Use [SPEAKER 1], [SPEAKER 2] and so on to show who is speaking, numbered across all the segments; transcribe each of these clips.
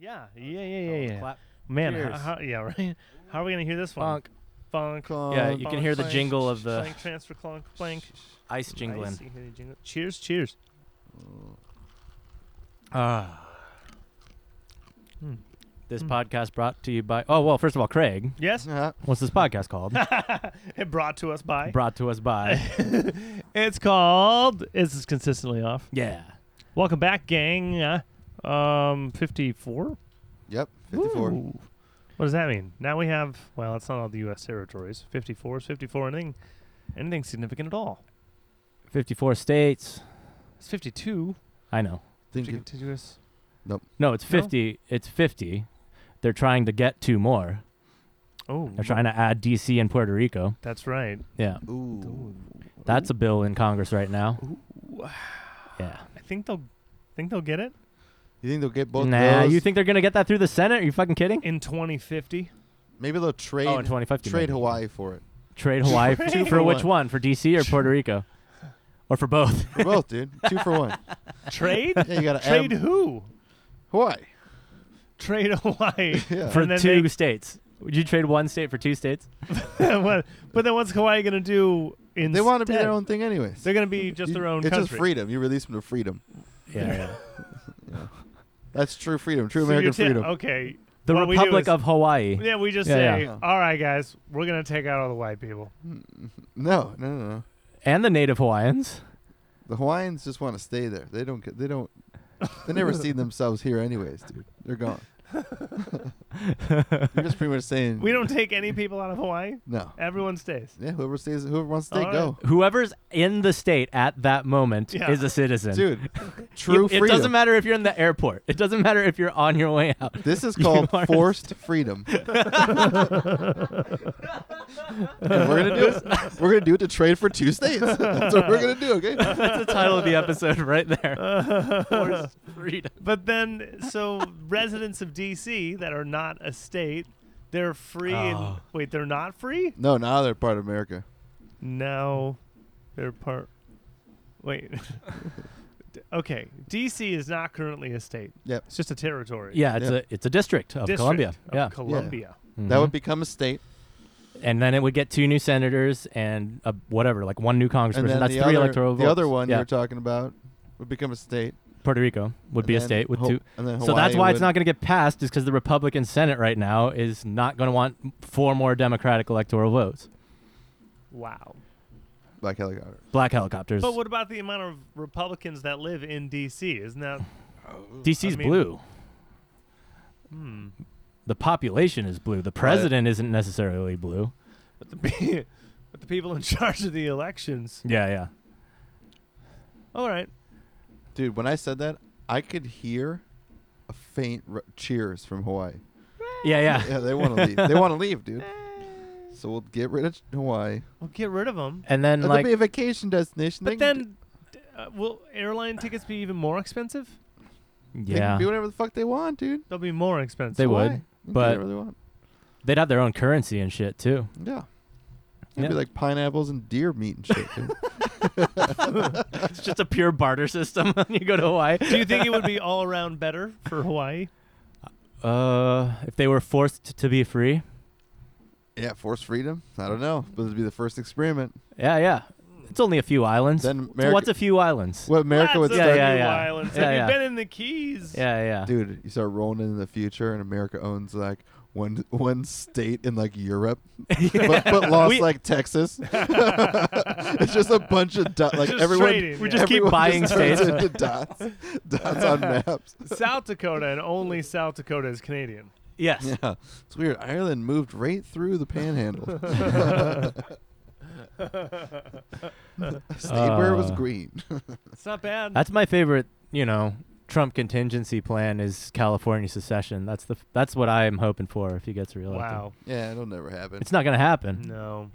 [SPEAKER 1] Yeah, yeah, yeah, yeah, yeah.
[SPEAKER 2] Clap.
[SPEAKER 1] Man, how,
[SPEAKER 2] Cheers.
[SPEAKER 1] how, yeah, right. How are we gonna hear this one?
[SPEAKER 3] Funk.
[SPEAKER 1] Funk.
[SPEAKER 3] Yeah, you can
[SPEAKER 1] Bonk,
[SPEAKER 3] hear the
[SPEAKER 1] bonk,
[SPEAKER 3] jingle of the
[SPEAKER 1] Clank, transfer, clunk, clank.
[SPEAKER 3] ice jingling.
[SPEAKER 1] Nice, you hear the jingle. Cheers, cheers.
[SPEAKER 3] Ah.
[SPEAKER 1] Hmm.
[SPEAKER 3] This
[SPEAKER 1] Hmm.
[SPEAKER 3] podcast brought to you by. Oh well, first of all, Craig.
[SPEAKER 1] Yes.
[SPEAKER 2] Yeah.
[SPEAKER 3] What's this podcast called? Mm-hmm.
[SPEAKER 1] it brought to us by.
[SPEAKER 3] brought to us by.
[SPEAKER 1] It's called. This is consistently off.
[SPEAKER 3] yeah.
[SPEAKER 1] Welcome back, gang. Uh, um, fifty-four.
[SPEAKER 2] Yep. 54.
[SPEAKER 1] Ooh. What does that mean? Now we have. Well, it's not all the U.S. territories. Fifty-four is fifty-four. Anything, anything significant at all?
[SPEAKER 3] Fifty-four states.
[SPEAKER 1] It's fifty-two.
[SPEAKER 3] I know.
[SPEAKER 2] Think it,
[SPEAKER 1] Contiguous.
[SPEAKER 3] No, it's
[SPEAKER 1] No?
[SPEAKER 3] fifty. It's fifty. They're trying to get two more.
[SPEAKER 1] Oh,
[SPEAKER 3] They're trying to add D.C. and Puerto Rico.
[SPEAKER 1] That's right.
[SPEAKER 3] Yeah,
[SPEAKER 2] ooh.
[SPEAKER 3] that's a bill in Congress right now. Yeah.
[SPEAKER 1] I think they'll think they'll get it
[SPEAKER 2] You think they'll get both
[SPEAKER 3] nah,
[SPEAKER 2] those?
[SPEAKER 3] you think they're gonna get that through the Senate? Are you fucking kidding?
[SPEAKER 1] in 2050.
[SPEAKER 2] Maybe they'll trade
[SPEAKER 3] oh, in 2050.
[SPEAKER 2] trade
[SPEAKER 3] maybe.
[SPEAKER 2] Hawaii for it.
[SPEAKER 3] Trade Hawaii
[SPEAKER 1] Trade
[SPEAKER 3] two for
[SPEAKER 2] Hawaii.
[SPEAKER 3] which one? For D.C. or Puerto Rico, or for both?
[SPEAKER 2] For both, dude. Two for one.
[SPEAKER 1] Trade?
[SPEAKER 2] Yeah, Um, you gotta
[SPEAKER 1] Trade
[SPEAKER 2] add 'em-
[SPEAKER 1] who?
[SPEAKER 2] Hawaii.
[SPEAKER 1] Trade Hawaii.
[SPEAKER 2] Yeah.
[SPEAKER 3] for
[SPEAKER 1] And then
[SPEAKER 3] two states. Would you trade one state for two states?
[SPEAKER 1] What- but then what's Hawaii going to do instead?
[SPEAKER 2] they want to be their own thing anyways.
[SPEAKER 1] They're going to be just their own
[SPEAKER 2] It's just
[SPEAKER 1] country.
[SPEAKER 2] freedom. You release them to freedom. That's true freedom. True
[SPEAKER 1] So you're
[SPEAKER 2] American
[SPEAKER 1] ta- oh.
[SPEAKER 2] freedom.
[SPEAKER 1] Okay.
[SPEAKER 3] The
[SPEAKER 1] What we do
[SPEAKER 3] Republic
[SPEAKER 1] is-
[SPEAKER 3] of Hawaii.
[SPEAKER 1] Yeah, we just
[SPEAKER 3] Yeah,
[SPEAKER 1] say,
[SPEAKER 2] yeah.
[SPEAKER 1] all right, guys, we're going to take out all the white people.
[SPEAKER 2] No, no, no, no.
[SPEAKER 3] And the native Hawaiians.
[SPEAKER 2] The Hawaiians just want to stay there. They don't. ca- They don't. They never see themselves here, anyways, dude. They're gone. You're just pretty much saying
[SPEAKER 1] We don't take any people out of Hawaii.
[SPEAKER 2] No.
[SPEAKER 1] Everyone stays.
[SPEAKER 2] Yeah, whoever stays, whoever wants to stay,
[SPEAKER 1] All
[SPEAKER 2] go,
[SPEAKER 3] Whoever's in the state at that moment
[SPEAKER 1] Yeah.
[SPEAKER 3] is a citizen.
[SPEAKER 2] dude.
[SPEAKER 3] You-
[SPEAKER 2] True
[SPEAKER 3] it,
[SPEAKER 2] freedom.
[SPEAKER 3] doesn't matter if you're in the airport. It doesn't matter if you're on your way out.
[SPEAKER 2] This is
[SPEAKER 3] You
[SPEAKER 2] called
[SPEAKER 3] are-
[SPEAKER 2] forced freedom. and we're gonna do it. We're gonna do it to trade for two states. That's what we're gonna do. Okay.
[SPEAKER 3] That's the title of the episode right
[SPEAKER 1] Uh.
[SPEAKER 3] there. Forced freedom.
[SPEAKER 1] But then, so residents of D.C. that are not a state, they're free. And,
[SPEAKER 3] Oh.
[SPEAKER 1] wait, they're not free?
[SPEAKER 2] No, now they're part of America.
[SPEAKER 1] No, they're part. Wait. D- okay, D.C. is not currently a state.
[SPEAKER 2] Yep.
[SPEAKER 1] It's just a territory.
[SPEAKER 3] Yeah, it's
[SPEAKER 2] Yeah.
[SPEAKER 3] a it's a district of
[SPEAKER 1] District
[SPEAKER 3] Columbia.
[SPEAKER 1] of
[SPEAKER 3] yeah.
[SPEAKER 1] Columbia.
[SPEAKER 2] That would
[SPEAKER 3] Mhm.
[SPEAKER 2] become a state,
[SPEAKER 3] and then it would get two new senators and uh whatever, like one new congressperson.
[SPEAKER 2] and then
[SPEAKER 3] That's
[SPEAKER 2] the
[SPEAKER 3] three
[SPEAKER 2] other,
[SPEAKER 3] electoral votes.
[SPEAKER 2] the other one
[SPEAKER 3] yeah.
[SPEAKER 2] you were talking about would become a state.
[SPEAKER 3] Puerto Rico would
[SPEAKER 2] and
[SPEAKER 3] be a
[SPEAKER 2] then
[SPEAKER 3] state with
[SPEAKER 2] Ho-
[SPEAKER 3] two.
[SPEAKER 2] And then
[SPEAKER 3] so that's
[SPEAKER 2] Hawaii
[SPEAKER 3] why
[SPEAKER 2] would-
[SPEAKER 3] it's not going to get passed, is because the Republican Senate right now is not going to want four more Democratic electoral votes.
[SPEAKER 1] Wow.
[SPEAKER 2] black helicopter.
[SPEAKER 3] Black helicopters.
[SPEAKER 1] But what about the amount of Republicans that live in D.C.? Isn't that?
[SPEAKER 3] DC's
[SPEAKER 1] I mean-
[SPEAKER 3] blue.
[SPEAKER 1] Hmm.
[SPEAKER 3] The population is blue. The president isn't necessarily blue.
[SPEAKER 1] But the pe- but the people in charge of the elections.
[SPEAKER 3] Yeah, yeah.
[SPEAKER 1] All right.
[SPEAKER 2] Dude, when I said that, I could hear a faint r- cheers from Hawaii.
[SPEAKER 3] Yeah, yeah.
[SPEAKER 2] Yeah, they want to leave. They want to leave, dude. So we'll get rid of Hawaii.
[SPEAKER 1] Well, get rid of them.
[SPEAKER 3] And then,
[SPEAKER 2] It'll
[SPEAKER 3] like,
[SPEAKER 2] be a vacation destination. They
[SPEAKER 1] But
[SPEAKER 2] can
[SPEAKER 1] then, d- uh, will airline tickets be even more expensive?
[SPEAKER 2] do- they can do
[SPEAKER 3] yeah,
[SPEAKER 2] whatever the fuck they want, dude.
[SPEAKER 1] They'll be more expensive.
[SPEAKER 3] They would,
[SPEAKER 2] Hawaii. They can do
[SPEAKER 3] but-
[SPEAKER 2] whatever they want.
[SPEAKER 3] they'd have their own currency and shit, too.
[SPEAKER 2] Yeah. It'd
[SPEAKER 3] Yeah.
[SPEAKER 2] be like pineapples and deer meat and shit. dude.
[SPEAKER 3] It's just a pure barter system when you go to Hawaii.
[SPEAKER 1] Do you think it would be all around better for Hawaii?
[SPEAKER 3] Uh, if they were forced to be free.
[SPEAKER 2] yeah, forced freedom. I don't know, but it'd be the first experiment.
[SPEAKER 3] Yeah, yeah. It's only a few islands.
[SPEAKER 2] Then
[SPEAKER 3] So
[SPEAKER 2] America-
[SPEAKER 3] What's a few islands?
[SPEAKER 2] What America would
[SPEAKER 1] Lots of
[SPEAKER 3] Yeah,
[SPEAKER 2] start,
[SPEAKER 3] yeah,
[SPEAKER 1] new
[SPEAKER 3] yeah.
[SPEAKER 1] islands.
[SPEAKER 3] Yeah,
[SPEAKER 1] Have
[SPEAKER 3] yeah.
[SPEAKER 1] you been in the Keys?
[SPEAKER 3] Yeah, yeah.
[SPEAKER 2] dude. You start rolling into the future, and America owns like one one state in like Europe, but, but lost
[SPEAKER 3] We-
[SPEAKER 2] like Texas. it's just a bunch of dots. Like
[SPEAKER 1] Just
[SPEAKER 2] everyone,
[SPEAKER 1] trading, We
[SPEAKER 3] just keep
[SPEAKER 2] everyone
[SPEAKER 3] buying
[SPEAKER 2] turns
[SPEAKER 3] states.
[SPEAKER 2] into dots, dots on maps.
[SPEAKER 1] South Dakota and only South Dakota is Canadian.
[SPEAKER 3] Yes.
[SPEAKER 2] Yeah, it's weird. Ireland moved right through the Panhandle. Stayed where it was
[SPEAKER 3] Uh,
[SPEAKER 2] green.
[SPEAKER 1] It's not bad.
[SPEAKER 3] That's my favorite, you know, Trump contingency plan is California secession. That's the that's what I am hoping for if he gets reelected.
[SPEAKER 1] wow.
[SPEAKER 2] yeah, it'll never happen.
[SPEAKER 3] It's not going to happen,
[SPEAKER 1] No,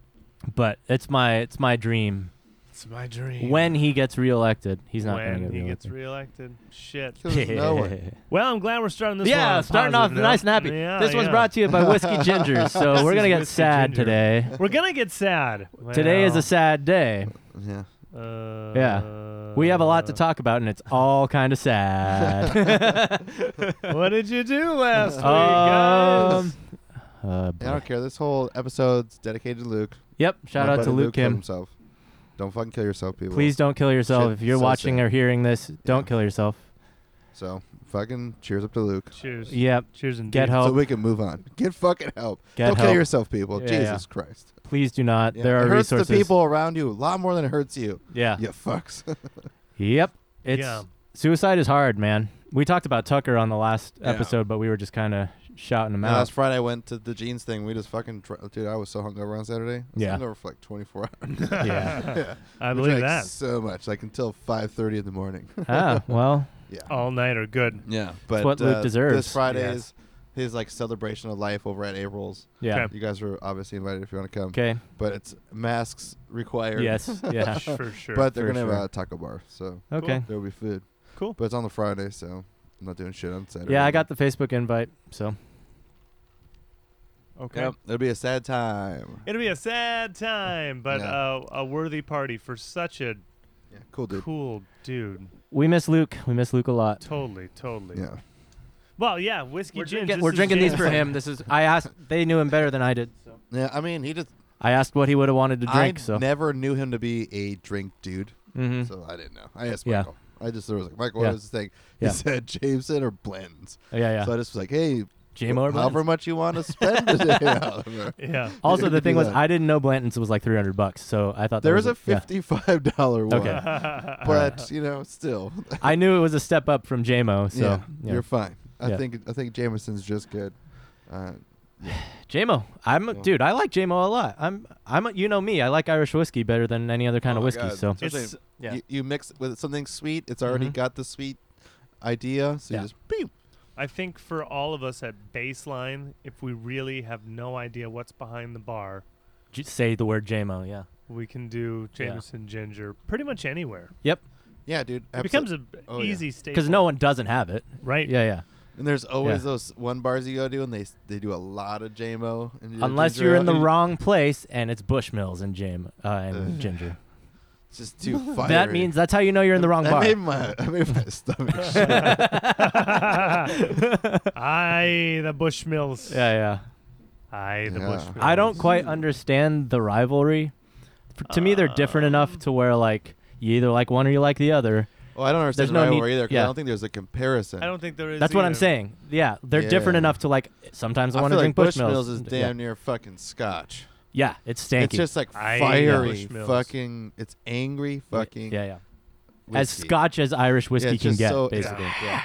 [SPEAKER 3] but it's my it's my dream.
[SPEAKER 1] it's my dream.
[SPEAKER 3] When he gets reelected, he's not going to
[SPEAKER 1] when
[SPEAKER 3] get
[SPEAKER 1] he
[SPEAKER 3] reelected.
[SPEAKER 1] gets reelected, shit.
[SPEAKER 2] There's no way.
[SPEAKER 1] Well, I'm glad we're starting this. one
[SPEAKER 3] yeah,
[SPEAKER 1] on a
[SPEAKER 3] starting off
[SPEAKER 1] positive
[SPEAKER 3] nice and
[SPEAKER 1] note.
[SPEAKER 3] happy.
[SPEAKER 1] Yeah,
[SPEAKER 3] this one's
[SPEAKER 1] yeah.
[SPEAKER 3] brought to you by Whiskey Ginger, so we're
[SPEAKER 1] is
[SPEAKER 3] gonna get
[SPEAKER 1] Whiskey
[SPEAKER 3] sad
[SPEAKER 1] Ginger.
[SPEAKER 3] today.
[SPEAKER 1] We're gonna get sad.
[SPEAKER 3] Today is
[SPEAKER 1] Well,
[SPEAKER 3] a sad day.
[SPEAKER 2] Yeah.
[SPEAKER 1] Uh,
[SPEAKER 3] Yeah. We have a lot to talk about, and it's all kind of sad.
[SPEAKER 1] What did you do last week, guys?
[SPEAKER 3] um, uh,
[SPEAKER 2] I don't
[SPEAKER 3] boy.
[SPEAKER 2] care. This whole episode's dedicated to Luke.
[SPEAKER 3] yep. Shout
[SPEAKER 2] My
[SPEAKER 3] out
[SPEAKER 2] buddy
[SPEAKER 3] to Luke
[SPEAKER 2] killed
[SPEAKER 3] Kim.
[SPEAKER 2] himself. Don't fucking kill yourself, people.
[SPEAKER 3] Please don't kill yourself.
[SPEAKER 2] uh, Shit,
[SPEAKER 3] if you're
[SPEAKER 2] so
[SPEAKER 3] watching
[SPEAKER 2] sad.
[SPEAKER 3] or hearing this, don't kill yourself.
[SPEAKER 2] So fucking cheers up to Luke.
[SPEAKER 1] Cheers.
[SPEAKER 3] Yep.
[SPEAKER 1] Cheers and beer.
[SPEAKER 3] Get
[SPEAKER 2] So
[SPEAKER 3] help.
[SPEAKER 2] we can move on. Get fucking help.
[SPEAKER 3] Get
[SPEAKER 2] don't kill
[SPEAKER 3] help.
[SPEAKER 2] yourself, people.
[SPEAKER 3] Yeah,
[SPEAKER 2] Jesus
[SPEAKER 3] yeah.
[SPEAKER 2] Christ.
[SPEAKER 3] Please do not.
[SPEAKER 2] Yeah.
[SPEAKER 3] There are
[SPEAKER 2] it hurts
[SPEAKER 3] resources. Uh,
[SPEAKER 2] the people around you a lot more than it hurts you.
[SPEAKER 3] Yeah.
[SPEAKER 2] You fucks.
[SPEAKER 3] Yep. It's
[SPEAKER 1] Yeah.
[SPEAKER 3] suicide is hard, man. We talked about Tucker on the last
[SPEAKER 2] Yeah.
[SPEAKER 3] episode, but we were just kind of shouting him
[SPEAKER 2] Now,
[SPEAKER 3] out.
[SPEAKER 2] last Friday I went to the jeans thing. We just fucking dr- dude. I was so hungover on Saturday. I was
[SPEAKER 3] Yeah.
[SPEAKER 2] hungover for like 24 hours.
[SPEAKER 3] yeah.
[SPEAKER 2] yeah.
[SPEAKER 1] I
[SPEAKER 2] We
[SPEAKER 1] believe
[SPEAKER 2] drank
[SPEAKER 1] that.
[SPEAKER 2] so much, like until 5:30 in the morning.
[SPEAKER 3] ah, well,
[SPEAKER 2] yeah.
[SPEAKER 1] All night are good.
[SPEAKER 2] Yeah, but uh,
[SPEAKER 3] what Luke deserves.
[SPEAKER 2] This Friday
[SPEAKER 1] Yes.
[SPEAKER 2] is his like celebration of life over at April's.
[SPEAKER 3] yeah.
[SPEAKER 2] You guys were obviously invited if you want to come.
[SPEAKER 3] Okay.
[SPEAKER 2] But it's masks required.
[SPEAKER 3] Yes. Yeah.
[SPEAKER 1] For sure.
[SPEAKER 2] But they're
[SPEAKER 3] For
[SPEAKER 2] gonna have
[SPEAKER 3] sure.
[SPEAKER 2] a taco bar, so
[SPEAKER 3] Okay.
[SPEAKER 2] there'll be food.
[SPEAKER 1] Cool.
[SPEAKER 2] But it's on the Friday, so I'm not doing shit on Saturday.
[SPEAKER 3] Yeah, I got the Facebook invite, so
[SPEAKER 1] okay.
[SPEAKER 2] Yep. It'll be a sad time.
[SPEAKER 1] It'll be a sad time, but
[SPEAKER 2] Yeah.
[SPEAKER 1] uh, a worthy party for such a
[SPEAKER 2] Yeah, cool dude.
[SPEAKER 1] cool dude.
[SPEAKER 3] we miss Luke. We miss Luke a lot.
[SPEAKER 1] Totally, totally.
[SPEAKER 2] Yeah.
[SPEAKER 1] Well, yeah, whiskey
[SPEAKER 3] We're,
[SPEAKER 1] gin.
[SPEAKER 3] drinking- we're drinking these for him. This is I asked. They knew him better than I did. So.
[SPEAKER 2] Yeah, I mean he just
[SPEAKER 3] I asked what he would have wanted to drink.
[SPEAKER 2] I
[SPEAKER 3] so.
[SPEAKER 2] never knew him to be a drink dude,
[SPEAKER 3] Mhm.
[SPEAKER 2] so I didn't know. I asked
[SPEAKER 3] Yeah.
[SPEAKER 2] Michael. I just there was like Michael,
[SPEAKER 3] Yeah.
[SPEAKER 2] what was the thing? He
[SPEAKER 3] Yeah.
[SPEAKER 2] said Jameson or Blends.
[SPEAKER 3] Oh, yeah.
[SPEAKER 2] So
[SPEAKER 3] Yeah.
[SPEAKER 2] I just was like, hey,
[SPEAKER 3] J Mo or
[SPEAKER 2] however
[SPEAKER 3] Blanton's?
[SPEAKER 2] much you want to spend today, however.
[SPEAKER 1] Yeah.
[SPEAKER 3] Also,
[SPEAKER 2] you
[SPEAKER 3] the
[SPEAKER 2] could
[SPEAKER 3] thing
[SPEAKER 2] do
[SPEAKER 3] was,
[SPEAKER 2] that.
[SPEAKER 3] I didn't know Blanton's was like three hundred bucks, so I thought that
[SPEAKER 2] There was a
[SPEAKER 3] yeah.
[SPEAKER 2] fifty-five dollar one,
[SPEAKER 3] Okay.
[SPEAKER 2] but you know, still,
[SPEAKER 3] I knew it was a step up from JMO, so
[SPEAKER 2] yeah,
[SPEAKER 3] yeah.
[SPEAKER 2] you're fine. I
[SPEAKER 3] Yeah.
[SPEAKER 2] think I think Jameson's just good. Uh,
[SPEAKER 3] JMO. I'm a
[SPEAKER 2] Yeah.
[SPEAKER 3] dude. I like JMO a lot. I'm I'm a, you know me. I like Irish whiskey better than any other kind
[SPEAKER 2] Oh
[SPEAKER 3] of
[SPEAKER 2] my
[SPEAKER 3] whiskey.
[SPEAKER 2] God.
[SPEAKER 3] So
[SPEAKER 2] Especially
[SPEAKER 1] It's-
[SPEAKER 3] yeah.
[SPEAKER 2] you, you mix it with something sweet; it's already
[SPEAKER 3] Mhm.
[SPEAKER 2] got the sweet idea, so
[SPEAKER 3] Yeah.
[SPEAKER 2] you just beep.
[SPEAKER 1] I think for all of us at baseline, if we really have no idea what's behind the bar,
[SPEAKER 3] j- say the word JMO. Yeah.
[SPEAKER 1] we can do
[SPEAKER 3] Yeah.
[SPEAKER 1] Jameson ginger pretty much anywhere.
[SPEAKER 2] Yeah, dude.
[SPEAKER 1] It becomes an
[SPEAKER 2] Oh, yeah.
[SPEAKER 1] easy staple.
[SPEAKER 3] Because no one doesn't have it.
[SPEAKER 1] right?
[SPEAKER 3] Yeah. Yeah.
[SPEAKER 2] and there's always
[SPEAKER 3] Yeah.
[SPEAKER 2] those one bars you go to, and they s- they do a lot of JMO. And you
[SPEAKER 3] Unless
[SPEAKER 2] ginger
[SPEAKER 3] you're in
[SPEAKER 2] ale,
[SPEAKER 3] the
[SPEAKER 2] and
[SPEAKER 3] wrong place and it's Bushmills and JMO uh, and
[SPEAKER 2] Ugh.
[SPEAKER 3] ginger.
[SPEAKER 2] It's just too fiery.
[SPEAKER 3] That means that's how you know Oh, you're in the wrong
[SPEAKER 2] I
[SPEAKER 3] bar.
[SPEAKER 2] Made my, I made my stomach. shake.
[SPEAKER 1] Aye, the Bushmills.
[SPEAKER 3] Yeah. Yeah.
[SPEAKER 1] Aye, the
[SPEAKER 2] Yeah.
[SPEAKER 1] Bushmills.
[SPEAKER 3] I don't quite understand the rivalry. F- to me, they're different enough
[SPEAKER 2] Um.
[SPEAKER 3] to where like you either like one or you like the other.
[SPEAKER 2] Well, I don't understand
[SPEAKER 3] no need-
[SPEAKER 2] rivalry either. 'cause
[SPEAKER 3] yeah.
[SPEAKER 2] I don't think there's a comparison.
[SPEAKER 1] I don't think there is.
[SPEAKER 3] That's what I'm
[SPEAKER 2] uh,
[SPEAKER 1] either.
[SPEAKER 3] saying. Yeah, they're different
[SPEAKER 2] Yeah.
[SPEAKER 3] enough to like. Sometimes I,
[SPEAKER 2] I
[SPEAKER 3] want
[SPEAKER 2] feel
[SPEAKER 3] to
[SPEAKER 2] like
[SPEAKER 3] drink
[SPEAKER 2] Bushmills
[SPEAKER 3] Bushmills.
[SPEAKER 2] is
[SPEAKER 3] Yeah.
[SPEAKER 2] damn near fucking Scotch.
[SPEAKER 3] Yeah, it's stanky.
[SPEAKER 2] It's just like
[SPEAKER 1] I-
[SPEAKER 2] fiery,
[SPEAKER 1] Bushmills.
[SPEAKER 2] fucking. It's angry,
[SPEAKER 3] Yeah,
[SPEAKER 2] fucking.
[SPEAKER 3] Yeah, yeah. As
[SPEAKER 2] whiskey.
[SPEAKER 3] Scotch as Irish
[SPEAKER 2] Yeah,
[SPEAKER 3] whiskey
[SPEAKER 2] it's
[SPEAKER 3] can
[SPEAKER 2] just
[SPEAKER 3] get,
[SPEAKER 2] so- it's-
[SPEAKER 3] basically.
[SPEAKER 2] yeah.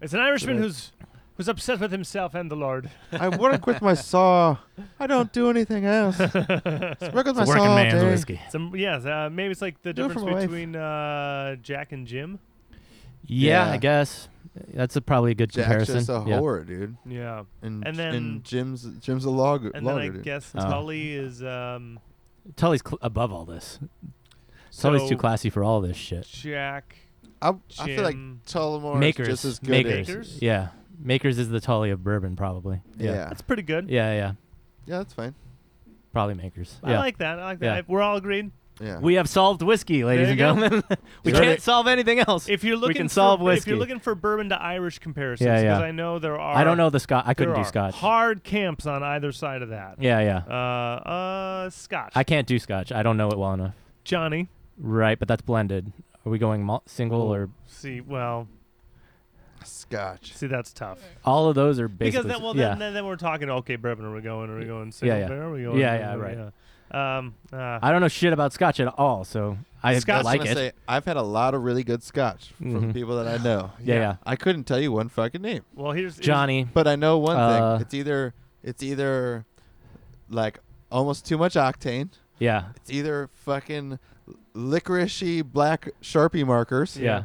[SPEAKER 1] It's an Irishman
[SPEAKER 2] Right.
[SPEAKER 1] who's who's upset with himself and the Lord.
[SPEAKER 2] I work with my saw. I don't do anything else. I work with my
[SPEAKER 3] Working
[SPEAKER 2] saw.
[SPEAKER 3] man's
[SPEAKER 2] Jay.
[SPEAKER 3] whiskey.
[SPEAKER 1] Some yes, uh, maybe it's like the
[SPEAKER 2] Do it for
[SPEAKER 1] difference
[SPEAKER 2] my wife.
[SPEAKER 1] between uh, Jack and Jim.
[SPEAKER 3] Yeah,
[SPEAKER 2] Yeah.
[SPEAKER 3] I guess that's a, probably a good
[SPEAKER 2] Jack's
[SPEAKER 3] comparison.
[SPEAKER 2] just a
[SPEAKER 3] yeah.
[SPEAKER 2] whore, dude.
[SPEAKER 1] Yeah,
[SPEAKER 2] And,
[SPEAKER 1] And
[SPEAKER 2] and
[SPEAKER 1] then-
[SPEAKER 2] Jim's Jim's a logger.
[SPEAKER 1] and
[SPEAKER 2] logger
[SPEAKER 1] then I
[SPEAKER 2] dude.
[SPEAKER 1] guess
[SPEAKER 3] Oh.
[SPEAKER 1] Tully is um.
[SPEAKER 3] Tully's cl- above all this.
[SPEAKER 1] So
[SPEAKER 3] Tully's too classy for all this shit.
[SPEAKER 1] Jack,
[SPEAKER 2] I, I feel like
[SPEAKER 1] Jim.
[SPEAKER 2] Tullamore
[SPEAKER 3] Makers,
[SPEAKER 2] is just as good.
[SPEAKER 3] makers,
[SPEAKER 2] As,
[SPEAKER 1] Makers?
[SPEAKER 3] yeah. Makers is the Tully of bourbon, probably.
[SPEAKER 2] yeah. yeah,
[SPEAKER 1] That's pretty good.
[SPEAKER 3] yeah, yeah.
[SPEAKER 2] that's fine.
[SPEAKER 3] Probably makers.
[SPEAKER 1] I
[SPEAKER 3] yeah.
[SPEAKER 1] like that. I like that.
[SPEAKER 3] Yeah.
[SPEAKER 1] I- We're all agreed.
[SPEAKER 2] Yeah,
[SPEAKER 3] we have solved whiskey, ladies
[SPEAKER 1] There
[SPEAKER 3] and
[SPEAKER 1] you go.
[SPEAKER 3] gentlemen. we
[SPEAKER 2] You heard
[SPEAKER 3] can't
[SPEAKER 2] it.
[SPEAKER 3] solve anything else.
[SPEAKER 1] If you're looking
[SPEAKER 3] can
[SPEAKER 1] for,
[SPEAKER 3] solve
[SPEAKER 1] if
[SPEAKER 3] whiskey.
[SPEAKER 1] you're looking for bourbon to Irish comparisons,
[SPEAKER 3] Yeah,
[SPEAKER 1] because
[SPEAKER 3] yeah.
[SPEAKER 1] I know there are.
[SPEAKER 3] I don't know the Scotch. I couldn't
[SPEAKER 1] there
[SPEAKER 3] do
[SPEAKER 1] are
[SPEAKER 3] Scotch.
[SPEAKER 1] Hard camps on either side of that.
[SPEAKER 3] yeah, yeah.
[SPEAKER 1] Uh, uh, Scotch.
[SPEAKER 3] I can't do Scotch. I don't know it well enough.
[SPEAKER 1] Johnny.
[SPEAKER 3] Right, but that's blended. Are we going malt, single
[SPEAKER 1] Ooh.
[SPEAKER 3] or
[SPEAKER 1] See, well,
[SPEAKER 2] Scotch.
[SPEAKER 1] see, that's tough.
[SPEAKER 3] all of those are basically
[SPEAKER 1] because then, well,
[SPEAKER 3] yeah.
[SPEAKER 1] then, then, then we're talking. Okay, bourbon. Are we going? Are we going single
[SPEAKER 3] yeah.
[SPEAKER 1] barrel? Are we going?
[SPEAKER 3] Yeah, yeah,
[SPEAKER 1] right. Yeah. Um, uh,
[SPEAKER 3] I don't know shit about Scotch at all, so I
[SPEAKER 1] Scotch,
[SPEAKER 3] like
[SPEAKER 2] I
[SPEAKER 3] it.
[SPEAKER 2] was gonna say I've had a lot of really good Scotch
[SPEAKER 3] Mhm.
[SPEAKER 2] from people that I know.
[SPEAKER 3] yeah,
[SPEAKER 1] yeah.
[SPEAKER 3] yeah.
[SPEAKER 2] I couldn't tell you one fucking name,
[SPEAKER 1] well, here's here's-
[SPEAKER 3] Johnny.
[SPEAKER 2] but I know one
[SPEAKER 3] Uh,
[SPEAKER 2] thing. It's either it's either like almost too much octane.
[SPEAKER 3] Yeah.
[SPEAKER 2] It's either fucking licoricey black sharpie markers,
[SPEAKER 3] Yeah.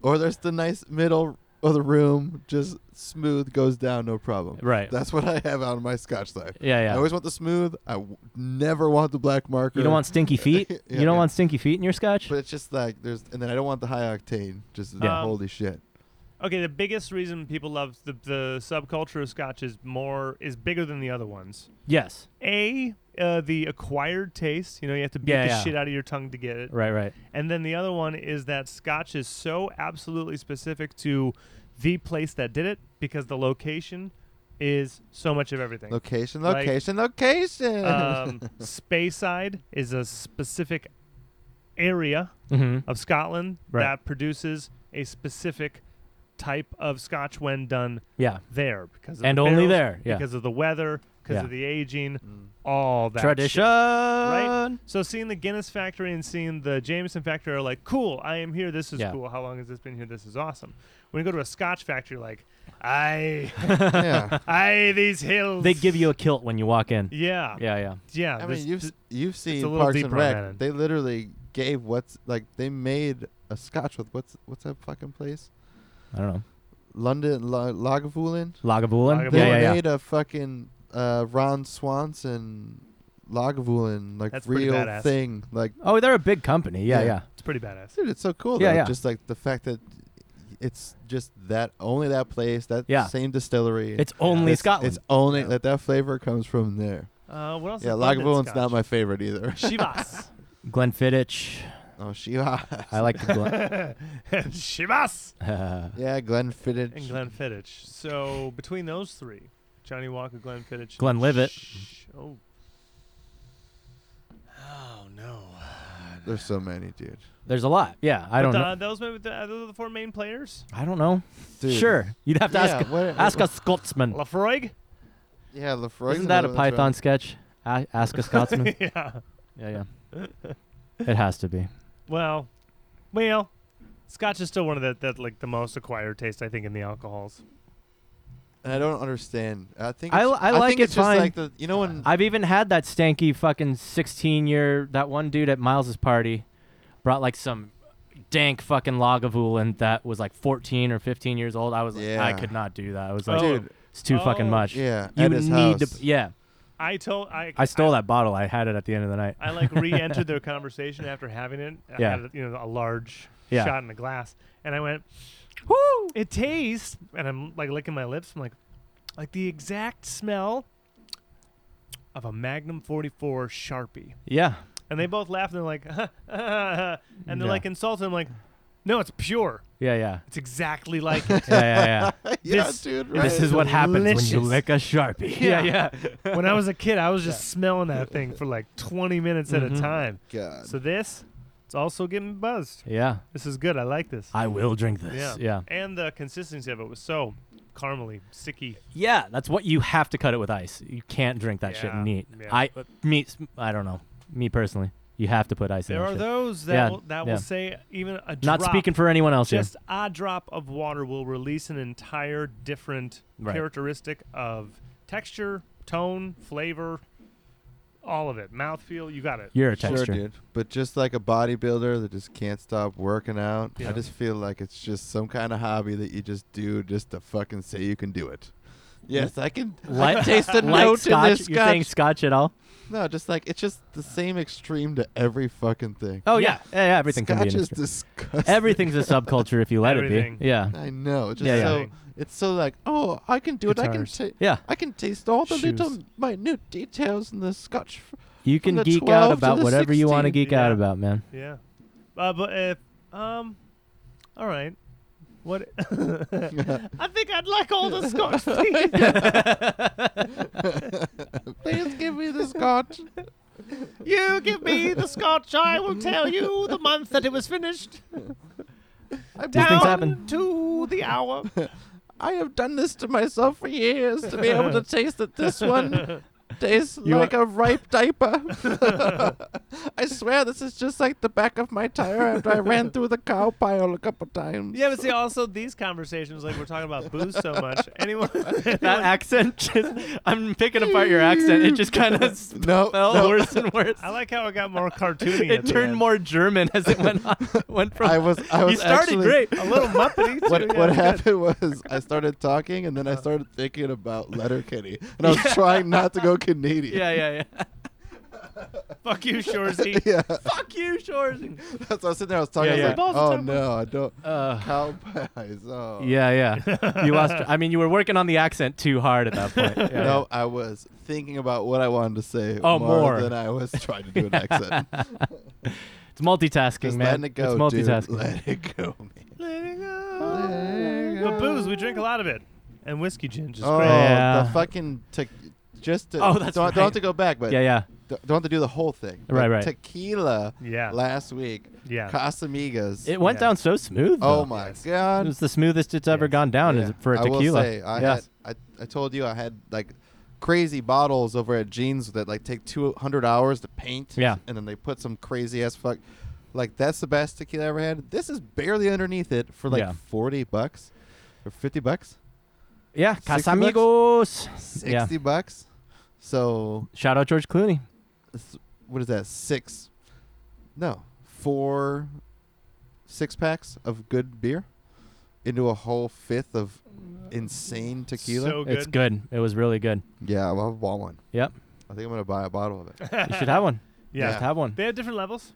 [SPEAKER 2] or there's the nice middle of the room, just smooth goes down, no problem.
[SPEAKER 3] Right.
[SPEAKER 2] That's what I have out of my Scotch life.
[SPEAKER 3] yeah,
[SPEAKER 2] I
[SPEAKER 3] yeah.
[SPEAKER 2] always want the smooth. I w- never want the black marker.
[SPEAKER 3] you don't want stinky feet?
[SPEAKER 2] Yeah,
[SPEAKER 3] you don't
[SPEAKER 2] yeah.
[SPEAKER 3] want stinky feet in your Scotch?
[SPEAKER 2] But it's just like there's, and then I don't want the high octane. Just
[SPEAKER 1] Yeah. Um,
[SPEAKER 2] holy shit.
[SPEAKER 1] Okay, the biggest reason people love the the subculture of Scotch is more is bigger than the other ones.
[SPEAKER 3] Yes.
[SPEAKER 1] A uh, the acquired taste. You know, you have to beat
[SPEAKER 3] Yeah,
[SPEAKER 1] the
[SPEAKER 3] yeah.
[SPEAKER 1] shit out of your tongue to get it.
[SPEAKER 3] Right. Right.
[SPEAKER 1] And then the other one is that Scotch is so absolutely specific to the place that did it because the location is so much of everything.
[SPEAKER 2] Location,
[SPEAKER 1] Like,
[SPEAKER 2] location, location.
[SPEAKER 1] Um, Speyside is a specific area
[SPEAKER 3] Mm-hmm.
[SPEAKER 1] of Scotland
[SPEAKER 3] Right.
[SPEAKER 1] that produces a specific type of Scotch when done
[SPEAKER 3] Yeah.
[SPEAKER 1] there because of
[SPEAKER 3] And
[SPEAKER 1] the
[SPEAKER 3] only
[SPEAKER 1] barrels,
[SPEAKER 3] there. Yeah.
[SPEAKER 1] because of the weather, because
[SPEAKER 3] Yeah.
[SPEAKER 1] of the aging,
[SPEAKER 2] Mm.
[SPEAKER 1] all that shit.
[SPEAKER 3] Tradition. Right.
[SPEAKER 1] So seeing the Guinness factory and seeing the Jameson factory are like, cool, I am here. This is
[SPEAKER 3] Yeah.
[SPEAKER 1] cool. How long has this been here? This is awesome. When you go to a Scotch factory, like, I,
[SPEAKER 2] yeah.
[SPEAKER 1] I these hills.
[SPEAKER 3] They give you a kilt when you walk in.
[SPEAKER 1] Yeah,
[SPEAKER 3] Yeah. Yeah.
[SPEAKER 1] yeah.
[SPEAKER 2] I
[SPEAKER 1] this-
[SPEAKER 2] mean, you've
[SPEAKER 1] th-
[SPEAKER 2] s- you've seen
[SPEAKER 1] little
[SPEAKER 2] Parks and
[SPEAKER 1] deeper on
[SPEAKER 2] Rec.
[SPEAKER 1] that end.
[SPEAKER 2] They literally gave what's like they made a Scotch with what's what's that fucking place?
[SPEAKER 3] I don't know.
[SPEAKER 2] London La- Lagavulin.
[SPEAKER 3] Lagavulin.
[SPEAKER 1] Lagavulin.
[SPEAKER 2] They
[SPEAKER 3] Yeah. Yeah. Yeah.
[SPEAKER 2] made a fucking uh, Ron Swanson Lagavulin like
[SPEAKER 1] That's pretty
[SPEAKER 2] real
[SPEAKER 1] badass.
[SPEAKER 2] thing. Like,
[SPEAKER 3] Oh, they're a big company. Yeah.
[SPEAKER 2] Yeah.
[SPEAKER 3] Yeah.
[SPEAKER 1] it's pretty badass.
[SPEAKER 2] dude, it's so cool.
[SPEAKER 3] Yeah,
[SPEAKER 2] though.
[SPEAKER 3] yeah.
[SPEAKER 2] Just like the fact that it's just that only that place, that
[SPEAKER 3] Yeah.
[SPEAKER 2] same distillery.
[SPEAKER 3] It's only
[SPEAKER 2] it's,
[SPEAKER 3] Scotland.
[SPEAKER 2] It's only
[SPEAKER 1] Yeah.
[SPEAKER 2] that that flavor comes from there.
[SPEAKER 1] Uh, what else?
[SPEAKER 2] yeah,
[SPEAKER 1] is London
[SPEAKER 2] Lagavulin's
[SPEAKER 1] Scotch?
[SPEAKER 2] not my favorite either.
[SPEAKER 1] Shivas.
[SPEAKER 3] Glenfiddich.
[SPEAKER 2] oh, Shiva.
[SPEAKER 3] I like the Glen.
[SPEAKER 1] Shivas
[SPEAKER 3] Uh,
[SPEAKER 2] yeah, Glenfiddich.
[SPEAKER 1] and Glenfiddich. So between those three, Johnny Walker, Glenfiddich,
[SPEAKER 3] Glenlivet.
[SPEAKER 1] Sh- Oh. Oh no.
[SPEAKER 2] There's so many, dude.
[SPEAKER 3] There's a lot. Yeah. I
[SPEAKER 1] But
[SPEAKER 3] don't
[SPEAKER 1] the,
[SPEAKER 3] know.
[SPEAKER 1] Those maybe the, uh, those are the four main players.
[SPEAKER 3] I don't know.
[SPEAKER 2] Dude.
[SPEAKER 3] Sure. You'd have to
[SPEAKER 2] yeah,
[SPEAKER 3] ask.
[SPEAKER 2] what-
[SPEAKER 3] Ask a Scotsman.
[SPEAKER 1] Lafroig.
[SPEAKER 2] Yeah, Lafroy's
[SPEAKER 3] Isn't that a
[SPEAKER 2] another one that's
[SPEAKER 3] Python sketch? A- ask a Scotsman.
[SPEAKER 1] yeah.
[SPEAKER 3] yeah. Yeah. It has to be.
[SPEAKER 1] Well, well, Scotch is still one of the that like the most acquired taste I think in the alcohols.
[SPEAKER 2] And I don't understand. I think
[SPEAKER 3] I
[SPEAKER 2] it's-
[SPEAKER 3] li- I like
[SPEAKER 2] think
[SPEAKER 3] it
[SPEAKER 2] it's just
[SPEAKER 3] fine.
[SPEAKER 2] like the you know when
[SPEAKER 3] I've even had that stanky fucking 16 year that one dude at Miles's party brought like some dank fucking Lagavulin that was like 14 or 15 years old. I was like I
[SPEAKER 2] Yeah.
[SPEAKER 3] could not do that. I was like
[SPEAKER 1] Oh.
[SPEAKER 2] dude,
[SPEAKER 3] it's too fucking
[SPEAKER 1] Oh.
[SPEAKER 3] much.
[SPEAKER 2] yeah,
[SPEAKER 3] You
[SPEAKER 2] at his
[SPEAKER 3] need
[SPEAKER 2] house.
[SPEAKER 3] to yeah.
[SPEAKER 1] I told I
[SPEAKER 3] I stole that bottle. I had it at the end of the night.
[SPEAKER 1] I like re-entered their conversation after having it. I
[SPEAKER 3] Yeah.
[SPEAKER 1] had, you know, a large
[SPEAKER 3] Yeah.
[SPEAKER 1] shot in a glass, and I went,
[SPEAKER 3] Woo!
[SPEAKER 1] "It tastes," and I'm like licking my lips. I'm like, like the exact smell of a Magnum 44 Sharpie.
[SPEAKER 3] Yeah.
[SPEAKER 1] And they both laughed, and they're like, and they're
[SPEAKER 3] Yeah.
[SPEAKER 1] like insulted. I'm like, no, it's pure.
[SPEAKER 3] Yeah, yeah.
[SPEAKER 1] It's exactly like it.
[SPEAKER 3] Yeah, yeah,
[SPEAKER 2] yeah,
[SPEAKER 1] This-
[SPEAKER 2] dude,
[SPEAKER 3] yeah.
[SPEAKER 2] right?
[SPEAKER 3] this is what happens when you
[SPEAKER 1] Delicious.
[SPEAKER 3] lick a Sharpie.
[SPEAKER 1] Yeah.
[SPEAKER 3] yeah.
[SPEAKER 1] when I was a kid, I was just smelling that thing for like 20 minutes at
[SPEAKER 3] Mhm.
[SPEAKER 1] a time.
[SPEAKER 2] God.
[SPEAKER 1] So this, it's also getting me buzzed.
[SPEAKER 3] Yeah.
[SPEAKER 1] This is good. I like this.
[SPEAKER 3] I will drink this.
[SPEAKER 1] Yeah.
[SPEAKER 3] Yeah.
[SPEAKER 1] and the consistency of it was so caramely, sticky.
[SPEAKER 3] Yeah, that's what you have to cut it with ice. You can't drink that shit
[SPEAKER 1] Yeah,
[SPEAKER 3] neat.
[SPEAKER 1] yeah.
[SPEAKER 3] I uh, me I don't know. Me personally, you have to put ice
[SPEAKER 1] There
[SPEAKER 3] in. that
[SPEAKER 1] are
[SPEAKER 3] shit.
[SPEAKER 1] those that
[SPEAKER 3] Yeah,
[SPEAKER 1] will, that
[SPEAKER 3] yeah.
[SPEAKER 1] will say even a drop,
[SPEAKER 3] Not speaking for anyone else.
[SPEAKER 1] just a drop of water will release an entire different
[SPEAKER 3] Right.
[SPEAKER 1] characteristic of texture, tone, flavor, all of it, mouthfeel. You got it.
[SPEAKER 3] here. You're a
[SPEAKER 2] sure,
[SPEAKER 3] texture.
[SPEAKER 2] dude. But just like a bodybuilder that just can't stop working out,
[SPEAKER 1] Yeah.
[SPEAKER 2] I just feel like it's just some kind of hobby that you just do just to fucking say you can do it. Yes, I can. I
[SPEAKER 3] Light-
[SPEAKER 2] can taste the
[SPEAKER 3] Light
[SPEAKER 2] note
[SPEAKER 3] scotch.
[SPEAKER 2] in this
[SPEAKER 3] You're saying
[SPEAKER 2] scotch.
[SPEAKER 3] scotch at all?
[SPEAKER 2] No, just like it's just the same extreme to every fucking thing.
[SPEAKER 3] Oh
[SPEAKER 1] Yeah.
[SPEAKER 3] yeah, yeah. yeah, everything
[SPEAKER 2] scotch
[SPEAKER 3] can be. An
[SPEAKER 2] is
[SPEAKER 3] extra-
[SPEAKER 2] disgusting.
[SPEAKER 3] Everything's a subculture if you let it
[SPEAKER 1] Everything.
[SPEAKER 3] be. Yeah,
[SPEAKER 2] I know. It's just
[SPEAKER 3] Yeah, yeah.
[SPEAKER 2] so. It's so like, oh, I can do
[SPEAKER 1] Guitars.
[SPEAKER 2] it. I can. ta-
[SPEAKER 3] yeah.
[SPEAKER 2] I can taste all the little
[SPEAKER 1] Shoes.
[SPEAKER 2] minute details in the scotch. F-
[SPEAKER 3] You
[SPEAKER 2] From
[SPEAKER 3] can
[SPEAKER 2] the
[SPEAKER 3] geek
[SPEAKER 2] 12
[SPEAKER 3] out
[SPEAKER 2] to
[SPEAKER 3] about
[SPEAKER 2] the
[SPEAKER 3] whatever you want to
[SPEAKER 2] 16,
[SPEAKER 3] geek
[SPEAKER 1] yeah.
[SPEAKER 3] out about, man.
[SPEAKER 1] Yeah. Uh, but if um, all right. What? I think I'd like all the scotch. please.
[SPEAKER 2] Please give me the scotch.
[SPEAKER 1] you give me the scotch. I will tell you the month that it was finished.
[SPEAKER 2] I've
[SPEAKER 3] These
[SPEAKER 2] done,
[SPEAKER 3] things happen.
[SPEAKER 1] to the hour.
[SPEAKER 2] I have done this to myself for years to be able to taste that this one tastes
[SPEAKER 1] You
[SPEAKER 2] like a ripe diaper. I swear this is just like the back of my tire after I ran through the cow pile a couple times.
[SPEAKER 1] Yeah, but see, also these conversations, like we're talking about booze so much. Anyone?
[SPEAKER 3] That accent just—I'm picking apart your accent. It just kind of
[SPEAKER 2] No,
[SPEAKER 3] fell
[SPEAKER 2] no.
[SPEAKER 3] worse and worse.
[SPEAKER 1] I like how it got more cartoony. at
[SPEAKER 3] it
[SPEAKER 1] the
[SPEAKER 3] turned
[SPEAKER 1] end.
[SPEAKER 3] more German as it went on. went from
[SPEAKER 2] I was. I was
[SPEAKER 3] you started
[SPEAKER 2] actually-
[SPEAKER 3] great.
[SPEAKER 1] a little muppety. Too,
[SPEAKER 2] What,
[SPEAKER 1] yeah,
[SPEAKER 2] what
[SPEAKER 1] good.
[SPEAKER 2] happened was I started talking and then
[SPEAKER 3] Uh-huh.
[SPEAKER 2] I started thinking about Letterkenny and I was trying not to go Canadian.
[SPEAKER 3] yeah, yeah, yeah.
[SPEAKER 1] Fuck you, Shorzy.
[SPEAKER 2] yeah.
[SPEAKER 3] Fuck you, Shorzy.
[SPEAKER 2] That's what I was sitting there. I was
[SPEAKER 1] Yeah,
[SPEAKER 2] talking. I was
[SPEAKER 1] yeah.
[SPEAKER 2] like,
[SPEAKER 1] Balls
[SPEAKER 2] oh
[SPEAKER 1] and
[SPEAKER 2] no, I don't.
[SPEAKER 3] Uh,
[SPEAKER 2] Cow pies. Oh.
[SPEAKER 3] yeah, yeah. You lost. I mean, you were working on the accent too hard at that point. Yeah,
[SPEAKER 2] No, I was thinking about what I wanted to say
[SPEAKER 3] Oh,
[SPEAKER 2] more,
[SPEAKER 3] more.
[SPEAKER 2] than I was trying to do an accent.
[SPEAKER 3] It's multitasking,
[SPEAKER 2] Just
[SPEAKER 3] man.
[SPEAKER 2] letting it go,
[SPEAKER 3] it's
[SPEAKER 2] dude.
[SPEAKER 3] multitasking.
[SPEAKER 2] Let it go, man.
[SPEAKER 1] Let it
[SPEAKER 2] Let it
[SPEAKER 1] go. But booze, we drink a lot of it, and whiskey gin. Just
[SPEAKER 2] oh,
[SPEAKER 1] great.
[SPEAKER 3] Yeah.
[SPEAKER 2] the fucking te- just to,
[SPEAKER 3] Oh, that's
[SPEAKER 2] don't, don't have
[SPEAKER 3] right.
[SPEAKER 2] to go back, but
[SPEAKER 3] Yeah, yeah.
[SPEAKER 2] don't don't have to do the whole thing. But
[SPEAKER 3] Right, right.
[SPEAKER 2] Tequila
[SPEAKER 1] Yeah.
[SPEAKER 2] last week,
[SPEAKER 1] Yeah.
[SPEAKER 2] Casamigas.
[SPEAKER 3] It went
[SPEAKER 1] Yeah.
[SPEAKER 3] down so smooth.
[SPEAKER 2] oh
[SPEAKER 3] though.
[SPEAKER 2] my
[SPEAKER 1] Yes.
[SPEAKER 3] It
[SPEAKER 2] god!
[SPEAKER 3] was the smoothest it's ever
[SPEAKER 1] Yes.
[SPEAKER 3] gone down
[SPEAKER 2] Yeah.
[SPEAKER 3] is for a
[SPEAKER 2] I will
[SPEAKER 3] tequila.
[SPEAKER 2] say, I,
[SPEAKER 3] Yes.
[SPEAKER 2] had, I I told you I had like crazy bottles over at Jeans that like take 200 hours to paint.
[SPEAKER 3] Yeah.
[SPEAKER 2] And then they put some crazy ass fuck. Like that's the best tequila I ever had. This is barely underneath it for like
[SPEAKER 3] Yeah.
[SPEAKER 2] 40 bucks or 50 bucks,
[SPEAKER 3] yeah,
[SPEAKER 2] 60 bucks?
[SPEAKER 3] Casamigos.
[SPEAKER 2] 60
[SPEAKER 3] Yeah.
[SPEAKER 2] bucks. So
[SPEAKER 3] Shout out George Clooney.
[SPEAKER 2] s- what is that? Six? No, four, six packs of good beer into a whole fifth of insane tequila.
[SPEAKER 1] So Oh, good.
[SPEAKER 3] It's good. It was really good.
[SPEAKER 2] yeah, I'll buy one.
[SPEAKER 3] Yep.
[SPEAKER 2] I think I'm gonna buy a bottle of it.
[SPEAKER 3] You should have one.
[SPEAKER 1] Yeah.
[SPEAKER 3] Just have one.
[SPEAKER 1] They had different levels.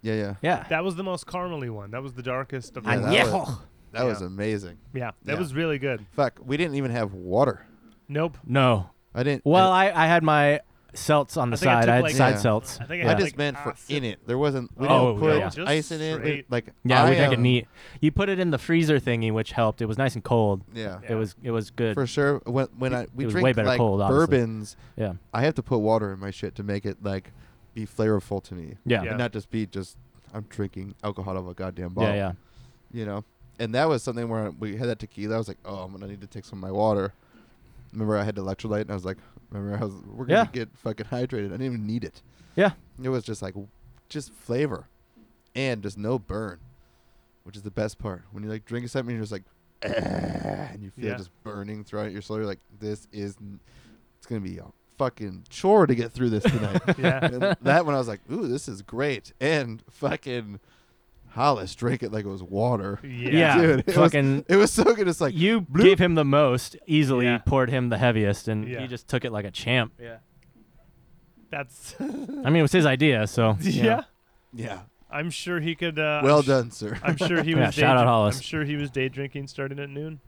[SPEAKER 2] Yeah, yeah.
[SPEAKER 3] Yeah.
[SPEAKER 1] That was the most caramely one. That was the darkest of the
[SPEAKER 2] Yeah, that
[SPEAKER 1] Yeah,
[SPEAKER 2] was- That was
[SPEAKER 1] Yeah.
[SPEAKER 2] amazing.
[SPEAKER 1] that
[SPEAKER 2] Yeah.
[SPEAKER 1] was really good.
[SPEAKER 2] Fuck, we didn't even have water.
[SPEAKER 1] Nope.
[SPEAKER 3] No.
[SPEAKER 2] I didn't.
[SPEAKER 3] Well,
[SPEAKER 2] I,
[SPEAKER 3] I, I had my selts on the
[SPEAKER 1] I think I
[SPEAKER 3] side.
[SPEAKER 1] took
[SPEAKER 3] I, had
[SPEAKER 1] like-
[SPEAKER 3] side
[SPEAKER 2] Yeah.
[SPEAKER 3] selts.
[SPEAKER 1] I think
[SPEAKER 2] I
[SPEAKER 1] I had
[SPEAKER 2] just
[SPEAKER 1] like
[SPEAKER 2] meant for
[SPEAKER 1] acid-
[SPEAKER 2] in it. There wasn't. We
[SPEAKER 3] Oh,
[SPEAKER 2] didn't put
[SPEAKER 3] yeah.
[SPEAKER 1] Just
[SPEAKER 2] ice in it. We,
[SPEAKER 1] straight.
[SPEAKER 2] like
[SPEAKER 3] Yeah,
[SPEAKER 2] I,
[SPEAKER 3] we drank it
[SPEAKER 2] um,
[SPEAKER 3] neat. You put it in the freezer thingy, which helped. It was nice and cold.
[SPEAKER 2] Yeah,
[SPEAKER 1] Yeah.
[SPEAKER 3] It was it was good.
[SPEAKER 2] for sure. When when I we
[SPEAKER 3] it was
[SPEAKER 2] drink
[SPEAKER 3] way better
[SPEAKER 2] like
[SPEAKER 3] cold, obviously.
[SPEAKER 2] bourbons,
[SPEAKER 3] Yeah.
[SPEAKER 2] I have to put water in my shit to make it like be flavorful to me,
[SPEAKER 3] Yeah.
[SPEAKER 1] Yeah.
[SPEAKER 2] and not just be just I'm drinking alcohol out of a goddamn bottle.
[SPEAKER 3] Yeah, yeah.
[SPEAKER 2] You know, and that was something where we had that tequila. I was like, oh, I'm gonna need to take some of my water. Remember, I had electrolyte, and I was like, remember, I was we're gonna
[SPEAKER 3] Yeah.
[SPEAKER 2] get fucking hydrated. I didn't even need it.
[SPEAKER 3] Yeah.
[SPEAKER 2] It was just like, w- just flavor, and just no burn, which is the best part. When you like drinking something, you're just like, and you feel
[SPEAKER 1] Yeah.
[SPEAKER 2] just burning throughout your soul. You're like, this is, n- it's gonna be a fucking chore to get through this tonight.
[SPEAKER 1] yeah.
[SPEAKER 2] and that one, I was like, ooh, this is great, and fucking Hollis drank it like it was water.
[SPEAKER 1] Yeah.
[SPEAKER 3] Yeah.
[SPEAKER 2] Dude, it was-
[SPEAKER 3] Fucking
[SPEAKER 2] It was so good. It's like
[SPEAKER 3] you
[SPEAKER 2] bloop.
[SPEAKER 3] gave him the most easily,
[SPEAKER 1] Yeah.
[SPEAKER 3] poured him the heaviest, and
[SPEAKER 1] Yeah.
[SPEAKER 3] he just took it like a champ.
[SPEAKER 1] That's
[SPEAKER 3] I mean, it was his idea, so you
[SPEAKER 1] yeah.
[SPEAKER 3] know.
[SPEAKER 2] yeah,
[SPEAKER 1] I'm sure he could. Uh,
[SPEAKER 2] well
[SPEAKER 1] I'm sh-
[SPEAKER 2] done, sir.
[SPEAKER 1] I'm sure he was.
[SPEAKER 3] Yeah,
[SPEAKER 1] day
[SPEAKER 3] shout out
[SPEAKER 1] dr-
[SPEAKER 3] Hollis.
[SPEAKER 1] I'm sure he was day drinking starting at noon.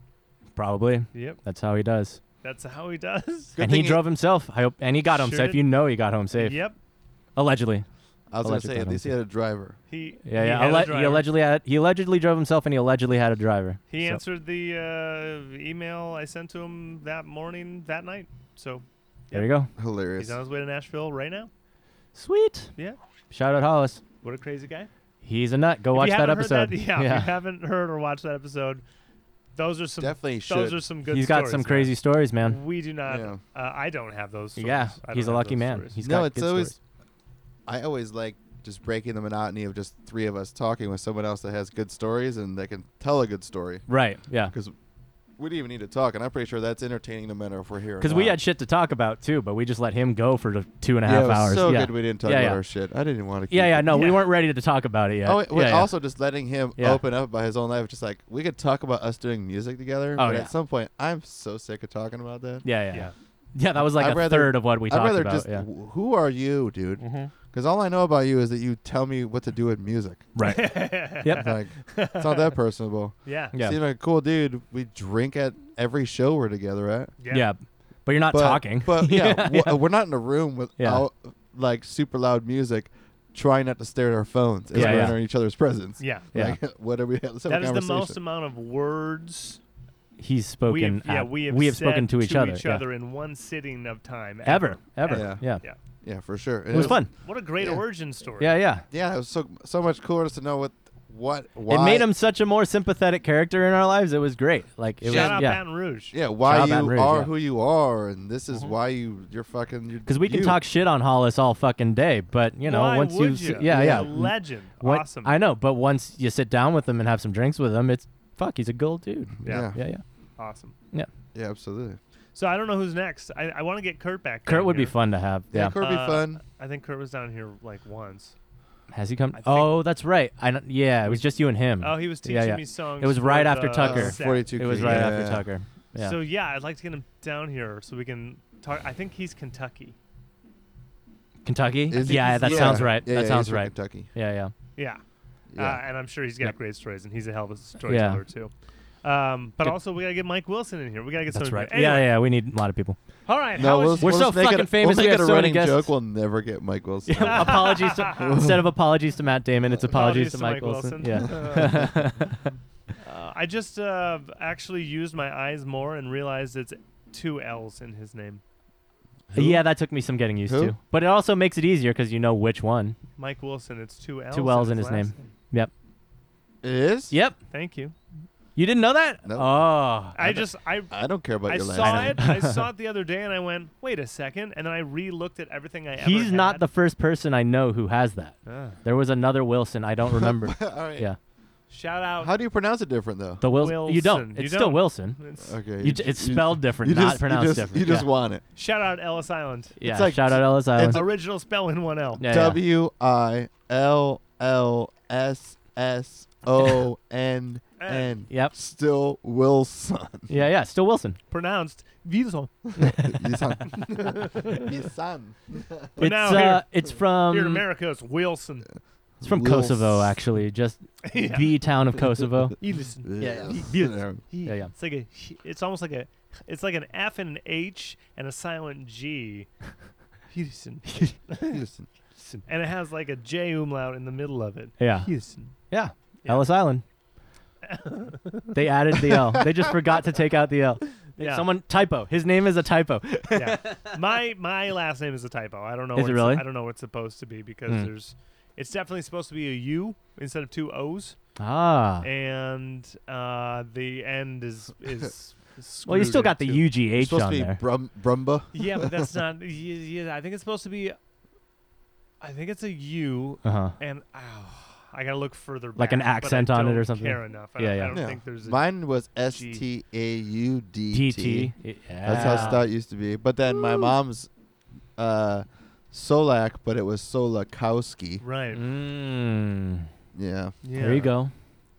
[SPEAKER 3] probably
[SPEAKER 1] Yep,
[SPEAKER 3] that's how he does.
[SPEAKER 1] that's how he does.
[SPEAKER 2] Good
[SPEAKER 3] and he
[SPEAKER 2] thing he-
[SPEAKER 3] drove himself. I hope, and he got home
[SPEAKER 1] Sure
[SPEAKER 3] safe.
[SPEAKER 1] did.
[SPEAKER 3] You know, he got home safe.
[SPEAKER 1] Yep,
[SPEAKER 3] Allegedly,
[SPEAKER 2] I was gonna
[SPEAKER 3] Electric
[SPEAKER 2] say at
[SPEAKER 3] button.
[SPEAKER 2] least he had a driver.
[SPEAKER 1] he.
[SPEAKER 3] yeah,
[SPEAKER 1] he
[SPEAKER 3] yeah.
[SPEAKER 1] had a
[SPEAKER 3] Alle- he
[SPEAKER 1] driver.
[SPEAKER 3] allegedly had, he allegedly drove himself, and he allegedly had a driver.
[SPEAKER 1] He
[SPEAKER 3] So,
[SPEAKER 1] answered the uh, email I sent to him that morning, that night. So
[SPEAKER 3] There you go.
[SPEAKER 2] Hilarious.
[SPEAKER 1] he's on his way to Nashville right now.
[SPEAKER 3] Sweet.
[SPEAKER 1] Yeah.
[SPEAKER 3] Shout out Hollis.
[SPEAKER 1] What a crazy guy!
[SPEAKER 3] He's a nut. Go
[SPEAKER 1] If
[SPEAKER 3] watch
[SPEAKER 1] you
[SPEAKER 3] that
[SPEAKER 1] haven't heard
[SPEAKER 3] episode.
[SPEAKER 1] yeah, if you haven't heard or watched that episode, those are some.
[SPEAKER 2] Definitely
[SPEAKER 1] those
[SPEAKER 2] should.
[SPEAKER 1] are some good.
[SPEAKER 3] he's got
[SPEAKER 1] stories,
[SPEAKER 3] some
[SPEAKER 1] man.
[SPEAKER 3] crazy stories, man.
[SPEAKER 1] We do not.
[SPEAKER 2] Yeah.
[SPEAKER 1] Uh, I don't have those. Stories.
[SPEAKER 3] Yeah,
[SPEAKER 1] I
[SPEAKER 3] he's
[SPEAKER 1] don't
[SPEAKER 3] a
[SPEAKER 1] have
[SPEAKER 3] lucky
[SPEAKER 1] those
[SPEAKER 3] man.
[SPEAKER 1] stories.
[SPEAKER 3] He's
[SPEAKER 2] no,
[SPEAKER 3] got
[SPEAKER 2] it's
[SPEAKER 3] good
[SPEAKER 2] always.
[SPEAKER 3] stories.
[SPEAKER 2] I always like just breaking the monotony of just three of us talking with someone else that has good stories and they can tell a good story
[SPEAKER 3] Right. Yeah.
[SPEAKER 2] because we didn't even need to talk, and I'm pretty sure that's entertaining no matter if we're here.
[SPEAKER 3] Because
[SPEAKER 2] Because
[SPEAKER 3] we had shit to talk about too, but we just let him go for the two and a
[SPEAKER 2] yeah,
[SPEAKER 3] half
[SPEAKER 2] it was
[SPEAKER 3] hours.
[SPEAKER 2] So
[SPEAKER 3] yeah.
[SPEAKER 2] good we didn't talk
[SPEAKER 3] Yeah,
[SPEAKER 2] about
[SPEAKER 3] yeah.
[SPEAKER 2] our shit. I didn't want to.
[SPEAKER 3] Yeah,
[SPEAKER 2] keep
[SPEAKER 3] yeah,
[SPEAKER 2] it.
[SPEAKER 3] no, we
[SPEAKER 1] Yeah.
[SPEAKER 3] weren't ready to talk about it yet.
[SPEAKER 2] Oh, wait, wait,
[SPEAKER 3] yeah, yeah.
[SPEAKER 2] also just letting him
[SPEAKER 3] Yeah.
[SPEAKER 2] open up about his own life, just like we could talk about us doing music together.
[SPEAKER 3] Oh,
[SPEAKER 2] but
[SPEAKER 3] yeah.
[SPEAKER 2] at some point, I'm so sick of talking about that.
[SPEAKER 3] yeah,
[SPEAKER 1] Yeah.
[SPEAKER 3] yeah, yeah, yeah. That was like
[SPEAKER 2] I'd
[SPEAKER 3] a
[SPEAKER 2] rather-
[SPEAKER 3] third of what we
[SPEAKER 2] I'd
[SPEAKER 3] talked
[SPEAKER 2] rather
[SPEAKER 3] about.
[SPEAKER 2] just
[SPEAKER 3] yeah,
[SPEAKER 2] "Wh- who are you, dude? Because all I know about you is that you tell me what to do with music.
[SPEAKER 3] right. yep.
[SPEAKER 2] Like it's not that personable.
[SPEAKER 1] Yeah.
[SPEAKER 3] Yeah.
[SPEAKER 2] Seems like a cool dude. We drink at every show we're together at.
[SPEAKER 3] yeah, but you're not
[SPEAKER 2] But-
[SPEAKER 3] talking.
[SPEAKER 2] But yeah, w- we're not in a room without like super loud music, trying not to stare at our phones as
[SPEAKER 3] Yeah,
[SPEAKER 2] we're
[SPEAKER 3] yeah.
[SPEAKER 2] in our- each other's presence.
[SPEAKER 1] Yeah.
[SPEAKER 3] Yeah.
[SPEAKER 2] Like, what are we? Let's have
[SPEAKER 1] That
[SPEAKER 2] a
[SPEAKER 1] is the most
[SPEAKER 2] conversation.
[SPEAKER 1] amount of words
[SPEAKER 3] He's spoken.
[SPEAKER 1] we have, yeah,
[SPEAKER 3] at-
[SPEAKER 1] we have, said
[SPEAKER 3] spoken to each other. yeah.
[SPEAKER 1] in one sitting of time
[SPEAKER 3] Ever, ever.
[SPEAKER 2] Yeah.
[SPEAKER 3] Yeah.
[SPEAKER 1] Yeah.
[SPEAKER 2] yeah, for sure. And
[SPEAKER 3] It was fun.
[SPEAKER 1] What a great
[SPEAKER 2] Yeah.
[SPEAKER 1] origin story.
[SPEAKER 3] Yeah, yeah.
[SPEAKER 2] Yeah, it was so so much cooler just to know what what why
[SPEAKER 3] It made him such a more sympathetic character in our lives. It was great. Like it
[SPEAKER 1] Shout
[SPEAKER 3] was,
[SPEAKER 1] out
[SPEAKER 3] yeah.
[SPEAKER 1] Baton Rouge.
[SPEAKER 2] Yeah, why
[SPEAKER 3] Shout out
[SPEAKER 2] you
[SPEAKER 3] Baton Rouge,
[SPEAKER 2] are
[SPEAKER 3] yeah. Mm-hmm.
[SPEAKER 2] who you are, and this is why you you're fucking. You're,
[SPEAKER 3] Because we can
[SPEAKER 2] you.
[SPEAKER 3] talk shit on Hollis all fucking day, but you know,
[SPEAKER 1] Why
[SPEAKER 3] once
[SPEAKER 1] would
[SPEAKER 3] s-
[SPEAKER 1] you?
[SPEAKER 3] yeah,
[SPEAKER 1] He's
[SPEAKER 3] yeah,
[SPEAKER 1] a legend.
[SPEAKER 3] When-
[SPEAKER 1] awesome.
[SPEAKER 3] I know, but once you sit down with him and have some drinks with him, it's fuck. He's a gold dude.
[SPEAKER 1] yeah.
[SPEAKER 2] Yeah.
[SPEAKER 3] Yeah, yeah.
[SPEAKER 1] Awesome.
[SPEAKER 2] Yeah, absolutely.
[SPEAKER 1] So I don't know who's next. I, I want to get Kurt back.
[SPEAKER 3] Kurt
[SPEAKER 1] down
[SPEAKER 3] would be
[SPEAKER 1] here.
[SPEAKER 3] fun to have.
[SPEAKER 2] Yeah, Kurt would be
[SPEAKER 1] Uh,
[SPEAKER 2] fun.
[SPEAKER 1] I think Kurt was down here like once.
[SPEAKER 3] Has he come?
[SPEAKER 1] I think-
[SPEAKER 3] Oh, that's right. I don't, yeah, it was just you and him.
[SPEAKER 1] Oh, he was teaching
[SPEAKER 3] Mm. Yeah, yeah.
[SPEAKER 1] me songs.
[SPEAKER 3] It was right
[SPEAKER 1] with,
[SPEAKER 3] after
[SPEAKER 1] uh,
[SPEAKER 3] Tucker.
[SPEAKER 2] Uh,
[SPEAKER 1] Zach.
[SPEAKER 2] Forty-two.
[SPEAKER 3] it was
[SPEAKER 2] Keys.
[SPEAKER 3] right
[SPEAKER 2] yeah.
[SPEAKER 3] after Tucker. Yeah.
[SPEAKER 1] So yeah, I'd like to get him down here so we can talk. I think he's Kentucky.
[SPEAKER 3] Kentucky?
[SPEAKER 2] Is it-
[SPEAKER 3] yeah, that
[SPEAKER 2] yeah.
[SPEAKER 3] sounds right.
[SPEAKER 2] Yeah, yeah,
[SPEAKER 3] that
[SPEAKER 2] he's
[SPEAKER 3] sounds
[SPEAKER 2] from
[SPEAKER 3] right.
[SPEAKER 2] Kentucky.
[SPEAKER 3] Yeah, yeah.
[SPEAKER 1] Yeah. Uh,
[SPEAKER 2] Yeah.
[SPEAKER 1] and I'm sure he's got
[SPEAKER 3] Yep.
[SPEAKER 1] great stories, and he's a hell of a storyteller too. Um, but
[SPEAKER 3] Good.
[SPEAKER 1] also, we gotta get Mike Wilson in here. We gotta get
[SPEAKER 3] That's
[SPEAKER 1] someone.
[SPEAKER 3] right. Yeah, yeah. We need a lot of people.
[SPEAKER 1] All right.
[SPEAKER 2] no,
[SPEAKER 1] how
[SPEAKER 2] we'll,
[SPEAKER 1] is-
[SPEAKER 3] We're
[SPEAKER 2] we'll
[SPEAKER 3] so
[SPEAKER 2] just make it-
[SPEAKER 3] fucking famous,
[SPEAKER 2] We'll
[SPEAKER 3] we
[SPEAKER 2] make
[SPEAKER 3] have
[SPEAKER 2] it a
[SPEAKER 3] so many
[SPEAKER 2] running
[SPEAKER 3] guests.
[SPEAKER 2] joke. We'll never get Mike Wilson.
[SPEAKER 1] Yeah.
[SPEAKER 3] apologies to instead of apologies to Matt Damon, it's apologies, to Mike Wilson. Yeah.
[SPEAKER 1] uh, I just uh, actually used my eyes more and realized it's two L's in his name,
[SPEAKER 2] Who?
[SPEAKER 3] yeah, that took me some getting used
[SPEAKER 2] Who?
[SPEAKER 3] to. But it also makes it easier cuz you know which one.
[SPEAKER 1] Mike Wilson. It's two L's.
[SPEAKER 3] L's in his
[SPEAKER 1] last
[SPEAKER 3] name.
[SPEAKER 2] It is?
[SPEAKER 3] Yep.
[SPEAKER 1] Thank you.
[SPEAKER 3] You didn't know that?
[SPEAKER 2] No.
[SPEAKER 3] Oh.
[SPEAKER 1] I just I
[SPEAKER 2] I don't care about
[SPEAKER 1] I
[SPEAKER 2] your last
[SPEAKER 1] saw
[SPEAKER 2] name.
[SPEAKER 1] it. I saw it the other day, and I went, "Wait a second. and then I re-looked at everything I ever.
[SPEAKER 3] He's not
[SPEAKER 1] had.
[SPEAKER 3] the first person I know who has that.
[SPEAKER 1] Ah.
[SPEAKER 3] There was another Wilson, I don't remember.
[SPEAKER 2] All right.
[SPEAKER 3] yeah.
[SPEAKER 1] shout out.
[SPEAKER 2] How do you pronounce it different though?
[SPEAKER 3] The Wilson. You
[SPEAKER 1] Wilson.
[SPEAKER 3] don't.
[SPEAKER 1] You
[SPEAKER 3] It's still
[SPEAKER 1] don't.
[SPEAKER 3] Wilson.
[SPEAKER 1] It's-
[SPEAKER 2] Okay.
[SPEAKER 3] You j- it's spelled different,
[SPEAKER 2] you
[SPEAKER 3] not
[SPEAKER 2] just,
[SPEAKER 3] pronounced
[SPEAKER 2] you just,
[SPEAKER 3] different.
[SPEAKER 2] You just
[SPEAKER 3] yeah.
[SPEAKER 2] want it.
[SPEAKER 1] shout out Ellis Island.
[SPEAKER 3] yeah.
[SPEAKER 2] like-
[SPEAKER 3] Shout out Ellis Island.
[SPEAKER 1] Original spelling one L.
[SPEAKER 3] Yeah, yeah.
[SPEAKER 2] W I L L S S O N
[SPEAKER 1] Eh,
[SPEAKER 2] N.
[SPEAKER 3] Yep.
[SPEAKER 2] Still Wilson.
[SPEAKER 3] Yeah, yeah. Still Wilson.
[SPEAKER 1] Pronounced Wilson.
[SPEAKER 2] Wilson. Wilson.
[SPEAKER 1] But
[SPEAKER 3] it's
[SPEAKER 1] now
[SPEAKER 3] uh,
[SPEAKER 1] here-
[SPEAKER 3] it's from
[SPEAKER 1] Here in America, it's Wilson.
[SPEAKER 3] it's from
[SPEAKER 2] Wilson.
[SPEAKER 3] Kosovo actually, just
[SPEAKER 1] yeah.
[SPEAKER 3] the town of Kosovo.
[SPEAKER 1] Wilson.
[SPEAKER 2] Yeah.
[SPEAKER 3] Yeah, yeah.
[SPEAKER 1] It's like a. It's almost like a. It's like an F and an H and a silent G. Wilson.
[SPEAKER 2] Wilson.
[SPEAKER 1] And it has like a J umlaut in the middle of it.
[SPEAKER 3] Yeah.
[SPEAKER 1] Wilson.
[SPEAKER 3] Yeah.
[SPEAKER 1] Yeah.
[SPEAKER 3] Ellis Island. they added the L. They just forgot to take out the L. They-
[SPEAKER 1] Yeah.
[SPEAKER 3] Someone typo. His name is a typo.
[SPEAKER 1] yeah. My my last name is a typo. I don't know.
[SPEAKER 3] Is
[SPEAKER 1] what
[SPEAKER 3] it
[SPEAKER 1] it's-
[SPEAKER 3] really?
[SPEAKER 1] I don't know what it's supposed to be because
[SPEAKER 3] Hmm.
[SPEAKER 1] there's. It's definitely supposed to be a U instead of two O's,
[SPEAKER 3] Ah.
[SPEAKER 1] and uh, the end is is.
[SPEAKER 3] Well, you still
[SPEAKER 1] screwed
[SPEAKER 3] got the
[SPEAKER 1] into-
[SPEAKER 3] U G H
[SPEAKER 2] supposed
[SPEAKER 3] on
[SPEAKER 2] to be
[SPEAKER 3] there.
[SPEAKER 2] Brum- Brumba.
[SPEAKER 1] Yeah, but that's not. y- Yeah, I think it's supposed to be. I think it's a U,
[SPEAKER 3] Uh huh.
[SPEAKER 1] and oh, I gotta look further.
[SPEAKER 3] Like an
[SPEAKER 1] back, but I
[SPEAKER 3] accent on it or
[SPEAKER 1] don't
[SPEAKER 3] something?
[SPEAKER 1] Care enough. I
[SPEAKER 3] Yeah,
[SPEAKER 1] don't,
[SPEAKER 3] yeah.
[SPEAKER 1] I don't
[SPEAKER 2] Yeah.
[SPEAKER 1] think there's. A,
[SPEAKER 2] Mine was S
[SPEAKER 1] G.
[SPEAKER 2] T A U
[SPEAKER 1] E
[SPEAKER 2] D
[SPEAKER 3] D
[SPEAKER 2] T.
[SPEAKER 3] E T.
[SPEAKER 2] That's how stout used to be. But then my mom's uh, Solak, but it was Solakowski.
[SPEAKER 1] right.
[SPEAKER 3] Mm.
[SPEAKER 2] Yeah.
[SPEAKER 1] Yeah.
[SPEAKER 3] There you go.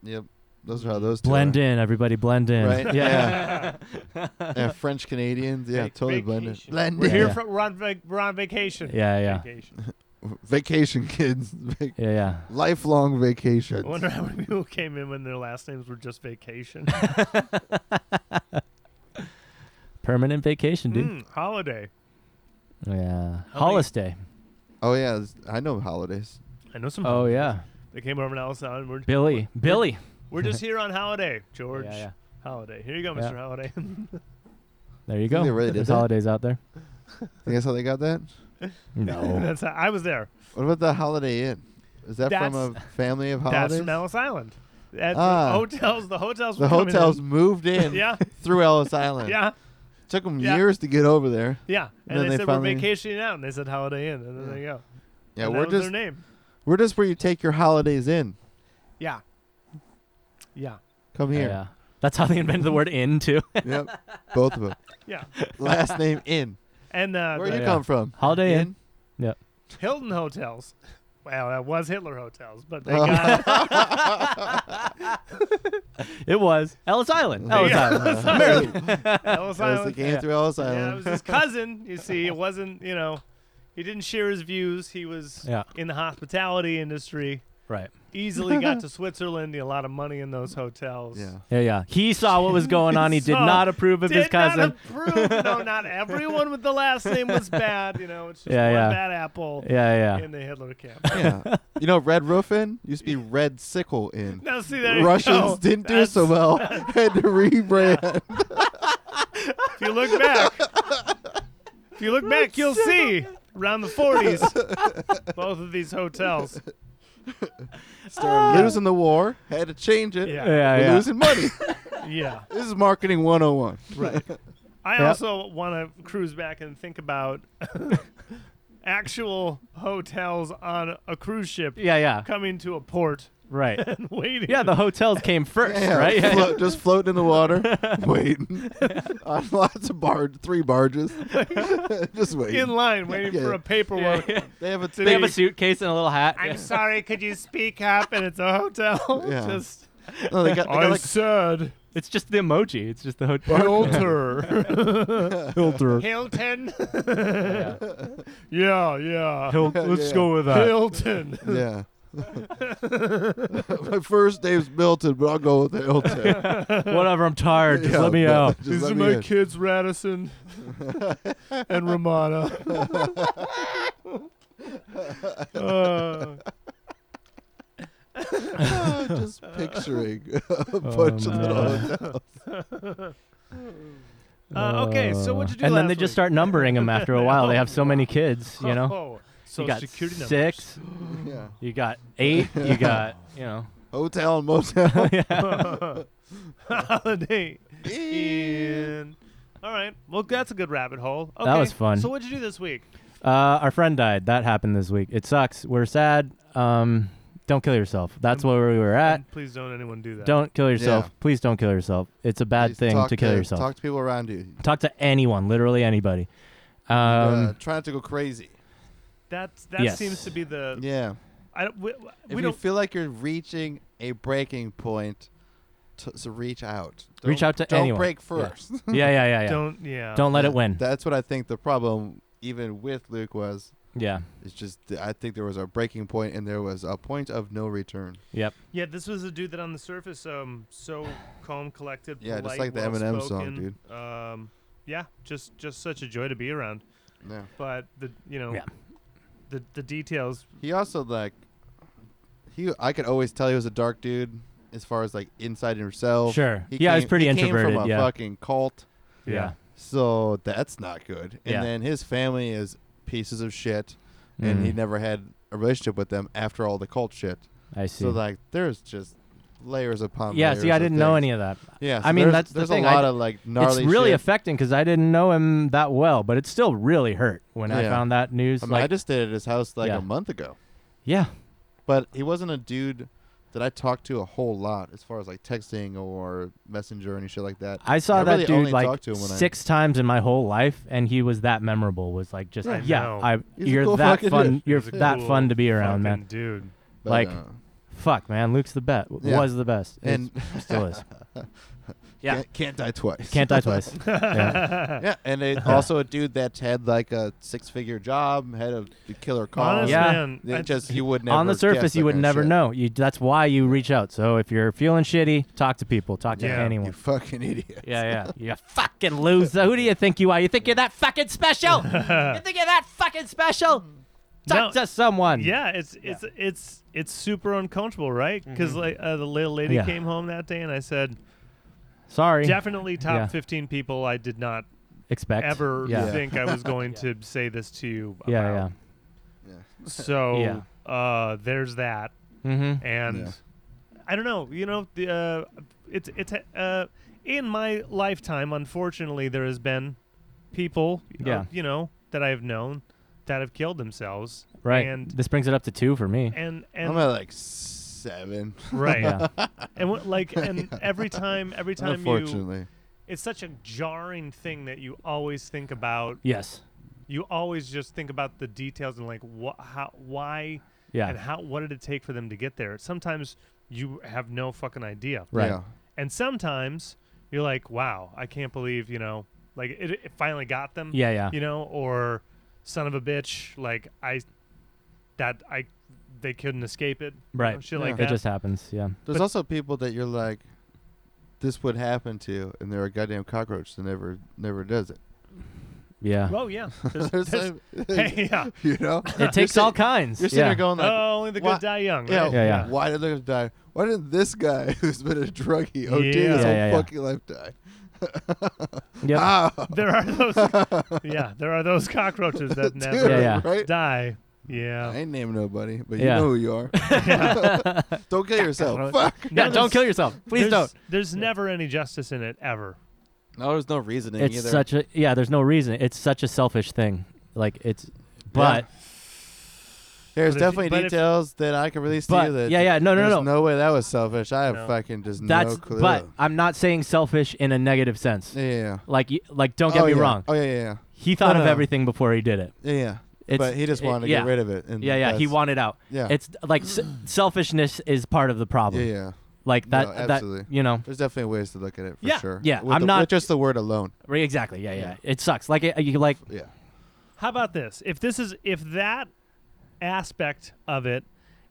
[SPEAKER 2] Yep. Those are how those two are.
[SPEAKER 3] Blend in, everybody. Blend in.
[SPEAKER 2] Right?
[SPEAKER 3] Yeah.
[SPEAKER 2] Yeah, French Canadians. Yeah,
[SPEAKER 1] Vac-
[SPEAKER 2] totally blended.
[SPEAKER 1] vacation.
[SPEAKER 2] Blend
[SPEAKER 1] We're
[SPEAKER 2] in.
[SPEAKER 1] here
[SPEAKER 3] Yeah.
[SPEAKER 1] for we're on, vac- we're on vacation.
[SPEAKER 3] Yeah, yeah.
[SPEAKER 1] Vacation.
[SPEAKER 2] Vacation kids. Vac-
[SPEAKER 3] Yeah, yeah.
[SPEAKER 2] Lifelong
[SPEAKER 1] I
[SPEAKER 2] vacation.
[SPEAKER 1] wonder how many people came in when their last names were just vacation.
[SPEAKER 3] Permanent vacation, dude. Oh,
[SPEAKER 1] Mm, Oh, holiday.
[SPEAKER 3] Yeah.
[SPEAKER 1] How many-
[SPEAKER 3] Holiday.
[SPEAKER 2] Oh yeah, this- I know holidays.
[SPEAKER 1] I know some.
[SPEAKER 3] Oh yeah.
[SPEAKER 1] They came over and Alice Island. We're,
[SPEAKER 3] Billy. Billy.
[SPEAKER 1] we're just here on holiday, George.
[SPEAKER 3] Yeah, yeah.
[SPEAKER 1] Holiday. Here you go,
[SPEAKER 3] Yeah.
[SPEAKER 1] Mr. Holiday.
[SPEAKER 3] There you
[SPEAKER 2] Think
[SPEAKER 3] go.
[SPEAKER 2] they really did
[SPEAKER 3] There's
[SPEAKER 2] that?
[SPEAKER 3] holidays out there.
[SPEAKER 2] Think that's how they got that.
[SPEAKER 3] No.
[SPEAKER 1] That's how, I was there.
[SPEAKER 2] What about the Holiday Inn? Is that from a
[SPEAKER 1] That's-
[SPEAKER 2] family of
[SPEAKER 1] That's
[SPEAKER 2] holidays?
[SPEAKER 1] from Ellis Island. At
[SPEAKER 2] Ah.
[SPEAKER 1] the hotels, the hotels.
[SPEAKER 2] the
[SPEAKER 1] were coming in.
[SPEAKER 2] hotels moved in
[SPEAKER 1] Yeah,
[SPEAKER 2] through Ellis Island.
[SPEAKER 1] yeah,
[SPEAKER 2] Took them
[SPEAKER 1] Yeah.
[SPEAKER 2] years to get over there.
[SPEAKER 1] yeah. And,
[SPEAKER 2] And then
[SPEAKER 1] they,
[SPEAKER 2] they
[SPEAKER 1] said
[SPEAKER 2] finally-
[SPEAKER 1] we're vacationing out, and they said Holiday Inn, and then there you go.
[SPEAKER 2] Yeah,
[SPEAKER 1] And that
[SPEAKER 2] we're
[SPEAKER 1] was their
[SPEAKER 2] just
[SPEAKER 1] name.
[SPEAKER 2] we're just where you take your holidays in.
[SPEAKER 1] Yeah, yeah,
[SPEAKER 2] Come here.
[SPEAKER 3] Yeah. That's how they invented the word in too.
[SPEAKER 2] Yep. Both of them.
[SPEAKER 1] yeah.
[SPEAKER 2] Last name in.
[SPEAKER 1] And uh,
[SPEAKER 2] Where
[SPEAKER 1] the
[SPEAKER 2] you
[SPEAKER 3] yeah.
[SPEAKER 2] come from?
[SPEAKER 3] Holiday Inn.
[SPEAKER 1] Hilton hotels. Well, that was Hitler hotels, but they
[SPEAKER 2] Oh.
[SPEAKER 1] got
[SPEAKER 3] It was Ellis Island.
[SPEAKER 2] Yeah.
[SPEAKER 3] Ellis
[SPEAKER 1] Yeah.
[SPEAKER 3] Island.
[SPEAKER 1] Ellis
[SPEAKER 2] That was the
[SPEAKER 1] Island.
[SPEAKER 2] game
[SPEAKER 3] Yeah.
[SPEAKER 2] through Ellis
[SPEAKER 1] Yeah, it was
[SPEAKER 2] Island.
[SPEAKER 1] his cousin. You see, it wasn't. You know, he didn't share his views. He was
[SPEAKER 3] Yeah.
[SPEAKER 1] in the hospitality industry.
[SPEAKER 3] Right.
[SPEAKER 1] Easily got to Switzerland. A lot of money in those hotels.
[SPEAKER 2] Yeah.
[SPEAKER 3] Yeah, yeah. He saw what was going on. He did
[SPEAKER 1] saw-
[SPEAKER 3] not approve of
[SPEAKER 1] Did
[SPEAKER 3] his cousin.
[SPEAKER 1] not approve. No, not everyone with the last name was bad. You know, it's just
[SPEAKER 3] Yeah,
[SPEAKER 1] one
[SPEAKER 3] yeah.
[SPEAKER 1] bad apple
[SPEAKER 3] yeah, yeah.
[SPEAKER 1] in the Hitler camp.
[SPEAKER 2] Yeah. You know, Red Roof Inn used to be Red Sickle Inn.
[SPEAKER 1] Now see there you
[SPEAKER 2] Russians
[SPEAKER 1] go.
[SPEAKER 2] didn't do so
[SPEAKER 1] That's-
[SPEAKER 2] well. Had to rebrand.
[SPEAKER 1] If you look back, if you look back, you'll see around the 40s both of these hotels.
[SPEAKER 2] Started losing the war. Had to change it.
[SPEAKER 1] Yeah.
[SPEAKER 3] Yeah,
[SPEAKER 2] We're
[SPEAKER 3] yeah.
[SPEAKER 2] losing money.
[SPEAKER 1] Yeah.
[SPEAKER 2] this is marketing 101.
[SPEAKER 1] Right. I
[SPEAKER 3] Yep.
[SPEAKER 1] also want to cruise back and think about actual hotels on a cruise ship
[SPEAKER 3] Yeah, yeah.
[SPEAKER 1] coming to a port
[SPEAKER 3] Right.
[SPEAKER 1] and waiting.
[SPEAKER 3] Yeah, the hotels came first,
[SPEAKER 2] Yeah,
[SPEAKER 3] right? Yeah,
[SPEAKER 2] float- just floating in the water, waiting on lots of barge, three barges, just waiting.
[SPEAKER 1] in line waiting
[SPEAKER 2] Yeah.
[SPEAKER 1] for a paperwork.
[SPEAKER 3] yeah.
[SPEAKER 2] they have a
[SPEAKER 1] to
[SPEAKER 3] They have
[SPEAKER 1] be-
[SPEAKER 3] a suitcase and a little hat.
[SPEAKER 1] I'm sorry, could you speak up? And it's a hotel.
[SPEAKER 2] Yeah.
[SPEAKER 1] Just
[SPEAKER 2] no, they got, they got
[SPEAKER 1] I
[SPEAKER 2] like
[SPEAKER 1] said
[SPEAKER 3] It's just the emoji. It's just the ho-
[SPEAKER 1] Hilter.
[SPEAKER 3] filter.
[SPEAKER 1] Hilton.
[SPEAKER 3] Yeah.
[SPEAKER 1] yeah, yeah.
[SPEAKER 3] Hil-
[SPEAKER 2] Yeah,
[SPEAKER 3] let's
[SPEAKER 2] yeah.
[SPEAKER 3] go with that.
[SPEAKER 1] Hilton.
[SPEAKER 2] yeah. My first name's Milton, but I'll go with Hilton.
[SPEAKER 3] Whatever. I'm tired. Just
[SPEAKER 2] Yeah,
[SPEAKER 3] let me
[SPEAKER 2] that-
[SPEAKER 3] out.
[SPEAKER 2] Just
[SPEAKER 1] These
[SPEAKER 2] let
[SPEAKER 1] are
[SPEAKER 2] me
[SPEAKER 1] my
[SPEAKER 2] in.
[SPEAKER 1] kids, Radisson and Romana. Uh,
[SPEAKER 2] Just picturing a bunch of little
[SPEAKER 3] Oh, man.
[SPEAKER 2] hotels.
[SPEAKER 1] Uh, okay, so what'd you do
[SPEAKER 3] And then
[SPEAKER 1] last
[SPEAKER 3] they
[SPEAKER 1] week?
[SPEAKER 3] just start numbering them after a while. They have so many kids, you know.
[SPEAKER 1] Oh, so
[SPEAKER 3] you got
[SPEAKER 1] security numbers.
[SPEAKER 3] six.
[SPEAKER 2] Yeah.
[SPEAKER 3] You got eight. You got you know.
[SPEAKER 2] Hotel and motel.
[SPEAKER 1] Holiday
[SPEAKER 2] Eh.
[SPEAKER 1] Inn. All right. Well, that's a good rabbit hole. Okay.
[SPEAKER 3] That was fun.
[SPEAKER 1] So what'd you do this week?
[SPEAKER 3] Uh, our friend died. That happened this week. It sucks. We're sad. Um, don't kill yourself. That's where we were at.
[SPEAKER 1] And please don't anyone do that.
[SPEAKER 3] Uh, Don't kill yourself.
[SPEAKER 2] Yeah.
[SPEAKER 3] Please don't kill yourself. It's a bad
[SPEAKER 2] Just
[SPEAKER 3] thing
[SPEAKER 2] talk
[SPEAKER 3] to kill yourself. Talk,
[SPEAKER 2] Talk to people around you.
[SPEAKER 3] to anyone, literally anybody. Um,
[SPEAKER 2] uh, try not to go crazy.
[SPEAKER 1] That's that
[SPEAKER 3] Yes.
[SPEAKER 1] seems to be the.
[SPEAKER 2] Yeah.
[SPEAKER 1] I don't. We,
[SPEAKER 2] If
[SPEAKER 1] we
[SPEAKER 2] you
[SPEAKER 1] don't.
[SPEAKER 2] feel like you're reaching a breaking point, t- so reach out.
[SPEAKER 3] Reach
[SPEAKER 2] Don't-
[SPEAKER 3] out to
[SPEAKER 2] don't
[SPEAKER 3] anyone.
[SPEAKER 2] break
[SPEAKER 3] Yeah.
[SPEAKER 2] first.
[SPEAKER 3] yeah, yeah, yeah, yeah. Don't,
[SPEAKER 1] Don't. Yeah.
[SPEAKER 3] let it
[SPEAKER 2] Yeah,
[SPEAKER 3] win.
[SPEAKER 2] That's what I think the problem, even with Luke, was.
[SPEAKER 3] yeah.
[SPEAKER 2] It's just th- I think there was a breaking point and there was a point of no return.
[SPEAKER 3] Yep.
[SPEAKER 1] Yeah. This was a dude that on the surface, um, so calm, collected.
[SPEAKER 2] Yeah, just
[SPEAKER 1] polite,
[SPEAKER 2] like the Eminem song,
[SPEAKER 1] well-spoken, Um, yeah, just just such a joy to be around.
[SPEAKER 2] Yeah.
[SPEAKER 1] But the you know,
[SPEAKER 3] Yeah.
[SPEAKER 1] the the details.
[SPEAKER 2] He also like he I could always tell he was a dark dude as far as like inside himself.
[SPEAKER 3] Sure.
[SPEAKER 2] He
[SPEAKER 3] yeah, I was
[SPEAKER 2] came-
[SPEAKER 3] pretty
[SPEAKER 2] he
[SPEAKER 3] introverted.
[SPEAKER 2] Came from a
[SPEAKER 3] yeah.
[SPEAKER 2] fucking cult.
[SPEAKER 3] yeah.
[SPEAKER 1] Yeah.
[SPEAKER 2] So that's not good. And
[SPEAKER 3] Yeah.
[SPEAKER 2] then his family is pieces of shit and he
[SPEAKER 3] Mm,
[SPEAKER 2] never had a relationship with them after all the cult shit.
[SPEAKER 3] I see.
[SPEAKER 2] So like there's just layers upon
[SPEAKER 3] yeah.
[SPEAKER 2] layers
[SPEAKER 3] See, I
[SPEAKER 2] of
[SPEAKER 3] didn't know
[SPEAKER 2] things.
[SPEAKER 3] any of that.
[SPEAKER 2] Yeah, so
[SPEAKER 3] I mean,
[SPEAKER 2] there's,
[SPEAKER 3] that's the
[SPEAKER 2] there's
[SPEAKER 3] thing,
[SPEAKER 2] a
[SPEAKER 3] I
[SPEAKER 2] lot
[SPEAKER 3] d-
[SPEAKER 2] of like gnarly
[SPEAKER 3] it's really
[SPEAKER 2] shit.
[SPEAKER 3] affecting because I didn't know him that well, but it still really hurt when I
[SPEAKER 2] Yeah.
[SPEAKER 3] found that news.
[SPEAKER 2] I mean,
[SPEAKER 3] like,
[SPEAKER 2] I just stayed at his house like
[SPEAKER 3] Yeah.
[SPEAKER 2] a month ago.
[SPEAKER 3] yeah,
[SPEAKER 2] But he wasn't a dude that I talked to a whole lot as far as like texting or messenger or any shit like that.
[SPEAKER 3] I saw
[SPEAKER 2] I
[SPEAKER 3] that
[SPEAKER 2] really
[SPEAKER 3] dude
[SPEAKER 2] only
[SPEAKER 3] like
[SPEAKER 2] talked to him when I-
[SPEAKER 3] six times in my whole life, and he was that memorable. Was like just
[SPEAKER 1] I
[SPEAKER 3] yeah,
[SPEAKER 1] know.
[SPEAKER 3] I
[SPEAKER 2] He's a
[SPEAKER 3] you're
[SPEAKER 2] cool
[SPEAKER 3] that
[SPEAKER 2] fucking
[SPEAKER 3] fun.
[SPEAKER 2] dude.
[SPEAKER 3] You're
[SPEAKER 1] He's a
[SPEAKER 3] that
[SPEAKER 1] cool
[SPEAKER 3] fun to be around,
[SPEAKER 1] fucking
[SPEAKER 3] man.
[SPEAKER 1] Dude.
[SPEAKER 2] But,
[SPEAKER 3] like-
[SPEAKER 2] uh,
[SPEAKER 3] Fuck, man, Luke's the best.
[SPEAKER 2] Yeah.
[SPEAKER 3] Was the best. Is-
[SPEAKER 2] and
[SPEAKER 3] still is. Yeah.
[SPEAKER 2] can't, can't die twice.
[SPEAKER 3] Can't die twice. Yeah.
[SPEAKER 2] yeah, and it, also a dude that had like a six-figure job, had a killer car.
[SPEAKER 1] Honest
[SPEAKER 3] Yeah.
[SPEAKER 1] man.
[SPEAKER 2] It
[SPEAKER 1] I-
[SPEAKER 2] just you would never
[SPEAKER 3] On the
[SPEAKER 2] guess
[SPEAKER 3] surface,
[SPEAKER 2] that
[SPEAKER 3] you would
[SPEAKER 2] kind of
[SPEAKER 3] never
[SPEAKER 2] shit.
[SPEAKER 3] know. You that's why you reach out. So if you're feeling shitty, talk to people. Talk to
[SPEAKER 1] Yeah.
[SPEAKER 2] You
[SPEAKER 3] anyone.
[SPEAKER 2] fucking idiot.
[SPEAKER 3] Yeah, yeah. You fucking loser. Who do you think you are? You think you're that fucking special? you think you're that fucking special? Talk
[SPEAKER 1] No.
[SPEAKER 3] to someone.
[SPEAKER 1] Yeah, it's it's it's it's super uncomfortable, right? Because like uh, the little lady
[SPEAKER 3] Mm-hmm. Yeah.
[SPEAKER 1] came home that day, and I said,
[SPEAKER 3] Sorry.
[SPEAKER 1] definitely top
[SPEAKER 3] Yeah.
[SPEAKER 1] 15 people I did not
[SPEAKER 3] Expect.
[SPEAKER 1] ever
[SPEAKER 3] Yeah.
[SPEAKER 2] Yeah.
[SPEAKER 1] think I was going to say this to you.
[SPEAKER 3] Yeah, yeah.
[SPEAKER 1] about. So uh, there's that,
[SPEAKER 3] Mm-hmm.
[SPEAKER 1] and
[SPEAKER 2] Yeah.
[SPEAKER 1] I don't know. You know, the, uh, it's it's uh, in my lifetime. Unfortunately, there has been people, uh,
[SPEAKER 3] Yeah.
[SPEAKER 1] you know, that I have known that have killed themselves.
[SPEAKER 3] Right.
[SPEAKER 1] And
[SPEAKER 3] this brings it up to two for me.
[SPEAKER 1] and
[SPEAKER 2] I'm
[SPEAKER 1] and
[SPEAKER 2] at like seven.
[SPEAKER 1] right.
[SPEAKER 3] Yeah.
[SPEAKER 1] And what, like, and every time, every time you,
[SPEAKER 2] Unfortunately,
[SPEAKER 1] it's such a jarring thing that you always think about.
[SPEAKER 3] yes.
[SPEAKER 1] You always just think about the details and like what, how, why, and
[SPEAKER 3] Yeah.
[SPEAKER 1] how, what did it take for them to get there? Sometimes you have no fucking idea,
[SPEAKER 3] Right.
[SPEAKER 2] Yeah.
[SPEAKER 1] and sometimes you're like, wow, I can't believe, you know, like it, it finally got them.
[SPEAKER 3] Yeah. Yeah.
[SPEAKER 1] You know, or son of a bitch, like I, that I, they couldn't escape it. you know,
[SPEAKER 3] Right.
[SPEAKER 1] Shit
[SPEAKER 2] Yeah.
[SPEAKER 1] like
[SPEAKER 3] It
[SPEAKER 1] that.
[SPEAKER 3] just happens. Yeah.
[SPEAKER 2] There's
[SPEAKER 1] But-
[SPEAKER 2] also people that you're like, this would happen to, and they're a goddamn cockroach that never never does it.
[SPEAKER 3] Yeah.
[SPEAKER 1] oh yeah. There's,
[SPEAKER 2] There's
[SPEAKER 1] there's,
[SPEAKER 2] like-
[SPEAKER 1] hey, yeah.
[SPEAKER 2] you know, You're
[SPEAKER 3] it takes
[SPEAKER 2] sit-
[SPEAKER 3] all kinds.
[SPEAKER 2] You're sitting
[SPEAKER 3] yeah.
[SPEAKER 2] there going like,
[SPEAKER 1] oh, only the good
[SPEAKER 2] why-
[SPEAKER 1] die young.
[SPEAKER 2] yeah,
[SPEAKER 1] right?
[SPEAKER 3] Yeah, yeah.
[SPEAKER 2] why did they die? Why didn't this guy who's been a
[SPEAKER 1] Yeah.
[SPEAKER 2] druggie OD his whole
[SPEAKER 3] Yeah, yeah, yeah.
[SPEAKER 2] fucking life die?
[SPEAKER 3] Yep.
[SPEAKER 2] Ah,
[SPEAKER 1] There are those. yeah, there are those cockroaches that
[SPEAKER 2] dude,
[SPEAKER 1] never
[SPEAKER 3] yeah.
[SPEAKER 2] right?
[SPEAKER 1] die. Yeah.
[SPEAKER 2] I ain't naming nobody, but you
[SPEAKER 3] Yeah.
[SPEAKER 2] know who you are. don't kill yourself. Fuck.
[SPEAKER 1] No,
[SPEAKER 3] yeah. Don't
[SPEAKER 1] there's-
[SPEAKER 3] kill yourself. Please
[SPEAKER 1] there's,
[SPEAKER 3] don't.
[SPEAKER 1] There's never any justice in it ever.
[SPEAKER 2] No, there's no reasoning
[SPEAKER 3] It's
[SPEAKER 2] either.
[SPEAKER 3] such a yeah. There's no reason. It's such a selfish thing. Like it's, but
[SPEAKER 2] There's
[SPEAKER 1] But if-
[SPEAKER 2] definitely
[SPEAKER 1] but if-
[SPEAKER 2] details that I can release to
[SPEAKER 3] But-
[SPEAKER 2] you. That
[SPEAKER 3] yeah, yeah, no, no,
[SPEAKER 2] there's
[SPEAKER 3] no.
[SPEAKER 2] way that was selfish. I have
[SPEAKER 1] No.
[SPEAKER 2] fucking just
[SPEAKER 3] that's
[SPEAKER 2] no clue.
[SPEAKER 3] but I'm not saying selfish in a negative sense.
[SPEAKER 2] yeah, yeah, yeah.
[SPEAKER 3] Like y- like don't get
[SPEAKER 2] Oh,
[SPEAKER 3] me
[SPEAKER 2] yeah.
[SPEAKER 3] wrong.
[SPEAKER 2] Oh yeah, yeah, yeah.
[SPEAKER 3] He thought
[SPEAKER 2] No,
[SPEAKER 3] of
[SPEAKER 2] no.
[SPEAKER 3] everything before he did it.
[SPEAKER 2] Yeah, yeah.
[SPEAKER 3] It's,
[SPEAKER 2] but he just
[SPEAKER 3] it-
[SPEAKER 2] wanted to
[SPEAKER 3] yeah.
[SPEAKER 2] get rid of it. And
[SPEAKER 3] Yeah, yeah. He
[SPEAKER 2] that's-
[SPEAKER 3] wanted out.
[SPEAKER 2] Yeah.
[SPEAKER 3] It's like s- selfishness is part of the
[SPEAKER 2] yeah,
[SPEAKER 3] problem.
[SPEAKER 2] yeah.
[SPEAKER 3] Like
[SPEAKER 2] No,
[SPEAKER 3] that.
[SPEAKER 2] absolutely.
[SPEAKER 3] That you know.
[SPEAKER 2] There's definitely ways to look at it for
[SPEAKER 1] Yeah,
[SPEAKER 2] sure.
[SPEAKER 3] yeah,
[SPEAKER 2] With
[SPEAKER 3] I'm
[SPEAKER 2] the-
[SPEAKER 3] not-
[SPEAKER 2] with just the word alone.
[SPEAKER 3] Right, Exactly. Yeah, yeah. It sucks. Like it, you like
[SPEAKER 2] Yeah.
[SPEAKER 1] How about this? If this is if that aspect of it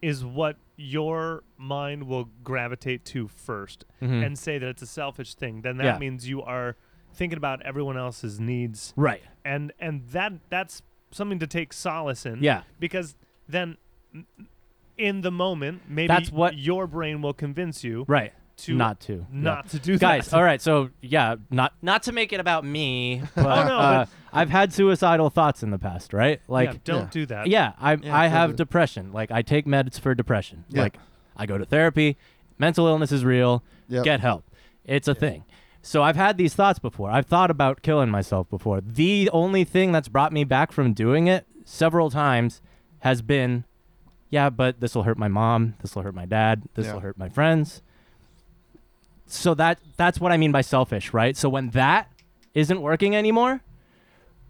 [SPEAKER 1] is what your mind will gravitate to 1st
[SPEAKER 3] Mhm.
[SPEAKER 1] and say that it's a selfish thing, then that
[SPEAKER 3] Yeah.
[SPEAKER 1] means you are thinking about everyone else's needs
[SPEAKER 3] right.
[SPEAKER 1] and and that that's something to take solace in.
[SPEAKER 3] Yeah.
[SPEAKER 1] Because then m- in the moment, maybe
[SPEAKER 3] That's what-
[SPEAKER 1] your brain will convince you
[SPEAKER 3] Right.
[SPEAKER 1] to
[SPEAKER 3] not to.
[SPEAKER 1] not to do
[SPEAKER 3] guys
[SPEAKER 1] that.
[SPEAKER 3] all right so yeah not not to make it about me but,
[SPEAKER 1] no,
[SPEAKER 3] uh,
[SPEAKER 1] but-
[SPEAKER 3] i've had suicidal thoughts in the past right like
[SPEAKER 1] yeah, don't
[SPEAKER 2] Yeah.
[SPEAKER 1] do that.
[SPEAKER 3] yeah, i
[SPEAKER 2] Yeah,
[SPEAKER 3] i have
[SPEAKER 2] totally.
[SPEAKER 3] depression like i take meds for depression
[SPEAKER 2] Yeah.
[SPEAKER 3] like i go to therapy mental illness is real
[SPEAKER 2] Yep.
[SPEAKER 3] get help it's a thing so i've had these thoughts before i've thought about killing myself before the only thing that's brought me back from doing it several times has been yeah but this will hurt my mom this will hurt my dad this
[SPEAKER 2] Yeah.
[SPEAKER 3] will hurt my friends so that that's what I mean by selfish, right? So when that isn't working anymore,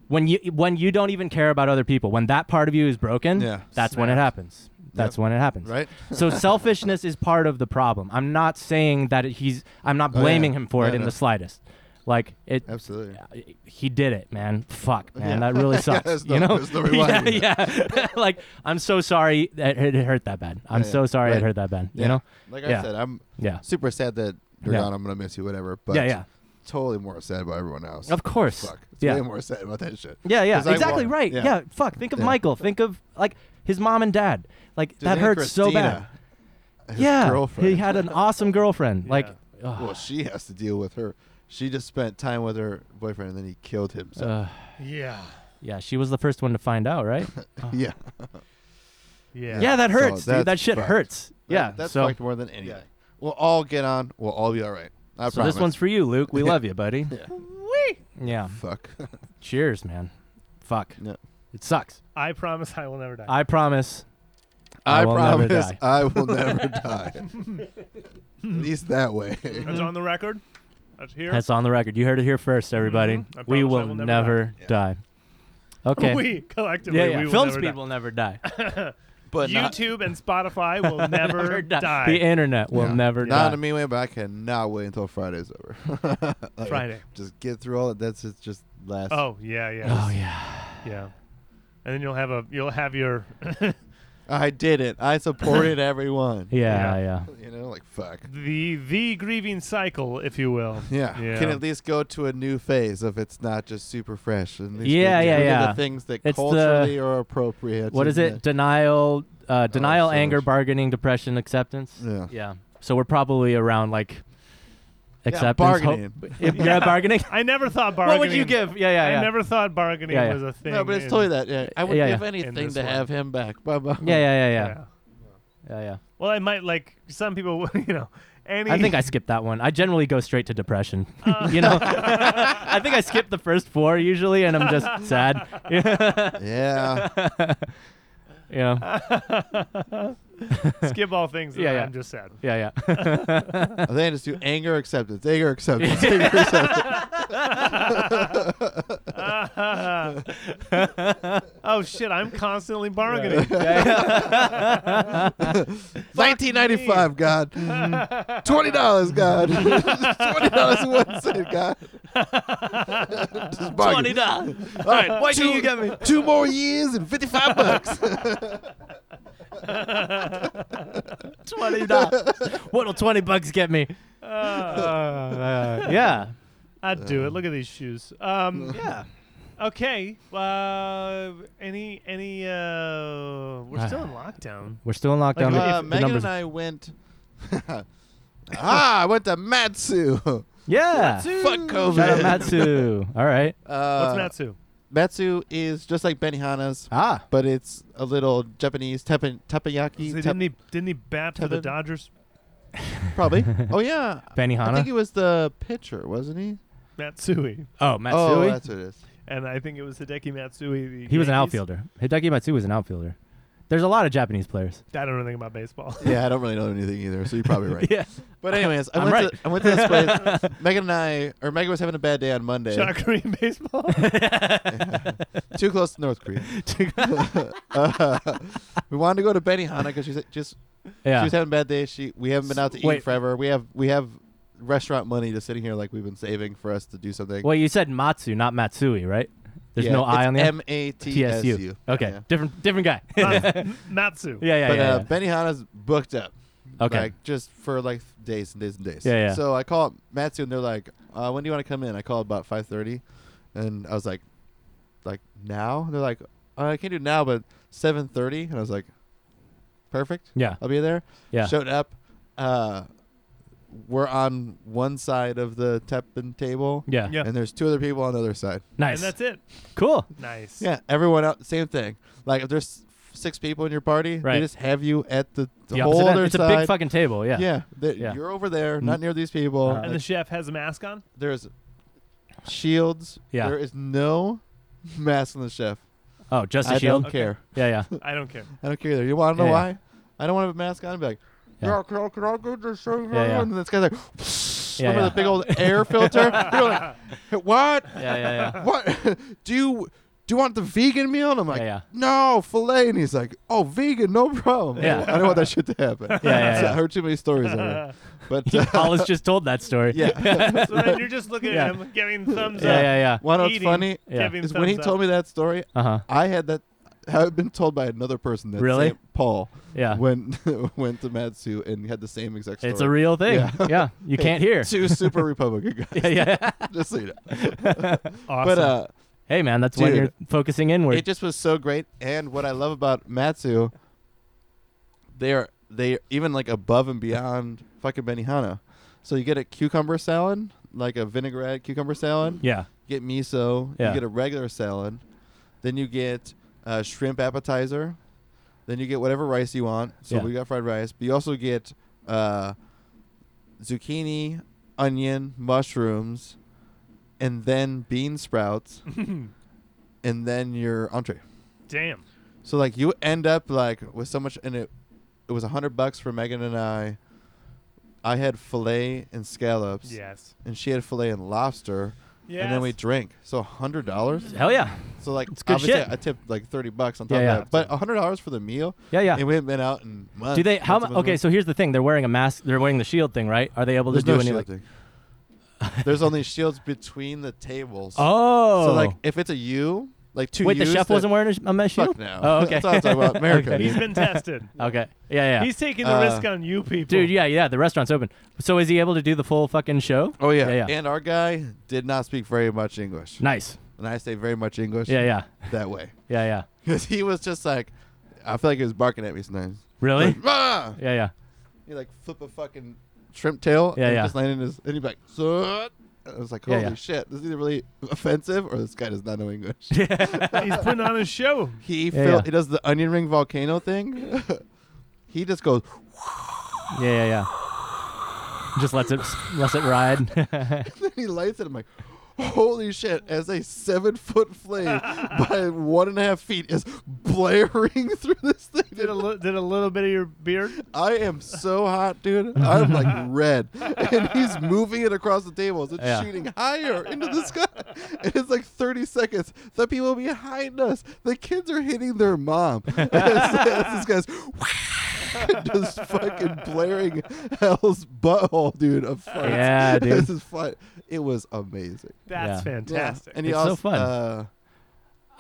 [SPEAKER 3] when you when you don't even care about other people, when that part of you is broken,
[SPEAKER 2] Yeah.
[SPEAKER 3] that's when it happens. That's when it happens.
[SPEAKER 2] Right?
[SPEAKER 3] So selfishness is part of the problem. I'm not saying that it, he's I'm not
[SPEAKER 2] Oh, yeah.
[SPEAKER 3] blaming him for
[SPEAKER 2] No,
[SPEAKER 3] it in
[SPEAKER 2] no.
[SPEAKER 3] the slightest. Like it
[SPEAKER 2] Absolutely.
[SPEAKER 3] he did it, man. Fuck, man.
[SPEAKER 2] Yeah.
[SPEAKER 3] That really
[SPEAKER 2] Yeah,
[SPEAKER 3] sucks.
[SPEAKER 2] that's
[SPEAKER 3] you
[SPEAKER 2] the-
[SPEAKER 3] know?
[SPEAKER 2] that's the
[SPEAKER 3] yeah,
[SPEAKER 2] reality.
[SPEAKER 3] yeah. like I'm so sorry that it hurt that bad. I'm
[SPEAKER 2] Yeah, yeah.
[SPEAKER 3] so sorry it
[SPEAKER 2] Right.
[SPEAKER 3] hurt that bad.
[SPEAKER 2] Yeah.
[SPEAKER 3] You know?
[SPEAKER 2] Like
[SPEAKER 3] Yeah.
[SPEAKER 2] I said, I'm
[SPEAKER 3] Yeah.
[SPEAKER 2] super sad that you're
[SPEAKER 3] Yeah.
[SPEAKER 2] gone. I'm going to miss you, whatever. But
[SPEAKER 3] yeah, yeah.
[SPEAKER 2] totally more sad about everyone else.
[SPEAKER 3] Of course.
[SPEAKER 2] Fuck. It's
[SPEAKER 3] yeah.
[SPEAKER 2] way more sad about that shit.
[SPEAKER 3] Yeah, yeah,
[SPEAKER 2] 'Cause I
[SPEAKER 3] exactly
[SPEAKER 2] wa-
[SPEAKER 3] right. Yeah.
[SPEAKER 2] yeah.
[SPEAKER 3] fuck. Think of
[SPEAKER 2] Yeah.
[SPEAKER 3] Michael. Think of like his mom and dad. Like that hurts so bad.
[SPEAKER 2] His
[SPEAKER 3] yeah,
[SPEAKER 2] girlfriend.
[SPEAKER 3] he had an awesome girlfriend. Like, ugh,
[SPEAKER 2] well, she has to deal with her. She just spent time with her boyfriend, and then he killed himself.
[SPEAKER 3] uh,
[SPEAKER 1] Yeah.
[SPEAKER 3] yeah, she was the first one to find out, right?
[SPEAKER 2] yeah,
[SPEAKER 1] Yeah.
[SPEAKER 3] yeah. that
[SPEAKER 2] So
[SPEAKER 3] hurts, dude.
[SPEAKER 2] that's
[SPEAKER 3] That shit
[SPEAKER 2] fucked.
[SPEAKER 3] hurts. yeah,
[SPEAKER 2] That- that's
[SPEAKER 3] so,
[SPEAKER 2] fucked more than anything. We'll all get on. We'll all be all right. I
[SPEAKER 3] so this
[SPEAKER 2] promise.
[SPEAKER 3] one's for you, Luke. We love you, buddy.
[SPEAKER 2] Yeah.
[SPEAKER 3] Yeah.
[SPEAKER 2] fuck.
[SPEAKER 3] Cheers, man. Fuck.
[SPEAKER 2] No.
[SPEAKER 3] It sucks.
[SPEAKER 1] I promise I will never die.
[SPEAKER 3] I promise. I
[SPEAKER 2] I,
[SPEAKER 3] will never
[SPEAKER 2] promise
[SPEAKER 3] die.
[SPEAKER 2] I will never die. At least that way.
[SPEAKER 1] That's on the record. That's here.
[SPEAKER 3] Mm-hmm. That's on the record. You heard it here first, everybody.
[SPEAKER 1] Mhm. I promise
[SPEAKER 3] We
[SPEAKER 1] I
[SPEAKER 3] will,
[SPEAKER 1] will never
[SPEAKER 3] never, die. Okay.
[SPEAKER 1] We collectively
[SPEAKER 3] yeah, yeah.
[SPEAKER 1] we will
[SPEAKER 3] Film
[SPEAKER 1] never
[SPEAKER 3] speed
[SPEAKER 1] die.
[SPEAKER 3] will never die.
[SPEAKER 2] but not,
[SPEAKER 1] YouTube and Spotify will never, die.
[SPEAKER 3] The internet will
[SPEAKER 2] Yeah.
[SPEAKER 3] never
[SPEAKER 2] not
[SPEAKER 3] die.
[SPEAKER 2] in a mean way, but I cannot wait until Friday's over. Like,
[SPEAKER 1] Friday.
[SPEAKER 2] Just get through all it. That's just, just last.
[SPEAKER 1] Oh yeah, yeah,
[SPEAKER 3] Oh yeah.
[SPEAKER 1] yeah. And then you'll have a you'll have your
[SPEAKER 2] I did it. I supported everyone.
[SPEAKER 3] Yeah, yeah.
[SPEAKER 1] Yeah.
[SPEAKER 2] You know, like fuck.
[SPEAKER 1] the the grieving cycle, if you will.
[SPEAKER 2] Yeah.
[SPEAKER 1] Yeah.
[SPEAKER 2] Can at least go to a new phase if it's not just super fresh. And at least
[SPEAKER 3] Yeah,
[SPEAKER 2] we can
[SPEAKER 3] yeah,
[SPEAKER 2] look at
[SPEAKER 3] yeah.
[SPEAKER 2] The things that
[SPEAKER 3] It's the-
[SPEAKER 2] culturally are appropriate.
[SPEAKER 3] What is
[SPEAKER 2] and
[SPEAKER 3] it? Denial, uh, denial,
[SPEAKER 2] Oh, so
[SPEAKER 3] anger,
[SPEAKER 2] much.
[SPEAKER 3] bargaining, depression, acceptance.
[SPEAKER 2] the- yeah.
[SPEAKER 3] Yeah. So we're probably around like acceptance.
[SPEAKER 2] bargaining.
[SPEAKER 3] Hope, if you're at bargaining.
[SPEAKER 1] I never thought bargaining.
[SPEAKER 3] what would you give? Yeah, yeah, yeah.
[SPEAKER 1] I never thought bargaining
[SPEAKER 3] Yeah, yeah.
[SPEAKER 1] was a thing.
[SPEAKER 2] No, but it's
[SPEAKER 1] in-
[SPEAKER 2] totally that. Yeah. I would
[SPEAKER 3] Yeah,
[SPEAKER 2] give
[SPEAKER 3] yeah.
[SPEAKER 1] In
[SPEAKER 2] anything
[SPEAKER 1] this
[SPEAKER 2] to
[SPEAKER 1] one.
[SPEAKER 2] have him back. Bye bye.
[SPEAKER 3] yeah, yeah, yeah,
[SPEAKER 1] yeah.
[SPEAKER 3] yeah, yeah, yeah.
[SPEAKER 1] Well, I might like some people. You know, any.
[SPEAKER 3] I think I skipped that one. I generally go straight to depression. you know, I think I skip the first four usually, and I'm just sad.
[SPEAKER 2] Yeah.
[SPEAKER 3] yeah.
[SPEAKER 1] skip all things.
[SPEAKER 3] Yeah,
[SPEAKER 1] Yeah,
[SPEAKER 3] yeah.
[SPEAKER 1] I'm just sad.
[SPEAKER 3] Yeah, yeah.
[SPEAKER 2] I think I just do anger acceptance, anger acceptance, anger acceptance.
[SPEAKER 1] oh shit! I'm constantly bargaining.
[SPEAKER 2] Nineteen ninety five, God. Twenty dollars, God. Twenty dollars and one cent, God. Just bargain.
[SPEAKER 3] dollars.
[SPEAKER 2] All right,
[SPEAKER 3] Why
[SPEAKER 2] two,
[SPEAKER 3] didn't you get me?
[SPEAKER 2] two more years and fifty five bucks.
[SPEAKER 3] Twenty dollars. What'll twenty bucks get me? yeah.
[SPEAKER 1] Ah, I'd do it. Look at these shoes. Um,
[SPEAKER 3] Yeah.
[SPEAKER 1] okay. Uh, any any? Uh, we're still in lockdown.
[SPEAKER 3] We're still in lockdown.
[SPEAKER 1] Like,
[SPEAKER 3] The-
[SPEAKER 1] if-
[SPEAKER 3] the
[SPEAKER 2] uh, Megan
[SPEAKER 3] numbers-
[SPEAKER 2] and I went. ah, I went to Matsu. Uh, Fuck
[SPEAKER 3] yeah.
[SPEAKER 2] COVID.
[SPEAKER 3] Shout out Matsu. All right.
[SPEAKER 2] Uh,
[SPEAKER 1] What's Matsu?
[SPEAKER 2] Matsu is just like Benihana's,
[SPEAKER 3] Ah.
[SPEAKER 2] but it's a little Japanese
[SPEAKER 1] Say,
[SPEAKER 2] tepa- teppanyaki. tep-
[SPEAKER 1] didn't he didn't he bat for the
[SPEAKER 2] Tevin?
[SPEAKER 1] Dodgers?
[SPEAKER 2] probably. oh yeah, I
[SPEAKER 3] Benihana.
[SPEAKER 2] think he was the pitcher, wasn't he?
[SPEAKER 1] Matsui,
[SPEAKER 3] oh,
[SPEAKER 2] Oh,
[SPEAKER 3] Matsui.
[SPEAKER 2] that's what it is.
[SPEAKER 1] and I think it was Hideki Matsui. the
[SPEAKER 3] he was an
[SPEAKER 1] Yankees.
[SPEAKER 3] outfielder. Hideki Matsui was an outfielder. There's a lot of Japanese players.
[SPEAKER 1] I don't know anything about baseball.
[SPEAKER 2] Yeah, I don't really know anything either, so you're probably right.
[SPEAKER 3] Yeah.
[SPEAKER 2] But anyways, I
[SPEAKER 3] I'm
[SPEAKER 2] went
[SPEAKER 3] right.
[SPEAKER 2] to I went to this place. Megan and I, or Megan was having a bad day on Monday.
[SPEAKER 1] Shot Korean baseball.
[SPEAKER 2] Too close to North Korea. Uh, we wanted to go to Benihana because she said just
[SPEAKER 3] Yeah.
[SPEAKER 2] She was having a bad day. She we haven't been out to
[SPEAKER 3] Wait.
[SPEAKER 2] eat forever. We have we have restaurant money just sitting here like we've been saving for us to do something.
[SPEAKER 3] well, you said Matsu, not Matsui, right? There's
[SPEAKER 2] Yeah,
[SPEAKER 3] no I
[SPEAKER 2] it's
[SPEAKER 3] on the end.
[SPEAKER 2] M A T S
[SPEAKER 3] TSU.
[SPEAKER 2] U.
[SPEAKER 3] Okay,
[SPEAKER 2] Yeah.
[SPEAKER 3] different different guy. yeah,
[SPEAKER 1] Mat- Matsu.
[SPEAKER 3] yeah, yeah.
[SPEAKER 2] but
[SPEAKER 3] yeah.
[SPEAKER 2] uh, Benihana's booked up.
[SPEAKER 3] Okay.
[SPEAKER 2] Like just for like days and days and days.
[SPEAKER 3] Yeah, yeah.
[SPEAKER 2] So I call Matsu and they're like, uh, "When do you want to come in?" I called about five thirty, and I was like, "Like now?" They're like, uh, "I can't do now, but 7.30. And I was like, "Perfect,
[SPEAKER 3] yeah,
[SPEAKER 2] I'll be there."
[SPEAKER 3] yeah.
[SPEAKER 2] Showed up. Uh, we're on one side of the Teppan table,
[SPEAKER 3] yeah,
[SPEAKER 1] Yeah.
[SPEAKER 2] and there's two other people on the other side.
[SPEAKER 3] Nice.
[SPEAKER 1] And that's it.
[SPEAKER 3] cool.
[SPEAKER 1] Nice.
[SPEAKER 2] Yeah, everyone else, same thing. Like if there's six people in your party,
[SPEAKER 3] Right.
[SPEAKER 2] they just have you at the, the
[SPEAKER 3] The
[SPEAKER 2] whole
[SPEAKER 3] opposite end.
[SPEAKER 2] other
[SPEAKER 3] It's a
[SPEAKER 2] side.
[SPEAKER 3] big fucking table. Yeah.
[SPEAKER 2] Yeah, that-
[SPEAKER 3] Yeah.
[SPEAKER 2] you're over there,
[SPEAKER 3] Mm.
[SPEAKER 2] not near these people.
[SPEAKER 3] Uh,
[SPEAKER 1] And the chef has a mask on.
[SPEAKER 2] There's shields.
[SPEAKER 3] Yeah.
[SPEAKER 2] There is no mask on the chef.
[SPEAKER 3] Oh, just a
[SPEAKER 2] I
[SPEAKER 3] shield.
[SPEAKER 2] don't care.
[SPEAKER 3] Yeah, yeah.
[SPEAKER 1] I don't care.
[SPEAKER 2] I don't care either. You want to know
[SPEAKER 3] Yeah, yeah.
[SPEAKER 2] why? I don't want to have a mask on. I'd be like,
[SPEAKER 3] Yeah.
[SPEAKER 2] yeah, can I, can I get this thing
[SPEAKER 3] Yeah, yeah.
[SPEAKER 2] And this guy's like, remember
[SPEAKER 3] yeah.
[SPEAKER 2] the big old air filter? You're like, what?
[SPEAKER 3] Yeah, yeah, yeah.
[SPEAKER 2] What? do you do you want the vegan meal? And I'm like,
[SPEAKER 3] Yeah, yeah.
[SPEAKER 2] no, filet. And he's like, oh, vegan, no problem.
[SPEAKER 3] Yeah.
[SPEAKER 2] I don't want that shit to happen.
[SPEAKER 3] yeah, yeah.
[SPEAKER 2] I heard too many stories already. But uh,
[SPEAKER 3] Paulus just told that story.
[SPEAKER 2] yeah.
[SPEAKER 1] So then you're just looking
[SPEAKER 3] Yeah.
[SPEAKER 1] at him, giving thumbs
[SPEAKER 3] yeah,
[SPEAKER 1] up.
[SPEAKER 3] yeah, yeah.
[SPEAKER 2] One what's
[SPEAKER 1] Eating,
[SPEAKER 2] funny
[SPEAKER 3] Yeah.
[SPEAKER 1] Giving
[SPEAKER 2] is
[SPEAKER 1] thumbs
[SPEAKER 2] when he told me that story,
[SPEAKER 3] Uh huh.
[SPEAKER 2] I had that. I've been told by another person that
[SPEAKER 3] Really?
[SPEAKER 2] same- Paul
[SPEAKER 3] Yeah.
[SPEAKER 2] went went to Matsu and had the same exact story.
[SPEAKER 3] It's a real thing. Yeah.
[SPEAKER 2] Yeah.
[SPEAKER 3] You can't hear.
[SPEAKER 2] two super Republican guys.
[SPEAKER 3] yeah, yeah.
[SPEAKER 2] Just so you know.
[SPEAKER 1] Awesome.
[SPEAKER 2] But uh,
[SPEAKER 3] Hey, man, that's when
[SPEAKER 2] Dude.
[SPEAKER 3] you're focusing inward.
[SPEAKER 2] it just was so great. And what I love about Matsu, they are they are even like above and beyond fucking Benihana. So you get a cucumber salad, like a vinaigrette cucumber salad.
[SPEAKER 3] yeah.
[SPEAKER 2] get miso.
[SPEAKER 3] Yeah.
[SPEAKER 2] You get a regular salad. Then you get a shrimp appetizer. Then you get whatever rice you want. So
[SPEAKER 3] Yeah.
[SPEAKER 2] we got fried rice, but you also get uh, zucchini, onion, mushrooms, and then bean sprouts, and then your entree.
[SPEAKER 1] Damn.
[SPEAKER 2] So like you end up like with so much, and it it was a hundred bucks for Megan and I. I had fillet and scallops,
[SPEAKER 1] Yes.
[SPEAKER 2] and she had fillet and lobster,
[SPEAKER 1] Yes.
[SPEAKER 2] and then we drank. So a hundred dollars.
[SPEAKER 3] Hell yeah.
[SPEAKER 2] So like,
[SPEAKER 3] good
[SPEAKER 2] obviously,
[SPEAKER 3] shit.
[SPEAKER 2] I tipped like thirty bucks on top
[SPEAKER 3] Yeah, yeah.
[SPEAKER 2] of that, but hundred dollars for the meal,
[SPEAKER 3] Yeah, yeah.
[SPEAKER 2] and we haven't been out in months.
[SPEAKER 3] Do they? How?
[SPEAKER 2] months
[SPEAKER 3] mu-
[SPEAKER 2] and months
[SPEAKER 3] Okay,
[SPEAKER 2] and
[SPEAKER 3] so here's the thing. They're wearing a mask. They're wearing the shield thing, right? Are they able
[SPEAKER 2] months.
[SPEAKER 3] to do
[SPEAKER 2] there's
[SPEAKER 3] any
[SPEAKER 2] no
[SPEAKER 3] like?
[SPEAKER 2] shielding. there's only shields between the tables.
[SPEAKER 3] Oh.
[SPEAKER 2] so like if it's a U, like two.
[SPEAKER 3] Wait, the
[SPEAKER 2] U's
[SPEAKER 3] chef
[SPEAKER 2] that-
[SPEAKER 3] wasn't wearing a, sh- a mesh shield.
[SPEAKER 2] Fuck no.
[SPEAKER 3] Oh, okay.
[SPEAKER 2] That's what I'm talking about. America.
[SPEAKER 3] okay.
[SPEAKER 1] He's been tested.
[SPEAKER 3] Okay. Yeah, yeah.
[SPEAKER 1] He's taking the
[SPEAKER 2] Oh, Uh,
[SPEAKER 1] risk on you people.
[SPEAKER 3] Dude, yeah, yeah. The restaurant's open. So is he able to do the full fucking show?
[SPEAKER 2] Oh yeah.
[SPEAKER 3] Yeah, yeah.
[SPEAKER 2] and our guy did not speak very much English,
[SPEAKER 3] Nice.
[SPEAKER 2] and I say very much English.
[SPEAKER 3] Yeah, yeah,
[SPEAKER 2] that way
[SPEAKER 3] yeah, yeah.
[SPEAKER 2] because he was just like, I feel like he was barking at me sometimes.
[SPEAKER 3] Really?
[SPEAKER 2] Like, "Ah!" "Rah!"
[SPEAKER 3] Yeah, yeah.
[SPEAKER 2] He like flip a fucking shrimp tail
[SPEAKER 3] Yeah,
[SPEAKER 2] and
[SPEAKER 3] yeah.
[SPEAKER 2] just landed in his and he'd be like, "Sup?" I was like,
[SPEAKER 3] Yeah,
[SPEAKER 2] holy
[SPEAKER 3] yeah.
[SPEAKER 2] shit, this is either really offensive or this guy does not know English.
[SPEAKER 1] He's putting on a show.
[SPEAKER 2] he
[SPEAKER 3] Yeah,
[SPEAKER 2] yeah,
[SPEAKER 3] yeah.
[SPEAKER 2] he does the onion ring volcano thing. he just goes
[SPEAKER 3] Yeah, yeah, yeah. Just lets it lets it ride.
[SPEAKER 2] and he lights it. I'm like, holy shit, as a seven foot flame by one and a half feet is blaring through this thing.
[SPEAKER 1] Did a, li- did a little bit of your beard.
[SPEAKER 2] I am so hot, dude. I'm like red. And he's moving it across the tables. It's
[SPEAKER 3] Yeah.
[SPEAKER 2] shooting higher into the sky. And it's like 30 seconds. The people behind us, the kids are hitting their mom. And it's- this guy's just fucking blaring hell's butthole, dude. Of farts.
[SPEAKER 3] Yeah, dude.
[SPEAKER 2] This is fun. It was amazing.
[SPEAKER 1] That's
[SPEAKER 3] Yeah.
[SPEAKER 2] Yeah.
[SPEAKER 1] fantastic.
[SPEAKER 2] And he
[SPEAKER 3] It's so
[SPEAKER 2] also,
[SPEAKER 3] fun.
[SPEAKER 2] Uh,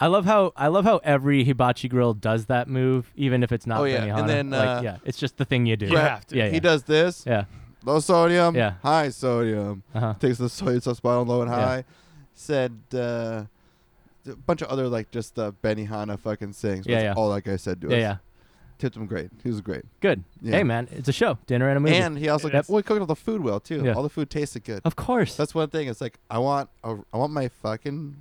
[SPEAKER 3] I love how I love how every hibachi grill does that move, even if it's not
[SPEAKER 2] Oh, yeah, and
[SPEAKER 3] Benihana.
[SPEAKER 2] then,
[SPEAKER 3] like,
[SPEAKER 2] uh,
[SPEAKER 3] yeah, it's just the thing you do.
[SPEAKER 1] You
[SPEAKER 2] Brad-
[SPEAKER 1] have to.
[SPEAKER 3] Yeah, yeah,
[SPEAKER 2] he does this
[SPEAKER 3] yeah.
[SPEAKER 2] low sodium,
[SPEAKER 3] Yeah.
[SPEAKER 2] high sodium.
[SPEAKER 3] Uh-huh.
[SPEAKER 2] takes the soy sauce bottle low and
[SPEAKER 3] Yeah.
[SPEAKER 2] high. Said uh, a bunch of other like just uh, Benihana fucking things. but
[SPEAKER 3] Yeah,
[SPEAKER 2] that's
[SPEAKER 3] yeah.
[SPEAKER 2] All that guy said to
[SPEAKER 3] Yeah,
[SPEAKER 2] us.
[SPEAKER 3] yeah.
[SPEAKER 2] Tipped him great. He was great.
[SPEAKER 3] Good.
[SPEAKER 2] Yeah.
[SPEAKER 3] Hey, man, it's a show, dinner and a movie.
[SPEAKER 2] And he also
[SPEAKER 1] Yep.
[SPEAKER 2] well, he cooked all the food well too.
[SPEAKER 3] Yeah.
[SPEAKER 2] All the food tasted good.
[SPEAKER 3] of course.
[SPEAKER 2] That's one thing. It's like I want a, I want my fucking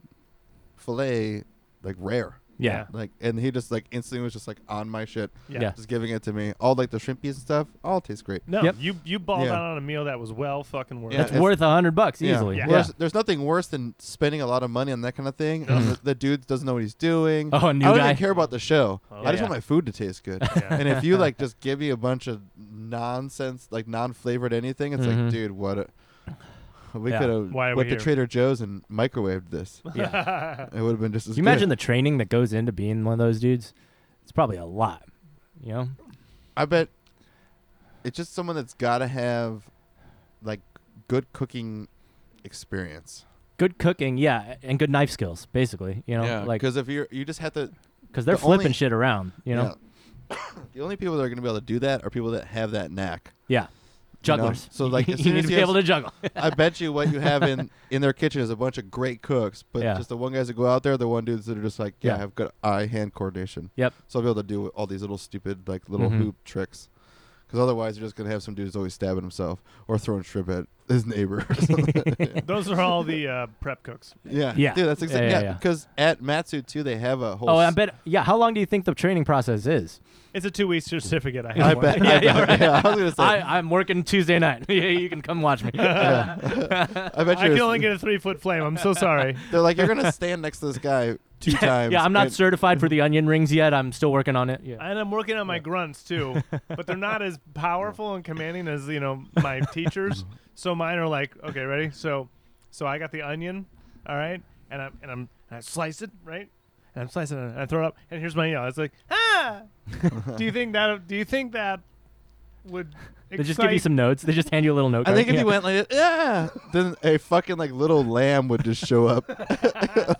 [SPEAKER 2] fillet like rare.
[SPEAKER 3] yeah.
[SPEAKER 2] Like and he just like instantly was just like on my shit,
[SPEAKER 1] yeah.
[SPEAKER 3] yeah.
[SPEAKER 2] just giving it to me. All like the shrimpies and stuff, all taste great.
[SPEAKER 1] No,
[SPEAKER 3] Yep.
[SPEAKER 1] you you balled
[SPEAKER 2] Yeah.
[SPEAKER 1] out on a meal that was well fucking worth
[SPEAKER 2] Yeah.
[SPEAKER 1] it.
[SPEAKER 3] It's worth a hundred bucks
[SPEAKER 2] Yeah.
[SPEAKER 3] easily.
[SPEAKER 1] Yeah.
[SPEAKER 3] Yeah.
[SPEAKER 2] Well, There's, there's nothing worse than spending a lot of money on that kind of thing. and the, the dude doesn't know what he's doing.
[SPEAKER 3] Oh, a new
[SPEAKER 2] I don't
[SPEAKER 3] guy.
[SPEAKER 2] even care about the show.
[SPEAKER 1] Oh,
[SPEAKER 2] I
[SPEAKER 1] yeah.
[SPEAKER 2] just want my food to taste good.
[SPEAKER 1] Yeah.
[SPEAKER 2] and if you like just give me a bunch of nonsense, like non-flavored anything, it's
[SPEAKER 3] Mhm.
[SPEAKER 2] like, dude, what? A, we
[SPEAKER 3] Yeah.
[SPEAKER 2] could have
[SPEAKER 1] Why are
[SPEAKER 2] went
[SPEAKER 1] we
[SPEAKER 2] to
[SPEAKER 1] here?
[SPEAKER 2] Trader Joe's and microwaved this.
[SPEAKER 3] yeah.
[SPEAKER 2] It would have been just as
[SPEAKER 3] Can you
[SPEAKER 2] good.
[SPEAKER 3] imagine the training that goes into being one of those dudes? It's probably a lot. You know?
[SPEAKER 2] I bet it's just someone that's got to have like good cooking experience.
[SPEAKER 3] Good cooking, yeah, and good knife skills, basically. You know,
[SPEAKER 4] Yeah,
[SPEAKER 3] like
[SPEAKER 2] Because if you're, you just have to,
[SPEAKER 3] because they're
[SPEAKER 2] the only-
[SPEAKER 3] flipping shit around. You know,
[SPEAKER 2] yeah. the only people that are going to be able to do that are people that have that knack.
[SPEAKER 3] yeah, jugglers.
[SPEAKER 2] So, like,
[SPEAKER 3] you
[SPEAKER 2] as soon
[SPEAKER 3] need
[SPEAKER 2] as
[SPEAKER 3] to
[SPEAKER 2] you
[SPEAKER 3] be
[SPEAKER 2] have-
[SPEAKER 3] able to juggle.
[SPEAKER 2] I bet you what you have in in their kitchen is a bunch of great cooks, but
[SPEAKER 3] Yeah.
[SPEAKER 2] just the one guys that go out there, the one dudes that are just like, yeah,
[SPEAKER 3] Yeah.
[SPEAKER 2] have good eye hand coordination.
[SPEAKER 3] Yep.
[SPEAKER 2] So I'll be able to do all these little stupid like little
[SPEAKER 3] Mhm.
[SPEAKER 2] hoop tricks. Because otherwise, you're just gonna have some dudes always stabbing himself or throwing shrimp at his neighbor. or something.
[SPEAKER 1] Those are all the uh, prep cooks.
[SPEAKER 2] yeah,
[SPEAKER 3] Yeah.
[SPEAKER 2] dude, that's exactly
[SPEAKER 3] Yeah, yeah,
[SPEAKER 2] yeah.
[SPEAKER 3] yeah.
[SPEAKER 2] Because at Matsu too, they have a whole.
[SPEAKER 3] Oh, I
[SPEAKER 2] s-
[SPEAKER 3] bet. Yeah, how long do you think the training process is?
[SPEAKER 1] It's a two-week certificate. I,
[SPEAKER 2] I
[SPEAKER 1] have one.
[SPEAKER 2] bet.
[SPEAKER 3] Yeah,
[SPEAKER 2] I,
[SPEAKER 3] yeah,
[SPEAKER 2] bet
[SPEAKER 3] right.
[SPEAKER 2] yeah, I was gonna say.
[SPEAKER 3] I, I'm working Tuesday night. Yeah, you can come watch me.
[SPEAKER 2] yeah. I bet
[SPEAKER 1] I
[SPEAKER 2] you're.
[SPEAKER 1] can only get a three-foot flame. I'm so sorry.
[SPEAKER 2] They're like, you're gonna stand next to this guy two times.
[SPEAKER 3] yeah, I'm not
[SPEAKER 2] and-
[SPEAKER 3] certified for the onion rings yet. I'm still working on it. Yeah.
[SPEAKER 1] And I'm working on my grunts too, but they're not as powerful and commanding as you know my teachers. So mine are like, okay, ready? So, so I got the onion, all right, and I'm and I'm and I slice it right, and I'm slicing it, and I throw it up, and here's my yell. It's like, ah. do you think that? Do you think that would?
[SPEAKER 3] They just give you
[SPEAKER 1] excite-
[SPEAKER 3] some notes. They just hand you a little note.
[SPEAKER 2] I
[SPEAKER 3] card.
[SPEAKER 2] think if
[SPEAKER 3] Yeah.
[SPEAKER 2] you went like, yeah, then a fucking like little lamb would just show up,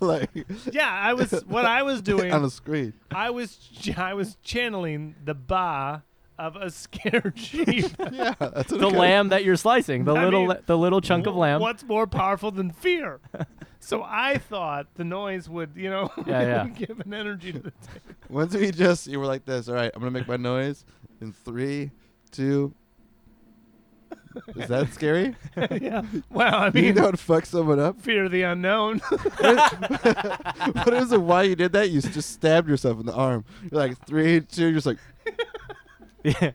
[SPEAKER 2] like
[SPEAKER 1] Yeah, I was. What I was doing
[SPEAKER 2] on the screen.
[SPEAKER 1] I was ch- I was channeling the ba of a scared sheep.
[SPEAKER 2] Yeah, that's what
[SPEAKER 3] the
[SPEAKER 2] it kinda-
[SPEAKER 3] lamb that you're slicing, the
[SPEAKER 1] I
[SPEAKER 3] little
[SPEAKER 1] mean,
[SPEAKER 3] the little chunk of lamb.
[SPEAKER 1] What's more powerful than fear? So I thought the noise would, you know,
[SPEAKER 3] Yeah, yeah.
[SPEAKER 1] give an energy to the tape.
[SPEAKER 2] Once we just you were like this. All right, I'm gonna make my noise in three, two. Is that scary?
[SPEAKER 1] yeah. Well, I
[SPEAKER 2] you
[SPEAKER 1] mean,
[SPEAKER 2] don't fuck someone up.
[SPEAKER 1] fear of the unknown.
[SPEAKER 2] What is it? Why you did that? You just stabbed yourself in the arm. You're like three, two. You're just like,
[SPEAKER 3] Yeah.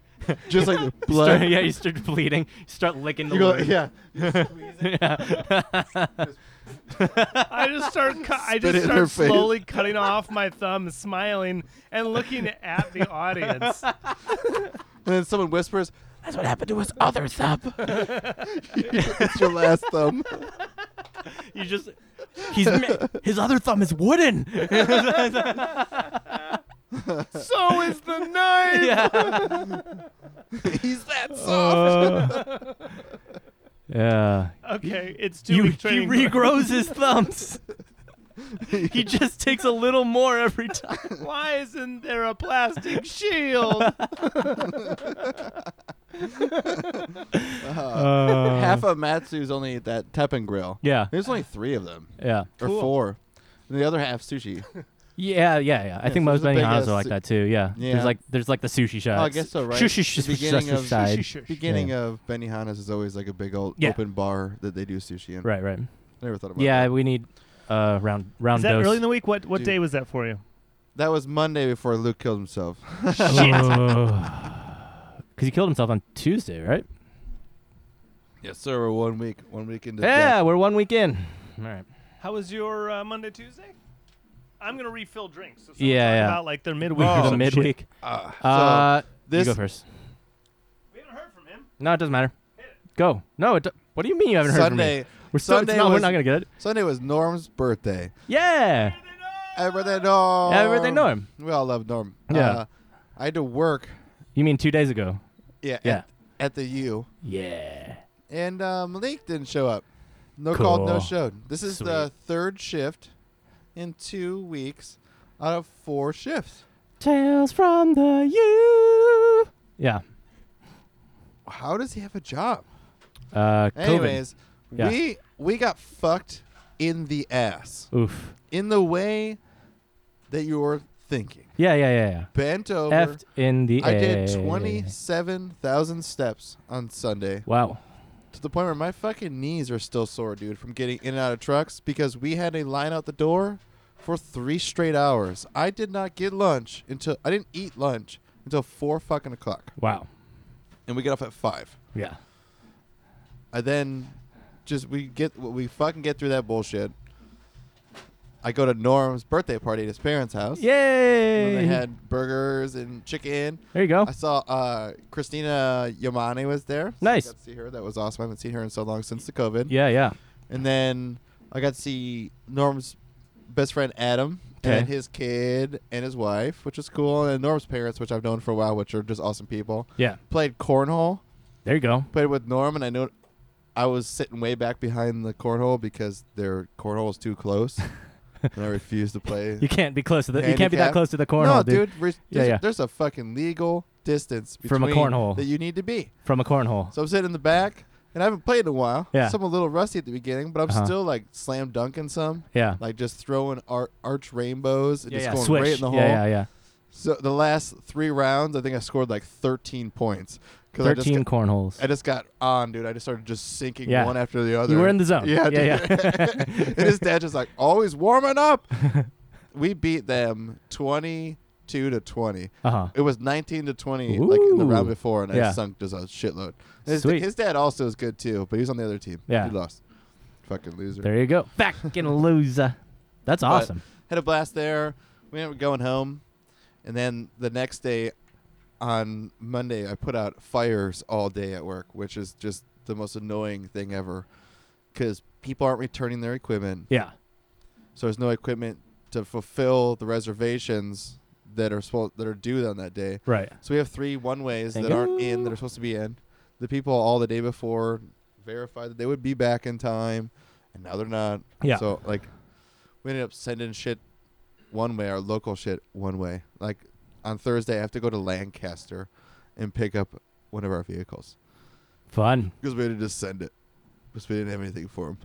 [SPEAKER 2] just like the
[SPEAKER 3] Start-
[SPEAKER 2] blood.
[SPEAKER 3] yeah, you start bleeding. You start licking the
[SPEAKER 2] You go,
[SPEAKER 3] wound.
[SPEAKER 2] yeah.
[SPEAKER 1] I just start. Cu- I
[SPEAKER 2] Spit
[SPEAKER 1] just
[SPEAKER 2] in her
[SPEAKER 1] start
[SPEAKER 2] face.
[SPEAKER 1] slowly cutting off my thumb, smiling and looking at the audience.
[SPEAKER 2] And then someone whispers, "That's what happened to his other thumb." it's your last thumb.
[SPEAKER 3] You just he's ma- his other thumb is wooden.
[SPEAKER 1] so is the knife.
[SPEAKER 3] yeah.
[SPEAKER 2] He's that
[SPEAKER 3] Uh, yeah.
[SPEAKER 1] Okay, it's two
[SPEAKER 3] You,
[SPEAKER 1] week
[SPEAKER 3] he
[SPEAKER 1] training.
[SPEAKER 3] regrows his thumbs. he just takes a little more every time.
[SPEAKER 1] Why isn't there a plastic shield?
[SPEAKER 2] Half of Matsu's only that Teppen grill.
[SPEAKER 3] yeah.
[SPEAKER 2] There's only three of them,
[SPEAKER 3] Yeah.
[SPEAKER 2] or
[SPEAKER 1] Cool.
[SPEAKER 2] four. And the other half sushi.
[SPEAKER 3] Yeah, yeah, yeah. I
[SPEAKER 2] so
[SPEAKER 3] think most
[SPEAKER 2] there's a big
[SPEAKER 3] benihanas
[SPEAKER 2] ass
[SPEAKER 3] are like
[SPEAKER 2] su-
[SPEAKER 3] that too. Yeah.
[SPEAKER 2] Yeah.
[SPEAKER 3] There's like there's like the sushi shots.
[SPEAKER 2] Oh, I guess so, right?
[SPEAKER 3] Sushi sh-
[SPEAKER 2] The beginning
[SPEAKER 3] shots
[SPEAKER 2] of-
[SPEAKER 3] side.
[SPEAKER 2] Beginning of Benihana's is always like a big old
[SPEAKER 3] Yeah.
[SPEAKER 2] open bar that they do sushi in.
[SPEAKER 3] Right, right.
[SPEAKER 2] I never thought about
[SPEAKER 3] Yeah,
[SPEAKER 2] that.
[SPEAKER 3] we need uh round round
[SPEAKER 1] Is that
[SPEAKER 3] dose.
[SPEAKER 1] early in the week? What what
[SPEAKER 2] Dude.
[SPEAKER 1] day was that for you?
[SPEAKER 2] That was Monday before Luke killed himself.
[SPEAKER 3] Because he killed himself on Tuesday, right?
[SPEAKER 2] yes, sir. We're one week, one week into
[SPEAKER 3] Yeah,
[SPEAKER 2] death.
[SPEAKER 3] we're one week in. All right.
[SPEAKER 1] How was your uh, Monday Tuesday? I'm gonna refill drinks. So
[SPEAKER 3] Yeah,
[SPEAKER 1] talk
[SPEAKER 3] yeah.
[SPEAKER 1] About like their midweek.
[SPEAKER 2] Oh.
[SPEAKER 1] or
[SPEAKER 3] the
[SPEAKER 1] some shit.
[SPEAKER 3] midweek.
[SPEAKER 2] Ah, so
[SPEAKER 3] uh,
[SPEAKER 2] this
[SPEAKER 3] you go first.
[SPEAKER 1] We haven't heard from him.
[SPEAKER 3] No, it doesn't matter. Go. No, it. Do- what do you mean you haven't heard
[SPEAKER 2] Sunday,
[SPEAKER 3] from me? We're still.
[SPEAKER 2] Sunday
[SPEAKER 3] it's not,
[SPEAKER 2] was-
[SPEAKER 3] we're not gonna get it.
[SPEAKER 2] Sunday was Norm's birthday.
[SPEAKER 3] Yeah.
[SPEAKER 1] uh,
[SPEAKER 2] Everything Norm.
[SPEAKER 3] Everything Norm.
[SPEAKER 2] We all love Norm.
[SPEAKER 3] Yeah.
[SPEAKER 2] Uh, I had to work.
[SPEAKER 3] You mean two days ago?
[SPEAKER 2] Yeah.
[SPEAKER 3] Yeah.
[SPEAKER 2] At, at the U.
[SPEAKER 3] Yeah.
[SPEAKER 2] and uh, Malik didn't show up. No call, no
[SPEAKER 3] Cool.
[SPEAKER 2] showed. This is the third shift in two weeks out of four shifts.
[SPEAKER 3] Tales from the U. Yeah.
[SPEAKER 2] How does he have a job?
[SPEAKER 3] Uh, COVID.
[SPEAKER 2] Anyways,
[SPEAKER 3] Yeah.
[SPEAKER 2] we we got fucked in the ass
[SPEAKER 3] Oof.
[SPEAKER 2] in the way that you were thinking.
[SPEAKER 3] Yeah, yeah, yeah,
[SPEAKER 2] Bent
[SPEAKER 3] yeah.
[SPEAKER 2] over.
[SPEAKER 3] Effed in the
[SPEAKER 2] I did
[SPEAKER 3] A.
[SPEAKER 2] twenty-seven thousand steps on Sunday
[SPEAKER 3] Wow.
[SPEAKER 2] to the point where my fucking knees are still sore, dude, from getting in and out of trucks because we had a line out the door for three straight hours. I did not get lunch until I didn't eat lunch until four fucking o'clock,
[SPEAKER 3] Wow.
[SPEAKER 2] and we get off at five.
[SPEAKER 3] Yeah.
[SPEAKER 2] I then just we get we fucking get through that bullshit. I go to Norm's birthday party at his parents' house.
[SPEAKER 3] Yay.
[SPEAKER 2] And They had burgers and chicken.
[SPEAKER 3] there you go.
[SPEAKER 2] I saw uh, Christina Yamane was there. So I
[SPEAKER 3] Nice.
[SPEAKER 2] got to see her. That was awesome. I haven't seen her in so long since the COVID.
[SPEAKER 3] Yeah, yeah.
[SPEAKER 2] And then I got to see Norm's best friend Adam
[SPEAKER 3] Okay.
[SPEAKER 2] and his kid and his wife, which is cool, and Norm's parents, which I've known for a while, which are just awesome people.
[SPEAKER 3] Yeah.
[SPEAKER 2] Played cornhole,
[SPEAKER 3] There you go.
[SPEAKER 2] played with Norm, and I know I was sitting way back behind the cornhole because their cornhole was too close, and I refused to play.
[SPEAKER 3] You can't be close to the. You can't be that
[SPEAKER 2] Handicap.
[SPEAKER 3] close to the cornhole,
[SPEAKER 2] no,
[SPEAKER 3] dude.
[SPEAKER 2] dude, re- there's,
[SPEAKER 3] Yeah, yeah.
[SPEAKER 2] there's a fucking legal distance
[SPEAKER 3] From a
[SPEAKER 2] between
[SPEAKER 3] cornhole.
[SPEAKER 2] that you need to be.
[SPEAKER 3] From a cornhole.
[SPEAKER 2] So I'm sitting in the back, and I haven't played in a while.
[SPEAKER 3] Yeah.
[SPEAKER 2] so I'm a little rusty at the beginning, but I'm
[SPEAKER 3] Uh-huh.
[SPEAKER 2] still like slam dunking some,
[SPEAKER 3] yeah.
[SPEAKER 2] like just throwing ar- arch rainbows and
[SPEAKER 3] yeah,
[SPEAKER 2] just
[SPEAKER 3] yeah.
[SPEAKER 2] going
[SPEAKER 3] Switch.
[SPEAKER 2] right in the hole.
[SPEAKER 3] Yeah, yeah, yeah.
[SPEAKER 2] So the last three rounds, I think I scored like 13 points because I just
[SPEAKER 3] Thirteen
[SPEAKER 2] got,
[SPEAKER 3] cornholes.
[SPEAKER 2] I just got on, dude. I just started just sinking
[SPEAKER 3] Yeah.
[SPEAKER 2] one after the other.
[SPEAKER 3] You were in the zone.
[SPEAKER 2] Yeah,
[SPEAKER 3] yeah,
[SPEAKER 2] dude.
[SPEAKER 3] yeah.
[SPEAKER 2] and his dad just like always warming up. we beat them 22 to 20.
[SPEAKER 3] uh huh.
[SPEAKER 2] It was 19 to 20 like in the round
[SPEAKER 3] Ooh.
[SPEAKER 2] before, and
[SPEAKER 3] Yeah.
[SPEAKER 2] I sunk just a shitload. His,
[SPEAKER 3] Sweet.
[SPEAKER 2] his dad also is good too, but he was on the other team.
[SPEAKER 3] Yeah.
[SPEAKER 2] he lost. Fucking loser.
[SPEAKER 3] There you go. Fucking loser. That's
[SPEAKER 2] But-
[SPEAKER 3] awesome.
[SPEAKER 2] had a blast there. We ended up going home, and then the next day, on Monday, I put out fires all day at work, which is just the most annoying thing ever, because people aren't returning their equipment,
[SPEAKER 3] yeah.
[SPEAKER 2] so there's no equipment to fulfill the reservations that are supposed that are due on that day.
[SPEAKER 3] Right.
[SPEAKER 2] So we have three one ways
[SPEAKER 3] Thank
[SPEAKER 2] that aren't in that
[SPEAKER 3] you.
[SPEAKER 2] are supposed to be in. The people all the day before verified that they would be back in time, and now they're not.
[SPEAKER 3] Yeah.
[SPEAKER 2] So like, we ended up sending shit one way, our local shit one way. Like on Thursday, I have to go to Lancaster and pick up one of our vehicles
[SPEAKER 3] Fun.
[SPEAKER 2] because we had to just send it because we didn't have anything for him.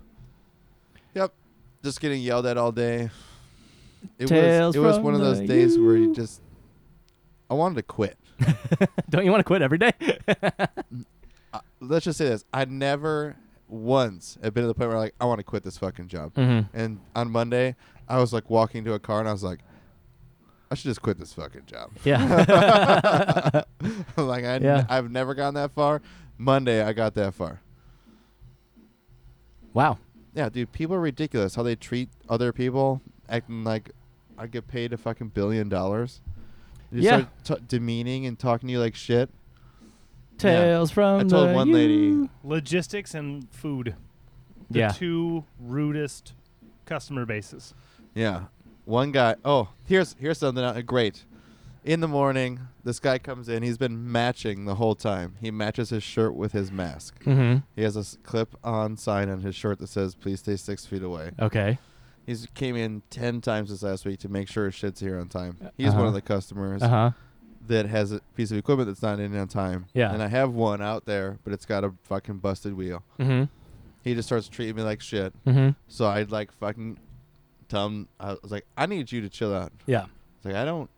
[SPEAKER 2] Yep. Just getting yelled at all day. It
[SPEAKER 3] Tales
[SPEAKER 2] was it was
[SPEAKER 3] from
[SPEAKER 2] one of those
[SPEAKER 3] the
[SPEAKER 2] days where you
[SPEAKER 3] U.
[SPEAKER 2] just I wanted to quit.
[SPEAKER 3] Don't you want to quit every day?
[SPEAKER 2] I- let's just say this: I never once have been to the point where like I want to quit this fucking job.
[SPEAKER 3] mm-hmm.
[SPEAKER 2] And on Monday, I was like walking to a car, and I was like, I should just quit this fucking job.
[SPEAKER 3] Yeah.
[SPEAKER 2] like I,
[SPEAKER 3] Yeah.
[SPEAKER 2] have never gotten that far. Monday, I got that far.
[SPEAKER 3] wow.
[SPEAKER 2] Yeah, dude, people are ridiculous how they treat other people, acting like I get paid a fucking billion dollars. You
[SPEAKER 3] Yeah.
[SPEAKER 2] start t- demeaning and talking to you like shit.
[SPEAKER 3] Tales from
[SPEAKER 2] I told
[SPEAKER 3] the
[SPEAKER 2] one
[SPEAKER 3] U.
[SPEAKER 2] lady,
[SPEAKER 1] Logistics and food. The
[SPEAKER 3] Yeah.
[SPEAKER 1] two rudest customer bases.
[SPEAKER 2] Yeah. One guy. Oh, here's here's something uh, great. In the morning, this guy comes in. He's been matching the whole time. He matches his shirt with his mask.
[SPEAKER 3] Mm-hmm.
[SPEAKER 2] He has a s- clip-on sign on his shirt that says "Please stay six feet away."
[SPEAKER 3] Okay.
[SPEAKER 2] He's came in ten times this last week to make sure his shit's here on time. He's one
[SPEAKER 3] Uh-huh.
[SPEAKER 2] of the customers
[SPEAKER 3] Uh huh.
[SPEAKER 2] that has a piece of equipment that's not in on time.
[SPEAKER 3] Yeah.
[SPEAKER 2] And I have one out there, but it's got a fucking busted wheel.
[SPEAKER 3] Mm-hmm.
[SPEAKER 2] He just starts treating me like shit.
[SPEAKER 3] Mm-hmm.
[SPEAKER 2] So I'd like fucking tell him. I was like, "I need you to chill out."
[SPEAKER 3] Yeah.
[SPEAKER 2] It's like I don't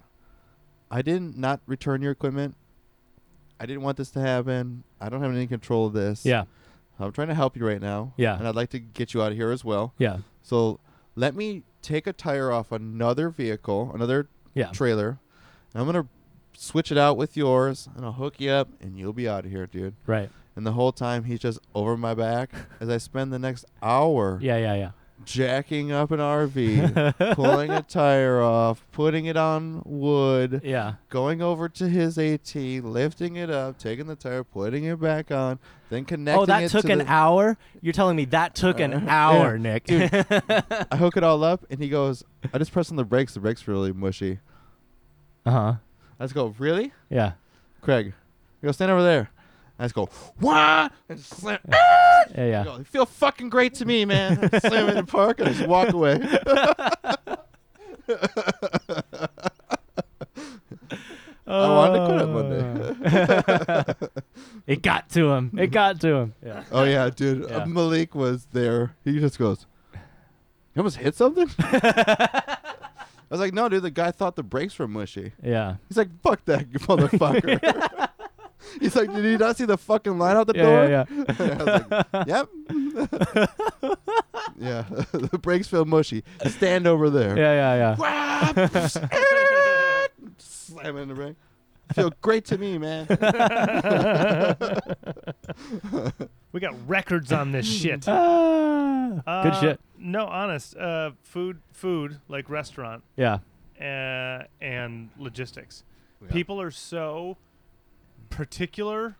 [SPEAKER 2] I didn't not return your equipment. I didn't want this to happen. I don't have any control of this.
[SPEAKER 3] Yeah.
[SPEAKER 2] I'm trying to help you right now.
[SPEAKER 3] Yeah.
[SPEAKER 2] And I'd like to get you out of here as well.
[SPEAKER 3] Yeah.
[SPEAKER 2] So let me take a tire off another vehicle, another
[SPEAKER 3] Yeah.
[SPEAKER 2] trailer. And I'm gonna switch it out with yours and I'll hook you up and you'll be out of here, dude.
[SPEAKER 3] Right.
[SPEAKER 2] And the whole time he's just over my back as I spend the next hour
[SPEAKER 3] Yeah. Yeah. Yeah.
[SPEAKER 2] jacking up an RV, pulling a tire off, putting it on wood,
[SPEAKER 3] Yeah.
[SPEAKER 2] going over to his AT, lifting it up, taking the tire, putting it back on, then connecting
[SPEAKER 3] Oh, that
[SPEAKER 2] it
[SPEAKER 3] took
[SPEAKER 2] to
[SPEAKER 3] an
[SPEAKER 2] the,
[SPEAKER 3] hour. You're telling me that took an hour, Nick?
[SPEAKER 2] I hook it all up, and he goes, I just press on the brakes. The brakes were really mushy.
[SPEAKER 3] Uh huh.
[SPEAKER 2] I just go, really?
[SPEAKER 3] Yeah.
[SPEAKER 2] Craig, I go, stand over there. I just go, wah, and slam.
[SPEAKER 3] Yeah.
[SPEAKER 2] I
[SPEAKER 3] Yeah.
[SPEAKER 2] go, they feel fucking great to me, man. I slam in the park and I just walk away. I wanted to quit on Monday.
[SPEAKER 3] it got to him. It got to him. Yeah.
[SPEAKER 2] Oh yeah, dude. Uh,
[SPEAKER 3] Yeah.
[SPEAKER 2] Malik was there. He just goes, "You almost hit something." I was like, "No, dude. The guy thought the brakes were mushy."
[SPEAKER 3] Yeah.
[SPEAKER 2] He's like, "Fuck that motherfucker." He's like, "Did you not see the fucking line out the door?"
[SPEAKER 3] Yeah. Yeah. yeah.
[SPEAKER 2] I was like, "Yep." yeah, the brakes feel mushy. Stand over there.
[SPEAKER 3] Yeah. Yeah. yeah.
[SPEAKER 2] Wah! Slamming the brake. Feel great to me, man.
[SPEAKER 1] We got records on this shit.
[SPEAKER 3] Ah, good
[SPEAKER 1] Uh,
[SPEAKER 3] shit.
[SPEAKER 1] No, honest. Uh, food, food, like restaurant
[SPEAKER 3] Yeah.
[SPEAKER 1] uh, and logistics.
[SPEAKER 2] Yeah.
[SPEAKER 1] People are so particular,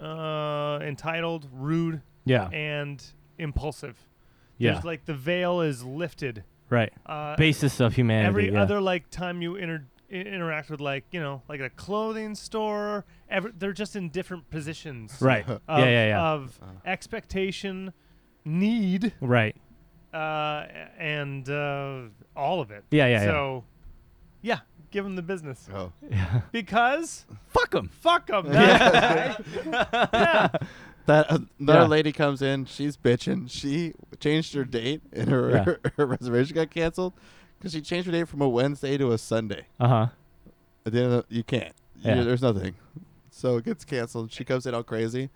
[SPEAKER 1] uh, entitled, rude,
[SPEAKER 3] Yeah.
[SPEAKER 1] and impulsive.
[SPEAKER 3] Yeah.
[SPEAKER 1] There's like the veil is lifted
[SPEAKER 3] Right.
[SPEAKER 1] Uh,
[SPEAKER 3] Basis of humanity.
[SPEAKER 1] every
[SPEAKER 3] yeah.
[SPEAKER 1] other like time you inter- i- interact with like you know like a clothing store, every, they're just in different positions.
[SPEAKER 3] Right.
[SPEAKER 1] Of,
[SPEAKER 3] yeah, yeah, yeah.
[SPEAKER 1] Of expectation, need,
[SPEAKER 3] right.
[SPEAKER 1] uh, and uh, all of it.
[SPEAKER 3] Yeah, yeah, yeah.
[SPEAKER 1] So, yeah, give them the business
[SPEAKER 2] Oh.
[SPEAKER 1] because
[SPEAKER 3] Fuck them.
[SPEAKER 1] fuck them.
[SPEAKER 2] That uh, another
[SPEAKER 3] Yeah.
[SPEAKER 2] lady comes in. She's bitching. She changed her date, and her
[SPEAKER 3] Yeah.
[SPEAKER 2] her reservation got canceled because she changed her date from a Wednesday to a Sunday.
[SPEAKER 3] Uh huh.
[SPEAKER 2] At the end of the, you can't. You-
[SPEAKER 3] Yeah.
[SPEAKER 2] there's nothing. So it gets canceled. She comes in all crazy,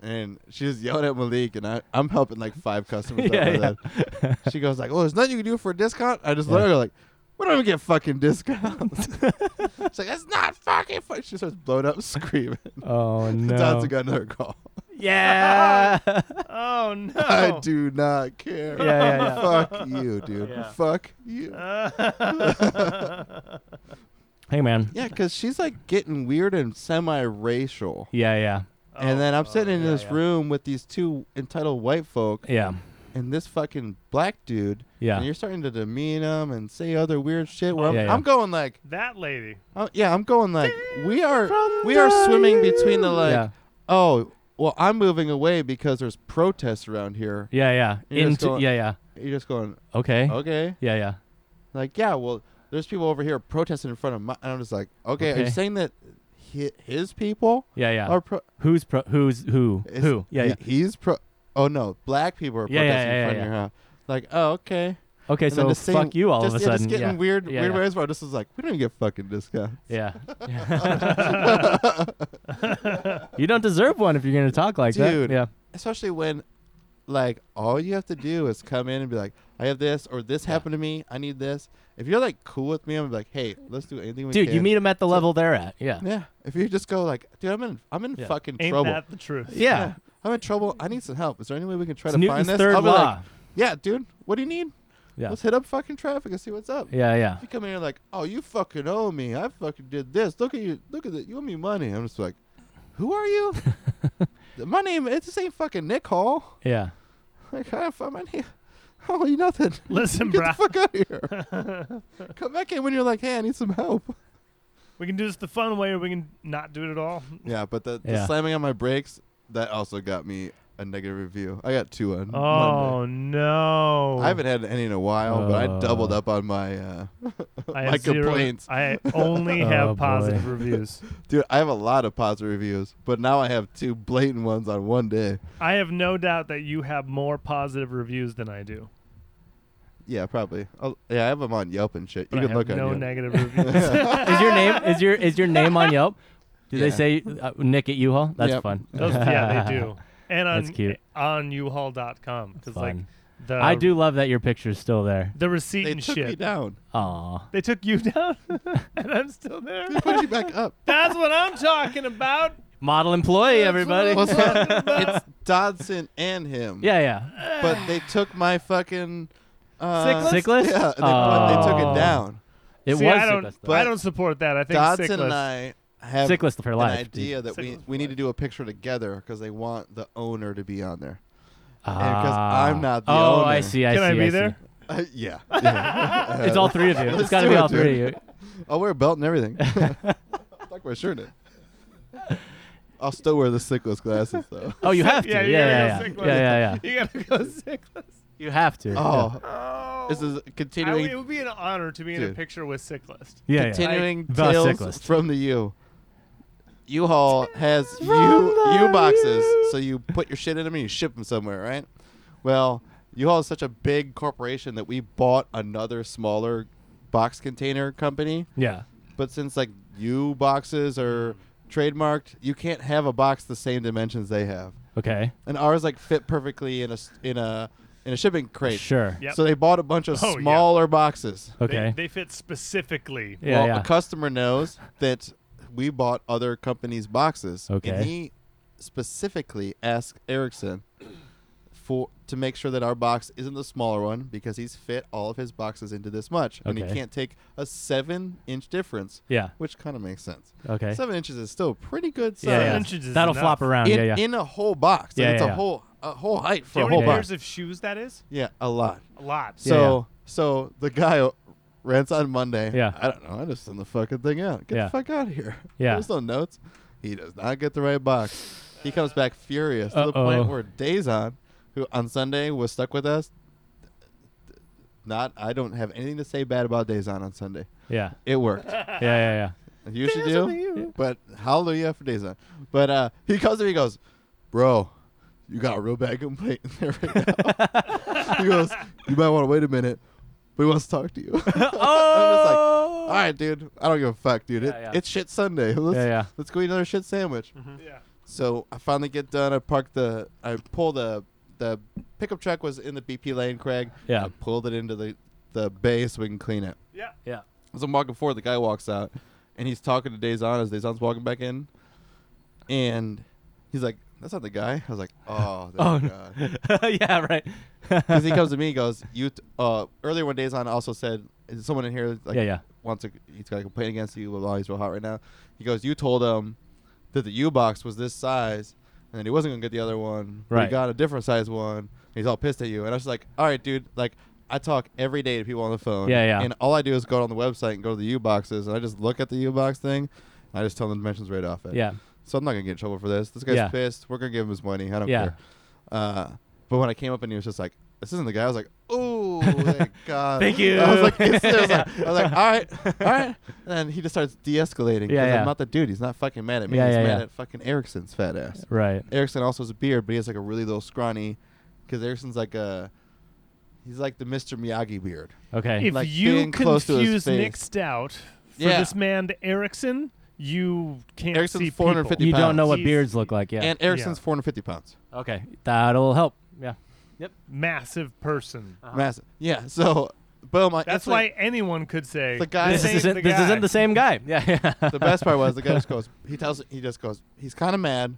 [SPEAKER 2] and she's yelling at Malik, and I, I'm helping like five customers. out
[SPEAKER 3] Yeah,
[SPEAKER 2] with
[SPEAKER 3] yeah.
[SPEAKER 2] That. She goes like, "Oh, there's nothing you can do for a discount." I just
[SPEAKER 3] Yeah.
[SPEAKER 2] literally like, "We don't even get fucking discounts." She's like, "That's not fucking." Fu-. She starts blowing up, screaming.
[SPEAKER 3] Oh no.
[SPEAKER 2] Dodson got another call.
[SPEAKER 3] Yeah.
[SPEAKER 1] oh no.
[SPEAKER 2] I do not care.
[SPEAKER 3] Yeah, yeah, Uh. yeah.
[SPEAKER 2] Fuck you, dude.
[SPEAKER 3] Yeah.
[SPEAKER 2] Fuck you.
[SPEAKER 3] hey man.
[SPEAKER 2] yeah, because she's like getting weird and semi-racial.
[SPEAKER 3] Yeah. Yeah.
[SPEAKER 2] and then I'm sitting in
[SPEAKER 3] Oh, yeah,
[SPEAKER 2] this
[SPEAKER 3] yeah.
[SPEAKER 2] room with these two entitled white folk
[SPEAKER 3] Yeah.
[SPEAKER 2] and this fucking black dude.
[SPEAKER 3] Yeah. Oh,
[SPEAKER 2] And you're starting to demean them and say other weird shit. Where I'm,
[SPEAKER 3] Yeah, yeah.
[SPEAKER 2] I'm going like,
[SPEAKER 1] that lady.
[SPEAKER 2] oh, yeah, I'm going like, we are
[SPEAKER 3] From
[SPEAKER 2] we are
[SPEAKER 3] the
[SPEAKER 2] swimming between the like,
[SPEAKER 3] Yeah.
[SPEAKER 2] oh, well, I'm moving away because there's protests around here.
[SPEAKER 3] Yeah. Yeah.
[SPEAKER 2] You're just
[SPEAKER 3] Into.
[SPEAKER 2] going-
[SPEAKER 3] yeah. Yeah.
[SPEAKER 2] You're just going,
[SPEAKER 3] Okay.
[SPEAKER 2] okay,
[SPEAKER 3] Yeah. Yeah.
[SPEAKER 2] like, yeah, well, there's people over here protesting in front of my, and I'm just like, okay, are you
[SPEAKER 3] Okay.
[SPEAKER 2] saying that hi- his people
[SPEAKER 3] Yeah. Yeah.
[SPEAKER 2] are pro?
[SPEAKER 3] who's pro- who's who?
[SPEAKER 2] It's-
[SPEAKER 3] who? Yeah.
[SPEAKER 2] he-
[SPEAKER 3] Yeah.
[SPEAKER 2] He's pro. Oh no, black people are
[SPEAKER 3] Yeah, yeah,
[SPEAKER 2] protesting
[SPEAKER 3] yeah,
[SPEAKER 2] in front
[SPEAKER 3] yeah,
[SPEAKER 2] of your house. Like, oh okay.
[SPEAKER 3] Okay.
[SPEAKER 2] And then
[SPEAKER 3] So
[SPEAKER 2] the same-
[SPEAKER 3] fuck you all
[SPEAKER 2] just,
[SPEAKER 3] of a
[SPEAKER 2] yeah,
[SPEAKER 3] sudden.
[SPEAKER 2] just getting
[SPEAKER 3] yeah.
[SPEAKER 2] weird,
[SPEAKER 3] Yeah,
[SPEAKER 2] weird
[SPEAKER 3] yeah.
[SPEAKER 2] ways. Where this is like, we don't even get fucking discount.
[SPEAKER 3] Yeah. you don't deserve one if you're gonna talk like
[SPEAKER 2] Dude.
[SPEAKER 3] that. Yeah.
[SPEAKER 2] Especially when, like, all you have to do is come in and be like, I have this or this happened to me. I need this. If you're like cool with me, I'm gonna be like, hey, let's do anything we
[SPEAKER 3] Dude,
[SPEAKER 2] can.
[SPEAKER 3] you meet them at the level they're at. Yeah.
[SPEAKER 2] Yeah. If you just go like, dude, I'm in, I'm in
[SPEAKER 3] Yeah.
[SPEAKER 2] fucking
[SPEAKER 1] Ain't
[SPEAKER 2] trouble.
[SPEAKER 1] that the truth?
[SPEAKER 3] Yeah.
[SPEAKER 2] I'm in trouble. I need some help. Is there any way we can try
[SPEAKER 3] It's
[SPEAKER 2] to
[SPEAKER 3] Newton's
[SPEAKER 2] find this?
[SPEAKER 3] third
[SPEAKER 2] I'll be
[SPEAKER 3] law.
[SPEAKER 2] like, yeah, dude. What do you need?
[SPEAKER 3] yeah.
[SPEAKER 2] Let's hit up fucking traffic and see what's up.
[SPEAKER 3] Yeah. Yeah.
[SPEAKER 2] You come in here like, oh, you fucking owe me. I fucking did this. Look at you. Look at that. You owe me money. I'm just like, who are you? my name. It's the same fucking Nick Hall.
[SPEAKER 3] Yeah.
[SPEAKER 2] Like, I find my name. I owe you nothing.
[SPEAKER 1] Listen,
[SPEAKER 2] Get
[SPEAKER 1] bro.
[SPEAKER 2] the fuck out of here. come back in when you're like, hey, I need some help.
[SPEAKER 1] We can do this the fun way, or we can not do it at all.
[SPEAKER 2] Yeah, but the, the
[SPEAKER 3] Yeah.
[SPEAKER 2] slamming on my brakes that also got me a negative review. I got two on. Monday.
[SPEAKER 1] Oh no!
[SPEAKER 2] I haven't had any in a while, but I doubled
[SPEAKER 3] Uh.
[SPEAKER 2] up on my. Uh,
[SPEAKER 1] I
[SPEAKER 2] my
[SPEAKER 1] have zero-
[SPEAKER 2] complaints.
[SPEAKER 1] I only
[SPEAKER 3] Oh,
[SPEAKER 1] have
[SPEAKER 3] boy.
[SPEAKER 1] positive reviews.
[SPEAKER 2] dude, I have a lot of positive reviews, but now I have two blatant ones on one day.
[SPEAKER 1] I have no doubt that you have more positive reviews than I do.
[SPEAKER 2] Yeah, probably. I'll, yeah, I have them on Yelp and shit.
[SPEAKER 1] But
[SPEAKER 2] you
[SPEAKER 1] I
[SPEAKER 2] can look
[SPEAKER 1] have
[SPEAKER 2] at
[SPEAKER 1] no
[SPEAKER 2] Yelp.
[SPEAKER 1] negative reviews.
[SPEAKER 3] is your name is your is your name on Yelp? Do
[SPEAKER 2] Yeah.
[SPEAKER 3] they say uh, Nick at U-Haul? That's
[SPEAKER 2] Yep.
[SPEAKER 3] fun.
[SPEAKER 1] Those, yeah, they do. And on eh,
[SPEAKER 3] That's cute.
[SPEAKER 1] on uhaul.com because like um,
[SPEAKER 3] Fun.
[SPEAKER 1] the
[SPEAKER 3] I do love that your picture's still there.
[SPEAKER 1] the receipt
[SPEAKER 2] They
[SPEAKER 1] and
[SPEAKER 2] took me
[SPEAKER 1] shit.
[SPEAKER 2] down.
[SPEAKER 3] Aw.
[SPEAKER 1] They took you down, and I'm still there.
[SPEAKER 2] They put you back up.
[SPEAKER 1] That's what I'm talking about.
[SPEAKER 3] Model employee, everybody.
[SPEAKER 2] Well, so it's Dodson and him.
[SPEAKER 3] yeah, yeah.
[SPEAKER 2] But they took my fucking. Uh,
[SPEAKER 3] Sick list?
[SPEAKER 2] Yeah, they, but they took
[SPEAKER 3] Oh.
[SPEAKER 2] it down.
[SPEAKER 3] It
[SPEAKER 1] See,
[SPEAKER 3] was
[SPEAKER 1] I don't,
[SPEAKER 3] Sickless. though.
[SPEAKER 1] I don't support that. I think
[SPEAKER 2] Dodson
[SPEAKER 1] sick
[SPEAKER 2] and
[SPEAKER 1] list.
[SPEAKER 2] I have
[SPEAKER 3] Sickless for
[SPEAKER 2] an
[SPEAKER 3] life.
[SPEAKER 2] idea that we,
[SPEAKER 1] Sickless
[SPEAKER 2] we need
[SPEAKER 1] for
[SPEAKER 2] to do a picture together because they want the owner to be on there.
[SPEAKER 3] Ah.
[SPEAKER 2] I'm not the
[SPEAKER 3] oh,
[SPEAKER 2] owner.
[SPEAKER 3] I see. I
[SPEAKER 1] Can
[SPEAKER 3] see.
[SPEAKER 1] I be
[SPEAKER 3] see.
[SPEAKER 1] there?
[SPEAKER 2] Uh, yeah. yeah.
[SPEAKER 3] It's all three of you.
[SPEAKER 2] Let's
[SPEAKER 3] It's got to
[SPEAKER 2] do
[SPEAKER 3] be
[SPEAKER 2] it,
[SPEAKER 3] all three of
[SPEAKER 2] dude.
[SPEAKER 3] you.
[SPEAKER 2] I'll wear a belt and everything. Fuck my shirt in. I'll still wear the sickless glasses though.
[SPEAKER 3] Oh, you have to.
[SPEAKER 1] Yeah,
[SPEAKER 3] Yeah,
[SPEAKER 1] you
[SPEAKER 3] yeah,
[SPEAKER 1] gotta
[SPEAKER 3] yeah.
[SPEAKER 1] go
[SPEAKER 3] Yeah, yeah, yeah.
[SPEAKER 1] You gotta go sickless.
[SPEAKER 3] You have to.
[SPEAKER 2] Oh,
[SPEAKER 1] Oh,
[SPEAKER 2] this is
[SPEAKER 1] I,
[SPEAKER 2] continuing
[SPEAKER 1] it would be an honor to be in a
[SPEAKER 2] Dude.
[SPEAKER 1] picture with Sicklist.
[SPEAKER 3] yeah. yeah, yeah.
[SPEAKER 2] continuing
[SPEAKER 3] The
[SPEAKER 2] tales
[SPEAKER 3] sicklest.
[SPEAKER 2] from the U. U-Haul has U U boxes, so you put your shit in them and you ship them somewhere, right? Well, U-Haul is such a big corporation that we bought another smaller box container company,
[SPEAKER 3] Yeah.
[SPEAKER 2] but since like U boxes are trademarked, you can't have a box the same dimensions they have.
[SPEAKER 3] Okay.
[SPEAKER 2] and ours like fit perfectly in a s- in a in a shipping crate.
[SPEAKER 3] Sure.
[SPEAKER 1] Yep.
[SPEAKER 2] So they bought a bunch of
[SPEAKER 1] Oh, yeah.
[SPEAKER 2] smaller boxes.
[SPEAKER 1] They,
[SPEAKER 3] Okay.
[SPEAKER 1] they fit specifically.
[SPEAKER 3] yeah,
[SPEAKER 2] well,
[SPEAKER 3] yeah.
[SPEAKER 2] a customer knows that we bought other companies' boxes.
[SPEAKER 3] Okay.
[SPEAKER 2] And he specifically asked Erickson for to make sure that our box isn't the smaller one because he's fit all of his boxes into this much, and he
[SPEAKER 3] Okay.
[SPEAKER 2] can't take a seven-inch difference,
[SPEAKER 3] yeah.
[SPEAKER 2] which kind of makes sense.
[SPEAKER 3] Okay.
[SPEAKER 2] Seven inches is still pretty good size.
[SPEAKER 3] yeah, yeah.
[SPEAKER 1] inches is
[SPEAKER 3] That'll
[SPEAKER 1] enough.
[SPEAKER 3] flop around.
[SPEAKER 2] In,
[SPEAKER 3] yeah, yeah.
[SPEAKER 2] in a whole box, like
[SPEAKER 3] Yeah,
[SPEAKER 2] it's
[SPEAKER 3] yeah,
[SPEAKER 2] a
[SPEAKER 3] yeah.
[SPEAKER 2] whole a whole height
[SPEAKER 1] Do
[SPEAKER 2] for
[SPEAKER 1] you
[SPEAKER 2] a
[SPEAKER 1] know how
[SPEAKER 2] whole
[SPEAKER 1] many
[SPEAKER 2] box.
[SPEAKER 1] pairs of shoes that is?
[SPEAKER 2] Yeah, a lot.
[SPEAKER 1] A lot.
[SPEAKER 3] Yeah,
[SPEAKER 2] So So the guy rents on Monday.
[SPEAKER 3] Yeah.
[SPEAKER 2] I don't know. I just send the fucking thing out. Get
[SPEAKER 3] Yeah.
[SPEAKER 2] the fuck out of here.
[SPEAKER 3] Yeah.
[SPEAKER 2] There's no notes. He does not get the right box. He comes back furious to the
[SPEAKER 3] Uh-oh.
[SPEAKER 2] point where Dazon, who on Sunday was stuck with us, not I don't have anything to say bad about Dazon on Sunday.
[SPEAKER 3] Yeah.
[SPEAKER 2] It worked.
[SPEAKER 3] Yeah. Yeah. Yeah.
[SPEAKER 2] You should do. But hallelujah for Dazon. But uh, he comes to me. He goes, bro, you got a real bad complaint in there right now. he goes, you might want to wait a minute. But he wants to talk to you.
[SPEAKER 3] Oh.
[SPEAKER 2] All right, dude. I don't give a fuck, dude. it,
[SPEAKER 3] Yeah, yeah.
[SPEAKER 2] It's shit Sunday. Let's,
[SPEAKER 3] Yeah, Mm-hmm. yeah.
[SPEAKER 2] let's go eat another shit sandwich.
[SPEAKER 1] Yeah.
[SPEAKER 2] So I finally get done. I park the. I pull the. The pickup truck was in the BP lane, Craig.
[SPEAKER 3] Yeah.
[SPEAKER 2] I pulled it into the the bay so we can clean it.
[SPEAKER 1] Yeah.
[SPEAKER 3] Yeah.
[SPEAKER 2] As I'm walking forward, the guy walks out, and he's talking to Dazon as Dazon's walking back in, and he's like, "That's not the guy." I was like, "Oh,
[SPEAKER 3] Oh.
[SPEAKER 2] thank God."
[SPEAKER 3] no. yeah. Right.
[SPEAKER 2] Because he comes to me, he goes, "You." T- uh, earlier when Dazon also said, "Is someone in here like
[SPEAKER 3] Yeah, yeah.
[SPEAKER 2] wants to? He's got a complaint against you. Blah, blah, he's real hot right now." He goes, "You told him that the U box was this size, and that he wasn't gonna get the other one. but
[SPEAKER 3] Right.
[SPEAKER 2] He got a different size one. and he's all pissed at you." And I was just like, "All right, dude. Like, I talk every day to people on the phone.
[SPEAKER 3] Yeah, yeah.
[SPEAKER 2] And all I do is go on the website and go to the U boxes, and I just look at the U box thing, and I just tell them the dimensions right off it.
[SPEAKER 3] Yeah.
[SPEAKER 2] So I'm not gonna get in trouble for this. This guy's
[SPEAKER 3] Yeah.
[SPEAKER 2] pissed. We're gonna give him his money. I don't
[SPEAKER 3] Yeah.
[SPEAKER 2] care. Uh, but when I came up and he was just like, "This isn't the guy," I was like, "Oh, thank God!"
[SPEAKER 3] Thank you.
[SPEAKER 2] I was like, it's- I was like, I was like, "All right, all right." And then he just starts de-escalating. 'cause
[SPEAKER 3] Yeah, yeah.
[SPEAKER 2] I'm not the dude. He's not fucking mad at me.
[SPEAKER 3] Yeah,
[SPEAKER 2] He's
[SPEAKER 3] yeah,
[SPEAKER 2] mad
[SPEAKER 3] yeah.
[SPEAKER 2] at fucking Erickson's fat ass.
[SPEAKER 3] Right.
[SPEAKER 2] Erickson also has a beard, but he has like a really little scrawny, because Erickson's like a, he's like the Mr. Miyagi beard.
[SPEAKER 3] Okay.
[SPEAKER 1] If
[SPEAKER 2] Like
[SPEAKER 1] you
[SPEAKER 2] being close to his
[SPEAKER 1] confuse
[SPEAKER 2] face.
[SPEAKER 1] Nick Stout for
[SPEAKER 2] Yeah.
[SPEAKER 1] this man Erickson, you can't
[SPEAKER 2] Erickson's
[SPEAKER 1] see
[SPEAKER 2] 450
[SPEAKER 3] you don't know what
[SPEAKER 1] He's-
[SPEAKER 3] beards look like. Yeah.
[SPEAKER 2] And Erickson's 450 pounds.
[SPEAKER 3] okay. That'll help. Yeah.
[SPEAKER 1] people. Massive person.
[SPEAKER 2] Massive. Yeah. So, boom. I
[SPEAKER 1] Uh-huh. That's
[SPEAKER 2] instantly-
[SPEAKER 1] why anyone could say
[SPEAKER 2] The guy-
[SPEAKER 3] This
[SPEAKER 2] This
[SPEAKER 3] isn't.
[SPEAKER 1] the
[SPEAKER 3] this
[SPEAKER 1] guy."
[SPEAKER 3] isn't the same guy. Yeah. Yeah.
[SPEAKER 2] the best part was the guy just goes. He tells. He just goes. He's kind of mad.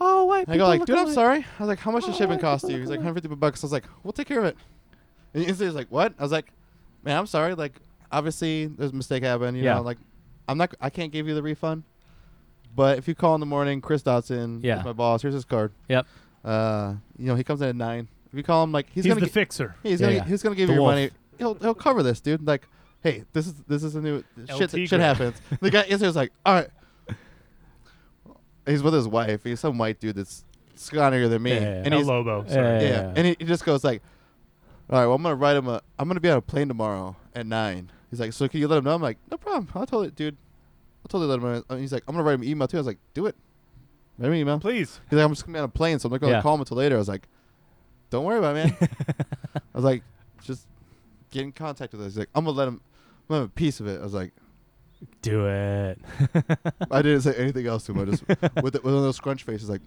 [SPEAKER 3] Oh wait.
[SPEAKER 2] I go like, dude, I'm sorry. I was like, how much did shipping cost you? He's like, 150 bucks. I was like, we'll take care of it. And instantly he's like, what? I was like, man, I'm sorry. Like, obviously there's a mistake happened. You
[SPEAKER 3] Yeah.
[SPEAKER 2] know, like, I'm not. I can't give you the refund. But if you call in the morning, Chris Dotson,
[SPEAKER 3] Yeah.
[SPEAKER 2] yeah. my boss. Here's his card.
[SPEAKER 3] Yep.
[SPEAKER 2] Uh, you know, he comes in at nine. If you call him, like, he's,
[SPEAKER 1] he's
[SPEAKER 2] gonna
[SPEAKER 1] the
[SPEAKER 2] gi-
[SPEAKER 1] fixer.
[SPEAKER 2] He's
[SPEAKER 3] Yeah,
[SPEAKER 2] gonna
[SPEAKER 3] yeah.
[SPEAKER 2] he's gonna give
[SPEAKER 3] The
[SPEAKER 2] you
[SPEAKER 3] wolf.
[SPEAKER 2] money. He'll he'll cover this, dude. Like, hey, this is this is a new
[SPEAKER 1] El
[SPEAKER 2] shit. Shit
[SPEAKER 1] Tigre.
[SPEAKER 2] happens. The guy is just like, all right. He's with his wife. He's some white dude that's scrawnier than me,
[SPEAKER 3] Yeah, yeah, yeah.
[SPEAKER 2] and
[SPEAKER 1] El
[SPEAKER 2] he's
[SPEAKER 1] Lobo.
[SPEAKER 3] Yeah,
[SPEAKER 1] Sorry.
[SPEAKER 2] yeah, and he, he just goes like, all right, well, I'm gonna write him a. I'm gonna be on a plane tomorrow at nine. He's like, so can you let him know? I'm like, no problem. I'll totally, dude. I'll totally let him know. And he's like, I'm gonna write him an email too. I was like, do it. Write me an email.
[SPEAKER 1] Please.
[SPEAKER 2] He's like, I'm just gonna be on a plane, so I'm not gonna
[SPEAKER 3] Yeah.
[SPEAKER 2] call him until later. I was like, Don't worry about it, man. I was like, just get in contact with us. He's like, I'm gonna let him I'm gonna have a piece of it. I was like,
[SPEAKER 3] Do it.
[SPEAKER 2] I didn't say anything else to him. I just with, the, with one of those crunch faces, like,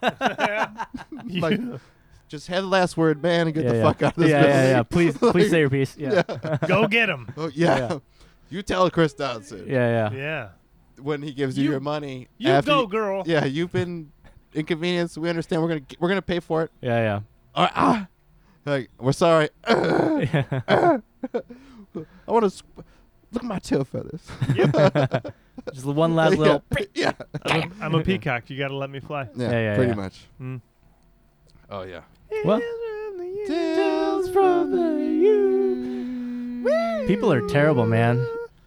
[SPEAKER 2] like, just have the last word, man, and get
[SPEAKER 3] yeah,
[SPEAKER 2] the
[SPEAKER 3] yeah.
[SPEAKER 2] fuck out of this.
[SPEAKER 3] Yeah, yeah,
[SPEAKER 2] building."
[SPEAKER 3] yeah. Please,
[SPEAKER 2] Like,
[SPEAKER 3] please say your piece. Yeah.
[SPEAKER 1] Go get him.
[SPEAKER 2] Oh yeah.
[SPEAKER 3] Yeah.
[SPEAKER 2] You tell Chris Dodson
[SPEAKER 3] Yeah, yeah.
[SPEAKER 1] Yeah.
[SPEAKER 2] when he gives you,
[SPEAKER 1] You-
[SPEAKER 2] your money.
[SPEAKER 1] You
[SPEAKER 2] after
[SPEAKER 1] go, girl.
[SPEAKER 2] Yeah, you've been inconvenienced. We understand. We're gonna get- we're gonna pay for it.
[SPEAKER 3] Yeah,
[SPEAKER 2] All right, ah. Like we're sorry.
[SPEAKER 3] yeah.
[SPEAKER 2] I want to sp- look at my tail feathers.
[SPEAKER 3] Just one last little.
[SPEAKER 2] yeah.
[SPEAKER 1] I'm a, I'm a peacock. You got to let me fly.
[SPEAKER 3] Yeah,
[SPEAKER 2] Yeah,
[SPEAKER 3] yeah, Hmm.
[SPEAKER 2] pretty
[SPEAKER 3] yeah.
[SPEAKER 2] much.
[SPEAKER 1] Mm.
[SPEAKER 2] Oh yeah.
[SPEAKER 3] What?
[SPEAKER 2] Tales from the
[SPEAKER 3] People are terrible, man.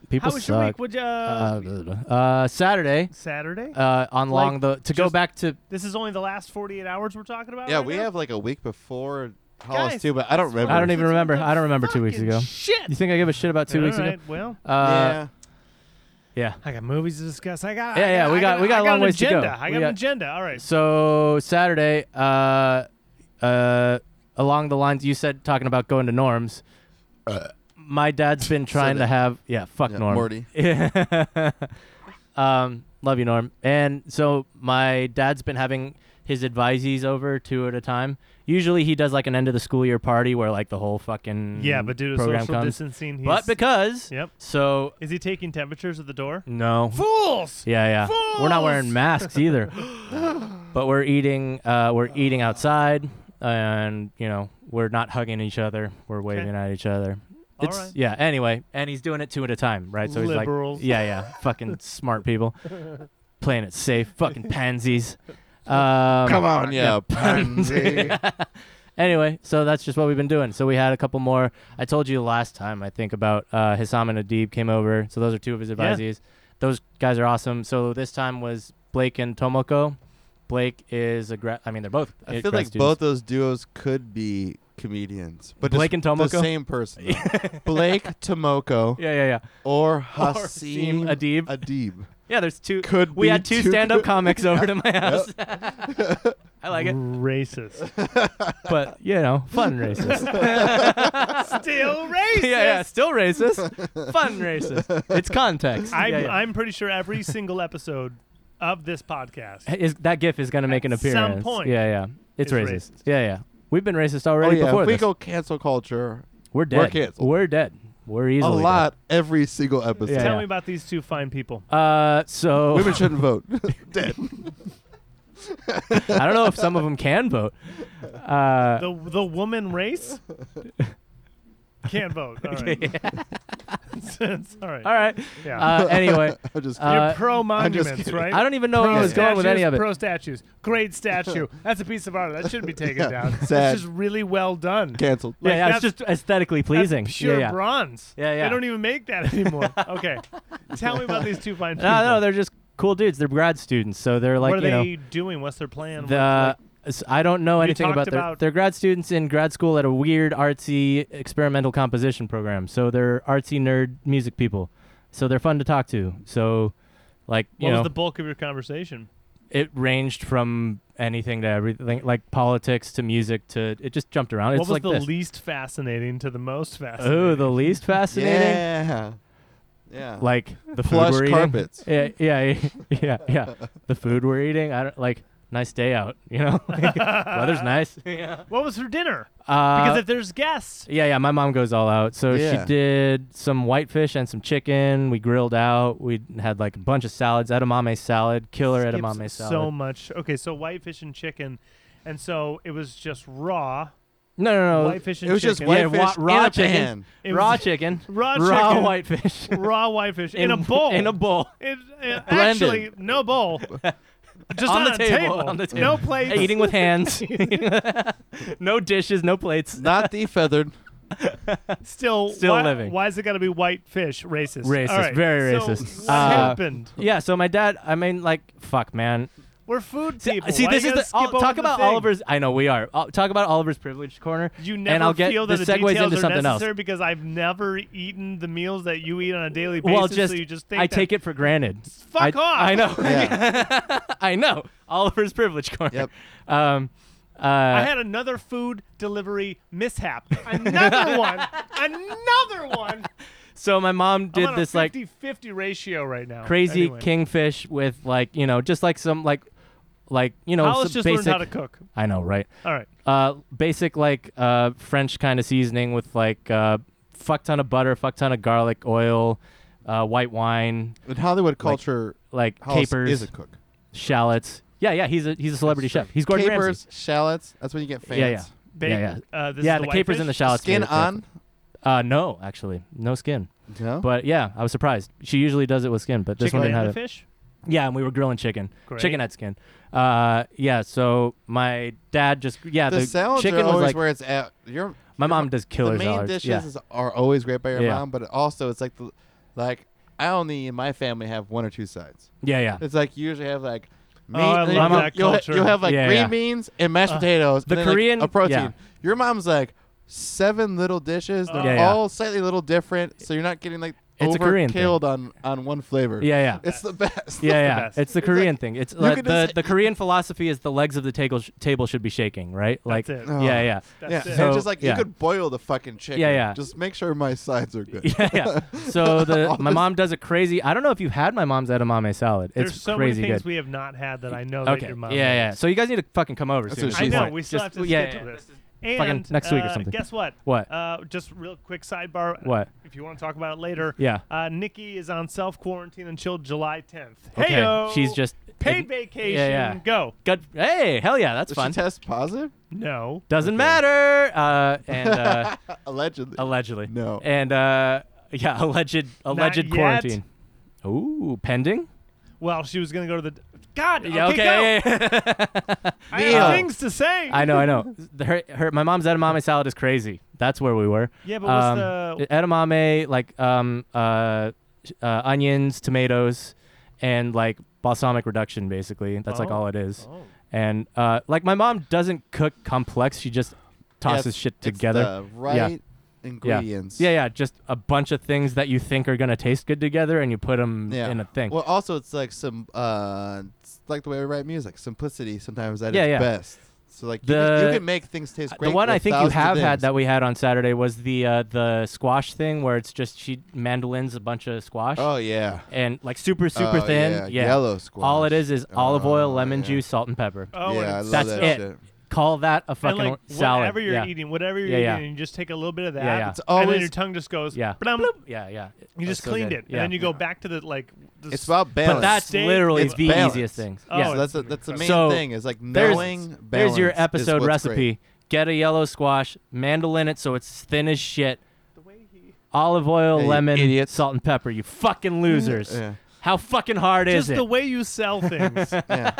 [SPEAKER 3] People
[SPEAKER 1] How was your
[SPEAKER 3] suck.
[SPEAKER 1] week? Would you?
[SPEAKER 3] uh, uh, Saturday
[SPEAKER 1] Saturday?
[SPEAKER 3] uh, on
[SPEAKER 1] Like,
[SPEAKER 3] long the to go
[SPEAKER 1] just-
[SPEAKER 3] back to
[SPEAKER 1] this is only the last 48 hours we're talking about.
[SPEAKER 2] Yeah,
[SPEAKER 1] right
[SPEAKER 2] we
[SPEAKER 1] now?
[SPEAKER 2] have like a week before
[SPEAKER 1] Guys,
[SPEAKER 2] Hollis too, but I don't remember.
[SPEAKER 3] I don't even
[SPEAKER 1] It's
[SPEAKER 3] remember.
[SPEAKER 1] the
[SPEAKER 3] I don't remember two weeks
[SPEAKER 1] fucking
[SPEAKER 3] ago.
[SPEAKER 1] Shit.
[SPEAKER 3] You think I give a shit about two weeks ago?
[SPEAKER 1] Alright, Well,
[SPEAKER 3] Uh,
[SPEAKER 2] yeah.
[SPEAKER 3] yeah.
[SPEAKER 1] I got movies to discuss. I got.
[SPEAKER 3] Yeah,
[SPEAKER 1] I
[SPEAKER 3] yeah, we
[SPEAKER 1] I
[SPEAKER 3] got- we got a
[SPEAKER 1] I
[SPEAKER 3] long
[SPEAKER 1] an
[SPEAKER 3] ways to go.
[SPEAKER 1] agenda. I
[SPEAKER 3] We
[SPEAKER 1] got,
[SPEAKER 3] got-
[SPEAKER 1] an agenda. All right.
[SPEAKER 3] So Saturday, uh, uh, along the lines you said, talking about going to Norm's. my dad's been trying to
[SPEAKER 2] Uh, that.
[SPEAKER 3] have yeah, fuck
[SPEAKER 2] Yeah,
[SPEAKER 3] Norm.
[SPEAKER 2] Morty.
[SPEAKER 3] Yeah. um, love you, Norm. And so my dad's been having his advisees over two at a time. Usually he does like an end of the school year party where like the whole fucking
[SPEAKER 1] Yeah, but due to
[SPEAKER 3] Mm. program
[SPEAKER 1] social
[SPEAKER 3] comes.
[SPEAKER 1] distancing, he's,
[SPEAKER 3] but because
[SPEAKER 1] Yep.
[SPEAKER 3] so
[SPEAKER 1] is he taking temperatures at the door?
[SPEAKER 3] no,
[SPEAKER 1] Fools.
[SPEAKER 3] yeah, yeah. We're not wearing
[SPEAKER 1] Fools!
[SPEAKER 3] masks either. but we're eating uh, we're eating outside and you know, we're not hugging each other. We're waving at each other.
[SPEAKER 1] All
[SPEAKER 3] It's
[SPEAKER 1] right.
[SPEAKER 3] yeah, anyway, and he's doing it two at a time, right? So he's
[SPEAKER 1] Liberals.
[SPEAKER 3] like Yeah, yeah. Fucking smart people. Playing it safe, fucking pansies. Um,
[SPEAKER 2] Come on, yeah,
[SPEAKER 3] yeah,
[SPEAKER 2] pansy.
[SPEAKER 3] Anyway, so that's just what we've been doing. So we had a couple more. I told you last time, I think, about uh, Hissam and Adib came over. So those are two of his advisees. Those guys are awesome. So this time was Blake and Tomoko. Blake is a grad. I mean, they're both.
[SPEAKER 2] I
[SPEAKER 3] grad
[SPEAKER 2] feel like
[SPEAKER 3] students.
[SPEAKER 2] both those duos could be comedians, but just
[SPEAKER 3] Blake and Tomoko.
[SPEAKER 2] the same person. though. Blake Tomoko
[SPEAKER 3] yeah, yeah, yeah.
[SPEAKER 2] or
[SPEAKER 3] Or
[SPEAKER 2] Hasim
[SPEAKER 3] Adib.
[SPEAKER 2] Adib.
[SPEAKER 3] yeah, there's two.
[SPEAKER 2] Could
[SPEAKER 3] We
[SPEAKER 2] be Oh,
[SPEAKER 3] had two stand-up
[SPEAKER 2] good-
[SPEAKER 3] comics over to my house. I like it,
[SPEAKER 1] Racist.
[SPEAKER 3] but you know, fun racist.
[SPEAKER 1] Still racist.
[SPEAKER 3] yeah, yeah, still racist. Fun racist. It's context.
[SPEAKER 1] I'm,
[SPEAKER 3] Yeah, yeah.
[SPEAKER 1] I'm pretty sure every single episode of this podcast.
[SPEAKER 3] Is, that GIF is going to make an
[SPEAKER 1] At some
[SPEAKER 3] appearance.
[SPEAKER 1] point,
[SPEAKER 3] Yeah, yeah.
[SPEAKER 1] it's
[SPEAKER 3] It's,
[SPEAKER 1] racist.
[SPEAKER 3] racist. Yeah, yeah. We've been racist
[SPEAKER 2] Oh
[SPEAKER 3] already
[SPEAKER 2] yeah,
[SPEAKER 3] before
[SPEAKER 2] if we
[SPEAKER 3] this.
[SPEAKER 2] go cancel culture
[SPEAKER 3] We're dead.
[SPEAKER 2] canceled.
[SPEAKER 3] We're dead. We're
[SPEAKER 2] a
[SPEAKER 3] easily
[SPEAKER 2] lot every single episode.
[SPEAKER 3] Yeah,
[SPEAKER 1] Tell
[SPEAKER 3] yeah.
[SPEAKER 1] me about these two fine people.
[SPEAKER 3] dead. Uh, so
[SPEAKER 2] Women shouldn't vote. Dead.
[SPEAKER 3] I don't know if some of them can vote. Uh,
[SPEAKER 1] The the woman race can't vote. All right. It's all right.
[SPEAKER 3] all right.
[SPEAKER 1] Yeah.
[SPEAKER 3] Uh, anyway,
[SPEAKER 2] I'm just
[SPEAKER 3] Uh,
[SPEAKER 1] You're pro monuments,
[SPEAKER 2] kidding.
[SPEAKER 1] right?
[SPEAKER 3] I don't even know where I was going with any of it.
[SPEAKER 1] Pro statues. Great statue. That's a piece of art. That shouldn't be taken
[SPEAKER 2] Yeah.
[SPEAKER 1] down.
[SPEAKER 2] Sad.
[SPEAKER 1] It's just really well done.
[SPEAKER 2] canceled.
[SPEAKER 3] yeah,
[SPEAKER 1] like,
[SPEAKER 3] yeah, it's
[SPEAKER 1] that's-
[SPEAKER 3] just aesthetically
[SPEAKER 1] That's
[SPEAKER 3] pleasing.
[SPEAKER 1] pure
[SPEAKER 3] yeah, yeah.
[SPEAKER 1] bronze.
[SPEAKER 3] Yeah, yeah.
[SPEAKER 1] They don't even make that anymore. okay. Tell me about these two fine people.
[SPEAKER 3] No, no, they're just cool dudes. They're grad students, so they're like
[SPEAKER 1] what are
[SPEAKER 3] you know.
[SPEAKER 1] they doing? What's their plan?
[SPEAKER 3] the s- I don't know
[SPEAKER 1] Have you
[SPEAKER 3] anything
[SPEAKER 1] talked
[SPEAKER 3] about their
[SPEAKER 1] about-
[SPEAKER 3] they're grad students in grad school at a weird artsy experimental composition program. So they're artsy nerd music people. So they're fun to talk to. So like
[SPEAKER 1] what
[SPEAKER 3] you
[SPEAKER 1] was
[SPEAKER 3] know
[SPEAKER 1] the bulk of your conversation?
[SPEAKER 3] it ranged from anything to everything like politics to music to it just jumped around. It's
[SPEAKER 1] what was
[SPEAKER 3] like
[SPEAKER 1] the
[SPEAKER 3] this.
[SPEAKER 1] least fascinating to the most fascinating?
[SPEAKER 3] oh, the least fascinating.
[SPEAKER 2] Yeah. Yeah.
[SPEAKER 3] Like the food
[SPEAKER 2] plush
[SPEAKER 3] we're eating.
[SPEAKER 2] carpets.
[SPEAKER 3] Yeah, yeah, yeah, yeah. The food we're eating. I don't like nice day out. You know, weather's nice. Yeah.
[SPEAKER 1] what was for dinner?
[SPEAKER 3] Uh,
[SPEAKER 1] Because if there's guests,
[SPEAKER 3] Yeah, yeah. My mom goes all out. So
[SPEAKER 2] Yeah.
[SPEAKER 3] she did some whitefish and some chicken. We grilled out. We had like a bunch of salads. Edamame salad, killer
[SPEAKER 1] skips
[SPEAKER 3] edamame salad.
[SPEAKER 1] so much. Okay, so whitefish and chicken, and so it was just raw
[SPEAKER 3] no, no, no.
[SPEAKER 1] whitefish and
[SPEAKER 2] it was
[SPEAKER 1] chicken.
[SPEAKER 2] just whitefish
[SPEAKER 3] Yeah, wa- raw
[SPEAKER 2] in a
[SPEAKER 3] chicken.
[SPEAKER 2] pan.
[SPEAKER 1] It
[SPEAKER 3] Oh, raw
[SPEAKER 1] was
[SPEAKER 3] chicken,
[SPEAKER 1] raw
[SPEAKER 3] raw
[SPEAKER 1] chicken,
[SPEAKER 3] whitefish
[SPEAKER 1] raw whitefish in, a bowl.
[SPEAKER 3] In a bowl.
[SPEAKER 1] It, it- actually, no bowl. Just
[SPEAKER 3] On
[SPEAKER 1] on,
[SPEAKER 3] the
[SPEAKER 1] a
[SPEAKER 3] table, on the
[SPEAKER 1] No
[SPEAKER 3] table.
[SPEAKER 1] plates.
[SPEAKER 3] Eating with hands. no dishes. No plates.
[SPEAKER 2] Not defeathered.
[SPEAKER 1] Still,
[SPEAKER 3] Still
[SPEAKER 1] why,
[SPEAKER 3] living.
[SPEAKER 1] Why is it got to be white fish? Racist.
[SPEAKER 3] Racist,
[SPEAKER 1] All right,
[SPEAKER 3] very
[SPEAKER 1] so
[SPEAKER 3] racist.
[SPEAKER 1] What
[SPEAKER 3] Uh,
[SPEAKER 1] happened?
[SPEAKER 3] Yeah. So my dad. I mean, like, fuck, man.
[SPEAKER 1] We're food
[SPEAKER 3] See,
[SPEAKER 1] people.
[SPEAKER 3] see
[SPEAKER 1] Why
[SPEAKER 3] this
[SPEAKER 1] you
[SPEAKER 3] is
[SPEAKER 1] gotta
[SPEAKER 3] the
[SPEAKER 1] skip
[SPEAKER 3] I'll
[SPEAKER 1] over
[SPEAKER 3] talk
[SPEAKER 1] the
[SPEAKER 3] about
[SPEAKER 1] thing?
[SPEAKER 3] Oliver's. I know we are. I'll talk about Oliver's privileged corner.
[SPEAKER 1] You never
[SPEAKER 3] and I'll get
[SPEAKER 1] feel that
[SPEAKER 3] this
[SPEAKER 1] the
[SPEAKER 3] segues
[SPEAKER 1] details
[SPEAKER 3] into
[SPEAKER 1] are
[SPEAKER 3] something else.
[SPEAKER 1] necessary because I've never eaten the meals that you eat on a daily basis.
[SPEAKER 3] well, just,
[SPEAKER 1] so you just think
[SPEAKER 3] I
[SPEAKER 1] that-
[SPEAKER 3] take it for granted.
[SPEAKER 1] Fuck
[SPEAKER 3] I,
[SPEAKER 1] off.
[SPEAKER 3] I know.
[SPEAKER 2] Yeah.
[SPEAKER 3] I know. Oliver's privilege corner.
[SPEAKER 2] Yep.
[SPEAKER 3] Um, uh,
[SPEAKER 1] I had another food delivery mishap. Another one. Another one.
[SPEAKER 3] so my mom
[SPEAKER 1] I'm
[SPEAKER 3] did
[SPEAKER 1] on a
[SPEAKER 3] this like
[SPEAKER 1] 50-50 ratio right now.
[SPEAKER 3] crazy
[SPEAKER 1] Anyway.
[SPEAKER 3] kingfish with like you know just like some like like you know
[SPEAKER 1] Alice
[SPEAKER 3] some
[SPEAKER 1] just
[SPEAKER 3] basic.
[SPEAKER 1] learned how to cook.
[SPEAKER 3] I know, right?
[SPEAKER 1] All right.
[SPEAKER 3] Uh, basic like uh French kind of seasoning with like uh fuck ton of butter, fuck ton of garlic oil, uh white wine,
[SPEAKER 2] In Hollywood culture,
[SPEAKER 3] like
[SPEAKER 2] Hollis
[SPEAKER 3] capers,
[SPEAKER 2] is a cook.
[SPEAKER 3] shallots. Yeah, yeah, he's a he's a celebrity chef. He's Gordon
[SPEAKER 2] capers,
[SPEAKER 3] Ramsay.
[SPEAKER 2] shallots. That's when you get fans.
[SPEAKER 3] Yeah, yeah.
[SPEAKER 1] Bacon.
[SPEAKER 3] Yeah,
[SPEAKER 1] Uh, this
[SPEAKER 3] yeah,
[SPEAKER 1] is
[SPEAKER 3] the,
[SPEAKER 1] the
[SPEAKER 3] capers and the
[SPEAKER 1] whitefish?
[SPEAKER 3] shallots.
[SPEAKER 2] Skin
[SPEAKER 3] made it perfect.
[SPEAKER 2] on?
[SPEAKER 3] Uh, no, actually, no skin.
[SPEAKER 2] No.
[SPEAKER 3] But yeah, I was surprised. She usually does it with skin, but this
[SPEAKER 1] Chicken
[SPEAKER 3] one didn't
[SPEAKER 1] and
[SPEAKER 3] have
[SPEAKER 1] the
[SPEAKER 3] it.
[SPEAKER 1] fish.
[SPEAKER 3] Yeah, and we were grilling chicken.
[SPEAKER 1] Great.
[SPEAKER 3] Chicken had skin. Uh, yeah. So my dad just yeah
[SPEAKER 2] the,
[SPEAKER 3] the,
[SPEAKER 2] salads
[SPEAKER 3] chicken
[SPEAKER 2] are
[SPEAKER 3] was
[SPEAKER 2] always
[SPEAKER 3] like
[SPEAKER 2] where it's at. Your
[SPEAKER 3] my mom does killer
[SPEAKER 2] the main
[SPEAKER 3] salads. yeah.
[SPEAKER 2] dishes are always great by your
[SPEAKER 3] Yeah.
[SPEAKER 2] mom, but it also it's like the, like I only in my family have one or two sides.
[SPEAKER 3] yeah, yeah,
[SPEAKER 2] It's like you usually have like. Meat,
[SPEAKER 1] Oh, I
[SPEAKER 2] and
[SPEAKER 1] love
[SPEAKER 2] you'll-
[SPEAKER 1] that
[SPEAKER 2] you'll,
[SPEAKER 1] culture.
[SPEAKER 2] you'll have like
[SPEAKER 3] Yeah,
[SPEAKER 2] green
[SPEAKER 3] yeah.
[SPEAKER 2] beans and mashed potatoes.
[SPEAKER 3] the
[SPEAKER 2] and then, like,
[SPEAKER 3] Korean-
[SPEAKER 2] a protein.
[SPEAKER 3] yeah.
[SPEAKER 2] Your mom's like seven little dishes. They're
[SPEAKER 3] Yeah, yeah.
[SPEAKER 2] all slightly little different, so you're not getting like
[SPEAKER 3] It's a Korean thing.
[SPEAKER 2] overkilled on on one flavor.
[SPEAKER 3] yeah, yeah.
[SPEAKER 2] It's the best.
[SPEAKER 3] yeah, yeah.
[SPEAKER 1] best.
[SPEAKER 3] It's the
[SPEAKER 2] like-
[SPEAKER 3] Korean thing. It's
[SPEAKER 2] You
[SPEAKER 3] like
[SPEAKER 2] could
[SPEAKER 3] the,
[SPEAKER 2] just-
[SPEAKER 3] the Korean philosophy is the legs of the table sh- table should be shaking, right? Like,
[SPEAKER 1] That's it.
[SPEAKER 2] Oh.
[SPEAKER 3] yeah, yeah,
[SPEAKER 1] That's
[SPEAKER 2] yeah,
[SPEAKER 1] it.
[SPEAKER 2] and
[SPEAKER 3] So-
[SPEAKER 2] just like
[SPEAKER 3] yeah.
[SPEAKER 2] you could boil the fucking chicken.
[SPEAKER 3] Yeah, yeah.
[SPEAKER 2] Just make sure my sides are good.
[SPEAKER 3] yeah, yeah. So the my mom does a crazy. I don't know if you've had my mom's edamame salad. It's
[SPEAKER 1] There's so many
[SPEAKER 3] crazy
[SPEAKER 1] things
[SPEAKER 3] good.
[SPEAKER 1] we have not had that I know that
[SPEAKER 3] okay.
[SPEAKER 1] your mom.
[SPEAKER 3] yeah,
[SPEAKER 1] made.
[SPEAKER 3] yeah. So you guys need to fucking come over.
[SPEAKER 2] That's
[SPEAKER 3] soon
[SPEAKER 2] what
[SPEAKER 3] at
[SPEAKER 2] she
[SPEAKER 3] this
[SPEAKER 2] said. I know,
[SPEAKER 3] point.
[SPEAKER 1] we still have to
[SPEAKER 3] yeah,
[SPEAKER 1] schedule
[SPEAKER 3] yeah.
[SPEAKER 1] this.
[SPEAKER 3] fucking
[SPEAKER 1] And
[SPEAKER 3] next week or
[SPEAKER 1] uh,
[SPEAKER 3] something.
[SPEAKER 1] Guess what?
[SPEAKER 3] What?
[SPEAKER 1] Uh, just real quick sidebar. uh,
[SPEAKER 3] What?
[SPEAKER 1] If you want to talk about it later.
[SPEAKER 3] Yeah.
[SPEAKER 1] Uh, Nikki is on self quarantine until July 10th.
[SPEAKER 3] Okay.
[SPEAKER 1] Heyo!
[SPEAKER 3] She's just
[SPEAKER 1] paid
[SPEAKER 3] it-
[SPEAKER 1] vacation.
[SPEAKER 3] Yeah, yeah.
[SPEAKER 1] Go.
[SPEAKER 3] Good. Hey, hell yeah, that's
[SPEAKER 2] Did
[SPEAKER 3] fun.
[SPEAKER 2] she test positive?
[SPEAKER 1] No.
[SPEAKER 3] Doesn't matter. Uh, and uh,
[SPEAKER 2] Allegedly.
[SPEAKER 3] allegedly.
[SPEAKER 2] No.
[SPEAKER 3] And uh, yeah, alleged alleged
[SPEAKER 1] yet.
[SPEAKER 3] quarantine. Ooh, pending.
[SPEAKER 1] Well, she was gonna go to the. God. Okay.
[SPEAKER 3] Yeah, okay.
[SPEAKER 1] Go. I
[SPEAKER 2] Neil.
[SPEAKER 1] have things to say.
[SPEAKER 3] I know, I know. Her, her, my mom's edamame salad is crazy. That's where we were.
[SPEAKER 1] Yeah, but what's
[SPEAKER 3] Um,
[SPEAKER 1] the-
[SPEAKER 3] edamame like um uh, sh- uh onions, tomatoes, and like balsamic reduction? Basically, that's like
[SPEAKER 1] Oh.
[SPEAKER 3] all it is.
[SPEAKER 1] Oh.
[SPEAKER 3] And uh, like my mom doesn't cook complex. She just tosses
[SPEAKER 2] It's-
[SPEAKER 3] shit
[SPEAKER 2] it's
[SPEAKER 3] together.
[SPEAKER 2] the right ingredients.
[SPEAKER 3] Yeah, yeah, just a bunch of things that you think are gonna taste good together, and you put them
[SPEAKER 2] Yeah.
[SPEAKER 3] in a thing.
[SPEAKER 2] Well, also it's like some uh, it's like the way we write music. Simplicity sometimes at
[SPEAKER 3] Yeah,
[SPEAKER 2] its
[SPEAKER 3] yeah.
[SPEAKER 2] best. So like you can- you,
[SPEAKER 3] The-
[SPEAKER 2] can make things taste great.
[SPEAKER 3] Uh, the one
[SPEAKER 2] with
[SPEAKER 3] I think you
[SPEAKER 2] thousands of
[SPEAKER 3] have had
[SPEAKER 2] things.
[SPEAKER 3] that we had on Saturday was the uh, the squash thing where it's just she mandolins a bunch of squash
[SPEAKER 2] Oh yeah.
[SPEAKER 3] and like super super
[SPEAKER 2] Oh,
[SPEAKER 3] thin.
[SPEAKER 2] yeah,
[SPEAKER 3] Yeah,
[SPEAKER 2] yellow squash.
[SPEAKER 3] All it is is olive oil,
[SPEAKER 2] Oh,
[SPEAKER 3] lemon
[SPEAKER 2] yeah.
[SPEAKER 3] juice, salt and pepper.
[SPEAKER 1] Oh, and
[SPEAKER 2] yeah, I
[SPEAKER 1] it's-
[SPEAKER 2] love
[SPEAKER 3] That's
[SPEAKER 2] that
[SPEAKER 3] it.
[SPEAKER 2] shit.
[SPEAKER 3] Call that a
[SPEAKER 1] And
[SPEAKER 3] fucking
[SPEAKER 1] like
[SPEAKER 3] salad.
[SPEAKER 1] whatever you're
[SPEAKER 3] yeah.
[SPEAKER 1] eating, whatever you're
[SPEAKER 3] Yeah, yeah.
[SPEAKER 1] eating, you just take a little bit of that.
[SPEAKER 3] Yeah, yeah. It's
[SPEAKER 1] And
[SPEAKER 2] always-
[SPEAKER 1] then your tongue just goes.
[SPEAKER 3] Yeah.
[SPEAKER 1] "Blum."
[SPEAKER 3] Yeah, yeah.
[SPEAKER 1] You just
[SPEAKER 3] so
[SPEAKER 1] cleaned
[SPEAKER 3] good.
[SPEAKER 1] it,
[SPEAKER 3] Yeah.
[SPEAKER 1] and then you go back to the like. The
[SPEAKER 2] It's
[SPEAKER 1] s-
[SPEAKER 2] about balance.
[SPEAKER 3] But that's
[SPEAKER 1] Stay-
[SPEAKER 3] literally
[SPEAKER 1] it's
[SPEAKER 3] the
[SPEAKER 2] balance.
[SPEAKER 3] easiest things.
[SPEAKER 1] Oh,
[SPEAKER 3] yeah.
[SPEAKER 2] So
[SPEAKER 1] it's
[SPEAKER 2] that's the, that's the main
[SPEAKER 3] So
[SPEAKER 2] thing is like
[SPEAKER 3] There's-
[SPEAKER 2] knowing balance.
[SPEAKER 3] There's your
[SPEAKER 2] is
[SPEAKER 3] episode
[SPEAKER 2] what's
[SPEAKER 3] recipe.
[SPEAKER 2] great.
[SPEAKER 3] Get a yellow squash, mandolin it so it's thin as shit.
[SPEAKER 1] The way he-
[SPEAKER 3] Olive oil,
[SPEAKER 2] Yeah, you
[SPEAKER 3] lemon,
[SPEAKER 2] idiots.
[SPEAKER 3] salt and pepper. You fucking losers.
[SPEAKER 2] Yeah.
[SPEAKER 3] How fucking hard
[SPEAKER 1] Just
[SPEAKER 3] is it?
[SPEAKER 1] the way you sell things.
[SPEAKER 2] Yeah.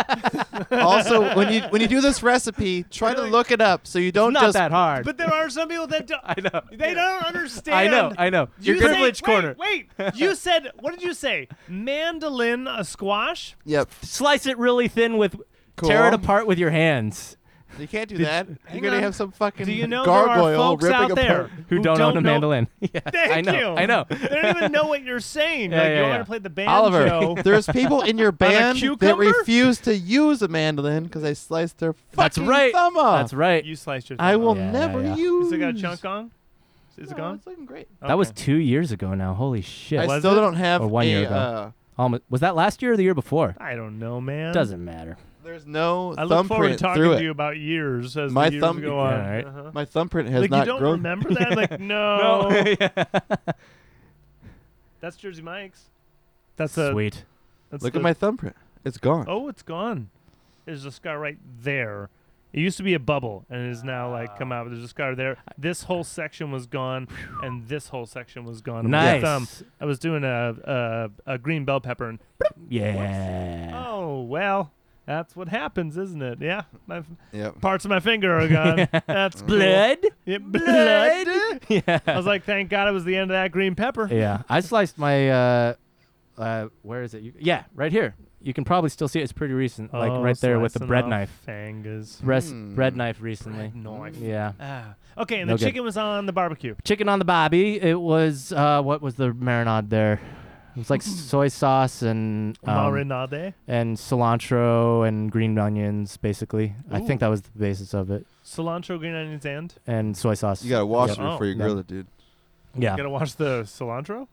[SPEAKER 2] also, when you when you do this recipe, try to
[SPEAKER 1] Really?
[SPEAKER 2] look it up so you don't
[SPEAKER 3] not
[SPEAKER 2] just
[SPEAKER 3] that hard.
[SPEAKER 1] but there are some people that don't.
[SPEAKER 3] I know.
[SPEAKER 1] They don't understand.
[SPEAKER 3] I know. I know.
[SPEAKER 1] You
[SPEAKER 3] Your
[SPEAKER 1] say-
[SPEAKER 3] privilege
[SPEAKER 1] wait,
[SPEAKER 3] corner.
[SPEAKER 1] Wait, you said what did you say? Mandolin a squash?
[SPEAKER 2] Yep.
[SPEAKER 3] Slice it really thin with.
[SPEAKER 2] Cool.
[SPEAKER 3] Tear it apart with your hands.
[SPEAKER 2] You can't do that. You're
[SPEAKER 1] hang
[SPEAKER 2] gonna
[SPEAKER 1] on.
[SPEAKER 2] have some fucking
[SPEAKER 1] Do you know
[SPEAKER 2] gargoyle
[SPEAKER 1] there are folks
[SPEAKER 2] ripping
[SPEAKER 1] out
[SPEAKER 2] apart.
[SPEAKER 1] there
[SPEAKER 3] Who, don't, own a
[SPEAKER 1] know-
[SPEAKER 3] mandolin? yeah,
[SPEAKER 1] Thank
[SPEAKER 3] I know.
[SPEAKER 1] you.
[SPEAKER 3] I know.
[SPEAKER 1] They don't even know what you're saying.
[SPEAKER 3] Yeah,
[SPEAKER 1] like
[SPEAKER 3] yeah,
[SPEAKER 1] you want
[SPEAKER 3] yeah.
[SPEAKER 1] to play the banjo.
[SPEAKER 2] Oliver, there's people in your band that
[SPEAKER 1] cucumber?
[SPEAKER 2] refuse to use a mandolin because they sliced their fucking
[SPEAKER 3] That's right.
[SPEAKER 2] thumb off.
[SPEAKER 3] That's right.
[SPEAKER 1] you sliced your.
[SPEAKER 2] I
[SPEAKER 1] thumb
[SPEAKER 2] will
[SPEAKER 1] off.
[SPEAKER 3] Yeah,
[SPEAKER 2] never
[SPEAKER 3] yeah, yeah.
[SPEAKER 2] use.
[SPEAKER 1] Is it got a chunk on? Is it
[SPEAKER 2] No,
[SPEAKER 1] gone?
[SPEAKER 2] It's looking great.
[SPEAKER 3] That was
[SPEAKER 1] Okay.
[SPEAKER 3] two years ago now. Holy shit!
[SPEAKER 2] I
[SPEAKER 1] Was
[SPEAKER 2] still
[SPEAKER 1] it?
[SPEAKER 2] don't have
[SPEAKER 3] Or Oh, one
[SPEAKER 2] a.
[SPEAKER 3] year ago.
[SPEAKER 2] Uh,
[SPEAKER 3] Almost, was that last year or the year before?
[SPEAKER 1] I don't know, man.
[SPEAKER 3] Doesn't matter.
[SPEAKER 2] there's no
[SPEAKER 1] I look forward to
[SPEAKER 2] thumbprint
[SPEAKER 1] talking
[SPEAKER 2] through
[SPEAKER 1] to
[SPEAKER 2] it.
[SPEAKER 1] you about years as
[SPEAKER 2] My
[SPEAKER 1] the years
[SPEAKER 2] thumb-
[SPEAKER 1] go on.
[SPEAKER 3] Yeah, right.
[SPEAKER 1] Uh-huh.
[SPEAKER 2] My thumbprint has
[SPEAKER 1] like
[SPEAKER 2] not
[SPEAKER 1] you don't
[SPEAKER 2] grown.
[SPEAKER 1] remember that? Like no. That's Jersey Mike's. That's a
[SPEAKER 3] Sweet.
[SPEAKER 1] That's
[SPEAKER 2] Look
[SPEAKER 1] the,
[SPEAKER 2] at my thumbprint. It's gone.
[SPEAKER 1] Oh, it's gone. There's a scar right there. It used to be a bubble, and it is now like come out. There's a scar there. This whole section was gone, and this whole section was gone. With my
[SPEAKER 3] Nice.
[SPEAKER 1] thumb, I was doing a, a a green bell pepper, and
[SPEAKER 3] Yeah.
[SPEAKER 1] oh well, that's what happens, isn't it? Yeah, my f-
[SPEAKER 2] Yep.
[SPEAKER 1] parts of my finger are gone. That's cool.
[SPEAKER 3] Blood.
[SPEAKER 1] Yeah,
[SPEAKER 3] Blood. yeah.
[SPEAKER 1] I was like, thank God it was the end of that green pepper.
[SPEAKER 3] yeah. I sliced my. Uh, uh, where is it? You, yeah, right here. You can probably still see it. It's pretty recent. like
[SPEAKER 1] Oh,
[SPEAKER 3] right there with the
[SPEAKER 1] slicing
[SPEAKER 3] bread
[SPEAKER 1] off
[SPEAKER 3] knife.
[SPEAKER 1] Fingers.
[SPEAKER 3] Res-
[SPEAKER 2] Hmm.
[SPEAKER 3] Bread knife recently.
[SPEAKER 1] Bread knife.
[SPEAKER 3] Yeah.
[SPEAKER 1] Ah. Okay, and
[SPEAKER 3] No
[SPEAKER 1] the
[SPEAKER 3] good.
[SPEAKER 1] chicken was on the barbecue.
[SPEAKER 3] Chicken on the bobby. It was. Uh, what was the marinade there? It was like
[SPEAKER 1] Mm-hmm.
[SPEAKER 3] soy sauce and um,
[SPEAKER 1] Marinade.
[SPEAKER 3] and cilantro and green onions, basically. I think that was the basis of it.
[SPEAKER 1] cilantro, green onions, and
[SPEAKER 3] And soy sauce.
[SPEAKER 2] You gotta wash
[SPEAKER 3] Yep.
[SPEAKER 2] it before you
[SPEAKER 3] Yeah.
[SPEAKER 2] grill it, dude.
[SPEAKER 1] you
[SPEAKER 3] Yeah.
[SPEAKER 1] gotta wash the cilantro.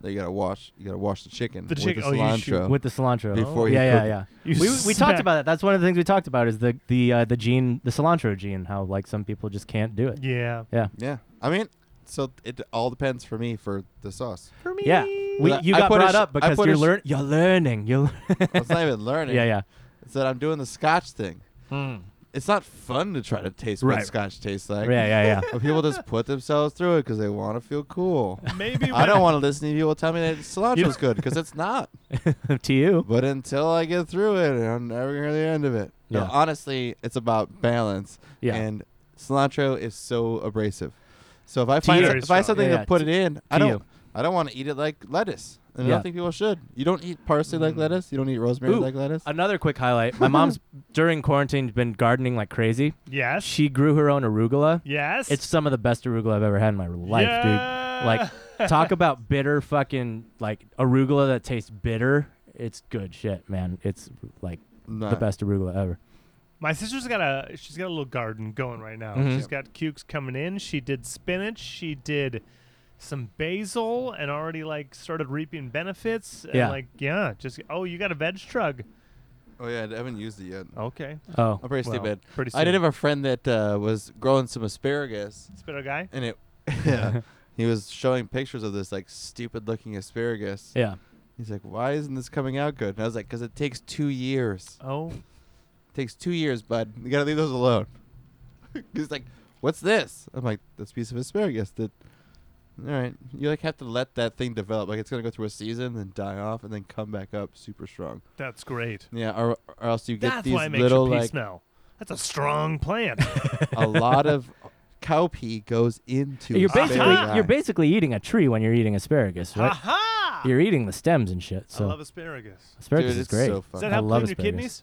[SPEAKER 2] You gotta wash. You gotta wash the chicken.
[SPEAKER 1] The chicken-
[SPEAKER 2] With
[SPEAKER 1] oh,
[SPEAKER 2] the
[SPEAKER 1] you should-
[SPEAKER 2] cilantro.
[SPEAKER 3] With the cilantro.
[SPEAKER 2] Before you
[SPEAKER 3] yeah, yeah,
[SPEAKER 2] cook it.
[SPEAKER 3] yeah.
[SPEAKER 1] You
[SPEAKER 3] We, we talked
[SPEAKER 1] smack-
[SPEAKER 3] about that. That's one of the things we talked about is the the uh, the gene, the cilantro gene. How like some people just can't do it.
[SPEAKER 1] Yeah,
[SPEAKER 2] yeah. I mean, so it all depends for me for the sauce.
[SPEAKER 1] for me.
[SPEAKER 3] Yeah, we,
[SPEAKER 2] Well,
[SPEAKER 3] you
[SPEAKER 2] I
[SPEAKER 3] got
[SPEAKER 2] put a
[SPEAKER 3] brought
[SPEAKER 2] sh-
[SPEAKER 3] up
[SPEAKER 2] I
[SPEAKER 3] because
[SPEAKER 2] put a
[SPEAKER 3] you're
[SPEAKER 2] sh-
[SPEAKER 3] learn you're learning. You're lear-
[SPEAKER 2] It's not even learning.
[SPEAKER 3] yeah, yeah.
[SPEAKER 2] It's that I'm doing the Scotch thing.
[SPEAKER 1] Hmm.
[SPEAKER 2] It's not fun to try to taste what
[SPEAKER 3] Right.
[SPEAKER 2] Scotch tastes
[SPEAKER 3] yeah,
[SPEAKER 2] like.
[SPEAKER 3] yeah, yeah,
[SPEAKER 2] But people just put themselves through it because they want to feel cool.
[SPEAKER 1] Maybe
[SPEAKER 2] I
[SPEAKER 1] when-
[SPEAKER 2] don't want to listen to people tell me that cilantro's good because it's not.
[SPEAKER 3] to you.
[SPEAKER 2] But until I get through it, I'm never gonna hear the end of it. No,
[SPEAKER 3] Yeah.
[SPEAKER 2] honestly, it's about balance.
[SPEAKER 3] Yeah.
[SPEAKER 2] And cilantro is so abrasive. So if I
[SPEAKER 3] To
[SPEAKER 2] find
[SPEAKER 1] you.
[SPEAKER 2] so- if I have something
[SPEAKER 3] Yeah,
[SPEAKER 2] to
[SPEAKER 3] yeah,
[SPEAKER 2] put
[SPEAKER 3] to-
[SPEAKER 2] it in,
[SPEAKER 3] to
[SPEAKER 2] I don't
[SPEAKER 3] you.
[SPEAKER 2] I don't want to eat it like lettuce. And I
[SPEAKER 3] Yeah. Mm.
[SPEAKER 2] don't think people should. You don't eat parsley like lettuce. You don't eat rosemary
[SPEAKER 3] Ooh,
[SPEAKER 2] like lettuce.
[SPEAKER 3] Another quick highlight. My mom's during quarantine been gardening like crazy.
[SPEAKER 1] Yes.
[SPEAKER 3] She grew her own arugula.
[SPEAKER 1] yes.
[SPEAKER 3] It's some of the best arugula I've ever had in my life,
[SPEAKER 1] Yeah.
[SPEAKER 3] dude. Like, talk about bitter fucking like arugula that tastes bitter. It's good shit, man. It's like
[SPEAKER 2] Nah.
[SPEAKER 3] the best arugula ever.
[SPEAKER 1] My sister's got a she's got a little garden going right now.
[SPEAKER 3] Mhm.
[SPEAKER 1] She's got cukes coming in. She did spinach. She did some basil and already like started reaping benefits. And
[SPEAKER 3] Yeah.
[SPEAKER 1] Like yeah, just oh you got a veg truck.
[SPEAKER 2] Oh yeah, I haven't used it yet.
[SPEAKER 1] Okay.
[SPEAKER 3] Oh,
[SPEAKER 2] I'm pretty
[SPEAKER 1] Well,
[SPEAKER 2] stupid.
[SPEAKER 1] pretty
[SPEAKER 2] I did
[SPEAKER 1] soon.
[SPEAKER 2] have a friend that uh, was growing some asparagus,
[SPEAKER 1] Spit a guy.
[SPEAKER 2] and it yeah, he was showing pictures of this like stupid looking asparagus.
[SPEAKER 3] yeah.
[SPEAKER 2] He's like, "Why isn't this coming out good?" And I was like, "Cause it takes two years.
[SPEAKER 1] Oh.
[SPEAKER 2] It takes two years, bud. You gotta leave those alone." He's like, "What's this?" I'm like, "This piece of asparagus that All right. You like have to let that thing develop. Like it's gonna go through a season, then die off, and then come back up super strong.
[SPEAKER 1] That's great.
[SPEAKER 2] Yeah, or, or else you get
[SPEAKER 1] That's
[SPEAKER 2] these
[SPEAKER 1] why it makes
[SPEAKER 2] little
[SPEAKER 1] your pee
[SPEAKER 2] like
[SPEAKER 1] smell. That's a strong plant.
[SPEAKER 2] a lot of cow pee goes into.
[SPEAKER 3] You're
[SPEAKER 2] space
[SPEAKER 3] basically
[SPEAKER 2] time.
[SPEAKER 3] you're basically eating a tree when you're eating asparagus, right?
[SPEAKER 1] Aha!
[SPEAKER 3] You're eating the stems and shit.
[SPEAKER 1] I
[SPEAKER 3] So
[SPEAKER 1] love asparagus.
[SPEAKER 2] Dude,
[SPEAKER 3] asparagus is
[SPEAKER 2] it's
[SPEAKER 3] great.
[SPEAKER 2] so
[SPEAKER 1] Does
[SPEAKER 2] fun.
[SPEAKER 1] that
[SPEAKER 3] I
[SPEAKER 1] help
[SPEAKER 3] love
[SPEAKER 1] clean your
[SPEAKER 3] asparagus.
[SPEAKER 1] kidneys?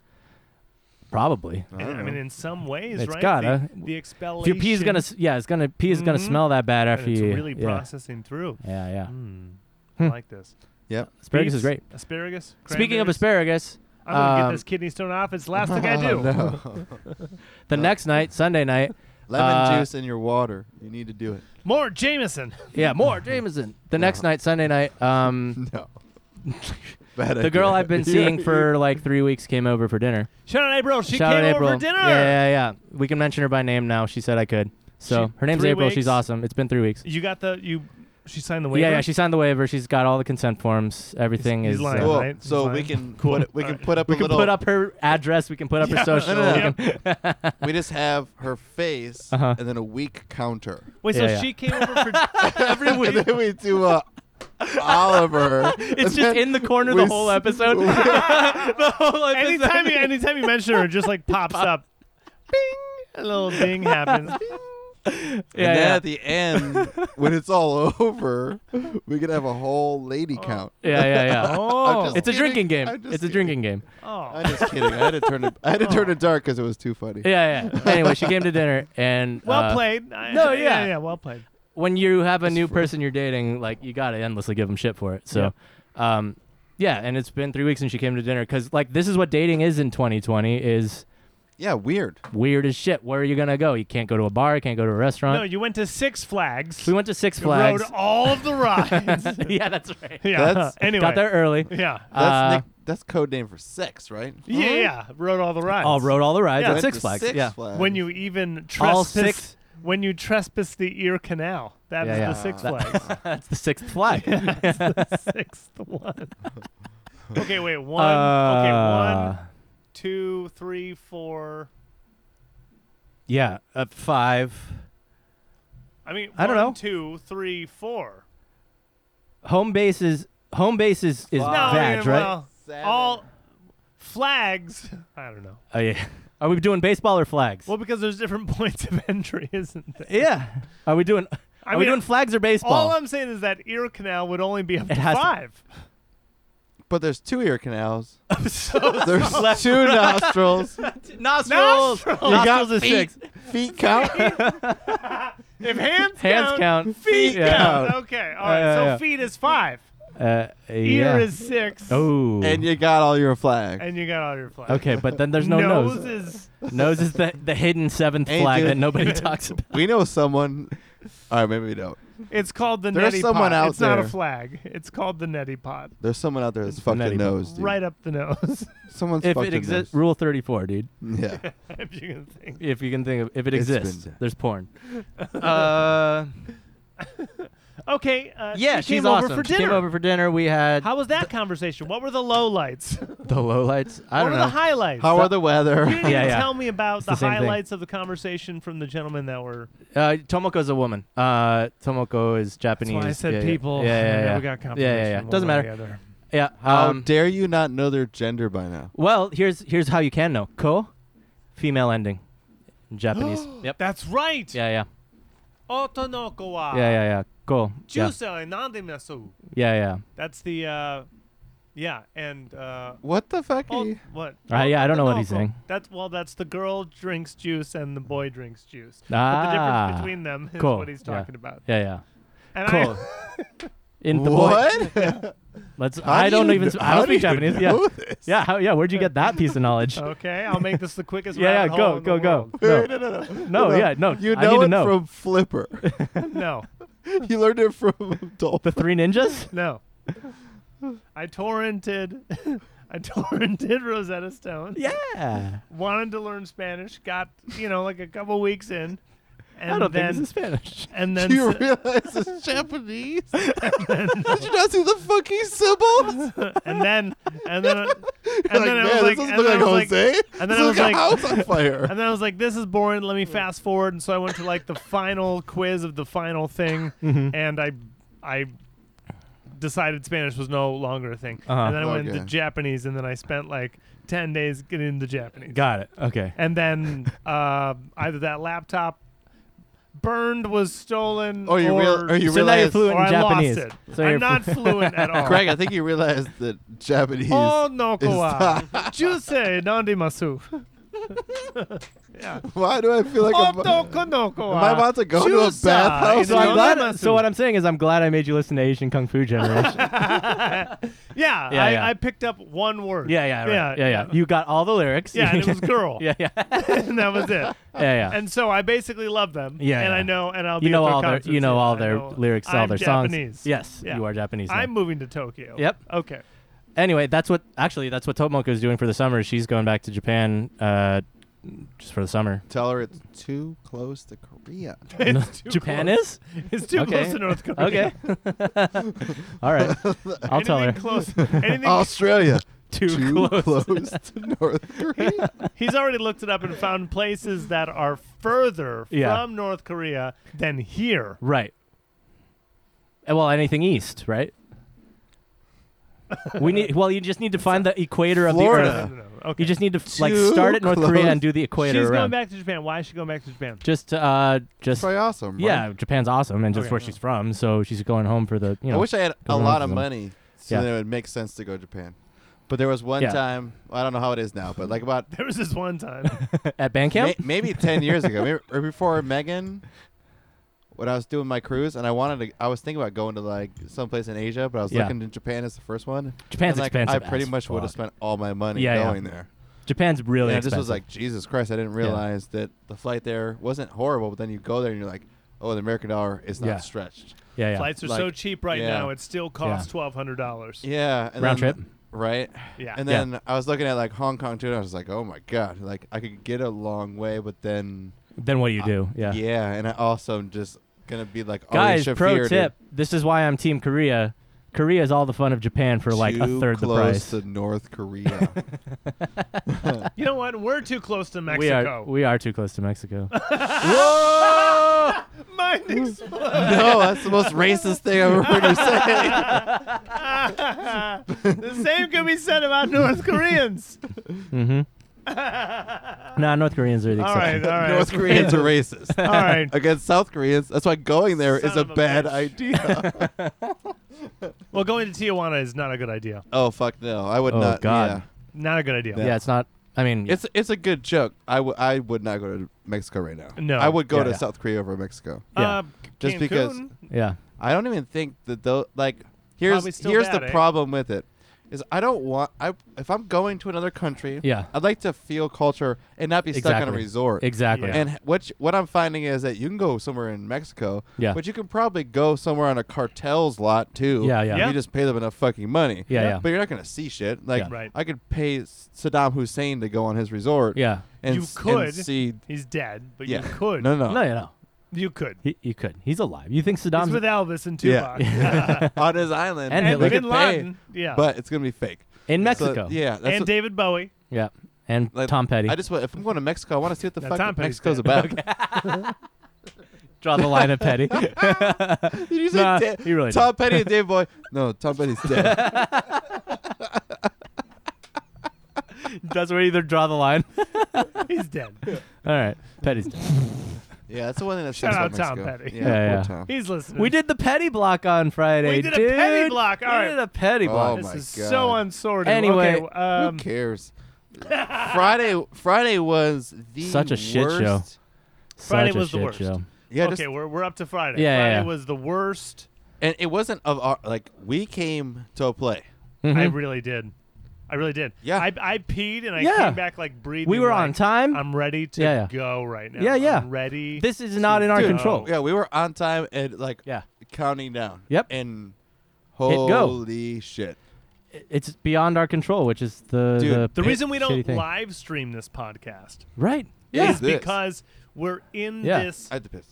[SPEAKER 3] Probably.
[SPEAKER 1] I,
[SPEAKER 2] don't
[SPEAKER 1] I mean,
[SPEAKER 2] know.
[SPEAKER 1] in some ways,
[SPEAKER 3] It's
[SPEAKER 1] right?
[SPEAKER 3] gotta.
[SPEAKER 1] The, the expellation.
[SPEAKER 3] If your pee's gonna, s- yeah, it's gonna pee is gonna
[SPEAKER 1] Mhm.
[SPEAKER 3] smell that bad
[SPEAKER 1] and
[SPEAKER 3] after
[SPEAKER 1] it's
[SPEAKER 3] you.
[SPEAKER 1] really
[SPEAKER 3] yeah.
[SPEAKER 1] processing through.
[SPEAKER 3] yeah, yeah.
[SPEAKER 1] Mm, I
[SPEAKER 3] Hmm.
[SPEAKER 1] like this.
[SPEAKER 2] Yep.
[SPEAKER 3] Asparagus is
[SPEAKER 1] Beets,
[SPEAKER 3] great.
[SPEAKER 1] Asparagus.
[SPEAKER 3] Speaking of
[SPEAKER 1] cranberries.
[SPEAKER 3] asparagus,
[SPEAKER 1] I'm gonna get
[SPEAKER 3] um,
[SPEAKER 1] this kidney stone off. It's the last thing I do.
[SPEAKER 2] Oh, no. Uh.
[SPEAKER 3] the next night, Sunday night,
[SPEAKER 2] Lemon
[SPEAKER 3] Uh,
[SPEAKER 2] juice in your water. You need to do it.
[SPEAKER 1] More Jameson.
[SPEAKER 3] yeah, more Jameson. The next
[SPEAKER 2] Uh-huh.
[SPEAKER 3] night, Sunday night, um,
[SPEAKER 2] No. Bad
[SPEAKER 3] the girl
[SPEAKER 2] idea.
[SPEAKER 3] I've been
[SPEAKER 2] You're-
[SPEAKER 3] seeing for like three weeks came over for dinner.
[SPEAKER 1] Shout out April. She
[SPEAKER 3] Shout out
[SPEAKER 1] came over for
[SPEAKER 3] April.
[SPEAKER 1] dinner.
[SPEAKER 3] Yeah, yeah, yeah. We can mention her by name now. She said I could. So
[SPEAKER 1] She-
[SPEAKER 3] her name's
[SPEAKER 1] three
[SPEAKER 3] April.
[SPEAKER 1] weeks?
[SPEAKER 3] She's awesome. It's been three weeks.
[SPEAKER 1] You got the you. She signed the waiver.
[SPEAKER 3] Yeah, yeah. She signed the waiver. She's got all the consent forms. Everything
[SPEAKER 1] he's
[SPEAKER 3] is.
[SPEAKER 1] lying.
[SPEAKER 3] uh,
[SPEAKER 2] Cool.
[SPEAKER 1] right?
[SPEAKER 2] So
[SPEAKER 1] Fine.
[SPEAKER 2] we can
[SPEAKER 1] Cool.
[SPEAKER 2] put it, we
[SPEAKER 1] All
[SPEAKER 2] can
[SPEAKER 1] right.
[SPEAKER 2] put up
[SPEAKER 3] we
[SPEAKER 2] a
[SPEAKER 3] can
[SPEAKER 2] little.
[SPEAKER 3] put up her address. We can put up
[SPEAKER 1] Yeah.
[SPEAKER 3] her social.
[SPEAKER 2] No, no,
[SPEAKER 3] we
[SPEAKER 2] no.
[SPEAKER 3] can-
[SPEAKER 2] we just have her face
[SPEAKER 3] Uh-huh.
[SPEAKER 2] and then a weak counter.
[SPEAKER 1] Wait, so
[SPEAKER 3] Yeah, yeah.
[SPEAKER 1] she came over for every
[SPEAKER 2] and
[SPEAKER 1] week.
[SPEAKER 2] then we do uh, Oliver.
[SPEAKER 3] It's just in the corner
[SPEAKER 2] we
[SPEAKER 3] the whole
[SPEAKER 2] s-
[SPEAKER 3] episode. the whole episode.
[SPEAKER 1] anytime you anytime you mention her, it just like pops up. Bing, a little ding happens.
[SPEAKER 3] yeah,
[SPEAKER 2] and then
[SPEAKER 3] yeah.
[SPEAKER 2] at the end, when it's all over, we could have a whole
[SPEAKER 3] Oh.
[SPEAKER 2] lady count.
[SPEAKER 3] yeah, yeah, yeah.
[SPEAKER 1] Oh,
[SPEAKER 2] just
[SPEAKER 3] It's a
[SPEAKER 2] kidding.
[SPEAKER 3] drinking game.
[SPEAKER 2] I'm just
[SPEAKER 3] It's a
[SPEAKER 2] kidding.
[SPEAKER 3] drinking game.
[SPEAKER 1] oh.
[SPEAKER 2] I'm just kidding. I had to turn it. I had to turn it dark because it was too funny.
[SPEAKER 3] Yeah, yeah. Anyway, she came to dinner and
[SPEAKER 1] well
[SPEAKER 3] uh,
[SPEAKER 1] played. I-
[SPEAKER 3] no,
[SPEAKER 1] yeah,
[SPEAKER 3] yeah.
[SPEAKER 1] well played.
[SPEAKER 3] when you have a new person you're dating, like you gotta endlessly give them shit for it. So, um, yeah, and it's been three weeks since she came to dinner because like this is what dating is in 2020 is
[SPEAKER 2] Yeah, weird.
[SPEAKER 3] weird as shit. Where are you gonna go? You can't go to a bar. You can't go to a restaurant.
[SPEAKER 1] No, you went to Six Flags.
[SPEAKER 3] we went to Uh, Six
[SPEAKER 1] You rode
[SPEAKER 3] Flags.
[SPEAKER 1] all of the rides.
[SPEAKER 3] yeah, that's right.
[SPEAKER 1] yeah.
[SPEAKER 2] That's-
[SPEAKER 1] anyway.
[SPEAKER 3] Got there early.
[SPEAKER 1] Yeah.
[SPEAKER 2] That's
[SPEAKER 3] Uh,
[SPEAKER 2] nick, that's code name for sex, right?
[SPEAKER 1] Yeah, yeah. Rode all the rides.
[SPEAKER 3] All Oh, rode all the rides
[SPEAKER 1] Yeah.
[SPEAKER 3] at
[SPEAKER 2] Went
[SPEAKER 3] Six
[SPEAKER 2] to
[SPEAKER 3] Flags.
[SPEAKER 2] Six
[SPEAKER 3] yeah.
[SPEAKER 2] Flags.
[SPEAKER 1] When you even trespass.
[SPEAKER 3] All six-
[SPEAKER 1] When you trespass the ear canal. That is
[SPEAKER 3] Yeah, yeah.
[SPEAKER 1] the Six
[SPEAKER 3] That-
[SPEAKER 1] Flags.
[SPEAKER 3] That's the sixth flag.
[SPEAKER 1] That's the sixth one. Okay, wait. One. okay,
[SPEAKER 3] Uh,
[SPEAKER 1] one, two, three, four.
[SPEAKER 3] Yeah, uh, five.
[SPEAKER 1] I mean,
[SPEAKER 3] I don't
[SPEAKER 1] one,
[SPEAKER 3] know.
[SPEAKER 1] Two, three, four.
[SPEAKER 3] Home base is home base is is
[SPEAKER 2] No,
[SPEAKER 1] No, I
[SPEAKER 3] vag,
[SPEAKER 1] mean,
[SPEAKER 3] Uh, right?
[SPEAKER 1] well,
[SPEAKER 2] Seven.
[SPEAKER 1] all flags. I don't know.
[SPEAKER 3] Oh yeah. Are we doing baseball or flags?
[SPEAKER 1] Well, because there's different points of entry, isn't there?
[SPEAKER 3] yeah. Are we doing?
[SPEAKER 1] I
[SPEAKER 3] Are we
[SPEAKER 1] mean,
[SPEAKER 3] doing flags or
[SPEAKER 1] All
[SPEAKER 3] baseball?
[SPEAKER 1] I'm saying is that ear canal would only be up to
[SPEAKER 3] It has to-
[SPEAKER 1] five.
[SPEAKER 2] but there's two ear canals.
[SPEAKER 1] so
[SPEAKER 2] There's two nostrils.
[SPEAKER 3] nostrils.
[SPEAKER 1] Nostrils. You
[SPEAKER 2] got
[SPEAKER 3] Nostrils is
[SPEAKER 2] feet.
[SPEAKER 3] six.
[SPEAKER 2] Feet count.
[SPEAKER 1] if hands
[SPEAKER 3] Hands
[SPEAKER 1] count,
[SPEAKER 3] count.
[SPEAKER 1] feet
[SPEAKER 3] Yeah.
[SPEAKER 1] count. Okay, all right.
[SPEAKER 3] Yeah,
[SPEAKER 1] so
[SPEAKER 3] yeah.
[SPEAKER 1] feet is five.
[SPEAKER 3] Uh,
[SPEAKER 1] Ear
[SPEAKER 3] yeah.
[SPEAKER 1] is six.
[SPEAKER 3] Oh.
[SPEAKER 2] and you got all your flags.
[SPEAKER 1] and you got all your flags.
[SPEAKER 3] okay, but then there's no
[SPEAKER 1] nose,
[SPEAKER 3] nose.
[SPEAKER 1] is
[SPEAKER 3] Nose is the the hidden seventh
[SPEAKER 2] Hey,
[SPEAKER 3] flag
[SPEAKER 2] dude.
[SPEAKER 3] that nobody talks about.
[SPEAKER 2] we know someone. All right, maybe we don't.
[SPEAKER 1] it's called the
[SPEAKER 2] There's
[SPEAKER 1] neti
[SPEAKER 2] someone
[SPEAKER 1] pot.
[SPEAKER 2] out
[SPEAKER 1] it's not a
[SPEAKER 2] there.
[SPEAKER 1] flag. It's called the neti pot.
[SPEAKER 2] There's someone out there that's fucking
[SPEAKER 3] Nutty.
[SPEAKER 2] nose, dude.
[SPEAKER 1] Right up the nose,
[SPEAKER 2] Someone's
[SPEAKER 3] If
[SPEAKER 2] fucking
[SPEAKER 3] it exists,
[SPEAKER 2] nose.
[SPEAKER 3] rule 34, dude.
[SPEAKER 2] Yeah.
[SPEAKER 1] if you can think.
[SPEAKER 3] If you can think of, if it
[SPEAKER 2] It's been
[SPEAKER 3] exists,
[SPEAKER 2] done.
[SPEAKER 3] there's porn. Uh,
[SPEAKER 1] Okay. Uh,
[SPEAKER 3] yeah,
[SPEAKER 1] she
[SPEAKER 3] she's
[SPEAKER 1] came
[SPEAKER 3] awesome.
[SPEAKER 1] over for
[SPEAKER 3] she
[SPEAKER 1] dinner.
[SPEAKER 3] came over for dinner. We had
[SPEAKER 1] How was that conversation? What were the lowlights?
[SPEAKER 3] the lowlights. I
[SPEAKER 1] what
[SPEAKER 3] don't
[SPEAKER 1] were
[SPEAKER 3] know.
[SPEAKER 1] the highlights?
[SPEAKER 2] How are the
[SPEAKER 1] you
[SPEAKER 2] weather?
[SPEAKER 1] didn't
[SPEAKER 3] Yeah,
[SPEAKER 1] even
[SPEAKER 3] yeah.
[SPEAKER 1] tell me about
[SPEAKER 3] It's
[SPEAKER 1] the,
[SPEAKER 3] the same thing.
[SPEAKER 1] highlights of the conversation from the gentlemen that were.
[SPEAKER 3] Uh, Tomoko's a woman. Uh, Tomoko is
[SPEAKER 1] That's
[SPEAKER 3] Japanese.
[SPEAKER 1] why I said
[SPEAKER 3] yeah, yeah.
[SPEAKER 1] people.
[SPEAKER 3] Yeah, yeah,
[SPEAKER 1] I
[SPEAKER 3] yeah.
[SPEAKER 1] never got confirmation.
[SPEAKER 3] Yeah, yeah, yeah.
[SPEAKER 1] one
[SPEAKER 3] Doesn't
[SPEAKER 1] way or
[SPEAKER 3] matter.
[SPEAKER 1] the other.
[SPEAKER 3] Yeah.
[SPEAKER 2] How
[SPEAKER 3] Um,
[SPEAKER 2] dare you not know their gender by now?
[SPEAKER 3] well, here's here's how you can know. Ko, female ending, in Japanese. yep.
[SPEAKER 1] That's right.
[SPEAKER 3] Yeah, yeah,
[SPEAKER 1] Otonoko wa
[SPEAKER 2] Ah.
[SPEAKER 3] yeah, yeah, yeah. Ko. Yeah,
[SPEAKER 1] jusei nandemesu.
[SPEAKER 3] yeah, yeah.
[SPEAKER 1] That's the. Uh, yeah, and. Uh,
[SPEAKER 2] What the fuck? Are
[SPEAKER 1] Oh,
[SPEAKER 2] you?
[SPEAKER 1] what?
[SPEAKER 3] Uh, yeah, I don't know what
[SPEAKER 1] No,
[SPEAKER 3] he's
[SPEAKER 1] cool.
[SPEAKER 3] saying.
[SPEAKER 1] That's well, that's the girl drinks juice and the boy drinks juice. But the difference
[SPEAKER 3] Ah,
[SPEAKER 1] between them is
[SPEAKER 3] cool,
[SPEAKER 1] what he's
[SPEAKER 3] yeah.
[SPEAKER 1] talking about.
[SPEAKER 3] yeah, yeah.
[SPEAKER 1] And
[SPEAKER 3] Cool.
[SPEAKER 1] I,
[SPEAKER 3] In the boy.
[SPEAKER 2] what?
[SPEAKER 3] Let's.
[SPEAKER 2] How
[SPEAKER 3] I
[SPEAKER 2] do
[SPEAKER 3] don't
[SPEAKER 2] you
[SPEAKER 3] even.
[SPEAKER 2] kn-
[SPEAKER 3] sp-
[SPEAKER 2] how
[SPEAKER 3] I don't
[SPEAKER 2] do
[SPEAKER 3] speak
[SPEAKER 2] you
[SPEAKER 3] Japanese. Yeah.
[SPEAKER 2] know this?
[SPEAKER 3] Yeah. How, yeah. Where'd you get that piece of knowledge?
[SPEAKER 1] okay, I'll make this the quickest.
[SPEAKER 3] yeah. Yeah.
[SPEAKER 1] rabbit
[SPEAKER 3] Go.
[SPEAKER 1] hole in
[SPEAKER 3] Go.
[SPEAKER 1] the
[SPEAKER 3] Go.
[SPEAKER 1] world.
[SPEAKER 2] Wait,
[SPEAKER 3] No.
[SPEAKER 2] no, no, no.
[SPEAKER 3] No, yeah, no,
[SPEAKER 2] You
[SPEAKER 3] I
[SPEAKER 2] know
[SPEAKER 3] need to
[SPEAKER 2] it
[SPEAKER 3] know.
[SPEAKER 2] from Flipper.
[SPEAKER 1] No,
[SPEAKER 2] you learned it from
[SPEAKER 3] The
[SPEAKER 2] Dolphin.
[SPEAKER 3] Three Ninjas.
[SPEAKER 1] no. I torrented. I torrented Rosetta Stone.
[SPEAKER 3] Yeah.
[SPEAKER 1] Wanted to learn Spanish. Got you know like a couple weeks in. And
[SPEAKER 3] I don't
[SPEAKER 1] then,
[SPEAKER 3] think this is Spanish.
[SPEAKER 1] And then
[SPEAKER 2] Do you
[SPEAKER 1] s-
[SPEAKER 2] realize it's Japanese? Did you not see the fucking symbols?
[SPEAKER 1] and then and then
[SPEAKER 2] You're
[SPEAKER 1] and then
[SPEAKER 2] like,
[SPEAKER 1] I
[SPEAKER 2] man,
[SPEAKER 1] was like,
[SPEAKER 2] this
[SPEAKER 1] and
[SPEAKER 2] doesn't look
[SPEAKER 1] then I was like, and
[SPEAKER 2] like Jose.
[SPEAKER 1] then
[SPEAKER 2] this
[SPEAKER 1] I
[SPEAKER 2] looks
[SPEAKER 1] was
[SPEAKER 2] like a
[SPEAKER 1] like-
[SPEAKER 2] house on fire.
[SPEAKER 1] and then I was like, this is boring. Let me fast forward. And so I went to like the final quiz of the final thing,
[SPEAKER 3] Mm-hmm.
[SPEAKER 1] and I I decided Spanish was no longer a thing.
[SPEAKER 3] Uh-huh.
[SPEAKER 1] And then I went
[SPEAKER 2] Okay.
[SPEAKER 1] into Japanese, and then I spent like ten days getting into Japanese.
[SPEAKER 3] Got it. Okay.
[SPEAKER 1] and then uh, either that laptop burned was stolen,
[SPEAKER 2] Oh, you
[SPEAKER 1] or,
[SPEAKER 2] real? Or you
[SPEAKER 3] so now you're
[SPEAKER 2] realize? "Oh,
[SPEAKER 3] fluent
[SPEAKER 1] or
[SPEAKER 3] in
[SPEAKER 1] I
[SPEAKER 3] Japanese.
[SPEAKER 1] lost it.
[SPEAKER 3] So you're
[SPEAKER 1] I'm not fluent at all.
[SPEAKER 2] Craig, I think you realized that Japanese.
[SPEAKER 1] Oh no,
[SPEAKER 2] is
[SPEAKER 1] koa. Jusei nandimasu. yeah.
[SPEAKER 2] Why do I feel like I'm,
[SPEAKER 1] Oto
[SPEAKER 2] am
[SPEAKER 1] konoko wa
[SPEAKER 2] I about to go to a
[SPEAKER 1] chusa
[SPEAKER 2] bathhouse?
[SPEAKER 3] Oh, so, I'm
[SPEAKER 1] Don't
[SPEAKER 3] glad-
[SPEAKER 1] let us
[SPEAKER 3] so
[SPEAKER 1] do-
[SPEAKER 3] what I'm saying is I'm glad I made you listen to Asian Kung Fu Generation.
[SPEAKER 1] yeah,
[SPEAKER 3] Yeah,
[SPEAKER 1] I,
[SPEAKER 3] yeah.
[SPEAKER 1] I picked up one word.
[SPEAKER 3] yeah, yeah, right.
[SPEAKER 1] Yeah,
[SPEAKER 3] yeah, yeah, You got all the lyrics.
[SPEAKER 1] Yeah, and it was girl.
[SPEAKER 3] yeah, yeah, yeah,
[SPEAKER 1] and that was it.
[SPEAKER 3] yeah.
[SPEAKER 1] And so I basically love them.
[SPEAKER 3] Yeah,
[SPEAKER 1] and
[SPEAKER 3] yeah.
[SPEAKER 1] I know, and I'll be
[SPEAKER 3] you know
[SPEAKER 1] at their
[SPEAKER 3] all their,
[SPEAKER 1] concerts,
[SPEAKER 3] you know
[SPEAKER 1] yeah,
[SPEAKER 3] all
[SPEAKER 1] I
[SPEAKER 3] their
[SPEAKER 1] know.
[SPEAKER 3] lyrics, all
[SPEAKER 1] I'm
[SPEAKER 3] their
[SPEAKER 1] Japanese.
[SPEAKER 3] songs. Yes,
[SPEAKER 1] Yeah.
[SPEAKER 3] you are Japanese. now.
[SPEAKER 1] I'm moving to Tokyo.
[SPEAKER 3] Yep.
[SPEAKER 1] Okay.
[SPEAKER 3] anyway, that's what actually that's what Tomoko is doing for the summer. She's going back to Japan, uh, just for the summer.
[SPEAKER 2] Tell her it's too close to Korea.
[SPEAKER 1] It's too
[SPEAKER 3] Japan
[SPEAKER 1] close.
[SPEAKER 3] is
[SPEAKER 1] It's too
[SPEAKER 3] Okay.
[SPEAKER 1] close to North Korea.
[SPEAKER 3] okay. all right, I'll tell her.
[SPEAKER 1] Anything Close, anything,
[SPEAKER 2] Australia.
[SPEAKER 3] Too,
[SPEAKER 2] too
[SPEAKER 3] close.
[SPEAKER 2] close to North Korea.
[SPEAKER 1] he's already looked it up and found places that are further
[SPEAKER 3] Yeah.
[SPEAKER 1] from North Korea than here.
[SPEAKER 3] Right. Uh, Well, anything east, right? we need. Well, you just need to find the equator of the
[SPEAKER 2] Florida.
[SPEAKER 3] earth.
[SPEAKER 1] No, no, no. Okay.
[SPEAKER 3] You just need to f- like
[SPEAKER 2] Too
[SPEAKER 3] start at North
[SPEAKER 2] close.
[SPEAKER 3] Korea and do the
[SPEAKER 1] She's
[SPEAKER 3] equator
[SPEAKER 1] going
[SPEAKER 3] around.
[SPEAKER 1] back to Japan. Why is she going back to Japan?
[SPEAKER 3] just uh, just
[SPEAKER 2] Probably awesome. right?
[SPEAKER 3] yeah, Japan's awesome and just
[SPEAKER 1] Okay.
[SPEAKER 3] where she's from. So she's going home for the you know.
[SPEAKER 2] I wish I had a
[SPEAKER 3] Everyone
[SPEAKER 2] lot
[SPEAKER 3] loves
[SPEAKER 2] of
[SPEAKER 3] them.
[SPEAKER 2] money so
[SPEAKER 3] Yeah.
[SPEAKER 2] then it would make sense to go to Japan. But there was one
[SPEAKER 3] Yeah.
[SPEAKER 2] time, I don't know how it is now, but like about
[SPEAKER 1] There was this one time.
[SPEAKER 3] at band
[SPEAKER 2] ma-
[SPEAKER 3] camp.
[SPEAKER 2] maybe 10 years ago, maybe or before Megan, when I was doing my cruise and I wanted to, I was thinking about going to like someplace in Asia, but I was
[SPEAKER 3] Yeah.
[SPEAKER 2] looking in Japan as the first one.
[SPEAKER 3] Japan's
[SPEAKER 2] and, like,
[SPEAKER 3] expensive.
[SPEAKER 2] I pretty
[SPEAKER 3] as
[SPEAKER 2] much would have
[SPEAKER 3] fuck.
[SPEAKER 2] spent all my money
[SPEAKER 3] Yeah, yeah.
[SPEAKER 2] going there.
[SPEAKER 3] Japan's really
[SPEAKER 2] yeah,
[SPEAKER 3] expensive.
[SPEAKER 2] this was like Jesus Christ. I didn't realize that the flight there wasn't horrible, but then you go there and you're like, oh, the American dollar is not
[SPEAKER 3] Yeah.
[SPEAKER 2] stretched.
[SPEAKER 3] yeah, yeah.
[SPEAKER 1] Flights are so
[SPEAKER 2] Like,
[SPEAKER 1] cheap right
[SPEAKER 2] yeah.
[SPEAKER 1] now. It still costs twelve hundred dollars.
[SPEAKER 2] Yeah, and
[SPEAKER 3] Round
[SPEAKER 2] then-
[SPEAKER 3] trip.
[SPEAKER 2] right?
[SPEAKER 1] Yeah.
[SPEAKER 2] And
[SPEAKER 3] Yeah.
[SPEAKER 2] then I was looking at like Hong Kong too, and I was like, oh my god, like I could get a long way, but then
[SPEAKER 3] Then what do you do? Yeah.
[SPEAKER 2] Uh, yeah, and I also am just gonna be like,
[SPEAKER 3] Guys,
[SPEAKER 2] Ari Shafir,
[SPEAKER 3] pro
[SPEAKER 2] dude.
[SPEAKER 3] tip: This is why I'm Team Korea. Korea is all the fun of Japan for like a
[SPEAKER 2] Too
[SPEAKER 3] third the price.
[SPEAKER 2] close to North Korea.
[SPEAKER 1] You know what? We're too close to
[SPEAKER 3] we are
[SPEAKER 1] Mexico.
[SPEAKER 3] we are too close to Mexico.
[SPEAKER 2] Whoa!
[SPEAKER 1] Mind exploded.
[SPEAKER 2] No, that's the most racist thing I've ever heard you say.
[SPEAKER 1] the same can be said about North Koreans.
[SPEAKER 3] mm-hmm. nah, North Koreans are the
[SPEAKER 1] All right,
[SPEAKER 3] exception.
[SPEAKER 1] all right.
[SPEAKER 2] North Koreans are racist
[SPEAKER 1] All right.
[SPEAKER 2] against South Koreans. That's why going there is
[SPEAKER 1] Son
[SPEAKER 2] a
[SPEAKER 1] of a
[SPEAKER 2] bad
[SPEAKER 1] bitch.
[SPEAKER 2] idea.
[SPEAKER 1] Well, going to Tijuana is not a good idea.
[SPEAKER 2] oh fuck no, I would
[SPEAKER 3] Oh,
[SPEAKER 2] not.
[SPEAKER 3] God.
[SPEAKER 1] Not a good idea.
[SPEAKER 3] Yeah, it's not. I mean,
[SPEAKER 2] Yeah. It's it's a good joke. I w- I would not go to Mexico right now.
[SPEAKER 1] No.
[SPEAKER 2] I would go
[SPEAKER 3] Yeah,
[SPEAKER 2] to
[SPEAKER 3] yeah.
[SPEAKER 2] South Korea over Mexico.
[SPEAKER 3] Yeah.
[SPEAKER 1] Uh,
[SPEAKER 2] Just because-
[SPEAKER 1] Cancun?
[SPEAKER 3] yeah,
[SPEAKER 2] I don't even think that though. Like
[SPEAKER 1] Probably
[SPEAKER 2] here's
[SPEAKER 1] still
[SPEAKER 2] here's
[SPEAKER 1] bad,
[SPEAKER 2] the
[SPEAKER 1] eh?
[SPEAKER 2] problem with it, is I don't want I if I'm going to another country.
[SPEAKER 3] Yeah.
[SPEAKER 2] I'd like to feel culture and not be stuck on a
[SPEAKER 3] Exactly.
[SPEAKER 2] resort.
[SPEAKER 3] exactly.
[SPEAKER 1] Yeah.
[SPEAKER 2] And h- what you- what I'm finding is that you can go somewhere in Mexico,
[SPEAKER 3] Yeah.
[SPEAKER 2] but you can probably go somewhere on a cartel's lot too.
[SPEAKER 3] Yeah, yeah.
[SPEAKER 1] Yeah.
[SPEAKER 2] You just pay them enough fucking money.
[SPEAKER 3] Yeah, yeah.
[SPEAKER 2] But you're not gonna see shit. Like
[SPEAKER 3] Yeah.
[SPEAKER 1] Right.
[SPEAKER 2] I could pay S- Saddam Hussein to go on his resort.
[SPEAKER 3] yeah.
[SPEAKER 2] and
[SPEAKER 1] You
[SPEAKER 2] s- and
[SPEAKER 1] could.
[SPEAKER 2] see.
[SPEAKER 1] He's dead, but
[SPEAKER 2] Yeah.
[SPEAKER 1] you could.
[SPEAKER 2] No, no,
[SPEAKER 3] No, no, no.
[SPEAKER 1] You could.
[SPEAKER 3] He, you could. He's alive. You think
[SPEAKER 1] Oh. He's
[SPEAKER 3] Saddam's
[SPEAKER 1] with Elvis and
[SPEAKER 2] Yeah.
[SPEAKER 1] Tupac. Yeah.
[SPEAKER 2] on his island.
[SPEAKER 3] And
[SPEAKER 1] and
[SPEAKER 3] Hitler.
[SPEAKER 2] they
[SPEAKER 1] Bin
[SPEAKER 2] could pay,
[SPEAKER 1] Laden. yeah.
[SPEAKER 2] but it's gonna be fake.
[SPEAKER 3] in
[SPEAKER 2] So,
[SPEAKER 3] Mexico?
[SPEAKER 2] yeah, that's
[SPEAKER 1] and
[SPEAKER 2] what-
[SPEAKER 1] David Bowie.
[SPEAKER 3] Yeah. And
[SPEAKER 2] Like,
[SPEAKER 3] Tom Petty.
[SPEAKER 2] I just want- if I'm going to Mexico, I want to see what the
[SPEAKER 1] Now,
[SPEAKER 2] fuck
[SPEAKER 1] Tom Petty's
[SPEAKER 2] Mexico's
[SPEAKER 1] dead.
[SPEAKER 2] about.
[SPEAKER 3] Draw the line at Petty.
[SPEAKER 2] Did you say
[SPEAKER 3] Nah,
[SPEAKER 2] Da-
[SPEAKER 3] he really
[SPEAKER 2] Tom Petty and Dave Boy? No, Tom Petty's dead.
[SPEAKER 3] That's where either draw the line.
[SPEAKER 1] He's dead.
[SPEAKER 3] All right, Petty's dead.
[SPEAKER 2] yeah, that's the one thing that
[SPEAKER 1] Shout
[SPEAKER 2] sucks
[SPEAKER 1] out
[SPEAKER 2] about
[SPEAKER 1] Tom
[SPEAKER 2] Mexico.
[SPEAKER 1] Petty.
[SPEAKER 2] Yeah,
[SPEAKER 3] Yeah,
[SPEAKER 2] poor Tom.
[SPEAKER 1] He's listening.
[SPEAKER 3] We did the Petty block on Friday.
[SPEAKER 1] We did a Petty
[SPEAKER 3] dude.
[SPEAKER 1] block. All
[SPEAKER 3] we
[SPEAKER 1] right.
[SPEAKER 3] did a Petty
[SPEAKER 2] Oh,
[SPEAKER 3] block.
[SPEAKER 1] This
[SPEAKER 2] my
[SPEAKER 1] is
[SPEAKER 2] God.
[SPEAKER 1] so unsorted.
[SPEAKER 3] Anyway,
[SPEAKER 1] Okay, um,
[SPEAKER 2] Who cares? Friday, Friday was the
[SPEAKER 3] Such a shit
[SPEAKER 2] worst.
[SPEAKER 3] show.
[SPEAKER 1] Friday
[SPEAKER 3] Such a
[SPEAKER 1] was the
[SPEAKER 3] shit
[SPEAKER 1] worst.
[SPEAKER 3] show.
[SPEAKER 2] Yeah,
[SPEAKER 1] okay,
[SPEAKER 2] just,
[SPEAKER 1] we're, we're up to Friday.
[SPEAKER 3] Yeah,
[SPEAKER 1] Friday
[SPEAKER 3] yeah, yeah.
[SPEAKER 1] was the worst.
[SPEAKER 2] and it wasn't of our like we came to a play.
[SPEAKER 3] Mhm.
[SPEAKER 1] I really did. I really did.
[SPEAKER 2] Yeah.
[SPEAKER 1] I, I peed and I
[SPEAKER 3] Yeah.
[SPEAKER 1] came back like breathing.
[SPEAKER 3] we were on
[SPEAKER 1] like,
[SPEAKER 3] time.
[SPEAKER 1] I'm ready to
[SPEAKER 3] Yeah, yeah.
[SPEAKER 1] go right now.
[SPEAKER 3] Yeah, yeah.
[SPEAKER 1] I'm ready.
[SPEAKER 3] this is not in our
[SPEAKER 1] Dude.
[SPEAKER 3] control.
[SPEAKER 1] Oh.
[SPEAKER 2] Yeah, we were on time and like
[SPEAKER 3] Yeah.
[SPEAKER 2] counting down.
[SPEAKER 3] Yep.
[SPEAKER 2] And
[SPEAKER 3] go.
[SPEAKER 2] holy shit.
[SPEAKER 3] It- It's beyond our control, which is the
[SPEAKER 2] Dude,
[SPEAKER 3] the,
[SPEAKER 1] the
[SPEAKER 3] pit
[SPEAKER 1] reason we don't
[SPEAKER 3] shitty thing.
[SPEAKER 1] live stream this podcast
[SPEAKER 3] Right.
[SPEAKER 2] Yeah.
[SPEAKER 1] is
[SPEAKER 2] This.
[SPEAKER 1] because We're in
[SPEAKER 3] Yeah.
[SPEAKER 1] this
[SPEAKER 2] I had to piss.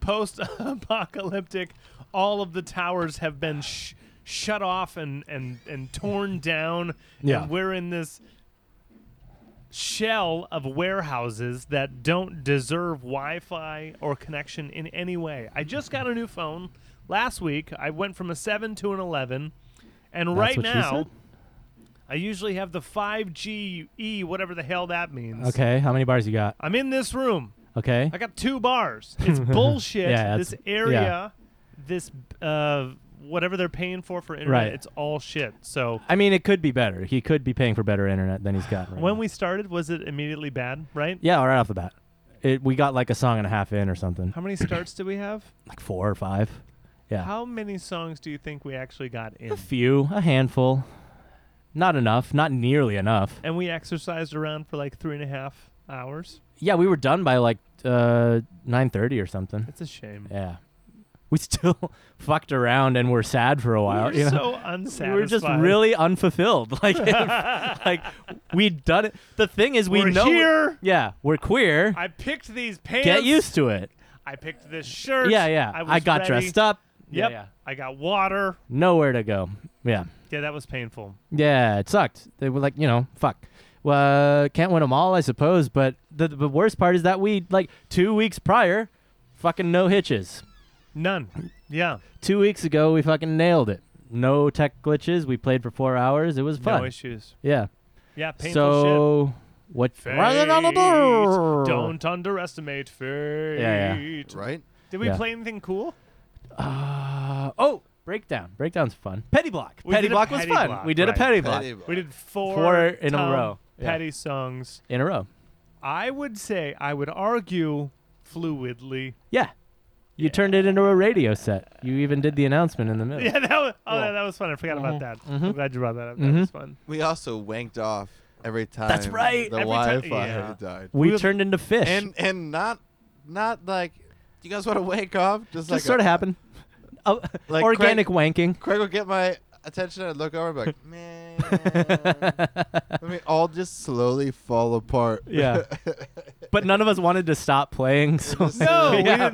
[SPEAKER 1] post-apocalyptic. All of the towers have been sh- shut off and and and torn down.
[SPEAKER 3] Yeah.
[SPEAKER 1] And we're in this shell of warehouses that don't deserve Wi-Fi or connection in any way. I just got a new phone last week. I went from a seven to an eleven, and right
[SPEAKER 3] what she
[SPEAKER 1] now.
[SPEAKER 3] said?
[SPEAKER 1] I usually have the 5G E, whatever the hell that means.
[SPEAKER 3] Okay, how many bars you got?
[SPEAKER 1] I'm in this room.
[SPEAKER 3] Okay.
[SPEAKER 1] I got two bars. It's bullshit.
[SPEAKER 3] Yeah,
[SPEAKER 1] this
[SPEAKER 3] that's-
[SPEAKER 1] area, this uh, whatever they're paying for for internet,
[SPEAKER 3] Right.
[SPEAKER 1] it's all shit. So
[SPEAKER 3] I mean, it could be better. He could be paying for better internet than he's got. Right
[SPEAKER 1] when
[SPEAKER 3] now.
[SPEAKER 1] we started, was it immediately bad? Right?
[SPEAKER 3] yeah, right off the bat, it, we got like a song and a half in or something,
[SPEAKER 1] How many starts do we have?
[SPEAKER 3] like four or five. Yeah,
[SPEAKER 1] How many songs do you think we actually got in?
[SPEAKER 3] a few, a handful, not enough, not nearly enough.
[SPEAKER 1] And we exercised around for like three and a half hours.
[SPEAKER 3] Yeah, we were done by like uh, nine thirty or something.
[SPEAKER 1] It's a shame.
[SPEAKER 3] Yeah, we still fucked around and were sad for a while.
[SPEAKER 1] we
[SPEAKER 3] you
[SPEAKER 1] were
[SPEAKER 3] know?
[SPEAKER 1] so unsatisfied.
[SPEAKER 3] We were just really unfulfilled. Like, if- like we'd done it. The thing is, we
[SPEAKER 1] We're
[SPEAKER 3] know.
[SPEAKER 1] here.
[SPEAKER 3] Yeah, we're queer.
[SPEAKER 1] I picked these pants.
[SPEAKER 3] Get used to it.
[SPEAKER 1] I picked this shirt.
[SPEAKER 3] Yeah, yeah.
[SPEAKER 1] I, was
[SPEAKER 3] I, got
[SPEAKER 1] ready.
[SPEAKER 3] dressed up. Yeah,
[SPEAKER 1] Yep.
[SPEAKER 3] yeah.
[SPEAKER 1] I got water.
[SPEAKER 3] Nowhere to go. Yeah.
[SPEAKER 1] Yeah, that was painful.
[SPEAKER 3] Yeah, it sucked. They were like, you know, fuck. Well, uh, can't win them all, I suppose. But the, the worst part is that we, like, two weeks prior, fucking no hitches.
[SPEAKER 1] None. Yeah.
[SPEAKER 3] Two weeks ago, we fucking nailed it. No tech glitches. We played for four hours. It was fun.
[SPEAKER 1] No issues.
[SPEAKER 3] yeah.
[SPEAKER 1] Yeah, painful
[SPEAKER 3] So what?
[SPEAKER 1] shit.
[SPEAKER 3] Rather than
[SPEAKER 1] Fate.
[SPEAKER 3] another-
[SPEAKER 1] Don't underestimate fate.
[SPEAKER 3] Yeah,
[SPEAKER 2] Right?
[SPEAKER 1] Did we
[SPEAKER 3] Yeah.
[SPEAKER 1] play anything cool?
[SPEAKER 3] Uh, oh, breakdown. Breakdown's fun. Petty block.
[SPEAKER 1] We
[SPEAKER 3] petty
[SPEAKER 1] did a
[SPEAKER 3] block
[SPEAKER 1] petty
[SPEAKER 3] was fun.
[SPEAKER 1] block,
[SPEAKER 3] we did
[SPEAKER 1] right.
[SPEAKER 3] a petty block
[SPEAKER 2] Petty
[SPEAKER 1] We did four,
[SPEAKER 3] Four in a
[SPEAKER 1] Tom
[SPEAKER 3] row. Yeah.
[SPEAKER 1] Petty songs.
[SPEAKER 3] in a row.
[SPEAKER 1] I would say, I would argue, fluidly.
[SPEAKER 3] Yeah. You turned it into a radio set. You even did the announcement in the middle.
[SPEAKER 1] Yeah, that was. Oh,
[SPEAKER 3] Yeah.
[SPEAKER 1] that was fun. I forgot about that. I'm
[SPEAKER 3] Mhm.
[SPEAKER 1] glad you brought that up. That
[SPEAKER 3] Mhm.
[SPEAKER 1] was fun.
[SPEAKER 2] We also wanked off every time.
[SPEAKER 3] That's right.
[SPEAKER 2] The
[SPEAKER 1] Every
[SPEAKER 2] Wi-Fi
[SPEAKER 1] time- yeah.
[SPEAKER 2] died.
[SPEAKER 3] We,
[SPEAKER 1] We-
[SPEAKER 3] turned into fish.
[SPEAKER 2] And and not not like you guys want to wank off? Just
[SPEAKER 3] Just
[SPEAKER 2] like
[SPEAKER 3] sort
[SPEAKER 2] a-
[SPEAKER 3] of happened. Oh,
[SPEAKER 2] Like
[SPEAKER 3] organic wanking.
[SPEAKER 2] Craig will get my attention and look over and be like, man. I mean, all just slowly fall apart.
[SPEAKER 3] yeah. But none of us wanted to stop playing. So
[SPEAKER 2] just- No, we
[SPEAKER 3] Yeah.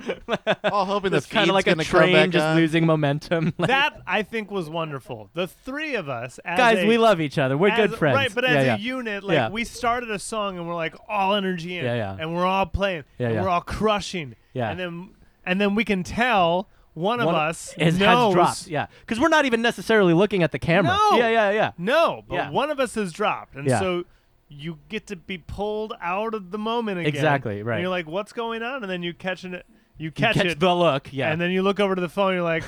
[SPEAKER 2] all hoping the
[SPEAKER 3] It's kind
[SPEAKER 2] feed's
[SPEAKER 3] of like a
[SPEAKER 2] gonna come back
[SPEAKER 3] train just
[SPEAKER 2] on.
[SPEAKER 3] losing momentum. Like,
[SPEAKER 1] That I think was wonderful. The three of us, as
[SPEAKER 3] guys,
[SPEAKER 1] a-
[SPEAKER 3] we love each other. We're
[SPEAKER 1] as-
[SPEAKER 3] good friends.
[SPEAKER 1] Right, but
[SPEAKER 3] yeah,
[SPEAKER 1] as
[SPEAKER 3] yeah.
[SPEAKER 1] a unit, like
[SPEAKER 3] Yeah.
[SPEAKER 1] we started a song and we're like all energy in,
[SPEAKER 3] Yeah, yeah.
[SPEAKER 1] and we're all playing,
[SPEAKER 3] Yeah,
[SPEAKER 1] and
[SPEAKER 3] yeah.
[SPEAKER 1] we're all crushing,
[SPEAKER 3] Yeah.
[SPEAKER 1] and then and then we can tell one,
[SPEAKER 3] One
[SPEAKER 1] of us
[SPEAKER 3] is,
[SPEAKER 1] knows,
[SPEAKER 3] has dropped. Yeah, because we're not even necessarily looking at the camera.
[SPEAKER 1] No.
[SPEAKER 3] Yeah, yeah, yeah.
[SPEAKER 1] no, but
[SPEAKER 3] Yeah.
[SPEAKER 1] one of us has dropped, and
[SPEAKER 3] Yeah.
[SPEAKER 1] so you get to be pulled out of the moment again.
[SPEAKER 3] Exactly,
[SPEAKER 1] And
[SPEAKER 3] right.
[SPEAKER 1] you're like, what's going on? And then you catch it, you catch,
[SPEAKER 3] catch
[SPEAKER 1] it,
[SPEAKER 3] the look. Yeah.
[SPEAKER 1] and then you look over to the phone. You're like.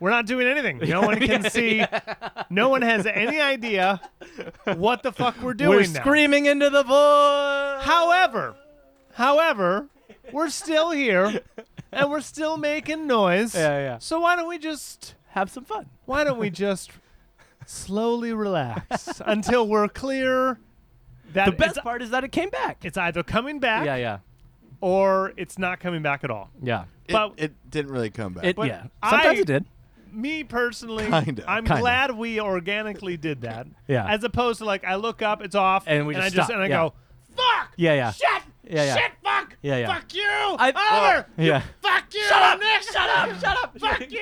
[SPEAKER 1] We're not doing anything. No one can see. No one has any idea what the fuck we're doing.
[SPEAKER 3] we're
[SPEAKER 1] now.
[SPEAKER 3] screaming into the void.
[SPEAKER 1] However, however, we're still here and we're still making noise.
[SPEAKER 3] Yeah, yeah.
[SPEAKER 1] So why don't we just
[SPEAKER 3] Have some fun.
[SPEAKER 1] why don't we just slowly relax until we're clear that
[SPEAKER 3] The best
[SPEAKER 1] it's,
[SPEAKER 3] part is that it came back.
[SPEAKER 1] it's either coming back
[SPEAKER 3] Yeah, yeah,
[SPEAKER 1] or it's not coming back at all.
[SPEAKER 3] yeah.
[SPEAKER 2] It,
[SPEAKER 1] But-
[SPEAKER 2] it didn't really come back.
[SPEAKER 3] It,
[SPEAKER 1] But
[SPEAKER 3] yeah. Sometimes
[SPEAKER 1] I-
[SPEAKER 3] it did.
[SPEAKER 1] Me personally,
[SPEAKER 2] Kinda.
[SPEAKER 1] I'm
[SPEAKER 3] Kinda.
[SPEAKER 1] glad we organically did that.
[SPEAKER 3] Yeah.
[SPEAKER 1] As opposed to like I look up, it's off,
[SPEAKER 3] And we
[SPEAKER 1] and
[SPEAKER 3] just
[SPEAKER 1] I just
[SPEAKER 3] stop,
[SPEAKER 1] and I
[SPEAKER 3] yeah.
[SPEAKER 1] go, fuck,
[SPEAKER 3] Yeah, yeah.
[SPEAKER 1] shit,
[SPEAKER 3] Yeah, yeah.
[SPEAKER 1] shit, fuck,
[SPEAKER 3] Yeah, yeah.
[SPEAKER 1] fuck you,
[SPEAKER 3] I-
[SPEAKER 1] Oliver,
[SPEAKER 3] Yeah.
[SPEAKER 1] Fuck you! Shut up! Nick, shut up! Shut up! Fuck you!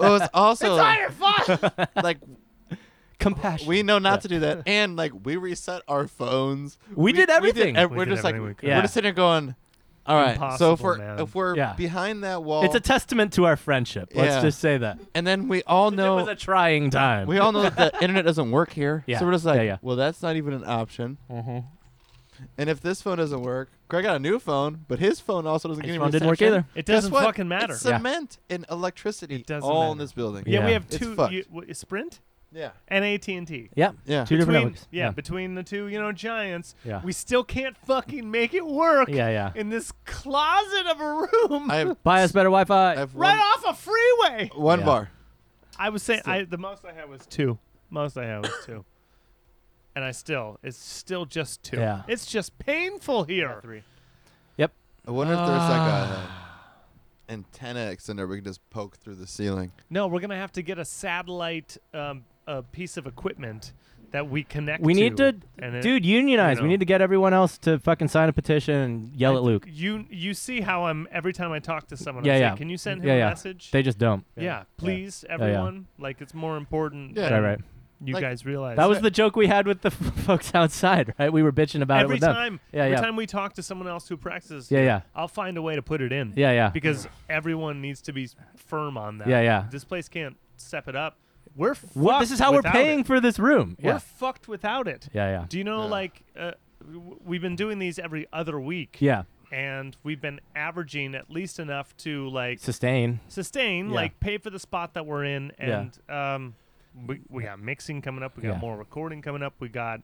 [SPEAKER 2] was also
[SPEAKER 1] fault.
[SPEAKER 2] like
[SPEAKER 3] Compassion.
[SPEAKER 2] we know not to do that, and like we reset our phones.
[SPEAKER 3] We did everything.
[SPEAKER 2] ev-
[SPEAKER 1] We
[SPEAKER 2] we're
[SPEAKER 1] did
[SPEAKER 2] just like
[SPEAKER 1] everything we could.
[SPEAKER 3] Yeah.
[SPEAKER 2] we're just sitting there going, all right. so if
[SPEAKER 1] Impossible,
[SPEAKER 2] we're
[SPEAKER 1] man.
[SPEAKER 2] if we're
[SPEAKER 3] Yeah.
[SPEAKER 2] behind that wall,
[SPEAKER 3] it's a testament to our friendship.
[SPEAKER 2] Yeah.
[SPEAKER 3] Let's just say that.
[SPEAKER 2] and then we all
[SPEAKER 3] It
[SPEAKER 2] know
[SPEAKER 3] was a trying time.
[SPEAKER 2] we all know that the internet doesn't work here.
[SPEAKER 3] Yeah.
[SPEAKER 2] So we're just like,
[SPEAKER 3] Yeah, yeah.
[SPEAKER 2] well, that's not even an option.
[SPEAKER 1] Mm-hmm.
[SPEAKER 3] Mhm.
[SPEAKER 2] And if this phone doesn't work, Greg got a new phone, but his phone also doesn't
[SPEAKER 3] His
[SPEAKER 2] get any
[SPEAKER 3] phone didn't work
[SPEAKER 2] reception.
[SPEAKER 3] either.
[SPEAKER 1] It
[SPEAKER 2] Guess
[SPEAKER 1] doesn't
[SPEAKER 2] what?
[SPEAKER 1] fucking matter.
[SPEAKER 2] It's
[SPEAKER 3] Yeah.
[SPEAKER 2] cement and electricity
[SPEAKER 1] It doesn't
[SPEAKER 2] all in
[SPEAKER 1] matter.
[SPEAKER 2] this building.
[SPEAKER 1] yeah, we
[SPEAKER 3] Yeah.
[SPEAKER 1] have
[SPEAKER 2] It's
[SPEAKER 1] two.
[SPEAKER 2] fucked.
[SPEAKER 1] You, w- Sprint
[SPEAKER 2] Yeah.
[SPEAKER 1] and AT and T.
[SPEAKER 3] Yeah.
[SPEAKER 2] Yeah.
[SPEAKER 3] Two different
[SPEAKER 1] Between,
[SPEAKER 3] networks.
[SPEAKER 1] yeah,
[SPEAKER 3] Yeah.
[SPEAKER 1] between the two, you know, giants,
[SPEAKER 3] Yeah.
[SPEAKER 1] we still can't fucking make it work
[SPEAKER 3] Yeah, yeah.
[SPEAKER 1] in this closet of a room
[SPEAKER 2] I have,
[SPEAKER 3] Buy us better Wi-Fi.
[SPEAKER 2] I have
[SPEAKER 1] right
[SPEAKER 2] one,
[SPEAKER 1] off a freeway.
[SPEAKER 2] one
[SPEAKER 3] Yeah.
[SPEAKER 2] bar.
[SPEAKER 1] I was saying I, the most I had was two. Most I had was two. And I still, it's still just two.
[SPEAKER 3] Yeah.
[SPEAKER 1] It's just painful here. Three.
[SPEAKER 2] I wonder if there's like a
[SPEAKER 3] Ah.
[SPEAKER 2] antenna extender we can just poke through the ceiling.
[SPEAKER 1] No, we're gonna have to get a satellite um, a piece of equipment that we connect.
[SPEAKER 3] We need to,
[SPEAKER 1] and it-
[SPEAKER 3] dude, unionize.
[SPEAKER 1] know.
[SPEAKER 3] We need to get everyone else to fucking sign a petition and yell at Luke.
[SPEAKER 1] You you see how I'm every time I talk to someone.
[SPEAKER 3] Yeah,
[SPEAKER 1] I say,
[SPEAKER 3] yeah.
[SPEAKER 1] Can you send him
[SPEAKER 3] Yeah,
[SPEAKER 1] a
[SPEAKER 3] yeah.
[SPEAKER 1] message?
[SPEAKER 3] They just don't.
[SPEAKER 1] yeah, please,
[SPEAKER 3] yeah.
[SPEAKER 1] everyone. Like it's more important.
[SPEAKER 2] Yeah.
[SPEAKER 1] than
[SPEAKER 3] Right, right.
[SPEAKER 1] You
[SPEAKER 2] Like,
[SPEAKER 1] guys realize
[SPEAKER 3] That was the joke we had with the folks outside, right? We were bitching about it
[SPEAKER 1] every
[SPEAKER 3] with them.
[SPEAKER 1] time.
[SPEAKER 3] Yeah,
[SPEAKER 1] every
[SPEAKER 3] yeah.
[SPEAKER 1] time we talk to someone else who practices,
[SPEAKER 3] Yeah, yeah.
[SPEAKER 1] I'll find a way to put it in.
[SPEAKER 3] Yeah, yeah.
[SPEAKER 1] Because everyone needs to be firm on that.
[SPEAKER 3] Yeah, yeah.
[SPEAKER 1] This place can't step it up. We're fucked.
[SPEAKER 3] What? This is how we're
[SPEAKER 1] without
[SPEAKER 3] paying
[SPEAKER 1] it.
[SPEAKER 3] for this room.
[SPEAKER 1] We're
[SPEAKER 3] Yeah.
[SPEAKER 1] fucked without it.
[SPEAKER 3] Yeah, yeah.
[SPEAKER 1] Do you know
[SPEAKER 2] Yeah.
[SPEAKER 1] like uh, w- we've been doing these every other week?
[SPEAKER 3] Yeah.
[SPEAKER 1] and we've been averaging at least enough to like
[SPEAKER 3] Sustain.
[SPEAKER 1] sustain,
[SPEAKER 3] Yeah.
[SPEAKER 1] like pay for the spot that we're in,
[SPEAKER 3] Yeah.
[SPEAKER 1] and um, we we got mixing coming up, we got
[SPEAKER 3] Yeah.
[SPEAKER 1] more recording coming up, we got,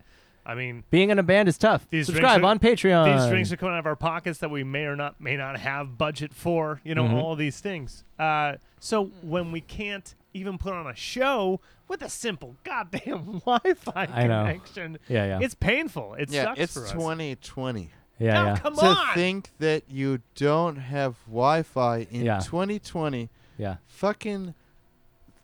[SPEAKER 1] I mean,
[SPEAKER 3] Being in a band is tough.
[SPEAKER 1] These drinks
[SPEAKER 3] Subscribe
[SPEAKER 1] are-
[SPEAKER 3] on Patreon.
[SPEAKER 1] these drinks are coming out of our pockets that we may or not may not have budget for, you know,
[SPEAKER 3] Mhm.
[SPEAKER 1] all these things. Uh, so when we can't even put on a show with a simple goddamn Wi-Fi
[SPEAKER 3] I know.
[SPEAKER 1] connection,
[SPEAKER 3] yeah, yeah.
[SPEAKER 1] it's painful. It
[SPEAKER 2] yeah,
[SPEAKER 1] sucks
[SPEAKER 2] it's
[SPEAKER 1] for us.
[SPEAKER 2] 2020.
[SPEAKER 3] yeah,
[SPEAKER 1] Now,
[SPEAKER 3] yeah.
[SPEAKER 1] Oh, come
[SPEAKER 2] to
[SPEAKER 1] on.
[SPEAKER 2] think that you don't have Wi-Fi in
[SPEAKER 3] Yeah.
[SPEAKER 2] 2020,
[SPEAKER 3] yeah.
[SPEAKER 2] fucking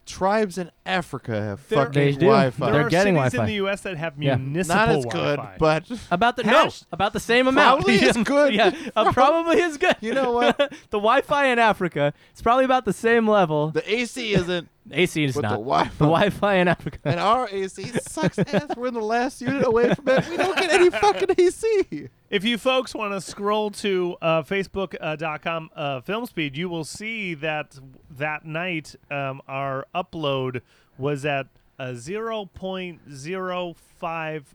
[SPEAKER 2] tribes in Africa have
[SPEAKER 1] There-
[SPEAKER 2] fucking
[SPEAKER 3] They do.
[SPEAKER 2] Wi-Fi.
[SPEAKER 1] there
[SPEAKER 3] They're
[SPEAKER 1] are
[SPEAKER 3] getting
[SPEAKER 1] cities
[SPEAKER 3] Wi-Fi.
[SPEAKER 1] in the U.S. that have
[SPEAKER 3] Yeah.
[SPEAKER 1] municipal
[SPEAKER 2] Not as
[SPEAKER 1] Wi-Fi.
[SPEAKER 2] good, but
[SPEAKER 3] About the no,
[SPEAKER 1] Hash-
[SPEAKER 3] about the same amount.
[SPEAKER 2] Probably as good.
[SPEAKER 3] yeah, uh, probably is good.
[SPEAKER 2] You know what?
[SPEAKER 3] the Wi-Fi in Africa, it's probably about the same level.
[SPEAKER 2] the AC isn't.
[SPEAKER 3] AC is
[SPEAKER 2] but the
[SPEAKER 3] not.
[SPEAKER 2] Wi-Fi-
[SPEAKER 3] The Wi-Fi in Africa.
[SPEAKER 2] And our AC sucks ass. We're in the last unit away from it. We don't get any fucking AC.
[SPEAKER 1] If you folks want to scroll to uh, facebook.com uh, film speed, you will see that that night um, our upload was at uh, 0.05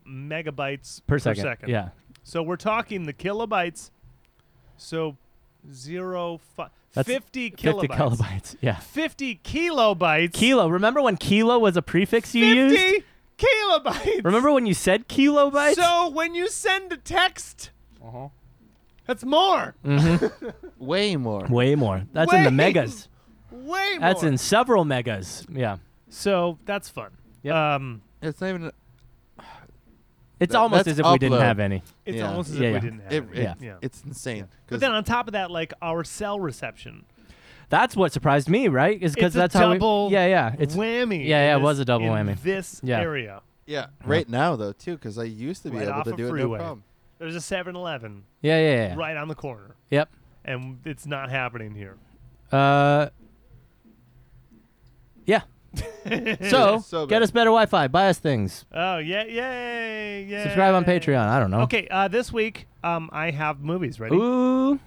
[SPEAKER 1] megabytes
[SPEAKER 3] per second.
[SPEAKER 1] Per
[SPEAKER 3] Yeah.
[SPEAKER 1] So we're talking the kilobytes. So zero fi-
[SPEAKER 3] That's
[SPEAKER 1] 50 kilobytes.
[SPEAKER 3] 50 kilobytes. Yeah.
[SPEAKER 1] 50 kilobytes.
[SPEAKER 3] Kilo. Remember when kilo was a prefix you
[SPEAKER 1] 50
[SPEAKER 3] used?
[SPEAKER 1] kilobytes.
[SPEAKER 3] Remember when you said kilobytes?
[SPEAKER 1] So when you send a text, that's more.
[SPEAKER 3] Mm.
[SPEAKER 2] Way more.
[SPEAKER 3] Way more. That's in the
[SPEAKER 1] Way
[SPEAKER 3] megas.
[SPEAKER 1] Way more.
[SPEAKER 3] That's in several megas. Yeah.
[SPEAKER 1] So that's fun.
[SPEAKER 3] Yep.
[SPEAKER 1] Um,
[SPEAKER 2] It's not even.
[SPEAKER 3] It's
[SPEAKER 2] That-
[SPEAKER 3] almost as
[SPEAKER 2] that's
[SPEAKER 3] if we didn't
[SPEAKER 2] upload.
[SPEAKER 3] have any.
[SPEAKER 1] it's
[SPEAKER 2] Yeah.
[SPEAKER 1] almost as
[SPEAKER 3] Yeah,
[SPEAKER 1] if
[SPEAKER 3] yeah.
[SPEAKER 1] we didn't have
[SPEAKER 2] It,
[SPEAKER 1] it.
[SPEAKER 2] it-
[SPEAKER 3] Yeah.
[SPEAKER 1] Yeah.
[SPEAKER 2] It's insane.
[SPEAKER 1] But then on top of that, like our cell reception,
[SPEAKER 3] That's what surprised me, right? Is because
[SPEAKER 1] It's a
[SPEAKER 3] that's how
[SPEAKER 1] double
[SPEAKER 3] we. Yeah, yeah. It's
[SPEAKER 1] it's whammy.
[SPEAKER 3] yeah,
[SPEAKER 1] in
[SPEAKER 3] yeah, it
[SPEAKER 1] this-
[SPEAKER 3] was a double
[SPEAKER 1] in
[SPEAKER 3] whammy.
[SPEAKER 1] This
[SPEAKER 3] Yeah.
[SPEAKER 1] area,
[SPEAKER 2] yeah, right now though too, because I used to be
[SPEAKER 1] Right
[SPEAKER 2] able
[SPEAKER 1] off
[SPEAKER 2] to
[SPEAKER 1] a
[SPEAKER 2] do it no
[SPEAKER 1] freeway.
[SPEAKER 2] problem.
[SPEAKER 1] there's a 7-Eleven
[SPEAKER 3] yeah, yeah, yeah.
[SPEAKER 1] right on the corner,
[SPEAKER 3] Yep.
[SPEAKER 1] and it's not happening here.
[SPEAKER 3] Uh, yeah. so,
[SPEAKER 2] So
[SPEAKER 3] get
[SPEAKER 2] bad.
[SPEAKER 3] us better Wi-Fi. Buy us things.
[SPEAKER 1] Oh yeah, yay, yay!
[SPEAKER 3] Subscribe on Patreon. I don't know.
[SPEAKER 1] Okay, uh, this week um, I have movies ready.
[SPEAKER 3] Ooh.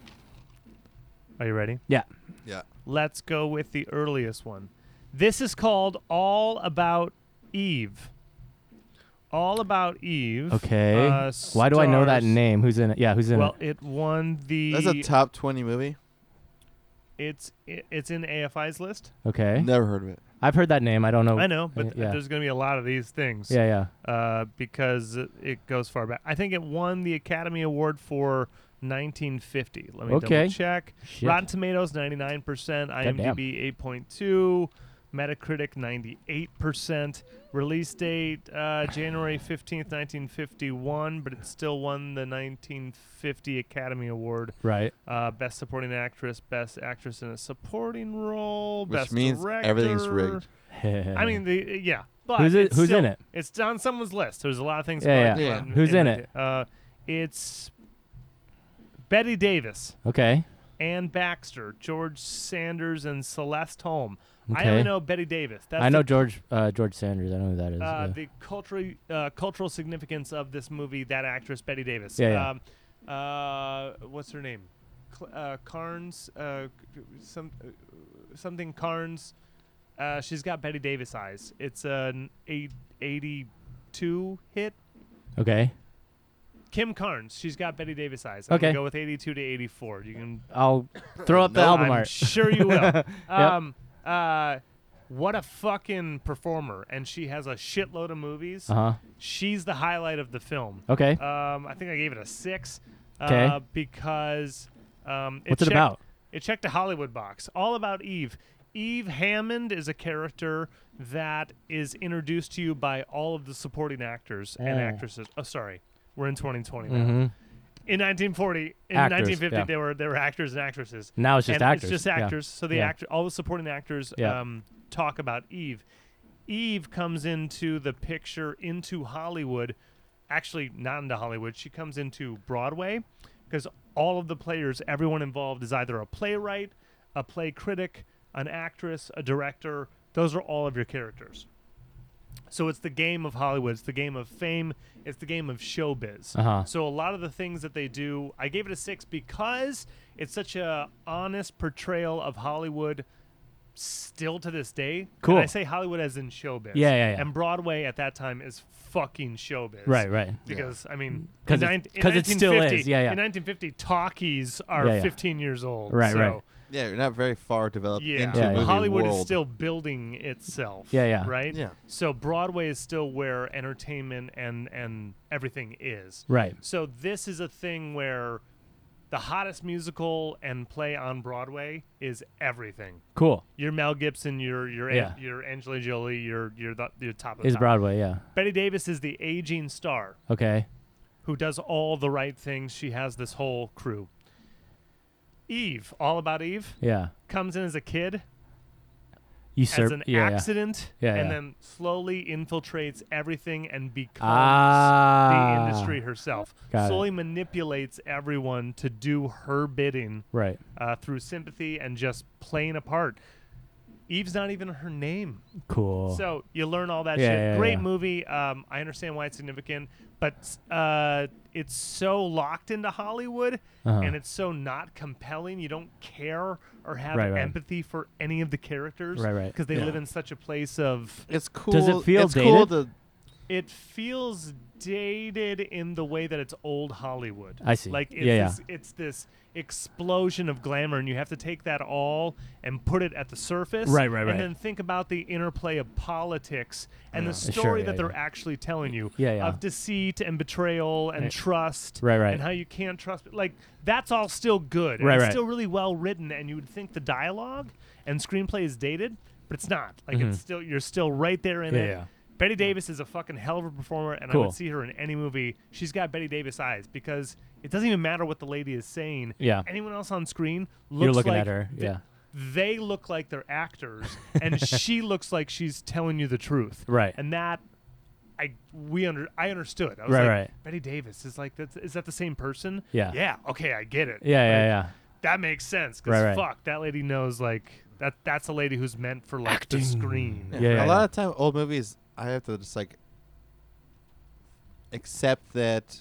[SPEAKER 1] Are you ready?
[SPEAKER 3] Yeah.
[SPEAKER 2] Yeah.
[SPEAKER 1] Let's go with the earliest one. This is called All About Eve. All About Eve.
[SPEAKER 3] Okay.
[SPEAKER 1] uh,
[SPEAKER 3] Why do I know that
[SPEAKER 1] stars-
[SPEAKER 3] name? Who's in it? Yeah, who's in
[SPEAKER 1] Well,
[SPEAKER 3] it?
[SPEAKER 1] it won the.
[SPEAKER 2] That's a top 20 movie.
[SPEAKER 1] it's i- it's in AFI's list.
[SPEAKER 3] Okay.
[SPEAKER 2] Never heard of it.
[SPEAKER 3] I've heard that name. I don't know.
[SPEAKER 1] I know, but
[SPEAKER 3] Uh, yeah.
[SPEAKER 1] there's going to be a lot of these things.
[SPEAKER 3] Yeah, yeah.
[SPEAKER 1] Uh, because it- it goes far back. I think it won the Academy Award for 1950. Let me
[SPEAKER 3] Okay.
[SPEAKER 1] double check.
[SPEAKER 3] Shit.
[SPEAKER 1] Rotten Tomatoes 99%, IMDb 8.2, Metacritic 98%. Release date uh, January 15th, 1951, but it still won the 1950 Academy Award.
[SPEAKER 3] Right.
[SPEAKER 1] Uh, best supporting actress, best actress in a supporting role,
[SPEAKER 2] Which
[SPEAKER 1] best
[SPEAKER 2] means
[SPEAKER 1] director.
[SPEAKER 2] everything's rigged.
[SPEAKER 1] I mean, the yeah. But
[SPEAKER 3] Who's it-
[SPEAKER 1] it's
[SPEAKER 3] who's in
[SPEAKER 1] still-
[SPEAKER 3] it?
[SPEAKER 1] It's on someone's list. There's a lot of things.
[SPEAKER 3] Yeah,
[SPEAKER 1] going
[SPEAKER 2] yeah.
[SPEAKER 1] on
[SPEAKER 2] Yeah.
[SPEAKER 3] Who's in it?
[SPEAKER 1] Uh, it's Betty Davis.
[SPEAKER 3] okay.
[SPEAKER 1] Ann Baxter, George Sanders, and Celeste Holm. I
[SPEAKER 3] Okay.
[SPEAKER 1] only know Betty Davis. That's
[SPEAKER 3] I know
[SPEAKER 1] the,
[SPEAKER 3] George uh, George Sanders. I know who that is.
[SPEAKER 1] uh,
[SPEAKER 3] yeah.
[SPEAKER 1] the cultural uh, cultural significance of this movie. That actress, Betty Davis.
[SPEAKER 3] Yeah, yeah.
[SPEAKER 1] Um, uh, what's her name? Cl- uh, Carnes. Uh, some uh, something Carnes. Uh, she's got Betty Davis eyes. It's an eight, 82 hit.
[SPEAKER 3] okay.
[SPEAKER 1] Kim Carnes. She's got Betty Davis eyes. I'm
[SPEAKER 3] Okay.
[SPEAKER 1] gonna go with 82 to 84. You can
[SPEAKER 3] I'll throw up the
[SPEAKER 2] No,
[SPEAKER 3] album
[SPEAKER 1] I'm
[SPEAKER 3] art.
[SPEAKER 1] sure you will. um, uh, what a fucking performer! And she has a shitload of movies.
[SPEAKER 3] Uh huh.
[SPEAKER 1] She's the highlight of the film.
[SPEAKER 3] Okay.
[SPEAKER 1] Um, I think I gave it a six.
[SPEAKER 3] 'Kay.
[SPEAKER 1] Uh, because um, it
[SPEAKER 3] What's it
[SPEAKER 1] checked-
[SPEAKER 3] about?
[SPEAKER 1] It checked a Hollywood box. All about Eve. Eve Hammond is a character that is introduced to you by all of the supporting actors and
[SPEAKER 3] Oh.
[SPEAKER 1] actresses. Oh, sorry, we're in 2020 now.
[SPEAKER 3] hmm
[SPEAKER 2] Mm-hmm.
[SPEAKER 1] In 1940, in
[SPEAKER 3] Actors,
[SPEAKER 1] 1950,
[SPEAKER 3] yeah.
[SPEAKER 1] they were they were actors and actresses
[SPEAKER 3] Now it's just
[SPEAKER 1] and
[SPEAKER 3] actors.
[SPEAKER 1] It's just
[SPEAKER 3] Yeah.
[SPEAKER 1] actors. So the
[SPEAKER 3] Yeah.
[SPEAKER 1] actor, all the supporting actors,
[SPEAKER 3] Yeah.
[SPEAKER 1] um, talk about Eve. Eve comes into the picture into Hollywood, actually not into Hollywood. She comes into Broadway because all of the players, everyone involved, is either a playwright, a play critic, an actress, a director. Those are all of your characters. So it's the game of Hollywood. It's the game of fame. It's the game of showbiz.
[SPEAKER 3] Uh-huh.
[SPEAKER 1] So a lot of the things that they do, I gave it a six because it's such a honest portrayal of Hollywood. Still to this day, And
[SPEAKER 3] Cool.
[SPEAKER 1] I say Hollywood as in showbiz.
[SPEAKER 3] Yeah, yeah, yeah.
[SPEAKER 1] And Broadway at that time is fucking showbiz.
[SPEAKER 3] Right, right.
[SPEAKER 1] Because I mean,
[SPEAKER 3] 'Cause
[SPEAKER 1] in
[SPEAKER 3] it's-
[SPEAKER 1] nine- in
[SPEAKER 3] 'cause it still
[SPEAKER 1] 1950
[SPEAKER 3] is. Yeah, yeah.
[SPEAKER 1] In 1950, talkies are
[SPEAKER 3] Yeah, yeah.
[SPEAKER 1] 15 years old.
[SPEAKER 3] Right,
[SPEAKER 1] so,
[SPEAKER 3] right.
[SPEAKER 2] Yeah, you're not very far developed
[SPEAKER 1] Yeah,
[SPEAKER 2] into
[SPEAKER 3] Yeah, yeah.
[SPEAKER 2] movie
[SPEAKER 1] Hollywood is
[SPEAKER 2] world.
[SPEAKER 1] still building itself.
[SPEAKER 3] Yeah, yeah.
[SPEAKER 1] Right.
[SPEAKER 2] Yeah.
[SPEAKER 1] So Broadway is still where entertainment and and everything is.
[SPEAKER 3] Right.
[SPEAKER 1] So this is a thing where the hottest musical and play on Broadway is everything.
[SPEAKER 3] Cool.
[SPEAKER 1] Your Mel Gibson, your your
[SPEAKER 3] Yeah.
[SPEAKER 1] your Angelina Jolie, your your the, your top of the
[SPEAKER 3] Is
[SPEAKER 1] top.
[SPEAKER 3] Broadway, yeah.
[SPEAKER 1] Betty Davis is the aging star
[SPEAKER 3] Okay.
[SPEAKER 1] who does all the right things. She has this whole crew. Eve, all about Eve,
[SPEAKER 3] Yeah.
[SPEAKER 1] comes in as a kid
[SPEAKER 3] Usurp.
[SPEAKER 1] as an
[SPEAKER 3] yeah, yeah.
[SPEAKER 1] accident,
[SPEAKER 3] Yeah,
[SPEAKER 1] and
[SPEAKER 3] yeah.
[SPEAKER 1] then slowly infiltrates everything and becomes the
[SPEAKER 3] Ah.
[SPEAKER 1] industry herself.
[SPEAKER 3] Got it.
[SPEAKER 1] slowly manipulates everyone to do her bidding
[SPEAKER 3] Right.
[SPEAKER 1] uh, through sympathy and just playing a part. Eve's not even her name.
[SPEAKER 3] Cool.
[SPEAKER 1] So you learn all that
[SPEAKER 3] Yeah,
[SPEAKER 1] shit.
[SPEAKER 3] yeah,
[SPEAKER 1] Great
[SPEAKER 3] yeah.
[SPEAKER 1] movie. Um, I understand why it's significant, but uh, it's so locked into Hollywood
[SPEAKER 3] Uh-huh.
[SPEAKER 1] and it's so not compelling. You don't care or have
[SPEAKER 3] Right, right.
[SPEAKER 1] empathy for any of the characters
[SPEAKER 3] Right, right.
[SPEAKER 1] because they
[SPEAKER 2] Yeah.
[SPEAKER 1] live in such a place of.
[SPEAKER 2] It's cool.
[SPEAKER 3] it feel
[SPEAKER 2] it's cool
[SPEAKER 3] dated?
[SPEAKER 2] to
[SPEAKER 1] It feels dated in the way that it's old Hollywood.
[SPEAKER 3] I see.
[SPEAKER 1] Like it's,
[SPEAKER 3] Yeah, yeah.
[SPEAKER 1] This, it's this explosion of glamour, and you have to take that all and put it at the surface.
[SPEAKER 3] Right, right, right.
[SPEAKER 1] And then think about the interplay of politics and the
[SPEAKER 3] Sure,
[SPEAKER 1] story that
[SPEAKER 3] yeah,
[SPEAKER 1] they're
[SPEAKER 3] yeah.
[SPEAKER 1] actually telling you
[SPEAKER 3] Yeah, yeah.
[SPEAKER 1] of deceit and betrayal and
[SPEAKER 3] Right.
[SPEAKER 1] trust.
[SPEAKER 3] Right, right.
[SPEAKER 1] And how you can't trust. Like that's all still good. and
[SPEAKER 3] Right,
[SPEAKER 1] it's
[SPEAKER 3] right.
[SPEAKER 1] Still really well written, and you would think the dialogue and screenplay is dated, but it's not. Like it's still you're still right there in
[SPEAKER 3] Mm-hmm. Yeah,
[SPEAKER 1] it.
[SPEAKER 3] yeah.
[SPEAKER 1] Betty Davis is a fucking hell of a performer, and I
[SPEAKER 3] Cool.
[SPEAKER 1] would see her in any movie. She's got Betty Davis eyes because it doesn't even matter what the lady is saying.
[SPEAKER 3] Yeah.
[SPEAKER 1] Anyone else on screen looks
[SPEAKER 3] You're looking
[SPEAKER 1] like
[SPEAKER 3] at her.
[SPEAKER 1] th-
[SPEAKER 3] Yeah.
[SPEAKER 1] They look like they're actors, and she looks like she's telling you the truth.
[SPEAKER 3] Right.
[SPEAKER 1] And that, I we under I understood. I was
[SPEAKER 3] Right,
[SPEAKER 1] like,
[SPEAKER 3] right.
[SPEAKER 1] Betty Davis is like that's is that the same person?
[SPEAKER 3] Yeah.
[SPEAKER 1] Yeah. Okay, I get it.
[SPEAKER 3] Yeah, yeah,
[SPEAKER 1] Like,
[SPEAKER 3] yeah.
[SPEAKER 1] That makes sense because
[SPEAKER 3] Right, right.
[SPEAKER 1] fuck, that lady knows like that. That's a lady who's meant for like
[SPEAKER 3] Acting.
[SPEAKER 1] the screen.
[SPEAKER 3] Yeah, yeah,
[SPEAKER 2] a lot of time old movies I have to just like accept that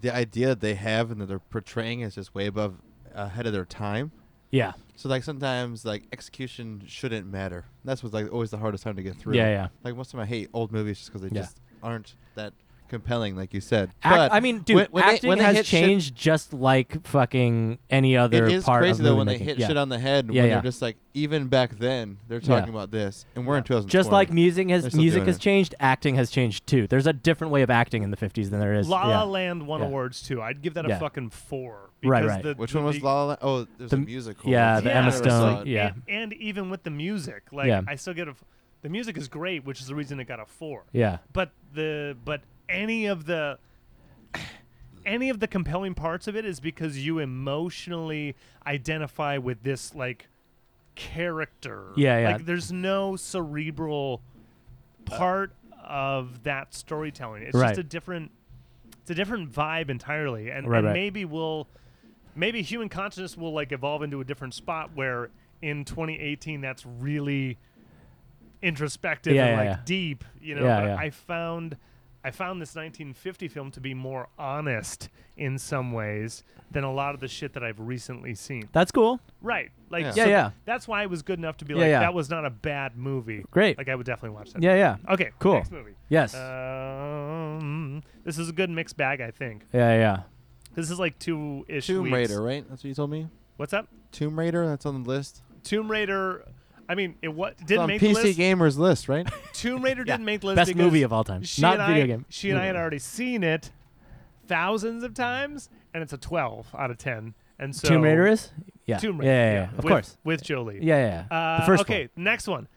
[SPEAKER 2] the idea that they have and that they're portraying is just way above ahead of their time.
[SPEAKER 3] Yeah.
[SPEAKER 2] So like sometimes like execution shouldn't matter. That's what's like always the hardest time to get through.
[SPEAKER 3] Yeah, yeah.
[SPEAKER 2] Like most of them I hate old movies just because they
[SPEAKER 3] Yeah.
[SPEAKER 2] just aren't that compelling, like you said.
[SPEAKER 3] Act,
[SPEAKER 2] But
[SPEAKER 3] I mean, dude,
[SPEAKER 2] when, when they-
[SPEAKER 3] acting
[SPEAKER 2] when they
[SPEAKER 3] has
[SPEAKER 2] hit shit-
[SPEAKER 3] changed just like fucking any other
[SPEAKER 2] it is
[SPEAKER 3] part
[SPEAKER 2] crazy
[SPEAKER 3] of
[SPEAKER 2] though
[SPEAKER 3] movie
[SPEAKER 2] when
[SPEAKER 3] making.
[SPEAKER 2] they hit
[SPEAKER 3] yeah.
[SPEAKER 2] shit on the head.
[SPEAKER 3] Yeah,
[SPEAKER 2] when
[SPEAKER 3] yeah.
[SPEAKER 2] they're just like even back then they're
[SPEAKER 3] Yeah.
[SPEAKER 2] talking about this, and we're in 2000.
[SPEAKER 3] Just like music
[SPEAKER 2] They're
[SPEAKER 3] has
[SPEAKER 2] still
[SPEAKER 3] music
[SPEAKER 2] doing
[SPEAKER 3] has
[SPEAKER 2] it.
[SPEAKER 3] changed, acting has changed too. There's a different way of acting in the 50s than there is.
[SPEAKER 1] La La
[SPEAKER 3] yeah.
[SPEAKER 1] Land won
[SPEAKER 3] Yeah.
[SPEAKER 1] awards too. I'd give that a
[SPEAKER 3] Yeah.
[SPEAKER 1] fucking four.
[SPEAKER 3] Right,
[SPEAKER 1] because
[SPEAKER 3] right.
[SPEAKER 1] The,
[SPEAKER 2] Which
[SPEAKER 1] the-
[SPEAKER 2] one was
[SPEAKER 1] the-
[SPEAKER 2] La La? Land? Oh, there's a
[SPEAKER 3] The-
[SPEAKER 2] musical.
[SPEAKER 3] yeah,
[SPEAKER 2] one.
[SPEAKER 3] the
[SPEAKER 2] I
[SPEAKER 3] Emma
[SPEAKER 2] never saw
[SPEAKER 3] Stone,
[SPEAKER 2] it.
[SPEAKER 3] yeah.
[SPEAKER 1] And, and even with the music, like
[SPEAKER 3] Yeah.
[SPEAKER 1] I still get a. f- The music is great, which is the reason it got a four.
[SPEAKER 3] Yeah.
[SPEAKER 1] But the but any of the any of the compelling parts of it is because you emotionally identify with this like character.
[SPEAKER 3] Yeah, yeah.
[SPEAKER 1] Like there's no cerebral part of that storytelling. It's
[SPEAKER 3] Right.
[SPEAKER 1] just a different it's a different vibe entirely. And,
[SPEAKER 3] Right,
[SPEAKER 1] and
[SPEAKER 3] right.
[SPEAKER 1] maybe we'll maybe human consciousness will like evolve into a different spot where in 2018 that's really introspective
[SPEAKER 3] Yeah,
[SPEAKER 1] and
[SPEAKER 3] yeah,
[SPEAKER 1] like
[SPEAKER 3] yeah.
[SPEAKER 1] deep you know
[SPEAKER 3] Yeah,
[SPEAKER 1] but
[SPEAKER 3] yeah.
[SPEAKER 1] i found i found this 1950 film to be more honest in some ways than a lot of the shit that i've recently seen
[SPEAKER 3] That's cool.
[SPEAKER 1] right like
[SPEAKER 2] Yeah.
[SPEAKER 1] so
[SPEAKER 3] Yeah, yeah.
[SPEAKER 1] that's why it was good enough to be
[SPEAKER 3] Yeah,
[SPEAKER 1] like
[SPEAKER 3] yeah.
[SPEAKER 1] that was not a bad movie
[SPEAKER 3] Great.
[SPEAKER 1] like i would definitely watch that
[SPEAKER 3] Yeah, yeah.
[SPEAKER 1] okay
[SPEAKER 3] Cool.
[SPEAKER 1] next movie
[SPEAKER 3] Yes.
[SPEAKER 1] Uh, um, this is a good mixed bag i think
[SPEAKER 3] yeah, yeah.
[SPEAKER 1] this is like two ish
[SPEAKER 2] Tomb Raider, right? That's what you told me.
[SPEAKER 1] what's up
[SPEAKER 2] Tomb Raider. That's on the list.
[SPEAKER 1] tomb raider I mean, it what
[SPEAKER 2] It's
[SPEAKER 1] didn't
[SPEAKER 2] on
[SPEAKER 1] make the
[SPEAKER 2] PC
[SPEAKER 1] list.
[SPEAKER 2] Gamers list, right?
[SPEAKER 1] Tomb Raider
[SPEAKER 3] Yeah.
[SPEAKER 1] didn't make the list.
[SPEAKER 3] Best
[SPEAKER 1] because
[SPEAKER 3] movie of all time.
[SPEAKER 1] she
[SPEAKER 3] Not
[SPEAKER 1] and
[SPEAKER 3] video
[SPEAKER 1] I,
[SPEAKER 3] game.
[SPEAKER 1] She and I
[SPEAKER 3] Movie.
[SPEAKER 1] had already seen it thousands of times, and it's a twelve out of ten. And so
[SPEAKER 3] Tomb Raider is? Yeah.
[SPEAKER 1] Tomb
[SPEAKER 3] Yeah,
[SPEAKER 1] Raider,
[SPEAKER 3] yeah, yeah. Of
[SPEAKER 1] with,
[SPEAKER 3] course.
[SPEAKER 1] with Jolie.
[SPEAKER 3] Yeah, yeah. yeah.
[SPEAKER 1] Uh,
[SPEAKER 3] the first
[SPEAKER 1] okay,
[SPEAKER 3] one.
[SPEAKER 1] next one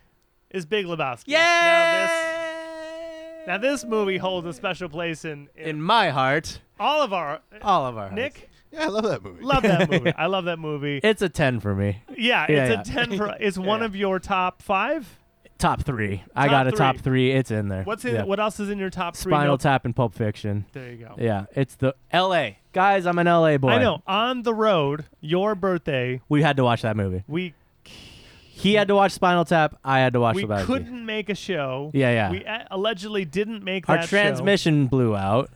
[SPEAKER 1] is Big Lebowski. Now this,
[SPEAKER 3] Yeah.
[SPEAKER 1] now this movie holds a special place in, in,
[SPEAKER 3] in my heart,
[SPEAKER 1] all of our.
[SPEAKER 3] all of our hearts.
[SPEAKER 1] Nick,
[SPEAKER 2] yeah, I love that movie.
[SPEAKER 1] love that movie. I love that movie.
[SPEAKER 3] It's a 10 for me.
[SPEAKER 1] yeah,
[SPEAKER 3] yeah,
[SPEAKER 1] it's a ten. For, it's one
[SPEAKER 3] yeah.
[SPEAKER 1] of your top five.
[SPEAKER 3] top three. I
[SPEAKER 1] Top
[SPEAKER 3] got a
[SPEAKER 1] three.
[SPEAKER 3] top three. It's in there.
[SPEAKER 1] What's in?
[SPEAKER 3] Yeah.
[SPEAKER 1] What else is in your top three?
[SPEAKER 3] Spinal
[SPEAKER 1] no-
[SPEAKER 3] Tap and Pulp Fiction.
[SPEAKER 1] There you go.
[SPEAKER 3] Yeah, it's the L.A. Guys, I'm an L.A. boy.
[SPEAKER 1] I know. On the road, your birthday,
[SPEAKER 3] We had to watch that movie.
[SPEAKER 1] we
[SPEAKER 3] He had to watch Spinal Tap. I had to watch
[SPEAKER 1] we
[SPEAKER 3] the Babaji.
[SPEAKER 1] couldn't make a show.
[SPEAKER 3] Yeah, yeah.
[SPEAKER 1] We a- allegedly didn't make
[SPEAKER 3] Our
[SPEAKER 1] that show.
[SPEAKER 3] transmission blew out.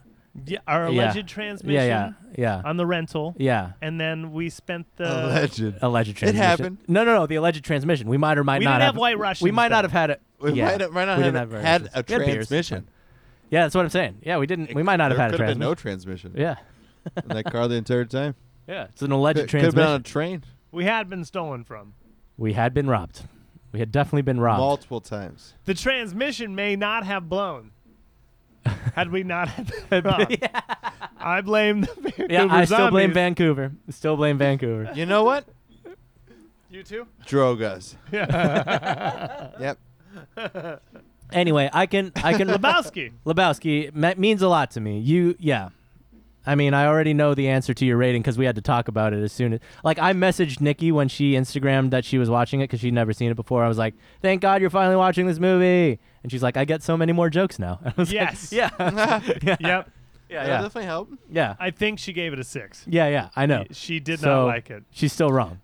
[SPEAKER 1] Yeah, our
[SPEAKER 3] Yeah.
[SPEAKER 1] alleged transmission.
[SPEAKER 3] Yeah, yeah, yeah,
[SPEAKER 1] On the rental,
[SPEAKER 3] yeah.
[SPEAKER 1] and then we spent the.
[SPEAKER 2] Legend.
[SPEAKER 3] Alleged transmission.
[SPEAKER 2] happened.
[SPEAKER 3] No, no, no. The alleged transmission. We might or might
[SPEAKER 1] We
[SPEAKER 3] not
[SPEAKER 1] didn't have
[SPEAKER 3] have
[SPEAKER 1] White Russians
[SPEAKER 3] We might
[SPEAKER 1] then.
[SPEAKER 3] not have had it.
[SPEAKER 2] We
[SPEAKER 3] yeah.
[SPEAKER 2] might, have, might not
[SPEAKER 3] We
[SPEAKER 2] have,
[SPEAKER 3] didn't have
[SPEAKER 2] had a
[SPEAKER 3] Russians. We had beers.
[SPEAKER 2] transmission.
[SPEAKER 3] Yeah, that's what I'm saying. Yeah, we didn't. we might not have had a
[SPEAKER 2] There could been
[SPEAKER 3] transmission.
[SPEAKER 2] no transmission
[SPEAKER 3] yeah,
[SPEAKER 2] in that car the entire time.
[SPEAKER 3] yeah. It's an alleged
[SPEAKER 2] Could have
[SPEAKER 3] transmission.
[SPEAKER 2] been on a train
[SPEAKER 1] We had been stolen from.
[SPEAKER 3] we had been robbed. We had definitely been robbed.
[SPEAKER 2] multiple times.
[SPEAKER 1] The transmission may not have blown. Had we not had been robbed. I blame the Vancouver
[SPEAKER 3] yeah, I still blame
[SPEAKER 1] zombies.
[SPEAKER 3] Vancouver. Still blame Vancouver.
[SPEAKER 2] You know what?
[SPEAKER 1] You too?
[SPEAKER 2] Drog us. yep.
[SPEAKER 3] Anyway, I can I can
[SPEAKER 1] Lebowski.
[SPEAKER 3] Lebowski me- means a lot to me. You, yeah. I mean, I already know the answer to your rating because we had to talk about it as soon as. Like, I messaged Nikki when she Instagrammed that she was watching it because she'd never seen it before. I was like, "Thank God you're finally watching this movie!" And she's like, "I get so many more jokes now." I was like,
[SPEAKER 1] Yes.
[SPEAKER 3] yeah. yeah.
[SPEAKER 1] yep.
[SPEAKER 3] Yeah.
[SPEAKER 2] That'll
[SPEAKER 3] Yeah.
[SPEAKER 2] definitely help.
[SPEAKER 3] Yeah.
[SPEAKER 1] I think she gave it a six.
[SPEAKER 3] Yeah. Yeah. I know.
[SPEAKER 1] She did not
[SPEAKER 3] So-
[SPEAKER 1] like it.
[SPEAKER 3] She's still wrong.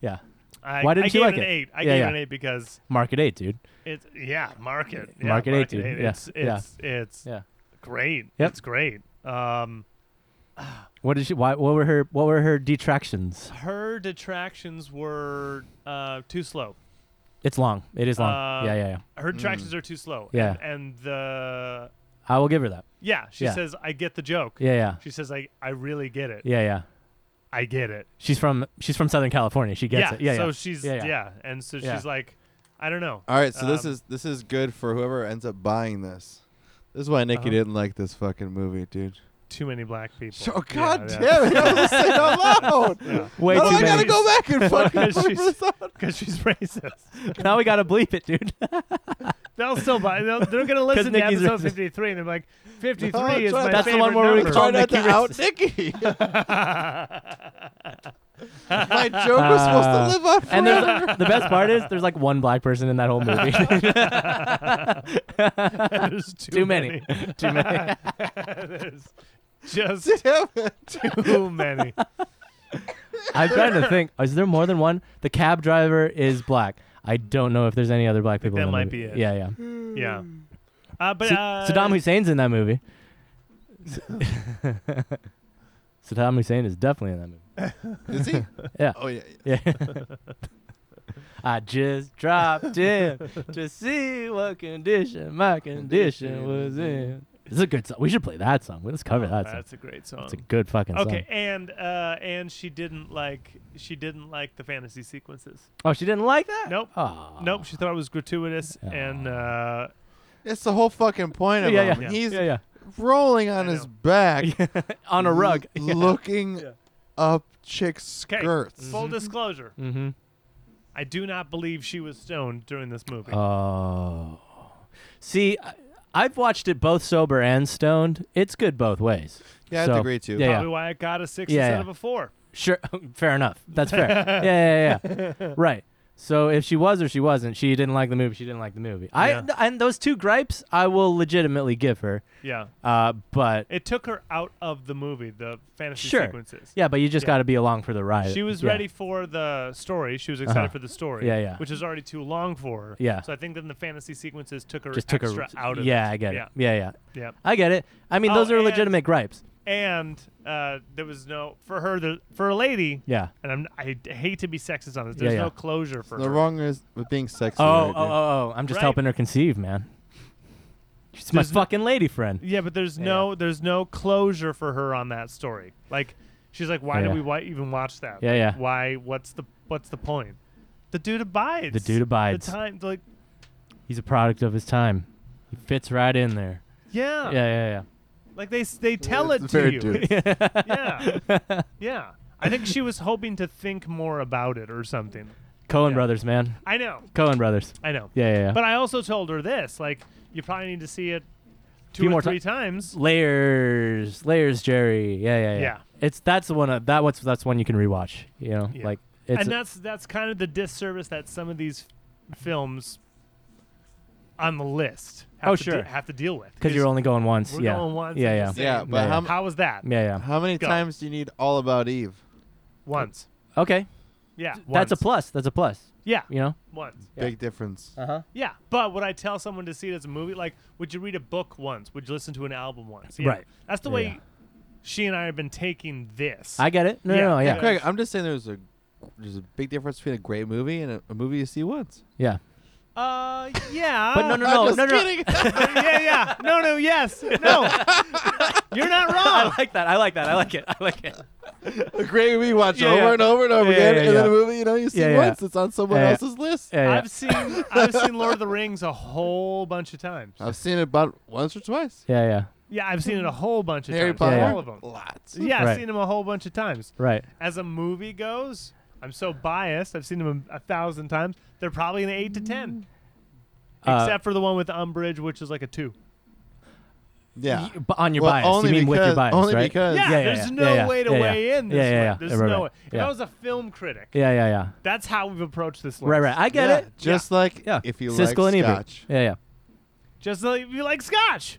[SPEAKER 3] Yeah.
[SPEAKER 1] I,
[SPEAKER 3] Why didn't
[SPEAKER 1] I
[SPEAKER 3] you
[SPEAKER 1] gave
[SPEAKER 3] like
[SPEAKER 1] it an
[SPEAKER 3] it?
[SPEAKER 1] eight. I
[SPEAKER 3] Yeah,
[SPEAKER 1] gave
[SPEAKER 3] yeah.
[SPEAKER 1] it an eight because
[SPEAKER 3] Market eight, dude.
[SPEAKER 1] it's yeah, market. Yeah,
[SPEAKER 3] Market eight, dude. Yeah,
[SPEAKER 1] It's
[SPEAKER 3] yeah.
[SPEAKER 1] it's it's
[SPEAKER 3] Yeah.
[SPEAKER 1] great.
[SPEAKER 3] Yep.
[SPEAKER 1] It's great. Um
[SPEAKER 3] What did she? Why? What were her? What were her detractions?
[SPEAKER 1] her detractions were uh too slow.
[SPEAKER 3] It's long. It is long.
[SPEAKER 1] Uh,
[SPEAKER 3] yeah. Yeah. Yeah.
[SPEAKER 1] Her detractions are too slow.
[SPEAKER 3] Mm. Yeah.
[SPEAKER 1] And, and the
[SPEAKER 3] I will give her that.
[SPEAKER 1] yeah, she
[SPEAKER 3] Yeah.
[SPEAKER 1] says I get the joke.
[SPEAKER 3] Yeah. Yeah.
[SPEAKER 1] She says I I really get it.
[SPEAKER 3] Yeah. Yeah.
[SPEAKER 1] I get it.
[SPEAKER 3] She's from she's from Southern California. She gets
[SPEAKER 1] yeah.
[SPEAKER 3] it. Yeah,
[SPEAKER 1] So
[SPEAKER 3] yeah.
[SPEAKER 1] she's
[SPEAKER 3] Yeah,
[SPEAKER 1] yeah,
[SPEAKER 3] yeah.
[SPEAKER 1] and so
[SPEAKER 3] Yeah. Uh,
[SPEAKER 1] she's like, I don't know.
[SPEAKER 2] All right, so this
[SPEAKER 1] Um,
[SPEAKER 2] is this is good for whoever ends up buying this. This is why Nikki
[SPEAKER 1] Uh-huh.
[SPEAKER 2] didn't like this fucking movie, dude.
[SPEAKER 1] Too many black people.
[SPEAKER 2] Oh god
[SPEAKER 1] yeah.
[SPEAKER 2] damn it! I was saying out loud.
[SPEAKER 1] Yeah.
[SPEAKER 3] Way
[SPEAKER 2] now
[SPEAKER 3] too
[SPEAKER 2] I gotta
[SPEAKER 3] many.
[SPEAKER 2] go back and fucking
[SPEAKER 1] Because
[SPEAKER 2] blur
[SPEAKER 1] she's-
[SPEAKER 2] this out.
[SPEAKER 1] Because she's racist.
[SPEAKER 3] now we gotta bleep it, dude.
[SPEAKER 1] They'll still buy. They'll, they're gonna listen to
[SPEAKER 3] Nikki's
[SPEAKER 1] episode
[SPEAKER 3] racist.
[SPEAKER 1] fifty three, and they're like, fifty three
[SPEAKER 2] No, I'm
[SPEAKER 1] is
[SPEAKER 2] trying-
[SPEAKER 1] my
[SPEAKER 3] That's the
[SPEAKER 1] favorite
[SPEAKER 3] one where we
[SPEAKER 1] number.
[SPEAKER 3] call
[SPEAKER 2] Try not to
[SPEAKER 3] Nikki
[SPEAKER 2] out
[SPEAKER 3] racist.
[SPEAKER 2] Nikki. My joke was
[SPEAKER 3] Uh,
[SPEAKER 2] supposed to live up.
[SPEAKER 3] And there's the best part is there's like one black person in that whole movie.
[SPEAKER 1] There's too,
[SPEAKER 3] Too many. too many.
[SPEAKER 1] There's just
[SPEAKER 2] Damn it.
[SPEAKER 1] too many.
[SPEAKER 3] I'm trying to think. Is there more than one? The cab driver is black. I don't know if there's any other black people.
[SPEAKER 1] that
[SPEAKER 3] in the
[SPEAKER 1] might
[SPEAKER 3] movie.
[SPEAKER 1] be it.
[SPEAKER 3] Yeah, yeah.
[SPEAKER 1] Yeah. Uh, but
[SPEAKER 3] Sa-
[SPEAKER 1] uh,
[SPEAKER 3] Saddam Hussein's in that movie. Saddam Hussein is definitely in that movie.
[SPEAKER 2] Is he?
[SPEAKER 3] Yeah.
[SPEAKER 2] Oh yeah. yeah.
[SPEAKER 3] Yeah. I just dropped in to see what condition my condition was in. It's a good song. We should play that song. Let's cover that song.
[SPEAKER 1] Oh, That's a great song.
[SPEAKER 3] It's a good fucking song.
[SPEAKER 1] okay, and uh, and she didn't like she didn't like the fantasy sequences.
[SPEAKER 3] Oh, she didn't like that?
[SPEAKER 1] Nope.
[SPEAKER 3] Aw.
[SPEAKER 1] Nope, she thought it was gratuitous and uh,
[SPEAKER 2] That's the whole fucking point of
[SPEAKER 3] Yeah,
[SPEAKER 2] him.
[SPEAKER 3] yeah.
[SPEAKER 2] He's
[SPEAKER 3] Yeah, yeah.
[SPEAKER 2] rolling on
[SPEAKER 1] I
[SPEAKER 2] his
[SPEAKER 1] know.
[SPEAKER 2] back
[SPEAKER 3] On a rug.
[SPEAKER 2] l- looking
[SPEAKER 1] Yeah.
[SPEAKER 2] up chicks'
[SPEAKER 1] Okay. Mm.
[SPEAKER 2] skirts.
[SPEAKER 1] Full disclosure,
[SPEAKER 3] Mm-hmm.
[SPEAKER 1] I do not believe she was stoned during this movie.
[SPEAKER 3] Oh. See, I, I've watched it both sober and stoned. It's good both ways.
[SPEAKER 2] Yeah, I'd
[SPEAKER 3] So,
[SPEAKER 2] agree too.
[SPEAKER 3] yeah.
[SPEAKER 1] Probably why I got a six
[SPEAKER 3] Yeah,
[SPEAKER 1] instead
[SPEAKER 3] yeah.
[SPEAKER 1] of a four.
[SPEAKER 3] Sure, fair enough. That's fair. yeah, yeah, yeah. right. So if she was or she wasn't, she didn't like the movie. She didn't like the movie. I
[SPEAKER 1] Yeah.
[SPEAKER 3] and those two gripes, I will legitimately give her.
[SPEAKER 1] Yeah,
[SPEAKER 3] Uh, but
[SPEAKER 1] it took her out of the movie, the fantasy
[SPEAKER 3] Sure.
[SPEAKER 1] sequences.
[SPEAKER 3] yeah, but you just
[SPEAKER 1] Yeah.
[SPEAKER 3] got to be along for the ride.
[SPEAKER 1] She was
[SPEAKER 3] Yeah.
[SPEAKER 1] ready for the story. She was excited
[SPEAKER 3] Uh-huh.
[SPEAKER 1] for the story.
[SPEAKER 3] Yeah, yeah.
[SPEAKER 1] Which is already too long for her.
[SPEAKER 3] Yeah.
[SPEAKER 1] So I think then the fantasy sequences took her
[SPEAKER 3] Just took her
[SPEAKER 1] extra out of
[SPEAKER 3] Yeah,
[SPEAKER 1] it.
[SPEAKER 3] I get
[SPEAKER 1] yeah,
[SPEAKER 3] it. Yeah, yeah.
[SPEAKER 1] Yeah.
[SPEAKER 3] I get it. I mean,
[SPEAKER 1] Oh,
[SPEAKER 3] those are
[SPEAKER 1] and-
[SPEAKER 3] legitimate gripes.
[SPEAKER 1] And uh, there was no for her the, for a lady.
[SPEAKER 3] Yeah.
[SPEAKER 1] And I'm, I d- hate to be sexist on this. There's
[SPEAKER 3] yeah.
[SPEAKER 1] no closure for
[SPEAKER 2] The
[SPEAKER 1] her.
[SPEAKER 2] wrong is with being sexy.
[SPEAKER 3] Oh, oh,
[SPEAKER 2] right, dude.
[SPEAKER 3] oh, oh, I'm just
[SPEAKER 1] Right.
[SPEAKER 3] helping her conceive, man. She's my
[SPEAKER 1] There's no-
[SPEAKER 3] fucking lady friend.
[SPEAKER 1] Yeah, but there's
[SPEAKER 3] Yeah.
[SPEAKER 1] no there's no closure for her on that story. Like she's like, why
[SPEAKER 3] Yeah.
[SPEAKER 1] did we why even watch that?
[SPEAKER 3] Yeah, yeah.
[SPEAKER 1] Why? What's the what's the point? The dude abides.
[SPEAKER 3] The dude abides.
[SPEAKER 1] The time like
[SPEAKER 3] He's a product of his time. He fits right in there.
[SPEAKER 1] yeah,
[SPEAKER 3] Yeah,
[SPEAKER 1] Like they s- they tell
[SPEAKER 2] It's
[SPEAKER 1] it
[SPEAKER 2] very
[SPEAKER 1] to you.
[SPEAKER 2] dude.
[SPEAKER 3] yeah, yeah.
[SPEAKER 1] yeah, yeah. I think she was hoping to think more about it or something.
[SPEAKER 3] Cohen
[SPEAKER 1] Yeah.
[SPEAKER 3] brothers, man.
[SPEAKER 1] I know,
[SPEAKER 3] Cohen brothers.
[SPEAKER 1] I know.
[SPEAKER 3] Yeah, yeah, yeah.
[SPEAKER 1] But I also told her this: like, you probably need to see it two
[SPEAKER 3] Few
[SPEAKER 1] or
[SPEAKER 3] more
[SPEAKER 1] three times.
[SPEAKER 3] layers, layers, Jerry. Yeah, yeah, yeah.
[SPEAKER 1] Yeah.
[SPEAKER 3] It's that's the one uh, that what's that's one you can rewatch. You know,
[SPEAKER 1] Yeah.
[SPEAKER 3] like it's
[SPEAKER 1] and that's that's kind of the disservice that some of these films on the list. Have
[SPEAKER 3] Oh,
[SPEAKER 1] to de-
[SPEAKER 3] sure.
[SPEAKER 1] have to deal with
[SPEAKER 3] because you're only going once.
[SPEAKER 1] we're
[SPEAKER 3] yeah.
[SPEAKER 1] going once.
[SPEAKER 3] Yeah,
[SPEAKER 1] I'm
[SPEAKER 3] yeah.
[SPEAKER 1] just
[SPEAKER 2] Yeah,
[SPEAKER 1] saying,
[SPEAKER 2] but
[SPEAKER 3] Yeah,
[SPEAKER 2] how,
[SPEAKER 1] How was that?
[SPEAKER 3] Yeah, yeah.
[SPEAKER 2] how many
[SPEAKER 1] Go.
[SPEAKER 2] times do you need All About Eve?
[SPEAKER 1] Once.
[SPEAKER 3] Okay,
[SPEAKER 1] Yeah.
[SPEAKER 3] that's a
[SPEAKER 1] once.
[SPEAKER 3] plus. That's a plus.
[SPEAKER 1] Yeah.
[SPEAKER 3] You know.
[SPEAKER 1] Once.
[SPEAKER 3] Yeah.
[SPEAKER 2] Big difference.
[SPEAKER 3] Uh huh.
[SPEAKER 1] Yeah, but would I tell someone to see it as a movie? Like, would you read a book once? Would you listen to an album once? Yeah.
[SPEAKER 3] Right.
[SPEAKER 1] That's the
[SPEAKER 3] Yeah,
[SPEAKER 1] way
[SPEAKER 3] yeah.
[SPEAKER 1] she and I have been taking this.
[SPEAKER 3] I get it. No,
[SPEAKER 1] Yeah,
[SPEAKER 3] no, no,
[SPEAKER 1] yeah.
[SPEAKER 3] yeah,
[SPEAKER 2] Hey, Craig, I'm just saying there's a there's a big difference between a great movie and a, a movie you see once.
[SPEAKER 3] yeah.
[SPEAKER 1] uh, yeah.
[SPEAKER 3] But no, no,
[SPEAKER 2] I'm
[SPEAKER 3] no,
[SPEAKER 2] just
[SPEAKER 3] no, no.
[SPEAKER 2] kidding.
[SPEAKER 1] yeah, yeah. No, no, yes. No. You're not
[SPEAKER 3] I
[SPEAKER 1] wrong.
[SPEAKER 3] like that. I like that. I like it. I like it.
[SPEAKER 2] a great movie you watch
[SPEAKER 3] Yeah,
[SPEAKER 2] over
[SPEAKER 3] yeah.
[SPEAKER 2] and over and over
[SPEAKER 3] Yeah,
[SPEAKER 2] again,
[SPEAKER 3] yeah,
[SPEAKER 2] and then a
[SPEAKER 3] yeah.
[SPEAKER 2] movie you know you see
[SPEAKER 3] Yeah, yeah.
[SPEAKER 2] once. It's on someone
[SPEAKER 3] Yeah, yeah.
[SPEAKER 2] else's list.
[SPEAKER 3] Yeah, yeah.
[SPEAKER 1] I've seen I've seen Lord of the Rings a whole bunch of times.
[SPEAKER 2] I've seen it about once or twice.
[SPEAKER 3] yeah, yeah.
[SPEAKER 1] Yeah, I've seen it a whole bunch of
[SPEAKER 2] Harry
[SPEAKER 1] times.
[SPEAKER 2] Potter,
[SPEAKER 3] Yeah, yeah.
[SPEAKER 1] All of them.
[SPEAKER 2] lots.
[SPEAKER 1] Yeah, I've
[SPEAKER 3] Right.
[SPEAKER 1] seen them a whole bunch of times.
[SPEAKER 3] Right.
[SPEAKER 1] As a movie goes, I'm so biased. I've seen them a, a thousand times. They're probably an eight to ten,
[SPEAKER 3] Uh,
[SPEAKER 1] except for the one with Umbridge, which is like a two.
[SPEAKER 2] yeah.
[SPEAKER 3] Y- but on your
[SPEAKER 2] Well,
[SPEAKER 3] bias,
[SPEAKER 2] only
[SPEAKER 3] you mean
[SPEAKER 2] because,
[SPEAKER 3] with your bias,
[SPEAKER 2] only
[SPEAKER 3] right?
[SPEAKER 2] because
[SPEAKER 1] Yeah,
[SPEAKER 3] yeah,
[SPEAKER 1] there's
[SPEAKER 3] yeah,
[SPEAKER 1] no
[SPEAKER 3] yeah, yeah,
[SPEAKER 1] way to
[SPEAKER 3] yeah, yeah.
[SPEAKER 1] weigh in this
[SPEAKER 3] Yeah, yeah,
[SPEAKER 1] way.
[SPEAKER 3] yeah.
[SPEAKER 1] There's
[SPEAKER 3] Right,
[SPEAKER 1] no
[SPEAKER 3] right.
[SPEAKER 1] way. If
[SPEAKER 3] Yeah.
[SPEAKER 1] I was a film critic,
[SPEAKER 3] Yeah, yeah, yeah.
[SPEAKER 1] that's how we've approached this list.
[SPEAKER 3] Right, right. I get
[SPEAKER 2] yeah,
[SPEAKER 3] it.
[SPEAKER 2] Just like
[SPEAKER 3] Yeah.
[SPEAKER 2] if you
[SPEAKER 3] Siskel
[SPEAKER 2] like
[SPEAKER 3] and Ebert.
[SPEAKER 2] scotch.
[SPEAKER 3] Yeah, yeah.
[SPEAKER 1] Just like you like Scotch.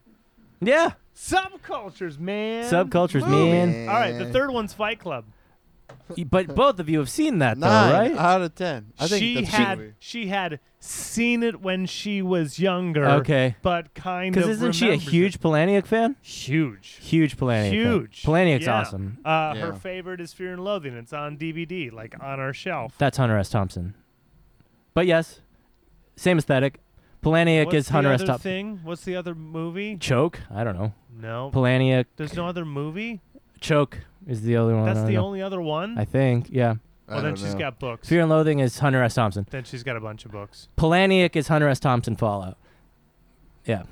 [SPEAKER 3] Yeah.
[SPEAKER 1] Subcultures, man.
[SPEAKER 3] Subcultures,
[SPEAKER 1] Movies.
[SPEAKER 3] man.
[SPEAKER 1] All right, the third one's Fight Club.
[SPEAKER 3] But both of you have seen that, though,
[SPEAKER 2] Nine
[SPEAKER 3] right?
[SPEAKER 2] out of ten. I think
[SPEAKER 1] she
[SPEAKER 2] that's
[SPEAKER 1] had
[SPEAKER 2] true.
[SPEAKER 1] she had seen it when she was younger.
[SPEAKER 3] Okay.
[SPEAKER 1] but kind of.
[SPEAKER 3] Because isn't she a
[SPEAKER 1] remembers it.
[SPEAKER 3] huge Polaniak fan?
[SPEAKER 1] huge?
[SPEAKER 3] Huge Polaniak. fan.
[SPEAKER 1] Huge.
[SPEAKER 3] Polaniak's
[SPEAKER 1] Yeah.
[SPEAKER 3] awesome.
[SPEAKER 1] Uh, Her
[SPEAKER 2] Yeah.
[SPEAKER 1] favorite is Fear and Loathing. It's on DVD, like on our shelf.
[SPEAKER 3] That's Hunter S. Thompson. But yes, same aesthetic. Polaniak
[SPEAKER 1] What's
[SPEAKER 3] is Hunter
[SPEAKER 1] the
[SPEAKER 3] S.
[SPEAKER 1] other
[SPEAKER 3] Thompson.
[SPEAKER 1] thing? What's the other movie?
[SPEAKER 3] Choke? I don't know.
[SPEAKER 1] No,
[SPEAKER 3] Polaniak.
[SPEAKER 1] there's no other movie.
[SPEAKER 3] Choke is the other one.
[SPEAKER 1] That's
[SPEAKER 3] I
[SPEAKER 1] the
[SPEAKER 3] know.
[SPEAKER 1] only other one.
[SPEAKER 3] I think, yeah.
[SPEAKER 1] well,
[SPEAKER 2] I
[SPEAKER 1] then
[SPEAKER 2] don't
[SPEAKER 1] she's
[SPEAKER 2] know.
[SPEAKER 1] got books.
[SPEAKER 3] Fear and Loathing is Hunter S. Thompson.
[SPEAKER 1] Then she's got a bunch of books.
[SPEAKER 3] Polaniak is Hunter S. Thompson Fallout. Yeah.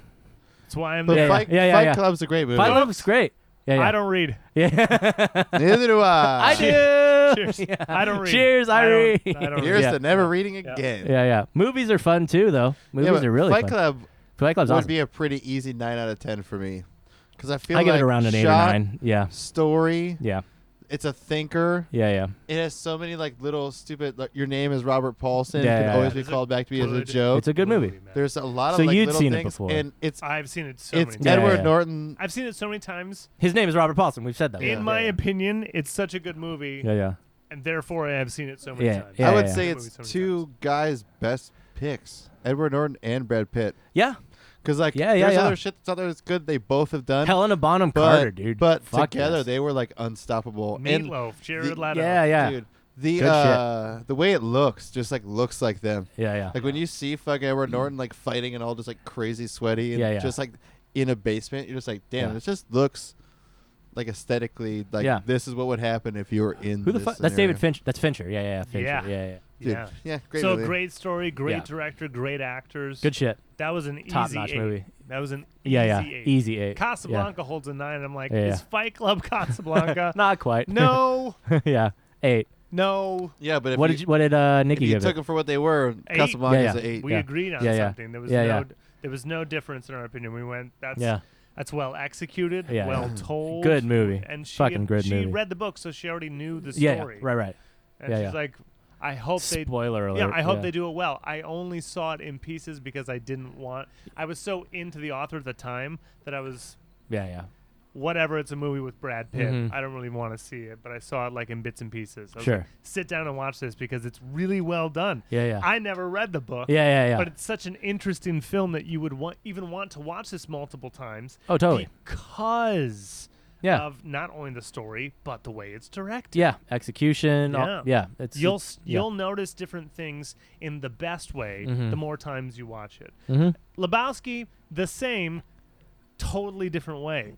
[SPEAKER 1] That's why I'm
[SPEAKER 2] But
[SPEAKER 1] there.
[SPEAKER 3] yeah,
[SPEAKER 2] Fight,
[SPEAKER 3] yeah, yeah,
[SPEAKER 2] Fight
[SPEAKER 3] yeah.
[SPEAKER 2] Club's a great movie.
[SPEAKER 3] Fight Club's great. Yeah, yeah.
[SPEAKER 1] I don't read.
[SPEAKER 3] Yeah.
[SPEAKER 2] Neither do I.
[SPEAKER 3] I do.
[SPEAKER 1] Cheers.
[SPEAKER 3] Yeah.
[SPEAKER 1] I don't read.
[SPEAKER 3] Cheers,
[SPEAKER 1] I
[SPEAKER 3] Irene.
[SPEAKER 1] don't- I don't
[SPEAKER 2] Here's
[SPEAKER 1] read.
[SPEAKER 3] Yeah.
[SPEAKER 2] to never reading
[SPEAKER 1] Yeah.
[SPEAKER 2] again.
[SPEAKER 3] Yeah, yeah. Movies are fun too, though.
[SPEAKER 2] Yeah,
[SPEAKER 3] Movies
[SPEAKER 2] but
[SPEAKER 3] are really
[SPEAKER 2] Fight
[SPEAKER 3] fun.
[SPEAKER 2] Club
[SPEAKER 3] Fight Club's
[SPEAKER 2] would
[SPEAKER 3] awesome.
[SPEAKER 2] be a pretty easy nine out of ten for me, because I feel
[SPEAKER 3] I give
[SPEAKER 2] like
[SPEAKER 3] it around an eight or
[SPEAKER 2] shot,
[SPEAKER 3] nine. Yeah,
[SPEAKER 2] Story.
[SPEAKER 3] yeah,
[SPEAKER 2] It's a thinker.
[SPEAKER 3] yeah, yeah.
[SPEAKER 2] It has so many like little stupid. Like, your name is Robert Paulson.
[SPEAKER 3] Yeah,
[SPEAKER 2] it can
[SPEAKER 3] yeah,
[SPEAKER 2] always
[SPEAKER 1] yeah.
[SPEAKER 2] be called back to me as a
[SPEAKER 1] Good.
[SPEAKER 2] joke.
[SPEAKER 3] It's a good movie.
[SPEAKER 1] man.
[SPEAKER 2] There's a lot of
[SPEAKER 3] So
[SPEAKER 2] like
[SPEAKER 3] you'd
[SPEAKER 2] little
[SPEAKER 3] seen it
[SPEAKER 2] things,
[SPEAKER 3] before.
[SPEAKER 2] and it's
[SPEAKER 1] I've seen it so
[SPEAKER 2] it's
[SPEAKER 1] many
[SPEAKER 3] Yeah,
[SPEAKER 1] times.
[SPEAKER 2] Edward
[SPEAKER 3] yeah.
[SPEAKER 2] Norton.
[SPEAKER 1] I've seen it so many times.
[SPEAKER 3] His name is Robert Paulson. We've said that.
[SPEAKER 1] In
[SPEAKER 3] yeah.
[SPEAKER 1] my
[SPEAKER 3] yeah,
[SPEAKER 1] opinion, it's such a good movie,
[SPEAKER 3] yeah, yeah.
[SPEAKER 1] and therefore I have seen it so many
[SPEAKER 3] Yeah,
[SPEAKER 1] times.
[SPEAKER 3] yeah,
[SPEAKER 2] I would
[SPEAKER 3] yeah.
[SPEAKER 2] say
[SPEAKER 1] Movie so
[SPEAKER 2] it's
[SPEAKER 1] many
[SPEAKER 2] two guys' best picks: Edward Norton and Brad Pitt.
[SPEAKER 3] yeah.
[SPEAKER 2] Because like,
[SPEAKER 3] Yeah, yeah,
[SPEAKER 2] there's
[SPEAKER 3] yeah.
[SPEAKER 2] other shit that's out there that's good. They both have done.
[SPEAKER 3] Helena Bonham
[SPEAKER 2] but,
[SPEAKER 3] Carter, dude.
[SPEAKER 2] But
[SPEAKER 3] Fuck
[SPEAKER 2] together
[SPEAKER 3] yes.
[SPEAKER 2] they were like unstoppable. And
[SPEAKER 1] Meatloaf, Jared
[SPEAKER 2] the-
[SPEAKER 1] Leto.
[SPEAKER 3] Yeah, yeah,
[SPEAKER 2] dude, the
[SPEAKER 3] Good shit.
[SPEAKER 2] uh, the way it looks just like looks like them.
[SPEAKER 3] yeah, yeah.
[SPEAKER 2] Like when you see fucking Edward Norton like fighting and all just like crazy sweaty and
[SPEAKER 3] Mm. Yeah, yeah.
[SPEAKER 2] just like in a basement, you're just like, damn,
[SPEAKER 3] Yeah.
[SPEAKER 2] it just looks like aesthetically like
[SPEAKER 3] Yeah.
[SPEAKER 2] this is what would happen if you were in
[SPEAKER 3] Who the
[SPEAKER 2] this
[SPEAKER 3] fuck? That's
[SPEAKER 2] scenario.
[SPEAKER 3] David Fincher. That's Fincher. Yeah, yeah, yeah. Fincher.
[SPEAKER 1] Yeah.
[SPEAKER 3] Yeah, yeah. yeah.
[SPEAKER 2] Dude,
[SPEAKER 1] Yeah.
[SPEAKER 2] yeah, great
[SPEAKER 1] so
[SPEAKER 2] movie.
[SPEAKER 1] great story, great
[SPEAKER 3] Yeah.
[SPEAKER 1] director, great actors.
[SPEAKER 3] Good shit.
[SPEAKER 1] That was an easy
[SPEAKER 3] Top-notch
[SPEAKER 1] eight.
[SPEAKER 3] movie.
[SPEAKER 1] That was an
[SPEAKER 3] Yeah, yeah.
[SPEAKER 1] easy eight.
[SPEAKER 3] Easy eight.
[SPEAKER 1] Casablanca holds a nine. I'm like,
[SPEAKER 3] Yeah,
[SPEAKER 1] is
[SPEAKER 3] yeah.
[SPEAKER 1] Fight Club
[SPEAKER 3] Yeah.
[SPEAKER 1] Casablanca?
[SPEAKER 3] Not quite.
[SPEAKER 1] no,
[SPEAKER 3] yeah. Eight.
[SPEAKER 1] no.
[SPEAKER 2] Yeah, but if
[SPEAKER 3] What
[SPEAKER 2] you,
[SPEAKER 3] did you, what did uh
[SPEAKER 2] if
[SPEAKER 3] Nikki
[SPEAKER 2] you
[SPEAKER 3] give
[SPEAKER 2] took
[SPEAKER 3] it?
[SPEAKER 2] them for what they were,
[SPEAKER 1] Eight.
[SPEAKER 2] Casablanca
[SPEAKER 3] Yeah,
[SPEAKER 2] is
[SPEAKER 3] yeah.
[SPEAKER 2] an eight.
[SPEAKER 1] We
[SPEAKER 3] Yeah.
[SPEAKER 1] agreed on
[SPEAKER 3] Yeah, yeah.
[SPEAKER 1] something. There was
[SPEAKER 3] Yeah,
[SPEAKER 1] no.
[SPEAKER 3] yeah.
[SPEAKER 1] There was no difference in our opinion. We went. That's
[SPEAKER 3] Yeah.
[SPEAKER 1] That's well executed.
[SPEAKER 3] Yeah,
[SPEAKER 1] well
[SPEAKER 3] yeah.
[SPEAKER 1] told.
[SPEAKER 3] Good movie.
[SPEAKER 1] And she
[SPEAKER 3] Fucking good
[SPEAKER 1] she
[SPEAKER 3] movie.
[SPEAKER 1] read the book, so she already knew the
[SPEAKER 3] Yeah, yeah.
[SPEAKER 1] story.
[SPEAKER 3] Right, right.
[SPEAKER 1] And
[SPEAKER 3] Yeah,
[SPEAKER 1] she's
[SPEAKER 3] yeah.
[SPEAKER 1] like, I hope they
[SPEAKER 3] Spoiler alert.
[SPEAKER 1] Yeah, I hope they do it well. I only saw it in pieces because I didn't want. I was so into the author at the time that I was
[SPEAKER 3] Yeah, yeah.
[SPEAKER 1] whatever. It's a movie with Brad Pitt.
[SPEAKER 3] Mhm.
[SPEAKER 1] I don't really want to see it, but I saw it like in bits and pieces. I was
[SPEAKER 3] Sure.
[SPEAKER 1] like, Sit down and watch this because it's really well done.
[SPEAKER 3] Yeah, yeah.
[SPEAKER 1] I never read the book.
[SPEAKER 3] Yeah, yeah, yeah.
[SPEAKER 1] But it's such an interesting film that you would want even want to watch this multiple times
[SPEAKER 3] oh, totally.
[SPEAKER 1] because
[SPEAKER 3] Yeah.
[SPEAKER 1] of not only the story but the way it's directed.
[SPEAKER 3] Yeah, execution. all-
[SPEAKER 1] Yeah.
[SPEAKER 3] yeah. It's
[SPEAKER 1] You'll
[SPEAKER 3] it's-
[SPEAKER 1] s
[SPEAKER 3] yeah.
[SPEAKER 1] you'll notice different things in the best way
[SPEAKER 3] Mhm.
[SPEAKER 1] the more times you watch it.
[SPEAKER 3] Mhm.
[SPEAKER 1] Lebowski, the same, totally different way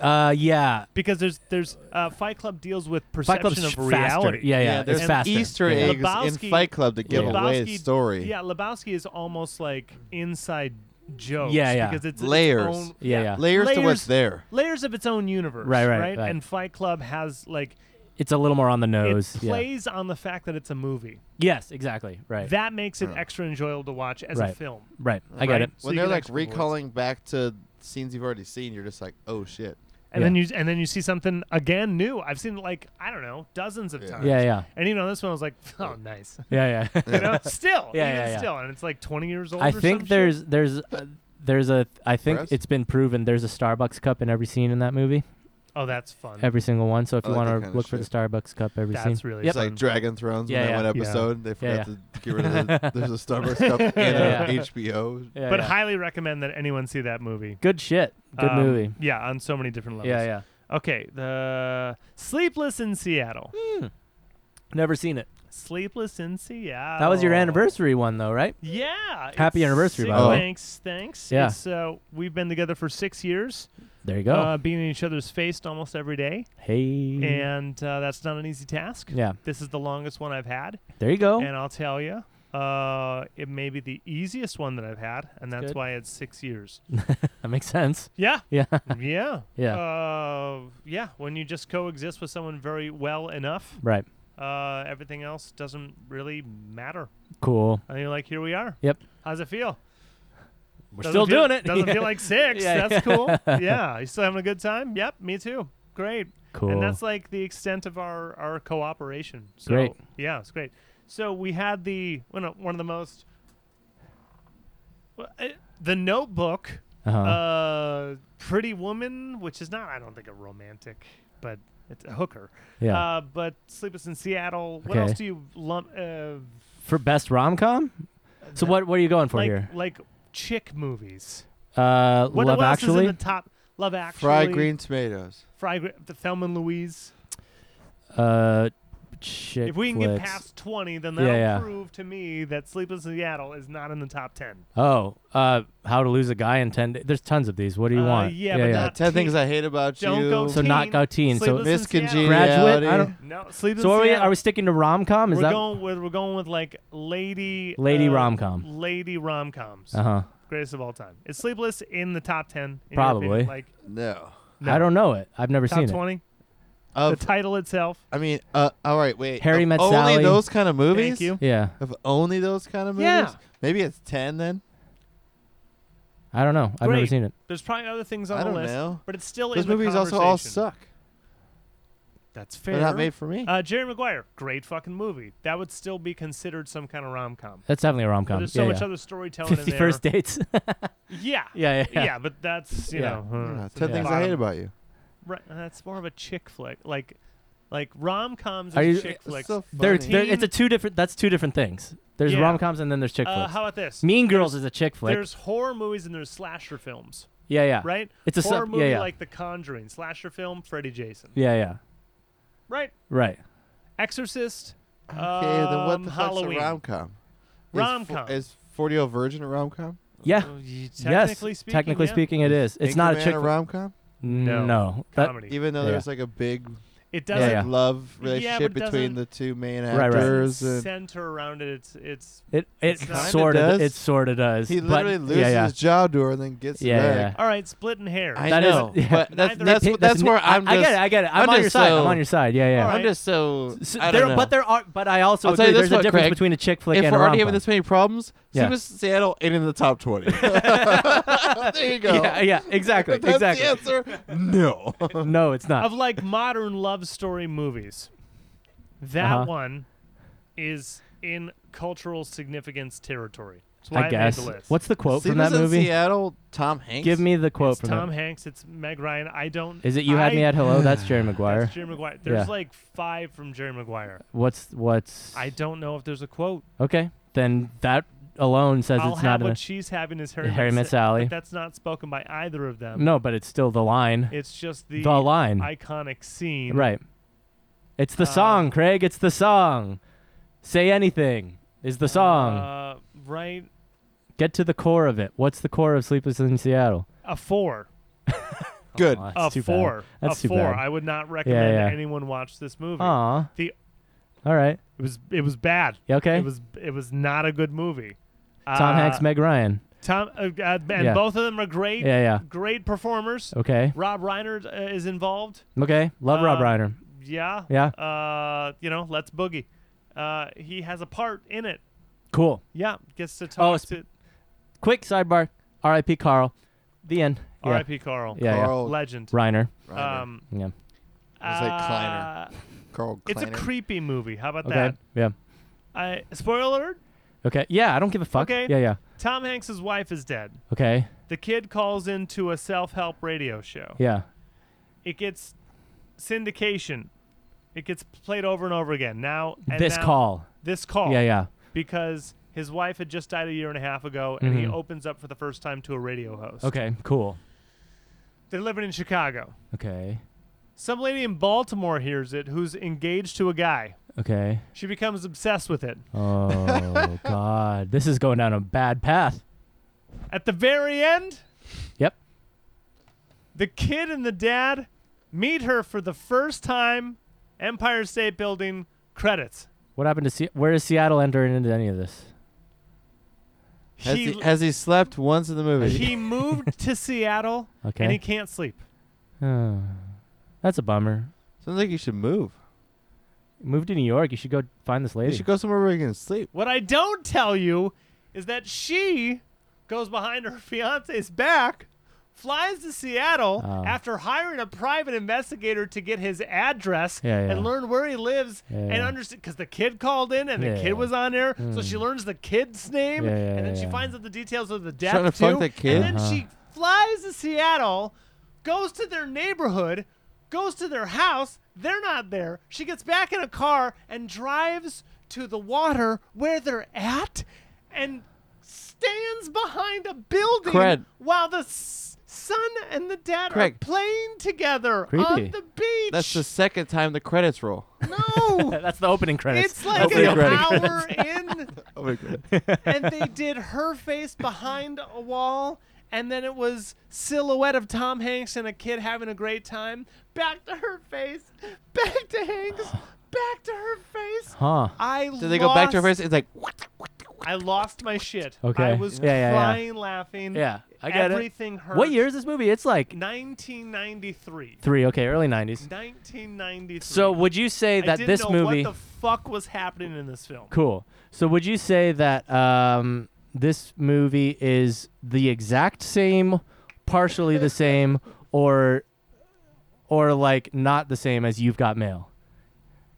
[SPEAKER 3] Uh, yeah.
[SPEAKER 1] because there's there's uh, Fight Club deals with
[SPEAKER 3] Fight
[SPEAKER 1] perception
[SPEAKER 3] Club's
[SPEAKER 1] of
[SPEAKER 3] faster.
[SPEAKER 1] reality.
[SPEAKER 3] Yeah, yeah.
[SPEAKER 2] Yeah, there's
[SPEAKER 3] it's faster.
[SPEAKER 2] Easter
[SPEAKER 3] yeah.
[SPEAKER 2] eggs
[SPEAKER 1] Lebowski-
[SPEAKER 2] in Fight Club to give away
[SPEAKER 1] Lebowski-
[SPEAKER 2] his story.
[SPEAKER 1] Yeah, Lebowski is almost like inside jokes.
[SPEAKER 3] Yeah, yeah.
[SPEAKER 1] Because it's
[SPEAKER 2] Layers.
[SPEAKER 1] Its own,
[SPEAKER 3] Yeah, yeah.
[SPEAKER 2] Layers, to what's
[SPEAKER 1] Layers-
[SPEAKER 2] there.
[SPEAKER 1] Layers of its own universe.
[SPEAKER 3] Right, right,
[SPEAKER 1] right.
[SPEAKER 3] right.
[SPEAKER 1] And Fight Club has like
[SPEAKER 3] It's a little more on the nose.
[SPEAKER 1] it
[SPEAKER 3] yeah.
[SPEAKER 1] plays on the fact that it's a movie.
[SPEAKER 3] Yes, exactly. Right.
[SPEAKER 1] That makes it extra enjoyable to watch as a
[SPEAKER 3] Right.
[SPEAKER 1] film.
[SPEAKER 3] right. I get
[SPEAKER 1] Right.
[SPEAKER 3] it.
[SPEAKER 1] So
[SPEAKER 2] When
[SPEAKER 1] you
[SPEAKER 2] they're
[SPEAKER 1] can
[SPEAKER 2] like
[SPEAKER 1] explore it.
[SPEAKER 2] recalling back to scenes you've already seen, you're just like, oh shit.
[SPEAKER 1] and then you and then you see something again new. I've seen it like I don't know dozens of
[SPEAKER 2] Yeah.
[SPEAKER 1] times.
[SPEAKER 3] Yeah, yeah,
[SPEAKER 1] And even on this one, I was like, oh, nice.
[SPEAKER 3] yeah, yeah.
[SPEAKER 1] You know, still,
[SPEAKER 3] Yeah,
[SPEAKER 1] even
[SPEAKER 3] yeah, yeah.
[SPEAKER 1] still, and it's like 20 years old.
[SPEAKER 3] I
[SPEAKER 1] or some
[SPEAKER 3] think
[SPEAKER 1] shit.
[SPEAKER 3] there's there's uh, there's a I think
[SPEAKER 2] Press?
[SPEAKER 3] it's been proven there's a Starbucks cup in every scene in that movie,
[SPEAKER 1] Oh, that's fun.
[SPEAKER 3] every single one. So if
[SPEAKER 2] I
[SPEAKER 3] you
[SPEAKER 2] like that
[SPEAKER 3] want to
[SPEAKER 2] kinda
[SPEAKER 3] look for the
[SPEAKER 2] shit.
[SPEAKER 3] Starbucks cup, every
[SPEAKER 1] that's
[SPEAKER 3] scene.
[SPEAKER 1] really
[SPEAKER 3] Yep.
[SPEAKER 2] It's like
[SPEAKER 1] fun.
[SPEAKER 2] Dragon Thrones
[SPEAKER 3] Yeah,
[SPEAKER 2] when
[SPEAKER 3] yeah.
[SPEAKER 2] that one
[SPEAKER 1] Yeah.
[SPEAKER 2] episode. They forgot
[SPEAKER 3] yeah.
[SPEAKER 2] to get rid of the, there's a Starbucks cup and
[SPEAKER 3] Yeah,
[SPEAKER 2] an
[SPEAKER 3] yeah.
[SPEAKER 2] HBO.
[SPEAKER 3] Yeah,
[SPEAKER 1] but
[SPEAKER 3] yeah.
[SPEAKER 1] highly recommend that anyone see that movie.
[SPEAKER 3] good shit, good
[SPEAKER 1] Um,
[SPEAKER 3] movie.
[SPEAKER 1] Yeah, on so many different levels.
[SPEAKER 3] Yeah, yeah.
[SPEAKER 1] Okay, the Sleepless in Seattle.
[SPEAKER 3] Never seen it.
[SPEAKER 1] Sleepless in Seattle.
[SPEAKER 3] That was your anniversary one though, right?
[SPEAKER 1] Yeah.
[SPEAKER 3] Happy
[SPEAKER 1] it's
[SPEAKER 3] anniversary,
[SPEAKER 1] six-
[SPEAKER 2] by the way.
[SPEAKER 1] Thanks, thanks.
[SPEAKER 3] Yeah.
[SPEAKER 1] It's, uh, we've been together for six years,
[SPEAKER 3] There you go.
[SPEAKER 1] uh, being in each other's face almost every day,
[SPEAKER 3] hey.
[SPEAKER 1] and uh, that's not an easy task.
[SPEAKER 3] yeah, Oh.
[SPEAKER 1] This is the longest one I've had,
[SPEAKER 3] there you go.
[SPEAKER 1] and I'll tell you, uh, it may be the easiest one that I've had, and that's
[SPEAKER 3] good.
[SPEAKER 1] why it's six years.
[SPEAKER 3] that makes sense.
[SPEAKER 1] Yeah,
[SPEAKER 3] Yeah,
[SPEAKER 1] yeah,
[SPEAKER 3] yeah.
[SPEAKER 1] Uh, yeah. When you just coexist with someone very well enough,
[SPEAKER 3] right.
[SPEAKER 1] uh, everything else doesn't really matter.
[SPEAKER 3] Cool.
[SPEAKER 1] And you're like, here we are.
[SPEAKER 3] Yep.
[SPEAKER 1] How's it feel?
[SPEAKER 3] We're
[SPEAKER 1] Doesn't
[SPEAKER 3] still
[SPEAKER 1] feel-
[SPEAKER 3] doing it.
[SPEAKER 1] Doesn't
[SPEAKER 3] Yeah.
[SPEAKER 1] feel like six.
[SPEAKER 3] Yeah,
[SPEAKER 1] that's cool. Yeah. You still having a good time? Yep. Me too. Great.
[SPEAKER 3] cool.
[SPEAKER 1] And that's like the extent of our our cooperation. So,
[SPEAKER 3] Great.
[SPEAKER 1] Yeah, it's great. So we had the one of, one of the most. Well, I- The Notebook,
[SPEAKER 3] uh-huh.
[SPEAKER 1] uh, Pretty Woman, which is not, I don't think, a romantic, but it's a hooker.
[SPEAKER 3] yeah.
[SPEAKER 1] Uh, but Sleepless in Seattle. What
[SPEAKER 3] Okay.
[SPEAKER 1] else do you lump? Uh,
[SPEAKER 3] for best rom com. So what what are you going for
[SPEAKER 1] like
[SPEAKER 3] here?
[SPEAKER 1] like chick movies.
[SPEAKER 3] Uh,
[SPEAKER 1] What,
[SPEAKER 3] Love
[SPEAKER 1] what else is in
[SPEAKER 3] Actually.
[SPEAKER 1] the top? Love Actually.
[SPEAKER 2] Fried green tomatoes.
[SPEAKER 1] Fry Gre- the Thelma and Louise.
[SPEAKER 3] Uh, chick
[SPEAKER 1] if we can get
[SPEAKER 3] flicks.
[SPEAKER 1] past 20, then
[SPEAKER 3] Yeah,
[SPEAKER 1] that'll
[SPEAKER 3] yeah.
[SPEAKER 1] prove to me that Sleepless in Seattle is not in the top 10.
[SPEAKER 3] Oh, uh, How to Lose a Guy in Ten Days. There's tons of these. What do you
[SPEAKER 1] Uh,
[SPEAKER 3] want?
[SPEAKER 1] yeah, but
[SPEAKER 2] Uh,
[SPEAKER 1] not
[SPEAKER 2] ten things
[SPEAKER 1] teen.
[SPEAKER 2] I hate about
[SPEAKER 1] Don't
[SPEAKER 2] you.
[SPEAKER 1] go
[SPEAKER 3] So not go teen. So
[SPEAKER 1] Sleepless in Seattle.
[SPEAKER 3] graduate. I
[SPEAKER 2] Miscongeniality.
[SPEAKER 3] don't.
[SPEAKER 1] No, Sleepless
[SPEAKER 3] So
[SPEAKER 1] in
[SPEAKER 3] are we,
[SPEAKER 1] Seattle.
[SPEAKER 3] are we sticking to rom com? Is
[SPEAKER 1] we're
[SPEAKER 3] that
[SPEAKER 1] going with we're going with like lady
[SPEAKER 3] Lady
[SPEAKER 1] uh,
[SPEAKER 3] rom-com.
[SPEAKER 1] Lady rom coms.
[SPEAKER 3] Uh huh.
[SPEAKER 1] Greatest of all time. Is Sleepless in the top 10? in your
[SPEAKER 3] Probably.
[SPEAKER 1] opinion? Like
[SPEAKER 2] No.
[SPEAKER 1] no.
[SPEAKER 3] I don't know it. I've never
[SPEAKER 1] top
[SPEAKER 3] seen
[SPEAKER 1] 20? The
[SPEAKER 2] Of,
[SPEAKER 1] title itself.
[SPEAKER 2] I mean, uh, all right, wait.
[SPEAKER 3] Harry
[SPEAKER 2] Of
[SPEAKER 3] Met
[SPEAKER 2] only
[SPEAKER 3] Sally.
[SPEAKER 2] those kind of movies?
[SPEAKER 1] Thank you.
[SPEAKER 3] it. Yeah,
[SPEAKER 2] Of only those kind of movies?
[SPEAKER 1] Yeah.
[SPEAKER 2] Maybe it's 10 then?
[SPEAKER 3] I don't know. I've never
[SPEAKER 1] Great.
[SPEAKER 3] seen it.
[SPEAKER 1] There's probably other things on
[SPEAKER 2] I
[SPEAKER 1] the
[SPEAKER 2] don't
[SPEAKER 1] list,
[SPEAKER 2] know.
[SPEAKER 1] but it's still
[SPEAKER 2] Those
[SPEAKER 1] in the
[SPEAKER 2] movies also all
[SPEAKER 1] conversation.
[SPEAKER 2] suck.
[SPEAKER 1] That's fair.
[SPEAKER 2] They're not made for me.
[SPEAKER 1] Uh, Jerry Maguire, great fucking movie. That would still be considered some kind of rom com.
[SPEAKER 3] That's definitely a rom com.
[SPEAKER 1] There's so
[SPEAKER 3] yeah,
[SPEAKER 1] much
[SPEAKER 3] yeah.
[SPEAKER 1] other storytelling in
[SPEAKER 3] Fifty
[SPEAKER 1] there.
[SPEAKER 3] First Dates.
[SPEAKER 1] Yeah.
[SPEAKER 3] yeah, yeah,
[SPEAKER 1] yeah, but that's you
[SPEAKER 3] Yeah.
[SPEAKER 1] know,
[SPEAKER 2] I
[SPEAKER 1] uh,
[SPEAKER 2] don't know.
[SPEAKER 1] it's
[SPEAKER 2] Ten
[SPEAKER 1] in the
[SPEAKER 2] things I
[SPEAKER 1] bottom.
[SPEAKER 2] hate about you.
[SPEAKER 1] Right, uh, that's more of a chick flick, like, like rom coms
[SPEAKER 3] Are
[SPEAKER 1] and
[SPEAKER 3] you-
[SPEAKER 1] chick
[SPEAKER 2] It's
[SPEAKER 1] flicks.
[SPEAKER 2] so
[SPEAKER 3] There,
[SPEAKER 2] funny.
[SPEAKER 3] there, it's a two different. That's two different things. There's
[SPEAKER 1] Yeah.
[SPEAKER 3] rom coms and then there's chick
[SPEAKER 1] uh,
[SPEAKER 3] flicks.
[SPEAKER 1] how about this?
[SPEAKER 3] mean Girls is a chick flick.
[SPEAKER 1] There's horror movies and there's slasher films,
[SPEAKER 3] Yeah, yeah.
[SPEAKER 1] right?
[SPEAKER 3] It's a
[SPEAKER 1] horror
[SPEAKER 3] sub- yeah,
[SPEAKER 1] movie
[SPEAKER 3] yeah.
[SPEAKER 1] like The Conjuring, slasher film, Freddy Jason,
[SPEAKER 3] Yeah, yeah.
[SPEAKER 1] right?
[SPEAKER 3] Right.
[SPEAKER 1] Exorcist.
[SPEAKER 2] Okay, then what
[SPEAKER 1] um,
[SPEAKER 2] the fuck's a
[SPEAKER 1] Halloween.
[SPEAKER 2] rom com?
[SPEAKER 1] Rom-com.
[SPEAKER 2] Is 40 Year Old Virgin a rom com?
[SPEAKER 3] Yeah.
[SPEAKER 1] Uh, you- technically
[SPEAKER 3] yes.
[SPEAKER 1] speaking,
[SPEAKER 3] technically
[SPEAKER 1] yeah.
[SPEAKER 3] speaking, it is. It's not a chick.
[SPEAKER 2] a rom com?
[SPEAKER 1] No.
[SPEAKER 3] no. That-
[SPEAKER 1] comedy.
[SPEAKER 2] Even though
[SPEAKER 3] Yeah.
[SPEAKER 2] there's like a big
[SPEAKER 1] it
[SPEAKER 2] like,
[SPEAKER 1] doesn't
[SPEAKER 3] yeah.
[SPEAKER 2] love
[SPEAKER 1] Yeah, but
[SPEAKER 2] relationship
[SPEAKER 1] it doesn't-
[SPEAKER 2] between the two main
[SPEAKER 3] Right, right.
[SPEAKER 2] actors. and
[SPEAKER 1] center around it. It's it's
[SPEAKER 3] It it
[SPEAKER 1] It kinda
[SPEAKER 3] sort of
[SPEAKER 2] does.
[SPEAKER 3] it sort of does.
[SPEAKER 2] He
[SPEAKER 3] but-
[SPEAKER 2] literally loses
[SPEAKER 3] yeah, yeah.
[SPEAKER 2] his job to her and then gets
[SPEAKER 3] Yeah,
[SPEAKER 2] it
[SPEAKER 3] yeah.
[SPEAKER 2] back.
[SPEAKER 1] all right. Splitting hairs.
[SPEAKER 2] I
[SPEAKER 3] That is-
[SPEAKER 2] know,
[SPEAKER 3] yeah.
[SPEAKER 2] but that's
[SPEAKER 1] Neither-
[SPEAKER 2] that's,
[SPEAKER 3] Nitpick-
[SPEAKER 2] that's, where
[SPEAKER 3] I-
[SPEAKER 2] I'm
[SPEAKER 3] I
[SPEAKER 2] just.
[SPEAKER 3] get it. I get it. I'm,
[SPEAKER 2] I'm
[SPEAKER 3] on your
[SPEAKER 2] just
[SPEAKER 3] side. I'm
[SPEAKER 2] so-
[SPEAKER 3] on your side. Yeah, yeah.
[SPEAKER 1] All right.
[SPEAKER 2] I'm just so.
[SPEAKER 3] S-
[SPEAKER 2] I
[SPEAKER 3] there,
[SPEAKER 2] don't know.
[SPEAKER 3] but there are. But I also
[SPEAKER 2] I'll tell
[SPEAKER 3] agree.
[SPEAKER 2] you
[SPEAKER 3] There's
[SPEAKER 2] this
[SPEAKER 3] a
[SPEAKER 2] one,
[SPEAKER 3] difference
[SPEAKER 2] Craig.
[SPEAKER 3] between a chick flick
[SPEAKER 2] if
[SPEAKER 3] and a
[SPEAKER 2] we're
[SPEAKER 3] rom
[SPEAKER 2] already having this many problems,
[SPEAKER 3] Yeah.
[SPEAKER 2] Sleepless in Seattle ain't in the top twenty. there you go.
[SPEAKER 3] Yeah, yeah. Exactly.
[SPEAKER 2] That's
[SPEAKER 3] exactly.
[SPEAKER 2] the answer. No.
[SPEAKER 3] No, it's not.
[SPEAKER 1] of like modern love story movies. That
[SPEAKER 3] Uh-huh.
[SPEAKER 1] one is in cultural significance territory. That's why
[SPEAKER 3] I guess.
[SPEAKER 1] it made the list.
[SPEAKER 3] What's the quote from
[SPEAKER 2] Sleepless
[SPEAKER 3] that
[SPEAKER 2] in
[SPEAKER 3] movie?
[SPEAKER 2] Seattle, Tom Hanks.
[SPEAKER 3] Give me the quote
[SPEAKER 1] it's
[SPEAKER 3] from
[SPEAKER 1] Tom
[SPEAKER 3] that.
[SPEAKER 1] Hanks? It's Meg Ryan. I don't.
[SPEAKER 3] Is it you had
[SPEAKER 1] I-
[SPEAKER 3] me at hello? That's Jerry Maguire.
[SPEAKER 1] That's Jerry Maguire. There's
[SPEAKER 3] Yeah.
[SPEAKER 1] like five from Jerry Maguire.
[SPEAKER 3] What's what's?
[SPEAKER 1] I don't know if there's a quote.
[SPEAKER 3] okay. Then that alone says
[SPEAKER 1] I'll
[SPEAKER 3] it's
[SPEAKER 1] have
[SPEAKER 3] not.
[SPEAKER 1] what
[SPEAKER 3] A,
[SPEAKER 1] she's having is Harry,
[SPEAKER 3] Harry Met
[SPEAKER 1] Sa-
[SPEAKER 3] Sally.
[SPEAKER 1] But that's not spoken by either of them.
[SPEAKER 3] no, but it's still the line.
[SPEAKER 1] It's just the,
[SPEAKER 3] The line.
[SPEAKER 1] iconic scene.
[SPEAKER 3] Right. It's the
[SPEAKER 1] Uh,
[SPEAKER 3] song, Craig. It's the song. Say anything is the song.
[SPEAKER 1] Uh, right.
[SPEAKER 3] Get to the core of it. What's the core of Sleepless in Seattle?
[SPEAKER 1] A four.
[SPEAKER 2] Good.
[SPEAKER 3] Aw, Oh, that's
[SPEAKER 1] a
[SPEAKER 3] too
[SPEAKER 1] four.
[SPEAKER 3] That's
[SPEAKER 1] a
[SPEAKER 3] too
[SPEAKER 1] four.
[SPEAKER 3] bad.
[SPEAKER 1] I would not recommend
[SPEAKER 3] yeah.
[SPEAKER 1] anyone watch this movie.
[SPEAKER 3] bad. Aw.
[SPEAKER 1] The-
[SPEAKER 3] All right.
[SPEAKER 1] It was it was bad.
[SPEAKER 3] You okay.
[SPEAKER 1] It was it was not a good movie. Uh,
[SPEAKER 3] Tom Hanks, Meg Ryan.
[SPEAKER 1] Tom uh, uh, and
[SPEAKER 3] Yeah.
[SPEAKER 1] both of them are great.
[SPEAKER 3] Yeah, yeah.
[SPEAKER 1] Great performers.
[SPEAKER 3] Okay.
[SPEAKER 1] Rob Reiner uh, is involved.
[SPEAKER 3] Okay. Love Rob
[SPEAKER 1] Uh,
[SPEAKER 3] Reiner.
[SPEAKER 1] Yeah.
[SPEAKER 3] Yeah.
[SPEAKER 1] Uh, you know, let's boogie. Uh, he has a part in it.
[SPEAKER 3] Cool.
[SPEAKER 1] Yeah, gets to talk
[SPEAKER 3] Oh,
[SPEAKER 1] to.
[SPEAKER 3] Quick sidebar. R.I.P. Carl. The end. Yeah.
[SPEAKER 1] R.I.P. Carl.
[SPEAKER 3] Yeah, yeah.
[SPEAKER 2] Carl
[SPEAKER 1] Legend.
[SPEAKER 3] Reiner.
[SPEAKER 2] Reiner.
[SPEAKER 1] Um,
[SPEAKER 3] Yeah.
[SPEAKER 2] It's like Kleiner.
[SPEAKER 1] uh,
[SPEAKER 2] Carl
[SPEAKER 1] It's a
[SPEAKER 2] Kleiner.
[SPEAKER 1] creepy movie. How about
[SPEAKER 3] Okay.
[SPEAKER 1] that?
[SPEAKER 3] Yeah.
[SPEAKER 1] I spoiler alert.
[SPEAKER 3] Okay. Yeah. I don't give a fuck.
[SPEAKER 1] Okay.
[SPEAKER 3] Yeah. Yeah.
[SPEAKER 1] Tom Hanks's wife is dead.
[SPEAKER 3] Okay.
[SPEAKER 1] The kid calls into a self-help radio show.
[SPEAKER 3] Yeah.
[SPEAKER 1] It gets syndication. It gets played over and over again. Now and
[SPEAKER 3] this
[SPEAKER 1] now-
[SPEAKER 3] call.
[SPEAKER 1] This call.
[SPEAKER 3] Yeah. Yeah.
[SPEAKER 1] Because his wife had just died a year and a half ago, and he
[SPEAKER 3] Mhm.
[SPEAKER 1] opens up for the first time to a radio host.
[SPEAKER 3] Okay. Cool.
[SPEAKER 1] They're living in Chicago.
[SPEAKER 3] Okay.
[SPEAKER 1] Some lady in Baltimore hears it who's engaged to a guy.
[SPEAKER 3] Okay.
[SPEAKER 1] She becomes obsessed with it.
[SPEAKER 3] Oh God. This is going down a bad path.
[SPEAKER 1] At the very end,
[SPEAKER 3] Yep.
[SPEAKER 1] the kid and the dad meet her for the first time. Empire State Building credits.
[SPEAKER 3] What happened to? Se- Where is Seattle entering into any of this?
[SPEAKER 4] Has
[SPEAKER 1] he
[SPEAKER 4] he, has he slept once in the movie?
[SPEAKER 1] he moved to Seattle
[SPEAKER 3] Okay.
[SPEAKER 1] and he can't sleep.
[SPEAKER 3] Oh, that's a bummer.
[SPEAKER 4] Sounds like you should move.
[SPEAKER 3] Move to New York. You should go find this lady.
[SPEAKER 4] You should go somewhere where you can sleep.
[SPEAKER 1] What I don't tell you is that she goes behind her fiance's back, flies to Seattle
[SPEAKER 3] Oh.
[SPEAKER 1] after hiring a private investigator to get his address
[SPEAKER 3] Yeah, yeah.
[SPEAKER 1] and learn where he lives
[SPEAKER 3] Yeah,
[SPEAKER 1] and
[SPEAKER 3] yeah.
[SPEAKER 1] understand because the kid called in and the
[SPEAKER 3] Yeah. Hmm.
[SPEAKER 1] kid was on there, so she learns the kid's name
[SPEAKER 3] Yeah, yeah,
[SPEAKER 1] and then she
[SPEAKER 3] yeah.
[SPEAKER 1] finds out the details of the death
[SPEAKER 4] trying to fuck
[SPEAKER 1] too,
[SPEAKER 4] the kid?
[SPEAKER 1] and then
[SPEAKER 3] Uh-huh.
[SPEAKER 1] she flies to Seattle, goes to their neighborhood, goes to their house. They're not there. She gets back in a car and drives to the water where they're at and stands behind a building
[SPEAKER 4] Craig.
[SPEAKER 1] while the s- son and the dad are
[SPEAKER 4] Craig.
[SPEAKER 1] playing together
[SPEAKER 3] Creepy.
[SPEAKER 1] on the beach.
[SPEAKER 4] That's the second time the credits roll.
[SPEAKER 1] no.
[SPEAKER 3] that's the opening credits.
[SPEAKER 1] It's like
[SPEAKER 4] Opening
[SPEAKER 1] an
[SPEAKER 4] credits.
[SPEAKER 1] hour in
[SPEAKER 4] Oh my god.
[SPEAKER 1] and they did her face behind a wall and then it was silhouette of Tom Hanks and a kid having a great time back to her face back to Hanks back to her face
[SPEAKER 3] huh.
[SPEAKER 1] I
[SPEAKER 4] Did they go back to her
[SPEAKER 1] lost-
[SPEAKER 4] face? It's like
[SPEAKER 1] I lost my shit
[SPEAKER 3] Okay.
[SPEAKER 1] I was
[SPEAKER 3] Yeah, yeah, yeah.
[SPEAKER 1] crying laughing
[SPEAKER 3] Yeah, I get it.
[SPEAKER 1] everything hurt
[SPEAKER 3] What year is this movie? It's like
[SPEAKER 1] 1993
[SPEAKER 3] three. Okay, early nineties.
[SPEAKER 1] 1993
[SPEAKER 3] So would you say
[SPEAKER 1] I
[SPEAKER 3] that
[SPEAKER 1] didn't
[SPEAKER 3] this
[SPEAKER 1] know
[SPEAKER 3] movie?
[SPEAKER 1] what the fuck was happening in this film
[SPEAKER 3] cool. So would you say that um, this movie is the exact same, partially the same, or or like not the same as You've Got Mail?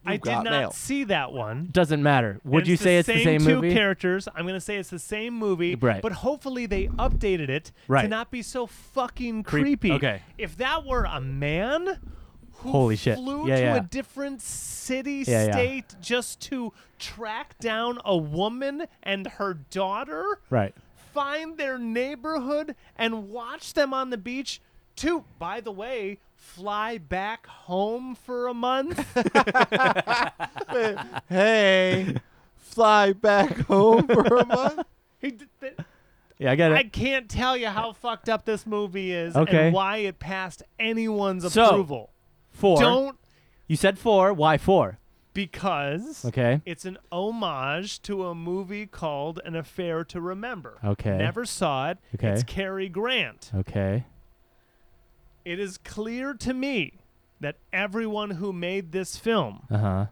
[SPEAKER 1] I did
[SPEAKER 4] got
[SPEAKER 1] not
[SPEAKER 4] mail.
[SPEAKER 1] see that one
[SPEAKER 3] Doesn't matter. Would
[SPEAKER 1] And
[SPEAKER 3] you say it's the same
[SPEAKER 1] two
[SPEAKER 3] movie?
[SPEAKER 1] characters. I'm gonna say it's the same movie,
[SPEAKER 3] Right.
[SPEAKER 1] but hopefully they updated it to
[SPEAKER 3] Right.
[SPEAKER 1] not be so fucking
[SPEAKER 3] Creep-
[SPEAKER 1] creepy.
[SPEAKER 3] okay.
[SPEAKER 1] If that were a man who
[SPEAKER 3] Holy shit.
[SPEAKER 1] flew
[SPEAKER 3] Yeah,
[SPEAKER 1] to
[SPEAKER 3] yeah.
[SPEAKER 1] a different city
[SPEAKER 3] Yeah, yeah.
[SPEAKER 1] state just to track down a woman and her daughter,
[SPEAKER 3] Right.
[SPEAKER 1] find their neighborhood and watch them on the beach to, by the way, fly back home for a month.
[SPEAKER 4] Hey, fly back home for a month.
[SPEAKER 1] He did th-
[SPEAKER 3] Yeah, I get it.
[SPEAKER 1] I can't tell you how fucked up this movie is
[SPEAKER 3] Okay.
[SPEAKER 1] and why it passed anyone's
[SPEAKER 3] So,
[SPEAKER 1] approval.
[SPEAKER 3] 4
[SPEAKER 1] Don't
[SPEAKER 3] you said four. Why four?
[SPEAKER 1] because
[SPEAKER 3] Okay.
[SPEAKER 1] it's an homage to a movie called An Affair to Remember.
[SPEAKER 3] Okay.
[SPEAKER 1] Never saw it.
[SPEAKER 3] Okay.
[SPEAKER 1] It's Cary Grant.
[SPEAKER 3] Okay.
[SPEAKER 1] It is clear to me that everyone who made this film
[SPEAKER 3] Uh huh.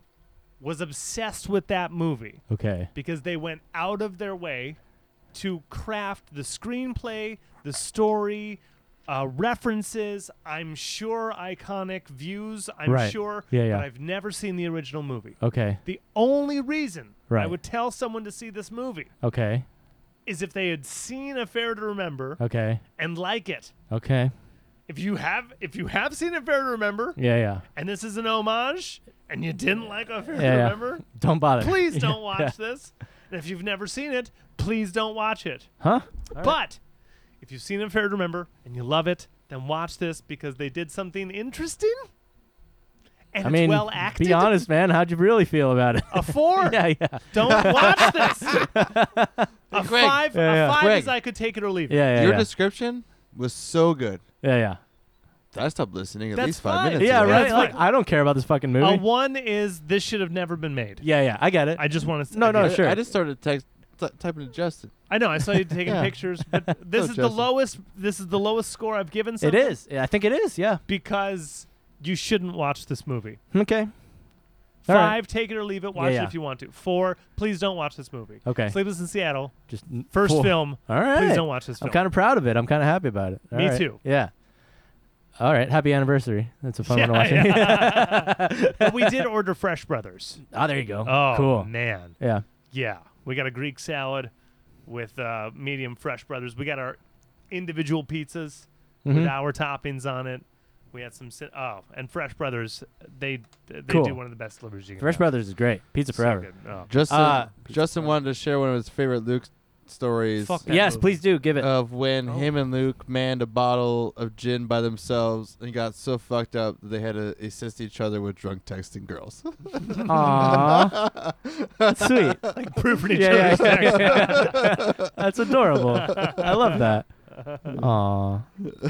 [SPEAKER 1] was obsessed with that movie
[SPEAKER 3] Okay.
[SPEAKER 1] because they went out of their way to craft the screenplay, the story, uh, references. I'm sure iconic views. I'm
[SPEAKER 3] Right.
[SPEAKER 1] sure,
[SPEAKER 3] Yeah, yeah.
[SPEAKER 1] but I've never seen the original movie.
[SPEAKER 3] Okay.
[SPEAKER 1] The only reason I
[SPEAKER 3] Right.
[SPEAKER 1] would tell someone to see this movie
[SPEAKER 3] Okay.
[SPEAKER 1] is if they had seen Affair to Remember
[SPEAKER 3] Okay.
[SPEAKER 1] and like it.
[SPEAKER 3] Okay.
[SPEAKER 1] If you have, if you have seen Affair to Remember,
[SPEAKER 3] Yeah. Yeah.
[SPEAKER 1] and this is an homage, and you didn't like Affair
[SPEAKER 3] Yeah,
[SPEAKER 1] to
[SPEAKER 3] yeah.
[SPEAKER 1] Remember,
[SPEAKER 3] Don't bother.
[SPEAKER 1] please
[SPEAKER 3] Yeah,
[SPEAKER 1] don't watch
[SPEAKER 3] yeah.
[SPEAKER 1] this. And if you've never seen it, please don't watch it.
[SPEAKER 3] Huh?
[SPEAKER 1] But if you've seen Unfair to Remember and you love it, then watch this because they did something interesting and
[SPEAKER 3] I
[SPEAKER 1] it's
[SPEAKER 3] mean,
[SPEAKER 1] well acted. Oh.
[SPEAKER 3] be honest, man. How'd you really feel about it?
[SPEAKER 1] A four.
[SPEAKER 3] yeah. Yeah.
[SPEAKER 1] Don't watch this. a
[SPEAKER 4] Greg.
[SPEAKER 1] five.
[SPEAKER 3] Yeah,
[SPEAKER 1] A
[SPEAKER 3] yeah.
[SPEAKER 1] five
[SPEAKER 4] Greg.
[SPEAKER 1] is I could take it or leave it.
[SPEAKER 3] Yeah. Yeah.
[SPEAKER 4] Your
[SPEAKER 3] yeah.
[SPEAKER 4] description was so good.
[SPEAKER 3] yeah. Yeah.
[SPEAKER 4] I stopped listening at
[SPEAKER 1] That's
[SPEAKER 4] least five
[SPEAKER 1] fine.
[SPEAKER 4] minutes.
[SPEAKER 3] Yeah.
[SPEAKER 4] ago.
[SPEAKER 3] Right.
[SPEAKER 1] it's
[SPEAKER 3] Like,
[SPEAKER 1] fine.
[SPEAKER 3] I don't care about this fucking movie.
[SPEAKER 1] A one is this should have never been made.
[SPEAKER 3] yeah. Yeah. I get it.
[SPEAKER 1] I just want to.
[SPEAKER 3] No,
[SPEAKER 4] I,
[SPEAKER 3] no, Oh, sure.
[SPEAKER 4] I just started text, t- typing to Justin.
[SPEAKER 1] I know. I saw you taking
[SPEAKER 4] Yeah. Oh,
[SPEAKER 1] pictures, but this is the
[SPEAKER 4] Justin.
[SPEAKER 1] lowest. This is the lowest score I've given.
[SPEAKER 3] it
[SPEAKER 1] Something
[SPEAKER 3] is. Yeah, I think it is. Yeah.
[SPEAKER 1] because you shouldn't watch this movie.
[SPEAKER 3] Okay. All right.
[SPEAKER 1] Five, take it or leave it. Watch
[SPEAKER 3] yeah.
[SPEAKER 1] it if you want to. Four, please don't watch this movie.
[SPEAKER 3] Okay.
[SPEAKER 1] Sleepless in Seattle,
[SPEAKER 3] Just
[SPEAKER 1] first
[SPEAKER 3] cool.
[SPEAKER 1] film.
[SPEAKER 3] All right.
[SPEAKER 1] Please don't watch this
[SPEAKER 3] I'm
[SPEAKER 1] film.
[SPEAKER 3] kind of proud of it. I'm kind of happy about it. All
[SPEAKER 1] Me
[SPEAKER 3] right.
[SPEAKER 1] too.
[SPEAKER 3] Yeah. All right. Happy anniversary. That's a fun one to watch.
[SPEAKER 1] Yeah, yeah. But we did order Fresh Brothers.
[SPEAKER 3] oh, there you go.
[SPEAKER 1] Oh,
[SPEAKER 3] cool.
[SPEAKER 1] man.
[SPEAKER 3] Yeah.
[SPEAKER 1] Yeah. We got a Greek salad with uh, medium Fresh Brothers. We got our individual pizzas with
[SPEAKER 3] Mhm.
[SPEAKER 1] our toppings on it. We had some. si- Oh, and Fresh Brothers, they they
[SPEAKER 3] Cool.
[SPEAKER 1] do one of the best livers you can
[SPEAKER 3] Fresh
[SPEAKER 1] have.
[SPEAKER 3] Brothers is great. Pizza
[SPEAKER 1] So
[SPEAKER 3] forever.
[SPEAKER 1] good. Oh.
[SPEAKER 2] Justin,
[SPEAKER 3] Uh,
[SPEAKER 2] Justin wanted to share one of his favorite Luke stories
[SPEAKER 1] Fuck that
[SPEAKER 3] Yes,
[SPEAKER 1] movie.
[SPEAKER 3] please do give it.
[SPEAKER 2] of when
[SPEAKER 1] Oh.
[SPEAKER 2] him and Luke manned a bottle of gin by themselves and got so fucked up that they had to assist each other with drunk texting girls.
[SPEAKER 3] Aww. Sweet.
[SPEAKER 1] Like proofing each
[SPEAKER 3] Yeah,
[SPEAKER 1] other's
[SPEAKER 3] yeah,
[SPEAKER 1] text.
[SPEAKER 3] yeah. That's adorable. I love that. Aw.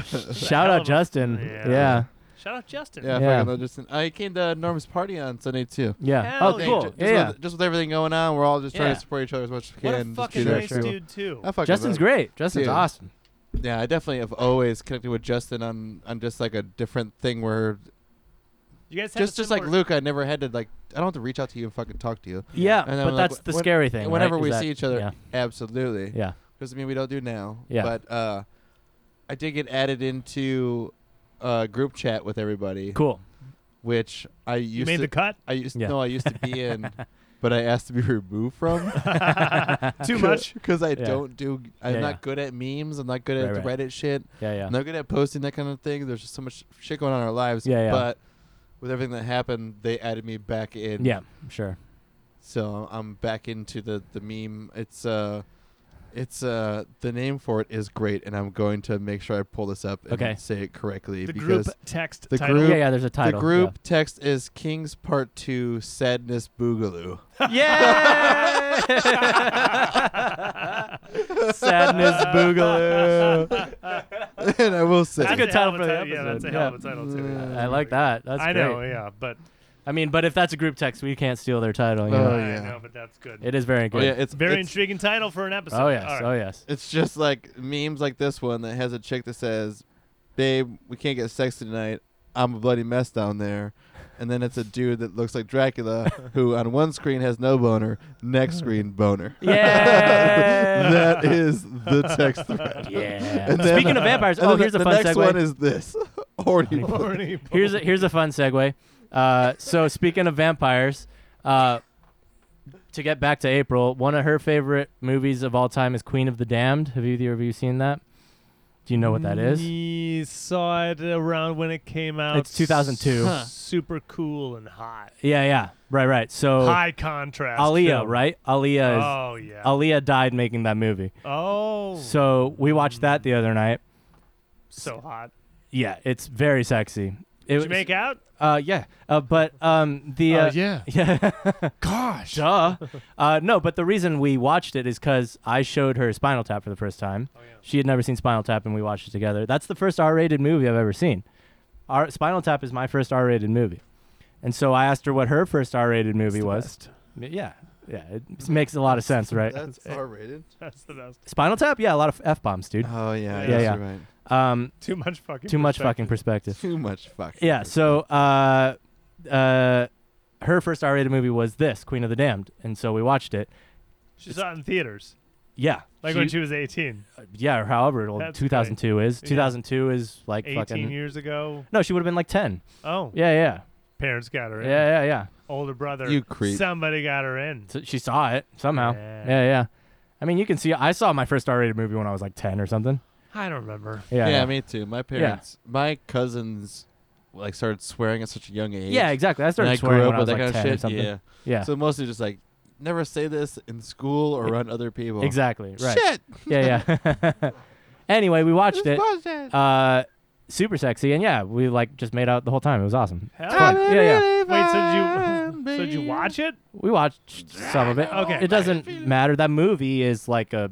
[SPEAKER 3] Shout
[SPEAKER 1] hell
[SPEAKER 3] out
[SPEAKER 1] of a-
[SPEAKER 3] Justin.
[SPEAKER 1] yeah.
[SPEAKER 3] Yeah.
[SPEAKER 1] Shout out Justin.
[SPEAKER 2] yeah,
[SPEAKER 3] Yeah.
[SPEAKER 2] fucking love Justin. I Uh, came to Norm's party on Sunday too.
[SPEAKER 1] Hell
[SPEAKER 3] Yeah. oh,
[SPEAKER 1] yeah.
[SPEAKER 2] They- ju-
[SPEAKER 3] cool.
[SPEAKER 2] Just,
[SPEAKER 3] Yeah. yeah.
[SPEAKER 2] With, just with everything going on, we're all just trying
[SPEAKER 1] Yeah.
[SPEAKER 2] to support each other as much as we
[SPEAKER 1] What
[SPEAKER 2] can.
[SPEAKER 1] a
[SPEAKER 2] just
[SPEAKER 1] fucking
[SPEAKER 2] do that
[SPEAKER 1] nice
[SPEAKER 2] shit.
[SPEAKER 1] dude too.
[SPEAKER 2] I fucking
[SPEAKER 3] Justin's
[SPEAKER 2] love-
[SPEAKER 3] great. Justin's
[SPEAKER 2] Dude.
[SPEAKER 3] awesome.
[SPEAKER 2] Yeah, I definitely have always connected with Justin on on just like a different thing where
[SPEAKER 1] You guys have
[SPEAKER 2] just
[SPEAKER 1] a
[SPEAKER 2] just like
[SPEAKER 1] similar-
[SPEAKER 2] Luke, I never had to like I don't have to reach out to you and fucking talk to you.
[SPEAKER 3] Yeah,
[SPEAKER 2] And then
[SPEAKER 3] but
[SPEAKER 2] like,
[SPEAKER 3] that's the
[SPEAKER 2] when-
[SPEAKER 3] scary thing. right,
[SPEAKER 2] whenever
[SPEAKER 3] is
[SPEAKER 2] we
[SPEAKER 3] that-
[SPEAKER 2] see each other,
[SPEAKER 3] Yeah.
[SPEAKER 2] Absolutely.
[SPEAKER 3] Yeah.
[SPEAKER 2] Because I mean we don't do now.
[SPEAKER 3] Yeah.
[SPEAKER 2] But uh, I did get added into a group chat with everybody,
[SPEAKER 3] Cool.
[SPEAKER 2] which I used
[SPEAKER 1] You made
[SPEAKER 2] to
[SPEAKER 1] the cut.
[SPEAKER 2] I used
[SPEAKER 3] Yeah.
[SPEAKER 2] no I used to be in, but I asked to be removed from.
[SPEAKER 1] Too much.
[SPEAKER 2] because I
[SPEAKER 3] Yeah.
[SPEAKER 2] don't do. I'm
[SPEAKER 3] Yeah,
[SPEAKER 2] not
[SPEAKER 3] yeah.
[SPEAKER 2] good at memes. I'm not good at
[SPEAKER 3] Right, right.
[SPEAKER 2] Reddit shit.
[SPEAKER 3] Yeah, yeah.
[SPEAKER 2] I'm not good at posting that kind of thing. There's just so much shit going on in our lives.
[SPEAKER 3] Yeah, yeah.
[SPEAKER 2] But with everything that happened, they added me back in.
[SPEAKER 3] yeah, sure.
[SPEAKER 2] So I'm back into the the meme. It's uh, it's uh, the name for it is great, and I'm going to make sure I pull this up and
[SPEAKER 3] Okay.
[SPEAKER 2] say it correctly
[SPEAKER 1] The
[SPEAKER 2] because
[SPEAKER 1] group text
[SPEAKER 2] the
[SPEAKER 1] title.
[SPEAKER 2] group-
[SPEAKER 3] yeah, yeah, there's a title.
[SPEAKER 2] the group text is Kings Part Two: Sadness Boogaloo.
[SPEAKER 3] Yeah. Yay! Sadness Boogaloo.
[SPEAKER 2] and I will say
[SPEAKER 3] That's a good
[SPEAKER 1] a hell
[SPEAKER 3] title
[SPEAKER 1] of
[SPEAKER 3] for
[SPEAKER 1] a
[SPEAKER 3] the
[SPEAKER 1] title. Yeah, that's a
[SPEAKER 3] episode.
[SPEAKER 1] hell of a
[SPEAKER 3] Yeah. Mm.
[SPEAKER 1] title too. yeah.
[SPEAKER 3] I like that. That's
[SPEAKER 1] I
[SPEAKER 3] great.
[SPEAKER 1] know, yeah, but
[SPEAKER 3] I mean, but if that's a group text, we can't steal their title. You
[SPEAKER 2] Oh,
[SPEAKER 3] know?
[SPEAKER 1] I
[SPEAKER 2] yeah.
[SPEAKER 1] know, but that's good.
[SPEAKER 3] It is very
[SPEAKER 2] Oh
[SPEAKER 3] good.
[SPEAKER 2] yeah, it's
[SPEAKER 1] Very
[SPEAKER 2] it's,
[SPEAKER 1] intriguing title for an episode.
[SPEAKER 3] Oh, yes.
[SPEAKER 1] All right.
[SPEAKER 3] Oh yes.
[SPEAKER 2] It's just like memes like this one that has a chick that says, "Babe, we can't get sex tonight. I'm a bloody mess down there." And then it's a dude that looks like Dracula, who on one screen has no boner, next screen boner.
[SPEAKER 3] Yeah.
[SPEAKER 2] that is the text thread.
[SPEAKER 3] Yeah.
[SPEAKER 2] And then- uh,
[SPEAKER 3] Speaking of vampires,
[SPEAKER 2] and
[SPEAKER 3] oh,
[SPEAKER 2] then
[SPEAKER 3] here's
[SPEAKER 2] the,
[SPEAKER 3] a
[SPEAKER 2] the
[SPEAKER 3] fun
[SPEAKER 2] next
[SPEAKER 3] segue.
[SPEAKER 2] one is this. Horny.
[SPEAKER 1] Horny
[SPEAKER 3] here's a,
[SPEAKER 1] boy.
[SPEAKER 3] here's a fun segue. Uh, so speaking of vampires, uh, to get back to April, one of her favorite movies of all time is Queen of the Damned. Have you either of you seen that? Do you know what that
[SPEAKER 2] Mm.
[SPEAKER 3] is?
[SPEAKER 1] We saw it around when it came out.
[SPEAKER 3] It's 2002. Huh.
[SPEAKER 1] Super cool and hot.
[SPEAKER 3] Yeah, yeah, right, right. So
[SPEAKER 1] High contrast.
[SPEAKER 3] Oh, Aaliyah,
[SPEAKER 1] film.
[SPEAKER 3] right? Aaliyah is
[SPEAKER 1] Oh yeah.
[SPEAKER 3] Aaliyah died making that movie.
[SPEAKER 1] oh, so,
[SPEAKER 3] So we watched that the other night.
[SPEAKER 1] hot.
[SPEAKER 3] Yeah, it's very sexy. It
[SPEAKER 1] Did you make out?
[SPEAKER 3] Uh, yeah. Uh, but um,
[SPEAKER 2] Oh,
[SPEAKER 3] the uh,
[SPEAKER 2] yeah.
[SPEAKER 3] yeah.
[SPEAKER 2] Gosh.
[SPEAKER 3] Duh. Uh, no, but the reason we watched it is because I showed her Spinal Tap for the first time.
[SPEAKER 1] Oh yeah.
[SPEAKER 3] She had never seen Spinal Tap, and we watched it together. That's the first R-rated movie I've ever seen. R- Spinal Tap is my first R-rated movie, and so I asked her what her first R-rated movie was. Yeah, yeah, it s- makes a lot of sense, right?
[SPEAKER 2] That's R-rated.
[SPEAKER 1] That's the best.
[SPEAKER 3] Spinal Tap, yeah, a lot of f-bombs, dude.
[SPEAKER 2] Oh yeah. I
[SPEAKER 1] Yeah,
[SPEAKER 2] guess
[SPEAKER 3] yeah.
[SPEAKER 2] You're right.
[SPEAKER 3] Um,
[SPEAKER 1] Too much fucking.
[SPEAKER 3] too much
[SPEAKER 1] perspective.
[SPEAKER 3] fucking perspective.
[SPEAKER 2] Too much fuck.
[SPEAKER 3] Yeah. So, uh, uh, her first R-rated movie was this, Queen of the Damned, and so we watched it.
[SPEAKER 1] She saw it in theaters,
[SPEAKER 3] Yeah.
[SPEAKER 1] like
[SPEAKER 3] she-
[SPEAKER 1] when she was 18,
[SPEAKER 3] yeah, or however old
[SPEAKER 1] That's
[SPEAKER 3] 2002 is.
[SPEAKER 1] Yeah.
[SPEAKER 3] 2002 is like
[SPEAKER 1] 18
[SPEAKER 3] fucking.
[SPEAKER 1] years ago.
[SPEAKER 3] No, she would have been like 10.
[SPEAKER 1] Oh,
[SPEAKER 3] Yeah, yeah,
[SPEAKER 1] parents got her
[SPEAKER 3] yeah,
[SPEAKER 1] in.
[SPEAKER 3] yeah, yeah.
[SPEAKER 1] Older brother.
[SPEAKER 2] You creep.
[SPEAKER 1] Somebody got her in.
[SPEAKER 3] So she saw it somehow.
[SPEAKER 1] Yeah.
[SPEAKER 3] Yeah. yeah, I mean, you can see. I saw my first R-rated movie when I was like 10 or something.
[SPEAKER 1] I don't remember.
[SPEAKER 3] Yeah,
[SPEAKER 2] yeah,
[SPEAKER 3] yeah,
[SPEAKER 2] me too. My parents, my cousins, like started swearing at such a young age.
[SPEAKER 3] Yeah, exactly. I
[SPEAKER 2] and
[SPEAKER 3] started
[SPEAKER 2] I
[SPEAKER 3] swearing
[SPEAKER 2] grew
[SPEAKER 3] when
[SPEAKER 2] up
[SPEAKER 3] I was
[SPEAKER 2] with that
[SPEAKER 3] like 10
[SPEAKER 2] kind of
[SPEAKER 3] or
[SPEAKER 2] shit.
[SPEAKER 3] something.
[SPEAKER 2] Yeah.
[SPEAKER 3] Yeah,
[SPEAKER 2] So mostly just like, never say this in school or around other people.
[SPEAKER 3] exactly. Right.
[SPEAKER 2] Shit.
[SPEAKER 3] Yeah, yeah. anyway, we watched it.
[SPEAKER 2] Bullshit.
[SPEAKER 3] Uh, super sexy, and yeah, we like just made out the whole time. It was awesome.
[SPEAKER 1] Hell
[SPEAKER 3] It's fun.
[SPEAKER 1] yeah.
[SPEAKER 3] Yeah, yeah.
[SPEAKER 1] Wait, so did you so did you watch it?
[SPEAKER 3] We watched some of it.
[SPEAKER 1] Okay.
[SPEAKER 3] It doesn't matter. That movie is like a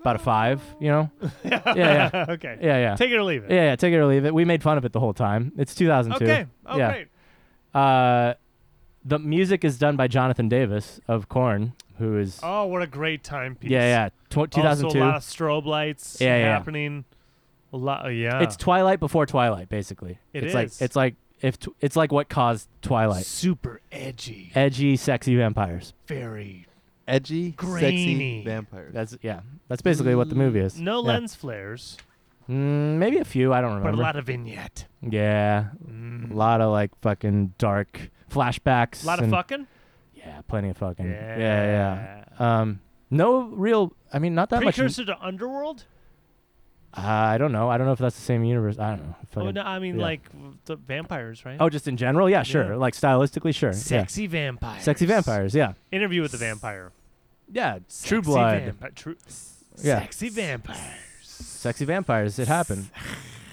[SPEAKER 3] about a five, you know?
[SPEAKER 1] yeah,
[SPEAKER 3] yeah.
[SPEAKER 1] okay.
[SPEAKER 3] Yeah, yeah.
[SPEAKER 1] Take it or leave it.
[SPEAKER 3] Yeah, yeah, take it or leave it. We made fun of it the whole time. It's 2002.
[SPEAKER 1] Okay. Oh,
[SPEAKER 3] Yeah.
[SPEAKER 1] great.
[SPEAKER 3] Uh, the music is done by Jonathan Davis of Korn, who is
[SPEAKER 1] Oh, what a great time piece.
[SPEAKER 3] yeah, yeah, tw- 2002.
[SPEAKER 1] Also, a lot of strobe lights
[SPEAKER 3] Yeah, yeah.
[SPEAKER 1] happening. A lot. oh, Yeah.
[SPEAKER 3] It's Twilight before Twilight, basically.
[SPEAKER 1] It
[SPEAKER 3] it's like
[SPEAKER 1] is.
[SPEAKER 3] it's like if tw- it's like what caused Twilight.
[SPEAKER 1] super edgy,
[SPEAKER 3] edgy, sexy vampires.
[SPEAKER 1] very
[SPEAKER 2] Edgy,
[SPEAKER 1] Grainy.
[SPEAKER 2] sexy vampires.
[SPEAKER 3] That's yeah. That's basically what the movie is.
[SPEAKER 1] no
[SPEAKER 3] Yeah.
[SPEAKER 1] lens flares,
[SPEAKER 3] Mm, maybe a few. I don't remember.
[SPEAKER 1] but a lot of vignette,
[SPEAKER 3] yeah,
[SPEAKER 1] Mm.
[SPEAKER 3] a lot of like fucking dark flashbacks.
[SPEAKER 1] a lot of
[SPEAKER 3] and-
[SPEAKER 1] fucking.
[SPEAKER 3] Yeah, plenty of fucking. Yeah, yeah.
[SPEAKER 1] Yeah.
[SPEAKER 3] Um, no real. I mean, not that much.
[SPEAKER 1] Precursor to Underworld.
[SPEAKER 3] Uh, I don't know. I don't know if that's the same universe. I don't know. Fucking-
[SPEAKER 1] oh no, I mean
[SPEAKER 3] yeah.
[SPEAKER 1] like w- the vampires, right?
[SPEAKER 3] Oh, just in general? Yeah, sure.
[SPEAKER 1] Yeah.
[SPEAKER 3] Like stylistically, sure.
[SPEAKER 1] sexy
[SPEAKER 3] Yeah.
[SPEAKER 1] vampires.
[SPEAKER 3] Sexy vampires, yeah.
[SPEAKER 1] Interview with the vampire.
[SPEAKER 3] Yeah, True
[SPEAKER 1] Sexy
[SPEAKER 3] Blood.
[SPEAKER 1] vampi- true,
[SPEAKER 3] Yeah.
[SPEAKER 1] Sexy vampires.
[SPEAKER 3] Sexy vampires, it happened.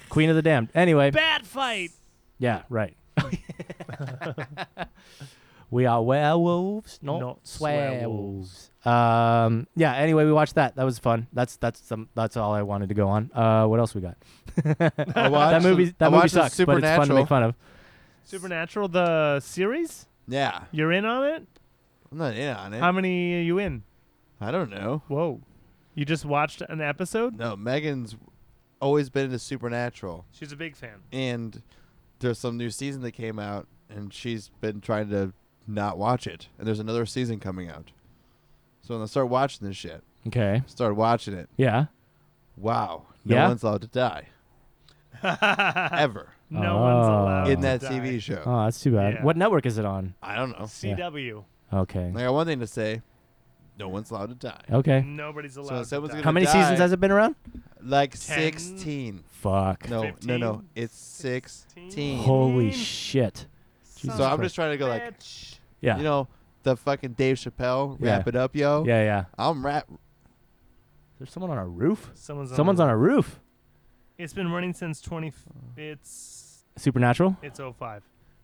[SPEAKER 3] Queen of the Damned. Anyway,
[SPEAKER 1] Bat fight.
[SPEAKER 3] yeah, right. we are werewolves, not,
[SPEAKER 1] Not
[SPEAKER 3] swells. Um, yeah, anyway, we watched that. That was fun. That's that's some, that's all I wanted to go on. Uh, what else we got?
[SPEAKER 2] I
[SPEAKER 3] that
[SPEAKER 2] watched,
[SPEAKER 3] movie that
[SPEAKER 2] I
[SPEAKER 3] movie
[SPEAKER 2] watched
[SPEAKER 3] sucks, but it's fun to
[SPEAKER 2] Supernatural.
[SPEAKER 3] make fun of.
[SPEAKER 1] Supernatural, the series.
[SPEAKER 2] Yeah,
[SPEAKER 1] You're in on it.
[SPEAKER 2] I'm not in on it.
[SPEAKER 1] How many are you in?
[SPEAKER 2] I don't know.
[SPEAKER 1] Whoa, you just watched an episode.
[SPEAKER 2] No, Megan's always been into Supernatural,
[SPEAKER 1] She's a big fan.
[SPEAKER 2] and there's some new season that came out, and she's been trying to not watch it. And there's another season coming out. So when I start watching this shit,
[SPEAKER 3] Okay.
[SPEAKER 2] start watching it.
[SPEAKER 3] Yeah.
[SPEAKER 2] Wow, no
[SPEAKER 3] Yeah?
[SPEAKER 2] one's allowed to die ever
[SPEAKER 1] No one's
[SPEAKER 3] Oh.
[SPEAKER 1] allowed
[SPEAKER 2] in
[SPEAKER 1] to
[SPEAKER 2] that
[SPEAKER 1] die.
[SPEAKER 2] TV show.
[SPEAKER 3] Oh, that's too bad.
[SPEAKER 1] Yeah.
[SPEAKER 3] What network is it on?
[SPEAKER 2] I don't know.
[SPEAKER 1] CW.
[SPEAKER 3] Okay.
[SPEAKER 2] I got one thing to say. No one's allowed to die.
[SPEAKER 3] Okay.
[SPEAKER 1] Nobody's
[SPEAKER 2] So
[SPEAKER 1] allowed.
[SPEAKER 2] someone's
[SPEAKER 1] to die.
[SPEAKER 2] gonna
[SPEAKER 3] How many
[SPEAKER 2] die.
[SPEAKER 3] seasons has it been around?
[SPEAKER 2] Like
[SPEAKER 1] 10?
[SPEAKER 2] sixteen.
[SPEAKER 3] Fuck.
[SPEAKER 2] No, no, no.
[SPEAKER 1] 15?
[SPEAKER 2] It's
[SPEAKER 1] Sixteen?
[SPEAKER 2] sixteen.
[SPEAKER 3] Holy shit.
[SPEAKER 2] so I'm
[SPEAKER 3] Christ.
[SPEAKER 2] just trying to go like,
[SPEAKER 1] Bitch.
[SPEAKER 3] Yeah.
[SPEAKER 2] you know, the fucking Dave Chappelle,
[SPEAKER 3] Yeah.
[SPEAKER 2] wrap it up, yo.
[SPEAKER 3] yeah, yeah.
[SPEAKER 2] I'm rap.
[SPEAKER 3] There's someone on a roof.
[SPEAKER 1] Someone's on
[SPEAKER 3] Someone's
[SPEAKER 1] a,
[SPEAKER 3] on a roof.
[SPEAKER 1] It's been running since 20. f- It's
[SPEAKER 3] Supernatural.
[SPEAKER 1] it's 05.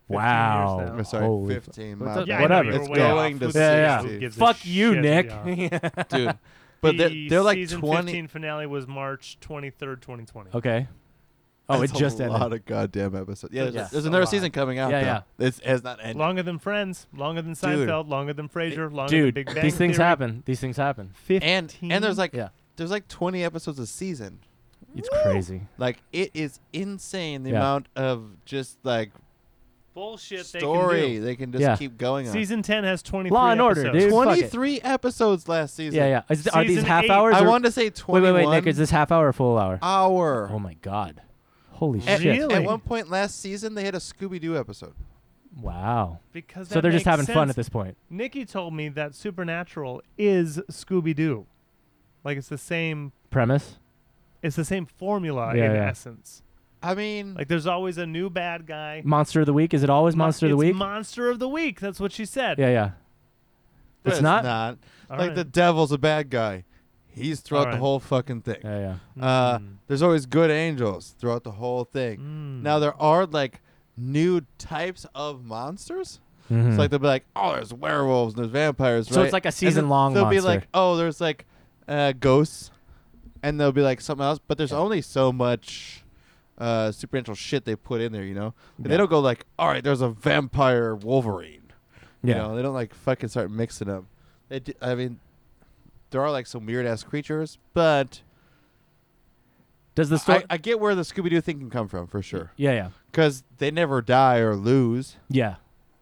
[SPEAKER 1] 15 years
[SPEAKER 3] Wow.
[SPEAKER 1] now.
[SPEAKER 2] I'm sorry,
[SPEAKER 3] Holy fu-
[SPEAKER 2] fifteen.
[SPEAKER 3] What's
[SPEAKER 2] my
[SPEAKER 3] up?
[SPEAKER 1] Yeah,
[SPEAKER 2] bad.
[SPEAKER 1] I know,
[SPEAKER 3] Whatever.
[SPEAKER 1] you were
[SPEAKER 2] It's
[SPEAKER 1] way off.
[SPEAKER 2] going to
[SPEAKER 1] Who-
[SPEAKER 3] Yeah, yeah.
[SPEAKER 1] who gives a
[SPEAKER 3] Fuck you,
[SPEAKER 1] shit,
[SPEAKER 3] Nick.
[SPEAKER 1] yeah.
[SPEAKER 2] dude. But they're,
[SPEAKER 1] The
[SPEAKER 2] they're like
[SPEAKER 1] season
[SPEAKER 2] twenty.
[SPEAKER 1] 15 finale was March 23rd, 2020.
[SPEAKER 3] okay. Oh,
[SPEAKER 2] That's
[SPEAKER 3] it just
[SPEAKER 2] a
[SPEAKER 3] ended.
[SPEAKER 2] lot of goddamn episodes. Yeah, there's,
[SPEAKER 3] Yeah.
[SPEAKER 2] there's
[SPEAKER 1] A
[SPEAKER 2] another
[SPEAKER 1] lot.
[SPEAKER 2] season coming out.
[SPEAKER 3] Yeah,
[SPEAKER 2] though. It's it has not ended.
[SPEAKER 1] Longer than Friends, longer than Seinfeld, longer than Frasier, longer
[SPEAKER 3] Dude,
[SPEAKER 1] than Big Bang
[SPEAKER 3] these things
[SPEAKER 1] Theory.
[SPEAKER 3] happen. These things happen.
[SPEAKER 2] and and there's like
[SPEAKER 3] Yeah.
[SPEAKER 2] there's like twenty episodes a season.
[SPEAKER 3] It's crazy.
[SPEAKER 2] Like it is insane the
[SPEAKER 3] Yeah.
[SPEAKER 2] amount of just like
[SPEAKER 1] Bullshit they
[SPEAKER 2] story they can just
[SPEAKER 3] Yeah.
[SPEAKER 2] keep going
[SPEAKER 1] can do.
[SPEAKER 2] on.
[SPEAKER 1] Season 10 has 23
[SPEAKER 3] Law and Order,
[SPEAKER 1] episodes.
[SPEAKER 3] dude. Fuck it.
[SPEAKER 2] 23 episodes last season.
[SPEAKER 3] Yeah, yeah. Is, are these
[SPEAKER 1] Season
[SPEAKER 3] half
[SPEAKER 1] eight.
[SPEAKER 3] hours?
[SPEAKER 2] I
[SPEAKER 3] or-
[SPEAKER 2] wanted to say
[SPEAKER 3] wait,
[SPEAKER 2] 21
[SPEAKER 3] wait, wait, Nick. Is this half hour, or full hour?
[SPEAKER 2] hour.
[SPEAKER 3] oh my god. Holy
[SPEAKER 2] Eh,
[SPEAKER 3] shit.
[SPEAKER 1] Really?
[SPEAKER 2] At one point last season, they had a Scooby Doo episode.
[SPEAKER 3] Wow.
[SPEAKER 1] Because
[SPEAKER 3] so they're just having fun at
[SPEAKER 1] this.
[SPEAKER 3] this point.
[SPEAKER 1] Nikki told me that Supernatural is Scooby Doo. Like it's the same
[SPEAKER 3] Premise.
[SPEAKER 1] it's the same formula
[SPEAKER 3] Yeah,
[SPEAKER 1] in
[SPEAKER 3] yeah.
[SPEAKER 1] essence.
[SPEAKER 2] I mean,
[SPEAKER 1] Like there's always a new bad guy.
[SPEAKER 3] Monster of the week. Is it always
[SPEAKER 1] Mon-
[SPEAKER 3] monster of the
[SPEAKER 1] it's
[SPEAKER 3] week?
[SPEAKER 1] Monster of the week. That's what she said.
[SPEAKER 3] yeah, yeah.
[SPEAKER 2] but
[SPEAKER 3] it's not?
[SPEAKER 1] All
[SPEAKER 2] like
[SPEAKER 1] right.
[SPEAKER 2] the devil's a bad guy. He's throughout the
[SPEAKER 1] Alright.
[SPEAKER 2] whole fucking thing.
[SPEAKER 3] Yeah, yeah.
[SPEAKER 2] Uh,
[SPEAKER 1] Mm.
[SPEAKER 2] there's always good angels throughout the whole thing.
[SPEAKER 1] Mm.
[SPEAKER 2] Now there are like new types of monsters.
[SPEAKER 3] Mhm.
[SPEAKER 2] It's like they'll be like, oh, there's werewolves and there's vampires.
[SPEAKER 3] So it's
[SPEAKER 2] right?
[SPEAKER 3] like a
[SPEAKER 2] And then
[SPEAKER 3] season-long
[SPEAKER 2] They'll be
[SPEAKER 3] monster.
[SPEAKER 2] like, oh, there's like uh, ghosts, and there'll be like something else. But there's only so much uh, supernatural shit they put in there, you know. And
[SPEAKER 3] Yeah.
[SPEAKER 2] They don't go like, all right, there's a vampire Wolverine.
[SPEAKER 3] yeah.
[SPEAKER 2] You know, they don't like fucking start mixing them. They, d I I mean, there are like some weird ass creatures, but
[SPEAKER 3] Does the story?
[SPEAKER 2] I, I get where the Scooby Doo thing can come from for sure,
[SPEAKER 3] yeah, yeah,
[SPEAKER 2] because they never die or lose.
[SPEAKER 3] yeah,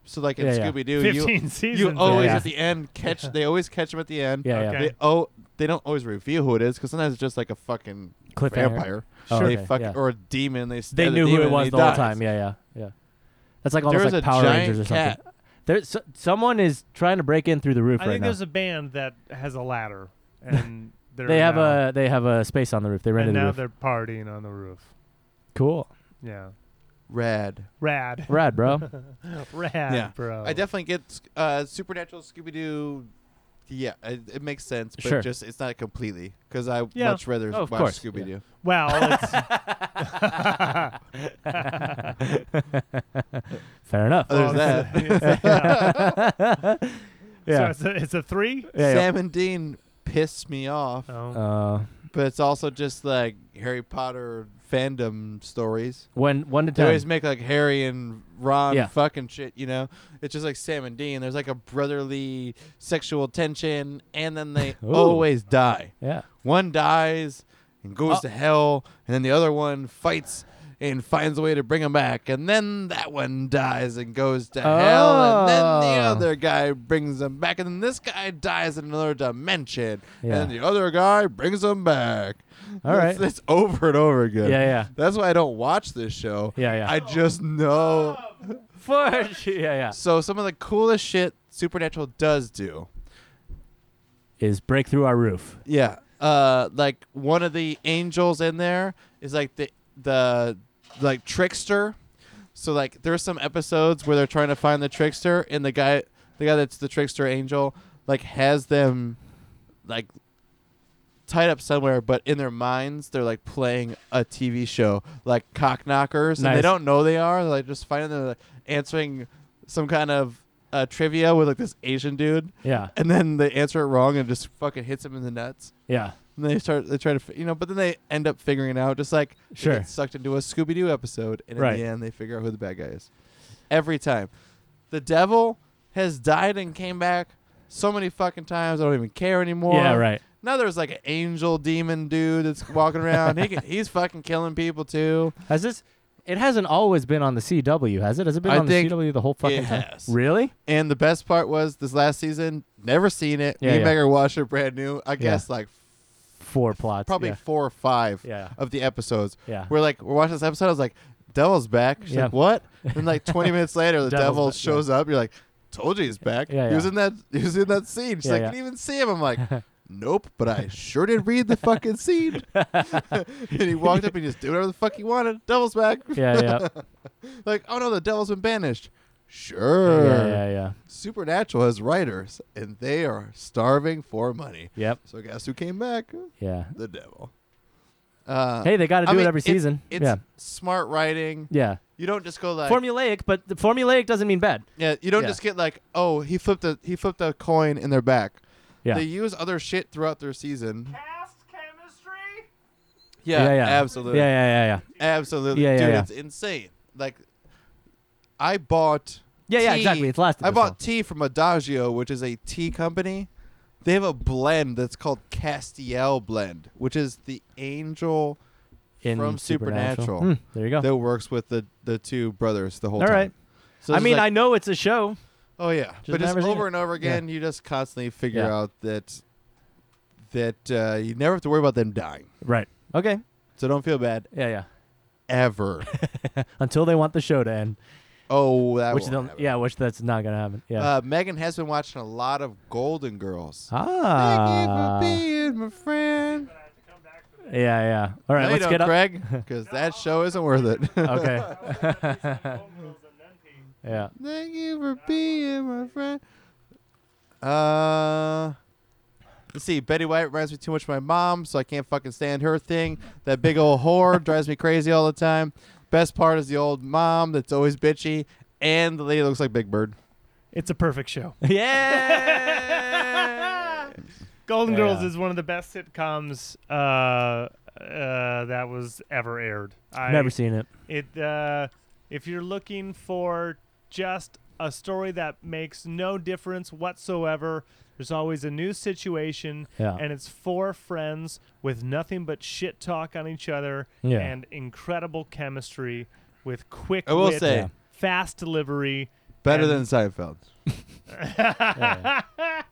[SPEAKER 2] So like in
[SPEAKER 3] Yeah, yeah.
[SPEAKER 2] Scooby Doo, you
[SPEAKER 1] 15 seasons.
[SPEAKER 2] you always
[SPEAKER 3] Yeah.
[SPEAKER 2] at the end catch. They always catch them at the end.
[SPEAKER 3] yeah, yeah.
[SPEAKER 1] Okay.
[SPEAKER 2] They oh, they don't always reveal who it is because sometimes it's just like a fucking
[SPEAKER 3] Cliffhanger.
[SPEAKER 2] vampire.
[SPEAKER 3] Oh,
[SPEAKER 2] they
[SPEAKER 3] okay,
[SPEAKER 2] fuck
[SPEAKER 3] yeah.
[SPEAKER 2] or a demon. They
[SPEAKER 3] They
[SPEAKER 2] stab the
[SPEAKER 3] knew who
[SPEAKER 2] demon
[SPEAKER 3] it
[SPEAKER 2] and
[SPEAKER 3] was
[SPEAKER 2] he
[SPEAKER 3] the whole
[SPEAKER 2] dies.
[SPEAKER 3] time. Yeah, yeah, yeah. That's like
[SPEAKER 2] There
[SPEAKER 3] almost
[SPEAKER 2] was
[SPEAKER 3] like
[SPEAKER 2] a
[SPEAKER 3] Power
[SPEAKER 2] giant
[SPEAKER 3] Rangers or something.
[SPEAKER 2] cat.
[SPEAKER 3] There's so, someone is trying to break in through the roof
[SPEAKER 1] I
[SPEAKER 3] right
[SPEAKER 1] think
[SPEAKER 3] now.
[SPEAKER 1] there's a band that has a ladder and they're
[SPEAKER 3] They have
[SPEAKER 1] now,
[SPEAKER 3] a they have a space on the roof. They
[SPEAKER 1] and
[SPEAKER 3] rented the
[SPEAKER 1] now
[SPEAKER 3] roof.
[SPEAKER 1] they're partying on the roof.
[SPEAKER 3] Cool,
[SPEAKER 1] Yeah.
[SPEAKER 2] Rad.
[SPEAKER 1] Rad.
[SPEAKER 3] rad, bro.
[SPEAKER 1] Rad,
[SPEAKER 2] Yeah.
[SPEAKER 1] bro.
[SPEAKER 2] I definitely get uh, supernatural Scooby Doo. Yeah, it, it makes sense, but
[SPEAKER 3] Sure.
[SPEAKER 2] just it's not completely because I
[SPEAKER 1] Yeah.
[SPEAKER 2] much rather
[SPEAKER 3] Oh, of
[SPEAKER 2] watch
[SPEAKER 3] course,
[SPEAKER 2] Scooby Doo.
[SPEAKER 1] well, it's,
[SPEAKER 3] Fair enough.
[SPEAKER 2] Oh, there's
[SPEAKER 1] well, it's
[SPEAKER 2] that.
[SPEAKER 1] a- yeah. So
[SPEAKER 3] yeah.
[SPEAKER 1] it's a, it's a three?
[SPEAKER 3] yeah, yeah.
[SPEAKER 2] Sam and Dean piss me off,
[SPEAKER 1] Oh.
[SPEAKER 3] Uh,
[SPEAKER 2] but it's also just like Harry Potter fandom stories.
[SPEAKER 3] when one to
[SPEAKER 2] They
[SPEAKER 3] ten.
[SPEAKER 2] always make like Harry and Ron
[SPEAKER 3] Yeah.
[SPEAKER 2] fucking shit, you know? It's just like Sam and Dean. There's like a brotherly sexual tension, and then they
[SPEAKER 3] Ooh.
[SPEAKER 2] always die.
[SPEAKER 3] yeah. Oh.
[SPEAKER 2] One dies and goes to hell, and then the other one fights and finds a way to bring him back. And then that one dies and goes to hell. And then the
[SPEAKER 3] Oh.
[SPEAKER 2] other guy brings him back. And then this guy dies in another dimension.
[SPEAKER 3] Yeah.
[SPEAKER 2] And the other guy brings him back.
[SPEAKER 3] All right.
[SPEAKER 2] It's, it's over and over again.
[SPEAKER 3] Yeah, yeah.
[SPEAKER 2] That's why I don't watch this show.
[SPEAKER 3] Yeah, yeah.
[SPEAKER 2] I just know.
[SPEAKER 3] For yeah, yeah.
[SPEAKER 2] So some of the coolest shit Supernatural does do.
[SPEAKER 3] Is break through our roof.
[SPEAKER 2] Yeah. Uh, like one of the angels in there is like the the like trickster. So like there's some episodes where they're trying to find the trickster, and the guy the guy that's the trickster angel like has them like tied up somewhere, but in their minds they're like playing a TV show like cock knockers, and they
[SPEAKER 3] Nice.
[SPEAKER 2] don't know they are. They're like just finding they're like answering some kind of uh, trivia with like this Asian dude.
[SPEAKER 3] Yeah,
[SPEAKER 2] And then they answer it wrong and just fucking hits him in the nuts.
[SPEAKER 3] yeah.
[SPEAKER 2] And they start, they try to, fi- you know, but then they end up figuring it out. Just like they
[SPEAKER 3] Sure.
[SPEAKER 2] get sucked into a Scooby Doo episode, and
[SPEAKER 3] Right.
[SPEAKER 2] in the end, they figure out who the bad guy is. Every time, the devil has died and came back so many fucking times. I don't even care anymore.
[SPEAKER 3] yeah, right.
[SPEAKER 2] Now there's like an angel demon dude that's walking around. he can, he's fucking killing people too.
[SPEAKER 3] Has this? It hasn't always been on the CW, has it? Has it been
[SPEAKER 2] I
[SPEAKER 3] on the
[SPEAKER 2] think
[SPEAKER 3] CW the whole fucking
[SPEAKER 2] it
[SPEAKER 3] time?
[SPEAKER 2] has.
[SPEAKER 3] Really?
[SPEAKER 2] And the best part was this last season. Never seen it.
[SPEAKER 3] Yeah,
[SPEAKER 2] Me and
[SPEAKER 3] yeah.
[SPEAKER 2] Megan watched it brand new. I guess like
[SPEAKER 3] Four plots.
[SPEAKER 2] probably
[SPEAKER 3] Yeah.
[SPEAKER 2] four or five
[SPEAKER 3] Yeah.
[SPEAKER 2] of the episodes.
[SPEAKER 3] Yeah.
[SPEAKER 2] We're like, we're watching this episode. I was like, Devil's back. She's
[SPEAKER 3] Yeah.
[SPEAKER 2] like, what? And like 20 minutes later, the
[SPEAKER 3] Devil's
[SPEAKER 2] devil
[SPEAKER 3] back, yeah.
[SPEAKER 2] shows up. You're like, told you he's back.
[SPEAKER 3] Yeah,
[SPEAKER 2] He was
[SPEAKER 3] yeah.
[SPEAKER 2] in that. He was in that scene. She's
[SPEAKER 3] Yeah,
[SPEAKER 2] like,
[SPEAKER 3] yeah.
[SPEAKER 2] can even see him. I'm like, nope. But I sure did read the fucking scene. and he walked up and just did whatever the fuck he wanted. Devil's back.
[SPEAKER 3] yeah, yeah,
[SPEAKER 2] Like, oh no, the devil's been banished. Sure.
[SPEAKER 3] yeah, yeah, yeah.
[SPEAKER 2] Supernatural has writers, and they are starving for money.
[SPEAKER 3] Yep.
[SPEAKER 2] So guess who came back?
[SPEAKER 3] Yeah.
[SPEAKER 2] The devil. Uh,
[SPEAKER 3] Hey, they got to do
[SPEAKER 2] I mean,
[SPEAKER 3] it every
[SPEAKER 2] it's-
[SPEAKER 3] season.
[SPEAKER 2] It's
[SPEAKER 3] yeah.
[SPEAKER 2] smart writing.
[SPEAKER 3] Yeah.
[SPEAKER 2] You don't just go like
[SPEAKER 3] formulaic, but the formulaic doesn't mean bad.
[SPEAKER 2] yeah. You don't
[SPEAKER 3] yeah.
[SPEAKER 2] just get like oh he flipped a he flipped a coin in their back.
[SPEAKER 3] Yeah.
[SPEAKER 2] They use other shit throughout their season.
[SPEAKER 1] Past chemistry.
[SPEAKER 2] Yeah,
[SPEAKER 3] yeah, yeah.
[SPEAKER 2] absolutely,
[SPEAKER 3] Yeah, yeah, yeah,
[SPEAKER 2] absolutely,
[SPEAKER 3] Yeah, yeah,
[SPEAKER 2] dude,
[SPEAKER 3] yeah.
[SPEAKER 2] it's insane. Like, I bought
[SPEAKER 3] yeah. Yeah, yeah,
[SPEAKER 2] tea-
[SPEAKER 3] exactly. It's lasted.
[SPEAKER 2] I
[SPEAKER 3] this long.
[SPEAKER 2] bought tea from Adagio, which is a tea company. They have a blend that's called Castiel blend, which is the angel
[SPEAKER 3] in
[SPEAKER 2] from Supernatural.
[SPEAKER 3] Hmm, there you go.
[SPEAKER 2] that works with the the two brothers the whole
[SPEAKER 3] All
[SPEAKER 2] time.
[SPEAKER 3] right.
[SPEAKER 2] So
[SPEAKER 3] I
[SPEAKER 2] this is
[SPEAKER 3] mean,
[SPEAKER 2] like-
[SPEAKER 3] I know it's a show.
[SPEAKER 2] Oh yeah, but just
[SPEAKER 3] never seen
[SPEAKER 2] over
[SPEAKER 3] it.
[SPEAKER 2] and over again, you just constantly figure
[SPEAKER 3] Yeah.
[SPEAKER 2] out that that uh, you never have to worry about them dying.
[SPEAKER 3] Right. Okay.
[SPEAKER 2] So don't feel bad
[SPEAKER 3] Yeah, yeah.
[SPEAKER 2] ever.
[SPEAKER 3] Until they want the show to end,
[SPEAKER 2] oh, that
[SPEAKER 3] which
[SPEAKER 2] won't
[SPEAKER 3] they'll-
[SPEAKER 2] happen.
[SPEAKER 3] yeah, which that's not gonna happen. Yeah.
[SPEAKER 2] Uh, Megan has been watching a lot of Golden Girls.
[SPEAKER 3] ah.
[SPEAKER 2] Thank
[SPEAKER 3] Yeah,
[SPEAKER 2] you for being my friend.
[SPEAKER 3] yeah. All right,
[SPEAKER 2] no,
[SPEAKER 3] let's
[SPEAKER 2] you
[SPEAKER 3] get
[SPEAKER 2] don't,
[SPEAKER 3] up.
[SPEAKER 2] Craig, because that show isn't worth it.
[SPEAKER 3] Okay. yeah.
[SPEAKER 2] Thank you for being my friend. Uh, let's see. Betty White reminds me too much of my mom, so I can't fucking stand her thing. That big old whore drives me crazy all the time. Best part is the old mom that's always bitchy, and the lady that looks like Big Bird.
[SPEAKER 1] It's a perfect show.
[SPEAKER 3] yeah.
[SPEAKER 1] Golden Girls
[SPEAKER 3] Yeah.
[SPEAKER 1] is one of the best sitcoms uh, uh, that was ever aired. I,
[SPEAKER 3] Never seen it.
[SPEAKER 1] it. Uh, if you're looking for just a story that makes no difference whatsoever, there's always a new situation,
[SPEAKER 3] Yeah.
[SPEAKER 1] and it's four friends with nothing but shit talk on each other
[SPEAKER 3] Yeah.
[SPEAKER 1] and incredible chemistry with quick
[SPEAKER 2] I will
[SPEAKER 1] wit,
[SPEAKER 2] say-
[SPEAKER 3] Yeah.
[SPEAKER 1] fast delivery.
[SPEAKER 2] Better
[SPEAKER 1] And-
[SPEAKER 2] than Seinfeld
[SPEAKER 3] Yeah. yep. Yeah,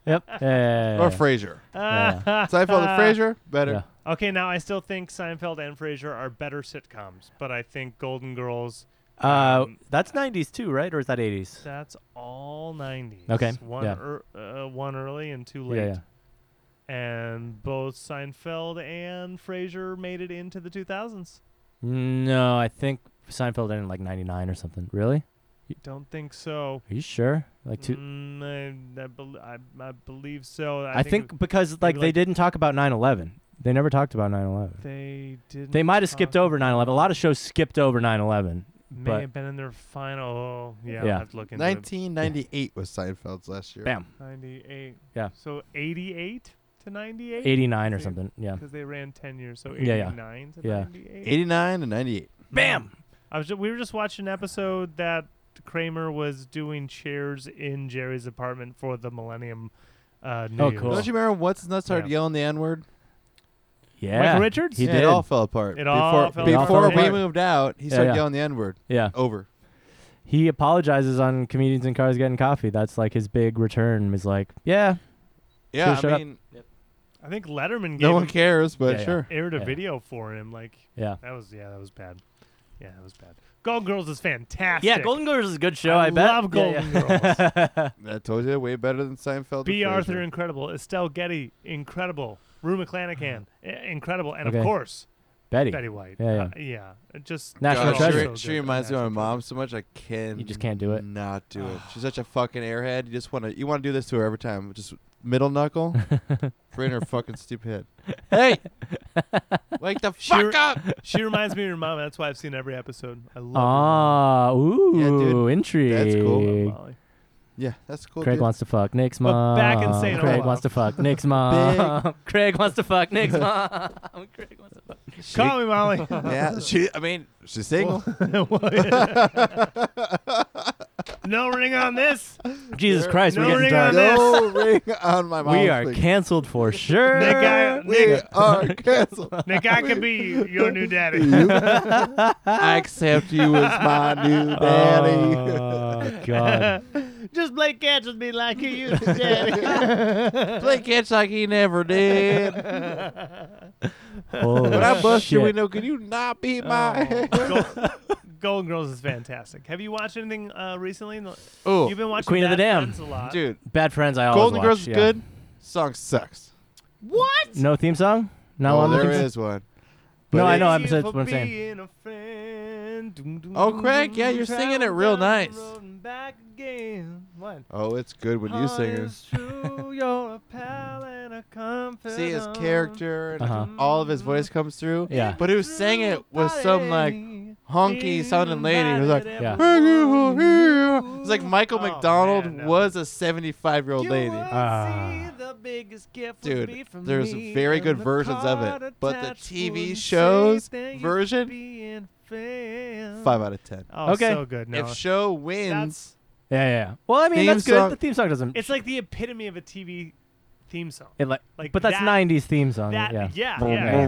[SPEAKER 3] yeah, yeah, yeah.
[SPEAKER 2] or Frasier.
[SPEAKER 3] Yeah.
[SPEAKER 2] Seinfeld and Frasier, better.
[SPEAKER 3] Yeah.
[SPEAKER 1] Okay, now I still think Seinfeld and Frasier are better sitcoms, but I think Golden Girls.
[SPEAKER 3] Uh,
[SPEAKER 1] Um,
[SPEAKER 3] that's '90s too, right? Or is that '80s?
[SPEAKER 1] That's all '90s.
[SPEAKER 3] Okay,
[SPEAKER 1] one
[SPEAKER 3] yeah.
[SPEAKER 1] ear- uh, one early and two
[SPEAKER 3] Yeah,
[SPEAKER 1] late.
[SPEAKER 3] yeah.
[SPEAKER 1] And both Seinfeld and Frasier made it into the 2000s.
[SPEAKER 3] No, I think Seinfeld ended in like '99 or something. Really?
[SPEAKER 1] Don't think so.
[SPEAKER 3] Are you sure? Like two.
[SPEAKER 1] Mm, I, I, bel I, I believe so. I,
[SPEAKER 3] I, think, because like
[SPEAKER 1] maybe,
[SPEAKER 3] they
[SPEAKER 1] like-
[SPEAKER 3] didn't talk about 9/11. They never talked about 9/11.
[SPEAKER 1] they did.
[SPEAKER 3] They might have skipped over 9/11. A lot of shows skipped over 9/11.
[SPEAKER 1] May
[SPEAKER 3] but-
[SPEAKER 1] have been in their final. Oh, yeah,
[SPEAKER 3] Yeah.
[SPEAKER 1] I've looked into it.
[SPEAKER 2] 1998 was Seinfeld's last year.
[SPEAKER 3] Bam.
[SPEAKER 1] 98.
[SPEAKER 3] Yeah.
[SPEAKER 1] So 88 to 98.
[SPEAKER 3] 89 or
[SPEAKER 1] See,
[SPEAKER 3] something. Yeah.
[SPEAKER 1] because they ran 10 years so 89
[SPEAKER 3] Yeah, yeah.
[SPEAKER 1] to
[SPEAKER 3] Yeah.
[SPEAKER 1] 98
[SPEAKER 2] 89 and 98.
[SPEAKER 3] Bam.
[SPEAKER 1] I was ju- we were just watching an episode that kramer was doing chairs in jerry's apartment for the millennium uh, New
[SPEAKER 3] Oh,
[SPEAKER 1] Year's.
[SPEAKER 3] cool.
[SPEAKER 2] Don't you remember once Nuts started
[SPEAKER 1] Yeah.
[SPEAKER 2] yelling the N word?
[SPEAKER 3] Yeah.
[SPEAKER 1] Mike Richards?
[SPEAKER 3] He
[SPEAKER 2] Yeah,
[SPEAKER 3] did.
[SPEAKER 2] It all fell apart.
[SPEAKER 1] It
[SPEAKER 2] before
[SPEAKER 1] all fell
[SPEAKER 2] before
[SPEAKER 3] apart.
[SPEAKER 2] we
[SPEAKER 3] Apart.
[SPEAKER 2] moved out, he
[SPEAKER 3] Yeah,
[SPEAKER 2] started
[SPEAKER 3] yeah.
[SPEAKER 2] yelling the N word.
[SPEAKER 3] Yeah.
[SPEAKER 2] Over.
[SPEAKER 3] He apologizes on comedians and cars getting coffee. That's like his big return. Is like, yeah,
[SPEAKER 2] Yeah,
[SPEAKER 3] Shut
[SPEAKER 2] I
[SPEAKER 3] up.
[SPEAKER 2] mean,
[SPEAKER 1] I think Letterman gave
[SPEAKER 2] no one
[SPEAKER 1] him-
[SPEAKER 2] cares, but
[SPEAKER 3] Yeah, yeah.
[SPEAKER 2] sure.
[SPEAKER 1] aired a
[SPEAKER 3] Yeah.
[SPEAKER 1] video for him. Like
[SPEAKER 3] yeah,
[SPEAKER 1] that was yeah, that was bad. Yeah, that was bad. Golden Girls is fantastic.
[SPEAKER 3] yeah. Golden Girls is a good show.
[SPEAKER 1] I
[SPEAKER 3] I, bet.
[SPEAKER 1] love
[SPEAKER 3] Yeah,
[SPEAKER 1] Golden
[SPEAKER 3] yeah.
[SPEAKER 2] That told you way better than Seinfeld.
[SPEAKER 1] B.
[SPEAKER 2] or
[SPEAKER 1] Arthur,
[SPEAKER 2] Frasier.
[SPEAKER 1] incredible. Estelle Getty, incredible. Rue McClanahan, i- incredible. And of
[SPEAKER 3] Uh-huh. Okay.
[SPEAKER 1] course,
[SPEAKER 3] Betty.
[SPEAKER 1] Betty White.
[SPEAKER 3] Yeah, yeah.
[SPEAKER 1] Uh, yeah. It Just so
[SPEAKER 3] National
[SPEAKER 2] God,
[SPEAKER 3] Treasure.
[SPEAKER 1] good.
[SPEAKER 2] She, she reminds me of my
[SPEAKER 1] National
[SPEAKER 2] mom so much. I can.
[SPEAKER 3] You just can't do it.
[SPEAKER 2] Not do it. She's such a fucking airhead. You just want to. You want to do this to her every time. Just middle knuckle. Bring her fucking stupid head. Hey, wake the
[SPEAKER 1] She-
[SPEAKER 2] fuck up.
[SPEAKER 1] Treasure. she reminds me of your mom. That's why I've seen every episode. I love
[SPEAKER 3] Ah, ooh,
[SPEAKER 2] Yeah, dude.
[SPEAKER 3] intrigue.
[SPEAKER 2] That's cool.
[SPEAKER 1] your mom. Molly.
[SPEAKER 2] Yeah, that's cool.
[SPEAKER 3] Craig
[SPEAKER 2] dude.
[SPEAKER 3] wants to fuck Nick's
[SPEAKER 1] But
[SPEAKER 3] mom.
[SPEAKER 1] back in St.
[SPEAKER 3] Craig
[SPEAKER 1] Olaf.
[SPEAKER 3] wants to fuck Nick's mom. Craig wants to fuck Nick's mom. Craig wants to fuck.
[SPEAKER 2] She-
[SPEAKER 1] Call me Molly.
[SPEAKER 2] Yeah, she. I mean, she's single.
[SPEAKER 1] no ring on this.
[SPEAKER 3] Jesus
[SPEAKER 2] There-
[SPEAKER 3] Christ,
[SPEAKER 1] no
[SPEAKER 3] we're
[SPEAKER 1] ring
[SPEAKER 3] getting dark.
[SPEAKER 1] on this.
[SPEAKER 2] no ring on my mom.
[SPEAKER 3] We are canceled for sure.
[SPEAKER 1] Nick, I,
[SPEAKER 2] We
[SPEAKER 1] Nick,
[SPEAKER 2] are canceled.
[SPEAKER 1] Nick, I could be your new daddy.
[SPEAKER 2] You- I accept you as my new daddy.
[SPEAKER 3] Oh God.
[SPEAKER 1] Just play catch with me like you used to, Daddy.
[SPEAKER 2] Play catch like he never did.
[SPEAKER 3] Holy
[SPEAKER 2] When I bust
[SPEAKER 3] shit.
[SPEAKER 2] your window, can you not beat my head?
[SPEAKER 1] Gol- Golden Girls is fantastic. Have you watched anything uh, recently?
[SPEAKER 2] Oh,
[SPEAKER 1] You've been watching
[SPEAKER 3] Queen of the
[SPEAKER 1] Bad
[SPEAKER 3] Dam.
[SPEAKER 1] Friends a lot.
[SPEAKER 2] dude,
[SPEAKER 3] Bad Friends. I always
[SPEAKER 2] Golden
[SPEAKER 3] watch,
[SPEAKER 2] Girls is
[SPEAKER 3] yeah.
[SPEAKER 2] good. Song sucks.
[SPEAKER 3] No theme song. Not
[SPEAKER 2] oh,
[SPEAKER 3] on the
[SPEAKER 2] there
[SPEAKER 3] theme-
[SPEAKER 2] is one.
[SPEAKER 3] No, I know.
[SPEAKER 1] Thank
[SPEAKER 3] I'm,
[SPEAKER 1] you
[SPEAKER 3] that's
[SPEAKER 1] for
[SPEAKER 3] what I'm saying.
[SPEAKER 1] being a friend. Doom, doom,
[SPEAKER 2] Oh,
[SPEAKER 1] doom,
[SPEAKER 2] Craig,
[SPEAKER 1] doom,
[SPEAKER 2] yeah,
[SPEAKER 1] doom,
[SPEAKER 2] you're
[SPEAKER 1] travel
[SPEAKER 2] singing it real
[SPEAKER 1] down the
[SPEAKER 2] nice.
[SPEAKER 1] road and back again. What?
[SPEAKER 2] Oh, it's good when you
[SPEAKER 1] Heart
[SPEAKER 2] sing it.
[SPEAKER 1] is true, you're a pal and a confidant.
[SPEAKER 2] See his character and
[SPEAKER 3] Uh-huh.
[SPEAKER 2] all of his voice comes through.
[SPEAKER 3] Yeah.
[SPEAKER 2] But who sang it was some like honky sounding lady who's like,
[SPEAKER 1] Yeah.
[SPEAKER 2] it's like Michael
[SPEAKER 1] Oh,
[SPEAKER 2] McDonald
[SPEAKER 1] man, no.
[SPEAKER 2] was a 75 year old lady.
[SPEAKER 3] Ah.
[SPEAKER 2] Dude, there's very good versions of it, but the TV shows version, five out of ten.
[SPEAKER 1] Oh,
[SPEAKER 3] Okay.
[SPEAKER 1] so good. No,
[SPEAKER 2] If show wins,
[SPEAKER 3] Yeah, yeah, yeah. Well, I mean,
[SPEAKER 2] Theme
[SPEAKER 3] that's good.
[SPEAKER 2] song-
[SPEAKER 3] The theme song doesn't.
[SPEAKER 1] it's like the epitome of a TV theme song.
[SPEAKER 3] it like,
[SPEAKER 1] like
[SPEAKER 3] but that's
[SPEAKER 1] that-
[SPEAKER 3] 90s theme song.
[SPEAKER 1] That, yeah,
[SPEAKER 3] yeah.
[SPEAKER 1] yeah,
[SPEAKER 3] Boom,
[SPEAKER 1] yeah.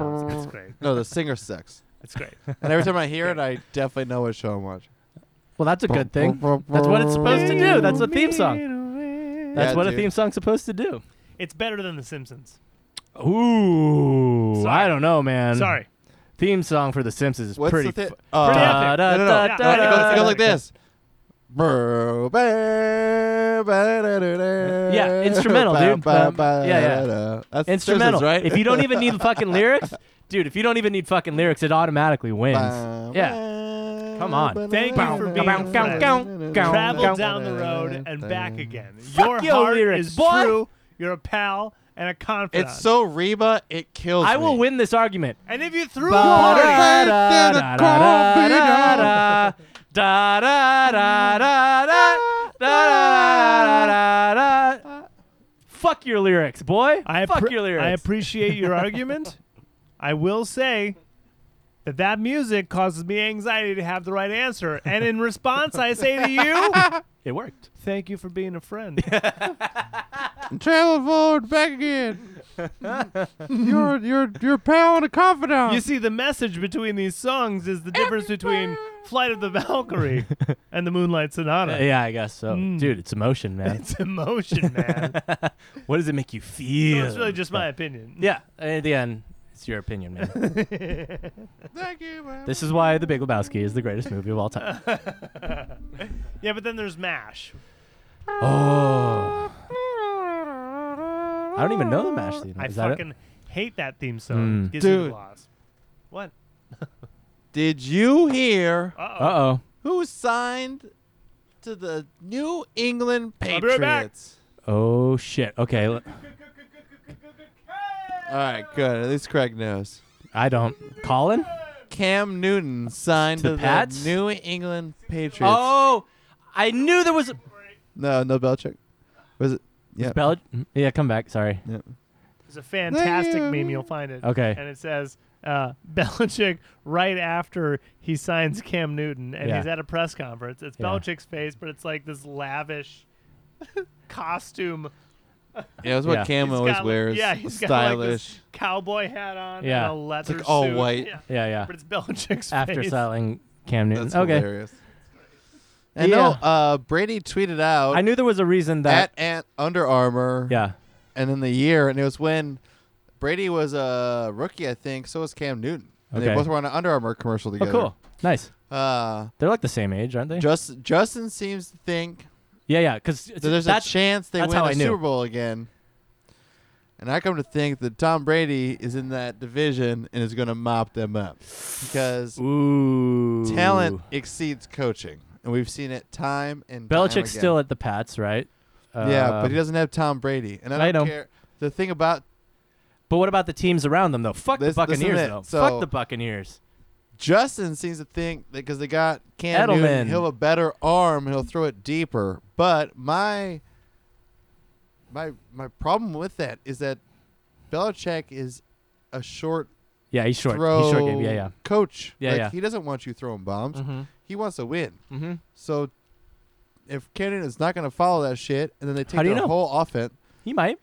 [SPEAKER 1] No, it's, it's great.
[SPEAKER 2] no, the singer sucks.
[SPEAKER 1] It's great.
[SPEAKER 2] And every time I hear it, I definitely know what show I'm watching.
[SPEAKER 3] Well, that's a good thing. That's what it's supposed to do. That's a theme song. That's
[SPEAKER 2] Yeah,
[SPEAKER 3] what a
[SPEAKER 2] dude.
[SPEAKER 3] theme song's supposed to do.
[SPEAKER 1] It's better than The Simpsons.
[SPEAKER 3] Ooh,
[SPEAKER 1] Sorry.
[SPEAKER 3] I don't know, man.
[SPEAKER 1] Sorry.
[SPEAKER 3] Theme song for The Simpsons is
[SPEAKER 2] What's
[SPEAKER 3] pretty.
[SPEAKER 2] the thing?
[SPEAKER 3] fu-
[SPEAKER 1] Pretty
[SPEAKER 2] Uh,
[SPEAKER 1] epic.
[SPEAKER 3] Da,
[SPEAKER 2] no,
[SPEAKER 3] da,
[SPEAKER 2] no, no.
[SPEAKER 1] Yeah,
[SPEAKER 3] da,
[SPEAKER 2] It goes, it goes
[SPEAKER 3] da.
[SPEAKER 2] like this. Yeah,
[SPEAKER 3] Yeah, instrumental, dude. Um, yeah, yeah.
[SPEAKER 2] That's
[SPEAKER 3] Instrumental,
[SPEAKER 2] Simpsons, right?
[SPEAKER 3] If you don't even need fucking lyrics, dude. If you don't even need fucking lyrics, it automatically wins. yeah. Come on.
[SPEAKER 1] Thank you for being a friend. Travel down the road and back again. Your
[SPEAKER 3] your
[SPEAKER 1] heart
[SPEAKER 3] lyrics,
[SPEAKER 1] is
[SPEAKER 3] boy.
[SPEAKER 1] true. You're a pal and a confidant.
[SPEAKER 2] It's so Reba, it kills
[SPEAKER 3] I will
[SPEAKER 2] me.
[SPEAKER 3] win this argument.
[SPEAKER 1] And if you threw a party,
[SPEAKER 2] Ba-
[SPEAKER 3] Da, da, da, da, da, da, da, da, da, da, da, da, da, da, da, da. Fuck your lyrics, boy.
[SPEAKER 1] I
[SPEAKER 3] Fuck
[SPEAKER 1] appre-
[SPEAKER 3] your lyrics.
[SPEAKER 1] I appreciate your argument. I will say that that music causes me anxiety to have the right answer, and in response, I say to you,
[SPEAKER 3] it worked.
[SPEAKER 1] "Thank you for being a friend."
[SPEAKER 2] Travel forward, back again. you're, you're, you're pal and a confidant.
[SPEAKER 1] you see, the message between these songs is the difference between "Flight of the Valkyrie" and "The Moonlight Sonata."
[SPEAKER 3] Uh, yeah, I guess so,
[SPEAKER 1] Hmm.
[SPEAKER 3] dude. It's emotion, man.
[SPEAKER 1] It's emotion, man.
[SPEAKER 3] what does it make you
[SPEAKER 1] So
[SPEAKER 3] feel?
[SPEAKER 1] it's really just my opinion.
[SPEAKER 3] Yeah, at the end, it's your opinion, man.
[SPEAKER 2] Thank you. man.
[SPEAKER 3] this is why The Big Lebowski is the greatest movie of all time.
[SPEAKER 1] Yeah, but then there's MASH.
[SPEAKER 3] Oh. I don't even know the MASH theme.
[SPEAKER 1] I
[SPEAKER 3] Is that it?
[SPEAKER 1] fucking hate that theme song.
[SPEAKER 3] Mm.
[SPEAKER 1] Gives you the
[SPEAKER 2] Dude.
[SPEAKER 1] loss. What?
[SPEAKER 2] Did you hear
[SPEAKER 1] Uh-oh.
[SPEAKER 3] Uh-oh.
[SPEAKER 2] who signed to the New England
[SPEAKER 1] I'll be right back.
[SPEAKER 2] Patriots?
[SPEAKER 3] Oh, shit. Okay, l-
[SPEAKER 2] All right, good. At least Craig knows.
[SPEAKER 3] I don't. Colin?
[SPEAKER 2] Cam Newton signed
[SPEAKER 3] To
[SPEAKER 2] to,
[SPEAKER 3] Pats?
[SPEAKER 2] the New England Patriots.
[SPEAKER 3] Oh, I knew there was...
[SPEAKER 2] No, no Belichick. Was it? Yeah.
[SPEAKER 3] Bell- yeah, come back. Sorry.
[SPEAKER 2] yeah.
[SPEAKER 1] There's a fantastic
[SPEAKER 2] Yeah.
[SPEAKER 1] meme. You'll find it.
[SPEAKER 3] Okay.
[SPEAKER 1] And it says uh, Belichick right after he signs Cam Newton, and
[SPEAKER 3] Yeah.
[SPEAKER 1] he's at a press conference. It's
[SPEAKER 3] Yeah.
[SPEAKER 1] Belichick's face, but it's like this lavish costume
[SPEAKER 2] Yeah, that's what
[SPEAKER 3] Yeah.
[SPEAKER 2] Cam
[SPEAKER 1] He's
[SPEAKER 2] always
[SPEAKER 1] got, like-
[SPEAKER 2] wears.
[SPEAKER 1] yeah, he's got, like, this-
[SPEAKER 2] stylish.
[SPEAKER 1] Cowboy hat on.
[SPEAKER 3] Yeah.
[SPEAKER 1] And a leather
[SPEAKER 2] like all
[SPEAKER 1] suit.
[SPEAKER 2] white.
[SPEAKER 1] Yeah.
[SPEAKER 3] Yeah, yeah.
[SPEAKER 1] But it's Belichick's
[SPEAKER 3] After
[SPEAKER 1] face.
[SPEAKER 3] selling Cam Newton.
[SPEAKER 2] That's
[SPEAKER 3] okay.
[SPEAKER 2] hilarious. And no, uh, Brady tweeted out
[SPEAKER 3] I knew there was a reason that.
[SPEAKER 2] at Ant Under Armour.
[SPEAKER 3] yeah. Oh,
[SPEAKER 2] and then the year, and it was when Brady was a rookie, I think. So was Cam Newton, and they
[SPEAKER 3] Okay.
[SPEAKER 2] both were on an Under Armour commercial
[SPEAKER 3] Oh,
[SPEAKER 2] together.
[SPEAKER 3] cool. Nice.
[SPEAKER 2] Uh,
[SPEAKER 3] They're like the same age, aren't they?
[SPEAKER 2] just Justin seems to think
[SPEAKER 3] yeah, yeah. Because
[SPEAKER 2] that there's a
[SPEAKER 3] that's
[SPEAKER 2] chance they
[SPEAKER 3] that's
[SPEAKER 2] win
[SPEAKER 3] how
[SPEAKER 2] a
[SPEAKER 3] I knew.
[SPEAKER 2] Super Bowl again. And I come to think that Tom Brady is in that division and is going to mop them up because
[SPEAKER 3] ooh
[SPEAKER 2] talent exceeds coaching, and we've seen it time and time
[SPEAKER 3] Belichick's
[SPEAKER 2] again.
[SPEAKER 3] still at the Pats, right?
[SPEAKER 2] yeah,
[SPEAKER 3] Um,
[SPEAKER 2] but he doesn't have Tom Brady, and I
[SPEAKER 3] I
[SPEAKER 2] don't
[SPEAKER 3] know.
[SPEAKER 2] care. The thing about
[SPEAKER 3] But what about the teams around them though? Fuck
[SPEAKER 2] This-
[SPEAKER 3] the
[SPEAKER 2] this is
[SPEAKER 3] Buccaneers
[SPEAKER 2] it.
[SPEAKER 3] though.
[SPEAKER 2] So-
[SPEAKER 3] Fuck the Buccaneers.
[SPEAKER 2] Justin seems to think that because they got Cam Newton,
[SPEAKER 3] Edelman.
[SPEAKER 2] he'll have a better arm, he'll throw it deeper. But my my my problem with that is that Belichick is a short
[SPEAKER 3] Yeah, he's short.
[SPEAKER 2] throw
[SPEAKER 3] He's short game. Yeah, yeah.
[SPEAKER 2] coach.
[SPEAKER 3] Yeah,
[SPEAKER 2] like,
[SPEAKER 3] yeah.
[SPEAKER 2] He doesn't want you throwing bombs.
[SPEAKER 3] Mm-hmm.
[SPEAKER 2] He wants to win.
[SPEAKER 3] Mm-hmm.
[SPEAKER 2] So if Cam Newton is not going to follow that shit, and then they take
[SPEAKER 3] do you
[SPEAKER 2] their
[SPEAKER 3] know?
[SPEAKER 2] whole offense,
[SPEAKER 3] He might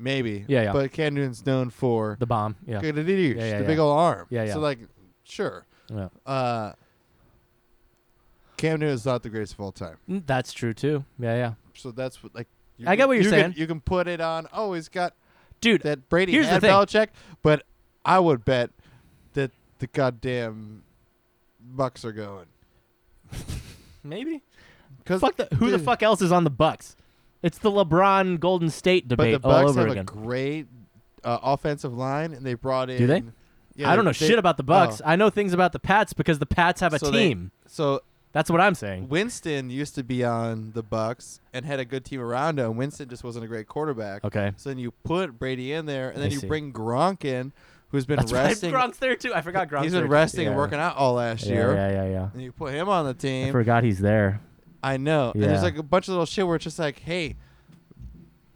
[SPEAKER 2] maybe.
[SPEAKER 3] Yeah, yeah.
[SPEAKER 2] But Cam Newton's known for
[SPEAKER 3] the bomb. Yeah.
[SPEAKER 2] good at eaters,
[SPEAKER 3] Yeah, yeah,
[SPEAKER 2] the
[SPEAKER 3] yeah.
[SPEAKER 2] big old arm.
[SPEAKER 3] Yeah, yeah.
[SPEAKER 2] So like, sure.
[SPEAKER 3] yeah.
[SPEAKER 2] Uh, Cam Newton is not the greatest of all time.
[SPEAKER 3] Mm, That's true too. Yeah, yeah.
[SPEAKER 2] So that's what like. You
[SPEAKER 3] I get what you're
[SPEAKER 2] you
[SPEAKER 3] saying.
[SPEAKER 2] Can, you can put it on. Oh, he's got
[SPEAKER 3] Dude,
[SPEAKER 2] that Brady
[SPEAKER 3] Here's the
[SPEAKER 2] and
[SPEAKER 3] thing.
[SPEAKER 2] Belichick, but I would bet that the goddamn Bucks are going.
[SPEAKER 3] maybe.
[SPEAKER 2] Because
[SPEAKER 3] Fuck the who the fuck else is on the Bucks? It's the LeBron Golden State
[SPEAKER 2] But
[SPEAKER 3] debate
[SPEAKER 2] the Bucks
[SPEAKER 3] all over
[SPEAKER 2] have
[SPEAKER 3] again.
[SPEAKER 2] a great uh, offensive line, and they brought in.
[SPEAKER 3] Do they?
[SPEAKER 2] Yeah,
[SPEAKER 3] I don't
[SPEAKER 2] they-
[SPEAKER 3] know
[SPEAKER 2] they-
[SPEAKER 3] shit about the Bucks.
[SPEAKER 2] oh.
[SPEAKER 3] I know things about the Pats because the Pats have a
[SPEAKER 2] So they-
[SPEAKER 3] team.
[SPEAKER 2] So
[SPEAKER 3] That's what I'm saying.
[SPEAKER 2] Winston used to be on the Bucks and had a good team around him. Winston just wasn't a great quarterback.
[SPEAKER 3] Okay.
[SPEAKER 2] So then you put Brady in there, and then
[SPEAKER 3] I
[SPEAKER 2] you
[SPEAKER 3] see.
[SPEAKER 2] bring Gronk in, who's been
[SPEAKER 3] That's right.
[SPEAKER 2] resting.
[SPEAKER 3] Gronk's there too. I forgot Gronk's
[SPEAKER 2] he's
[SPEAKER 3] there.
[SPEAKER 2] been
[SPEAKER 3] too.
[SPEAKER 2] resting and
[SPEAKER 3] Yeah.
[SPEAKER 2] working out all last
[SPEAKER 3] Yeah,
[SPEAKER 2] year.
[SPEAKER 3] Yeah, yeah,
[SPEAKER 2] And you put him on the
[SPEAKER 3] yeah. I
[SPEAKER 2] team.
[SPEAKER 3] forgot he's there.
[SPEAKER 2] I know. And there's
[SPEAKER 3] Yeah.
[SPEAKER 2] like a bunch of little shit where it's just like, hey,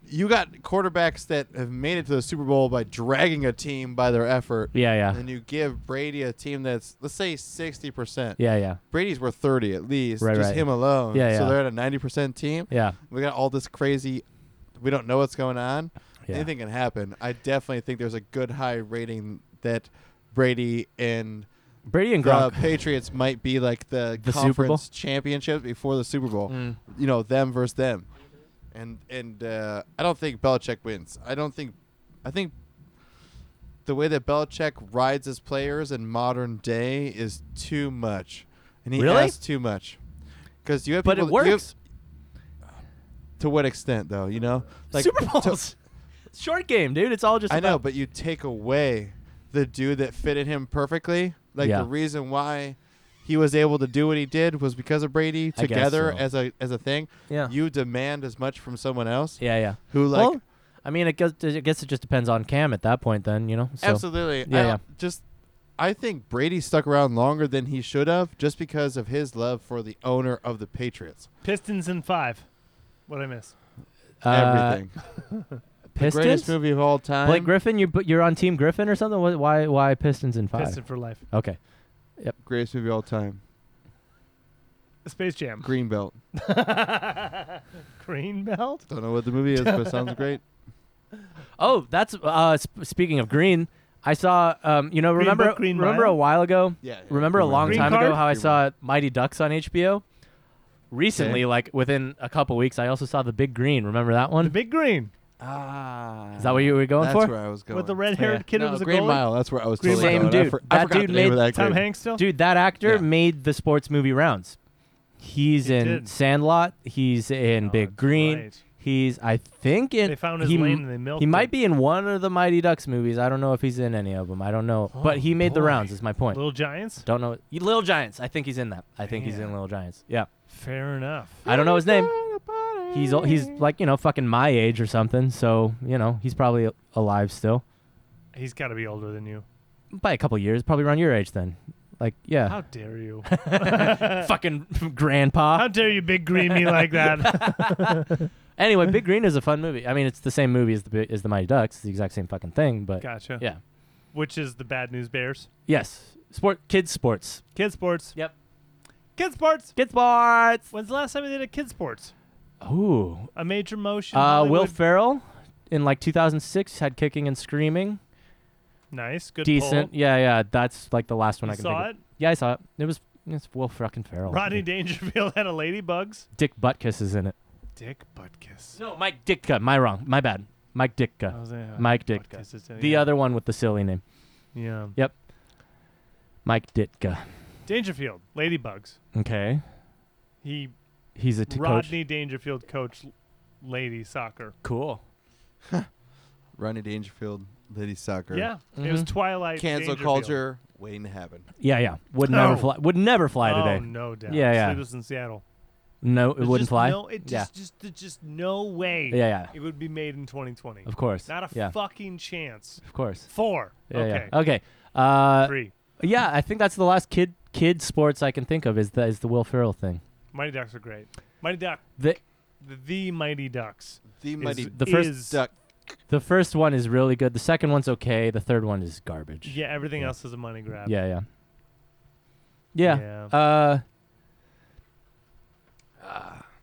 [SPEAKER 2] you got quarterbacks that have made it to the Super Bowl by dragging a team by their effort.
[SPEAKER 3] Yeah, yeah.
[SPEAKER 2] And you give Brady a team that's let's say sixty percent.
[SPEAKER 3] Yeah, yeah.
[SPEAKER 2] Brady's worth thirty at least,
[SPEAKER 3] Right,
[SPEAKER 2] just
[SPEAKER 3] right.
[SPEAKER 2] him alone.
[SPEAKER 3] Yeah,
[SPEAKER 2] So
[SPEAKER 3] yeah.
[SPEAKER 2] they're at a ninety percent team.
[SPEAKER 3] Yeah.
[SPEAKER 2] We got all this crazy. We don't know what's going on.
[SPEAKER 3] Yeah.
[SPEAKER 2] Anything can happen. I definitely think there's a good high rating that Brady and
[SPEAKER 3] Brady and
[SPEAKER 2] the
[SPEAKER 3] Gronk.
[SPEAKER 2] Patriots might be like the,
[SPEAKER 3] The Super Bowl?
[SPEAKER 2] conference championship before the Super Bowl.
[SPEAKER 3] Mm.
[SPEAKER 2] You know, them versus them. And and uh, I don't think Belichick wins. I don't think. I think the way that Belichick rides his players in modern day is too much, and he
[SPEAKER 3] Really?
[SPEAKER 2] asks too much. Because you have
[SPEAKER 3] but it
[SPEAKER 2] people, you have-
[SPEAKER 3] works.
[SPEAKER 2] to what extent, though? You know,
[SPEAKER 3] Super
[SPEAKER 2] to-
[SPEAKER 3] Bowls. Short game, dude. It's all just
[SPEAKER 2] I know,
[SPEAKER 3] about-
[SPEAKER 2] but you take away the dude that fitted him perfectly. Like
[SPEAKER 3] Yeah.
[SPEAKER 2] the reason why he was able to do what he did was because of Brady
[SPEAKER 3] I guess
[SPEAKER 2] together
[SPEAKER 3] so.
[SPEAKER 2] as a as a thing.
[SPEAKER 3] Yeah.
[SPEAKER 2] You demand as much from someone else
[SPEAKER 3] yeah, yeah.
[SPEAKER 2] who like
[SPEAKER 3] well, I mean, it goes, I guess it just depends on Cam at that point then, you know. So,
[SPEAKER 2] absolutely.
[SPEAKER 3] Yeah,
[SPEAKER 2] I don't- Just I think Brady stuck around longer than he should have just because of his love for the owner of the Patriots.
[SPEAKER 1] Pistons in five. What I miss?
[SPEAKER 3] uh,
[SPEAKER 2] Everything.
[SPEAKER 3] Pistons?
[SPEAKER 2] Greatest movie of all time.
[SPEAKER 3] Blake Griffin, you bu- you're on Team Griffin or something? Wh- Why why Pistons in 5?
[SPEAKER 1] Piston for life.
[SPEAKER 3] Okay.
[SPEAKER 2] Greatest movie of all time.
[SPEAKER 1] Space Jam.
[SPEAKER 2] Greenbelt.
[SPEAKER 1] Greenbelt.
[SPEAKER 2] Don't know what the movie is, but it sounds great.
[SPEAKER 3] Oh, that's uh sp- speaking of green, I saw um you know
[SPEAKER 1] Green
[SPEAKER 3] remember
[SPEAKER 1] Book, Green
[SPEAKER 3] remember
[SPEAKER 1] Mile?
[SPEAKER 3] a while ago
[SPEAKER 2] Yeah.
[SPEAKER 3] Remember a long
[SPEAKER 1] Green
[SPEAKER 3] time
[SPEAKER 1] Card?
[SPEAKER 3] ago how I
[SPEAKER 2] Green
[SPEAKER 3] saw Mighty Ducks on HBO? Recently, like within a couple weeks, I also saw The Big Green. Remember that
[SPEAKER 1] The
[SPEAKER 3] one?
[SPEAKER 1] big green
[SPEAKER 2] Ah.
[SPEAKER 3] Is that what you were going
[SPEAKER 2] That's
[SPEAKER 3] for?
[SPEAKER 2] where I was going.
[SPEAKER 1] with the red haired
[SPEAKER 3] Yeah.
[SPEAKER 1] kid who
[SPEAKER 2] No,
[SPEAKER 1] was a
[SPEAKER 2] Green
[SPEAKER 1] goalie.
[SPEAKER 2] Mile. That's where I was
[SPEAKER 1] Green
[SPEAKER 2] totally
[SPEAKER 1] Mile.
[SPEAKER 3] Same
[SPEAKER 2] going. I, for,
[SPEAKER 3] dude.
[SPEAKER 2] I
[SPEAKER 3] That
[SPEAKER 2] forgot
[SPEAKER 3] dude
[SPEAKER 2] the name of
[SPEAKER 3] made
[SPEAKER 2] that
[SPEAKER 1] Tom
[SPEAKER 2] kid.
[SPEAKER 1] Hanks still.
[SPEAKER 3] Dude, that actor
[SPEAKER 2] Yeah.
[SPEAKER 3] made the sports movie rounds. He's
[SPEAKER 1] He
[SPEAKER 3] in
[SPEAKER 1] did.
[SPEAKER 3] Sandlot. He's in
[SPEAKER 1] Oh,
[SPEAKER 3] Big
[SPEAKER 1] that's
[SPEAKER 3] Green.
[SPEAKER 1] right.
[SPEAKER 3] He's, I think, in.
[SPEAKER 1] They found his
[SPEAKER 3] he,
[SPEAKER 1] lane and they milked
[SPEAKER 3] He
[SPEAKER 1] him.
[SPEAKER 3] might be in one of the Mighty Ducks movies. I don't know if he's in any of them. I don't know. but
[SPEAKER 1] Oh,
[SPEAKER 3] he made the
[SPEAKER 1] boy.
[SPEAKER 3] rounds. Is my point.
[SPEAKER 1] Little Giants.
[SPEAKER 3] don't know. Little Giants. I think he's in that. I think he's
[SPEAKER 1] Man.
[SPEAKER 3] in Little Giants. Yeah.
[SPEAKER 1] Fair enough.
[SPEAKER 3] I don't know his name. He's al- he's like you know fucking my age or something. So you know he's probably a- alive still
[SPEAKER 1] He's got to be older than you.
[SPEAKER 3] by a couple years, probably around your age then. Like yeah,
[SPEAKER 1] How dare you?
[SPEAKER 3] fucking grandpa.
[SPEAKER 1] How dare you big green me like that?
[SPEAKER 3] anyway, Big Green is a fun movie. I mean, it's the same movie as the Bi- as the Mighty Ducks. It's the exact same fucking thing. But
[SPEAKER 1] gotcha.
[SPEAKER 3] yeah,
[SPEAKER 1] Which is the bad news bears.
[SPEAKER 3] yes, sport kids sports.
[SPEAKER 1] Kid sports.
[SPEAKER 3] Yep,
[SPEAKER 1] Kid sports.
[SPEAKER 3] kids sports.
[SPEAKER 1] When's the last time we did a kid sports?
[SPEAKER 3] Ooh,
[SPEAKER 1] A major motion.
[SPEAKER 3] uh, Will
[SPEAKER 1] Hollywood?
[SPEAKER 3] Ferrell in like 2006 had Kicking and Screaming.
[SPEAKER 1] Nice, good
[SPEAKER 3] Decent.
[SPEAKER 1] Pull.
[SPEAKER 3] Yeah, yeah. That's like the last one
[SPEAKER 1] You
[SPEAKER 3] I can
[SPEAKER 1] saw it.
[SPEAKER 3] think of. Yeah, I saw it. It was it's Will fucking Ferrell.
[SPEAKER 1] Rodney Dangerfield had a ladybugs.
[SPEAKER 3] Dick Butkus is in it.
[SPEAKER 1] Dick Butkus.
[SPEAKER 3] No, Mike Ditka. My wrong. My bad. Mike Ditka. Mike Ditka. the
[SPEAKER 1] Oh, yeah.
[SPEAKER 3] other one with the silly name.
[SPEAKER 1] Yeah.
[SPEAKER 3] Mike Ditka.
[SPEAKER 1] Dangerfield, ladybugs.
[SPEAKER 3] Okay.
[SPEAKER 1] He
[SPEAKER 3] He's a t- coach.
[SPEAKER 1] Rodney Dangerfield coach lady soccer.
[SPEAKER 3] Cool.
[SPEAKER 2] Ronnie Dangerfield, Lady Soccer.
[SPEAKER 1] Yeah, it was
[SPEAKER 3] Mhm.
[SPEAKER 1] Twilight.
[SPEAKER 2] Cancel
[SPEAKER 1] Dangerfield.
[SPEAKER 2] culture, waiting to happen.
[SPEAKER 3] Yeah, yeah. Would never
[SPEAKER 1] No.
[SPEAKER 3] fly. Would never fly
[SPEAKER 1] oh,
[SPEAKER 3] today.
[SPEAKER 1] no doubt.
[SPEAKER 3] Yeah, yeah.
[SPEAKER 1] Sleepless in Seattle.
[SPEAKER 3] No, it
[SPEAKER 1] There's
[SPEAKER 3] wouldn't
[SPEAKER 1] just
[SPEAKER 3] fly.
[SPEAKER 1] No, it
[SPEAKER 3] Yeah.
[SPEAKER 1] just, just, there's just no way.
[SPEAKER 3] yeah, yeah.
[SPEAKER 1] It would be made in 2020.
[SPEAKER 3] Of course.
[SPEAKER 1] Not a
[SPEAKER 3] yeah.
[SPEAKER 1] fucking chance.
[SPEAKER 3] Of course.
[SPEAKER 1] Four.
[SPEAKER 3] Yeah,
[SPEAKER 1] okay.
[SPEAKER 3] yeah. Okay. Uh,
[SPEAKER 1] Three.
[SPEAKER 3] yeah, I think that's the last kid kid sports I can think of is the is the Will Ferrell thing.
[SPEAKER 1] Mighty Ducks are great. Mighty Duck.
[SPEAKER 3] The
[SPEAKER 1] The, the Mighty Ducks.
[SPEAKER 2] The
[SPEAKER 1] is-
[SPEAKER 2] Mighty
[SPEAKER 3] the first
[SPEAKER 1] is-
[SPEAKER 2] Duck.
[SPEAKER 3] the first one is really good. The second one's okay. The third one is garbage.
[SPEAKER 1] Yeah, everything
[SPEAKER 3] Yeah.
[SPEAKER 1] else is a money grab.
[SPEAKER 3] Yeah, yeah. Yeah. Uh,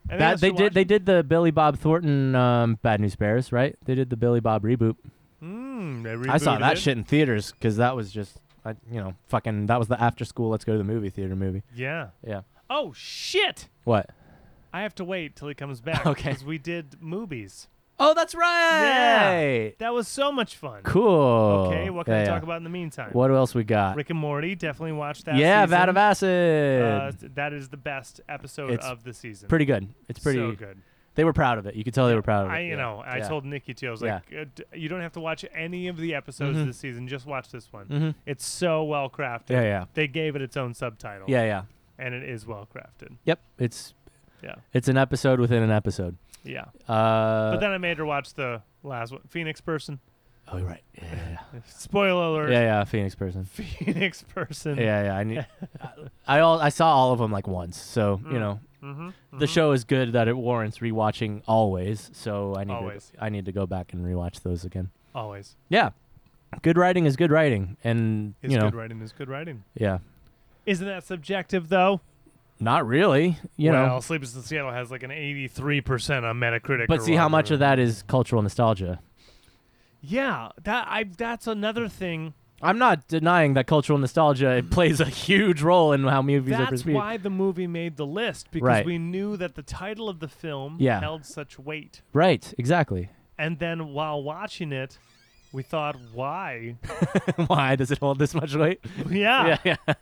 [SPEAKER 1] Anything
[SPEAKER 3] that
[SPEAKER 1] else
[SPEAKER 3] they
[SPEAKER 1] you
[SPEAKER 3] did.
[SPEAKER 1] watched?
[SPEAKER 3] They did the Billy Bob Thornton um, Bad News Bears, right? They did the Billy Bob reboot.
[SPEAKER 1] Mm, they
[SPEAKER 3] I saw
[SPEAKER 1] rebooted
[SPEAKER 3] that
[SPEAKER 1] it.
[SPEAKER 3] shit in theaters because that was just, I, you know, fucking. That was the after school. Let's go to the movie theater movie.
[SPEAKER 1] Yeah.
[SPEAKER 3] Yeah.
[SPEAKER 1] Oh shit!
[SPEAKER 3] What?
[SPEAKER 1] I have to wait till he comes back.
[SPEAKER 3] Okay.
[SPEAKER 1] Because we did movies.
[SPEAKER 3] Oh, that's right.
[SPEAKER 1] That was so much fun.
[SPEAKER 3] Cool.
[SPEAKER 1] Okay. What can
[SPEAKER 3] Yeah,
[SPEAKER 1] we
[SPEAKER 3] yeah.
[SPEAKER 1] talk about in the meantime?
[SPEAKER 3] What else we got?
[SPEAKER 1] Rick and Morty. Definitely watch that.
[SPEAKER 3] yeah,
[SPEAKER 1] season.
[SPEAKER 3] Vat of Acid.
[SPEAKER 1] Uh, that is the best episode
[SPEAKER 3] It's
[SPEAKER 1] of the season.
[SPEAKER 3] pretty good. It's pretty.
[SPEAKER 1] so good.
[SPEAKER 3] They were proud of it. You could tell they were proud of it.
[SPEAKER 1] I, you
[SPEAKER 3] Yeah.
[SPEAKER 1] know, I
[SPEAKER 3] Yeah.
[SPEAKER 1] told Nikki too. I was
[SPEAKER 3] Yeah.
[SPEAKER 1] like, uh, d- you don't have to watch any of the episodes
[SPEAKER 3] Mhm.
[SPEAKER 1] this season. Just watch this one.
[SPEAKER 3] Mhm.
[SPEAKER 1] It's so well crafted.
[SPEAKER 3] Yeah, yeah,
[SPEAKER 1] They gave it its own subtitle.
[SPEAKER 3] yeah, yeah.
[SPEAKER 1] And it is well crafted.
[SPEAKER 3] Yep. It's
[SPEAKER 1] Yeah.
[SPEAKER 3] it's an episode within an episode.
[SPEAKER 1] Yeah.
[SPEAKER 3] Uh,
[SPEAKER 1] but then I made her watch the last one, Phoenix Person.
[SPEAKER 3] oh, you're right. Yeah, yeah,
[SPEAKER 1] Spoiler
[SPEAKER 3] yeah.
[SPEAKER 1] alert.
[SPEAKER 3] yeah, yeah. Phoenix person.
[SPEAKER 1] Phoenix Person.
[SPEAKER 3] Yeah, yeah. I need. I all I saw all of them like once, so you
[SPEAKER 1] Mm.
[SPEAKER 3] know
[SPEAKER 1] Mm-hmm,
[SPEAKER 3] the show is good that it warrants rewatching always. So I need
[SPEAKER 1] Always.
[SPEAKER 3] to I need to go back and rewatch those again.
[SPEAKER 1] Always.
[SPEAKER 3] Yeah, good writing is good writing, and
[SPEAKER 1] His
[SPEAKER 3] you know,
[SPEAKER 1] good writing is good writing.
[SPEAKER 3] yeah,
[SPEAKER 1] Isn't that subjective though?
[SPEAKER 3] not really. You
[SPEAKER 1] well,
[SPEAKER 3] know,
[SPEAKER 1] Sleepless in Seattle has like an 83% on Metacritic.
[SPEAKER 3] but
[SPEAKER 1] or
[SPEAKER 3] see how much
[SPEAKER 1] whatever.
[SPEAKER 3] of that is cultural nostalgia.
[SPEAKER 1] Yeah, that I that's another thing.
[SPEAKER 3] I'm not denying that cultural nostalgia plays a huge role in how movies are
[SPEAKER 1] That's
[SPEAKER 3] perceived.
[SPEAKER 1] why the movie made the list because
[SPEAKER 3] Right.
[SPEAKER 1] we knew that the title of the film
[SPEAKER 3] Yeah.
[SPEAKER 1] held such weight.
[SPEAKER 3] Right, exactly.
[SPEAKER 1] And then while watching it, we thought, why?
[SPEAKER 3] why does it hold this much weight?
[SPEAKER 1] yeah.
[SPEAKER 3] yeah.
[SPEAKER 1] Wh-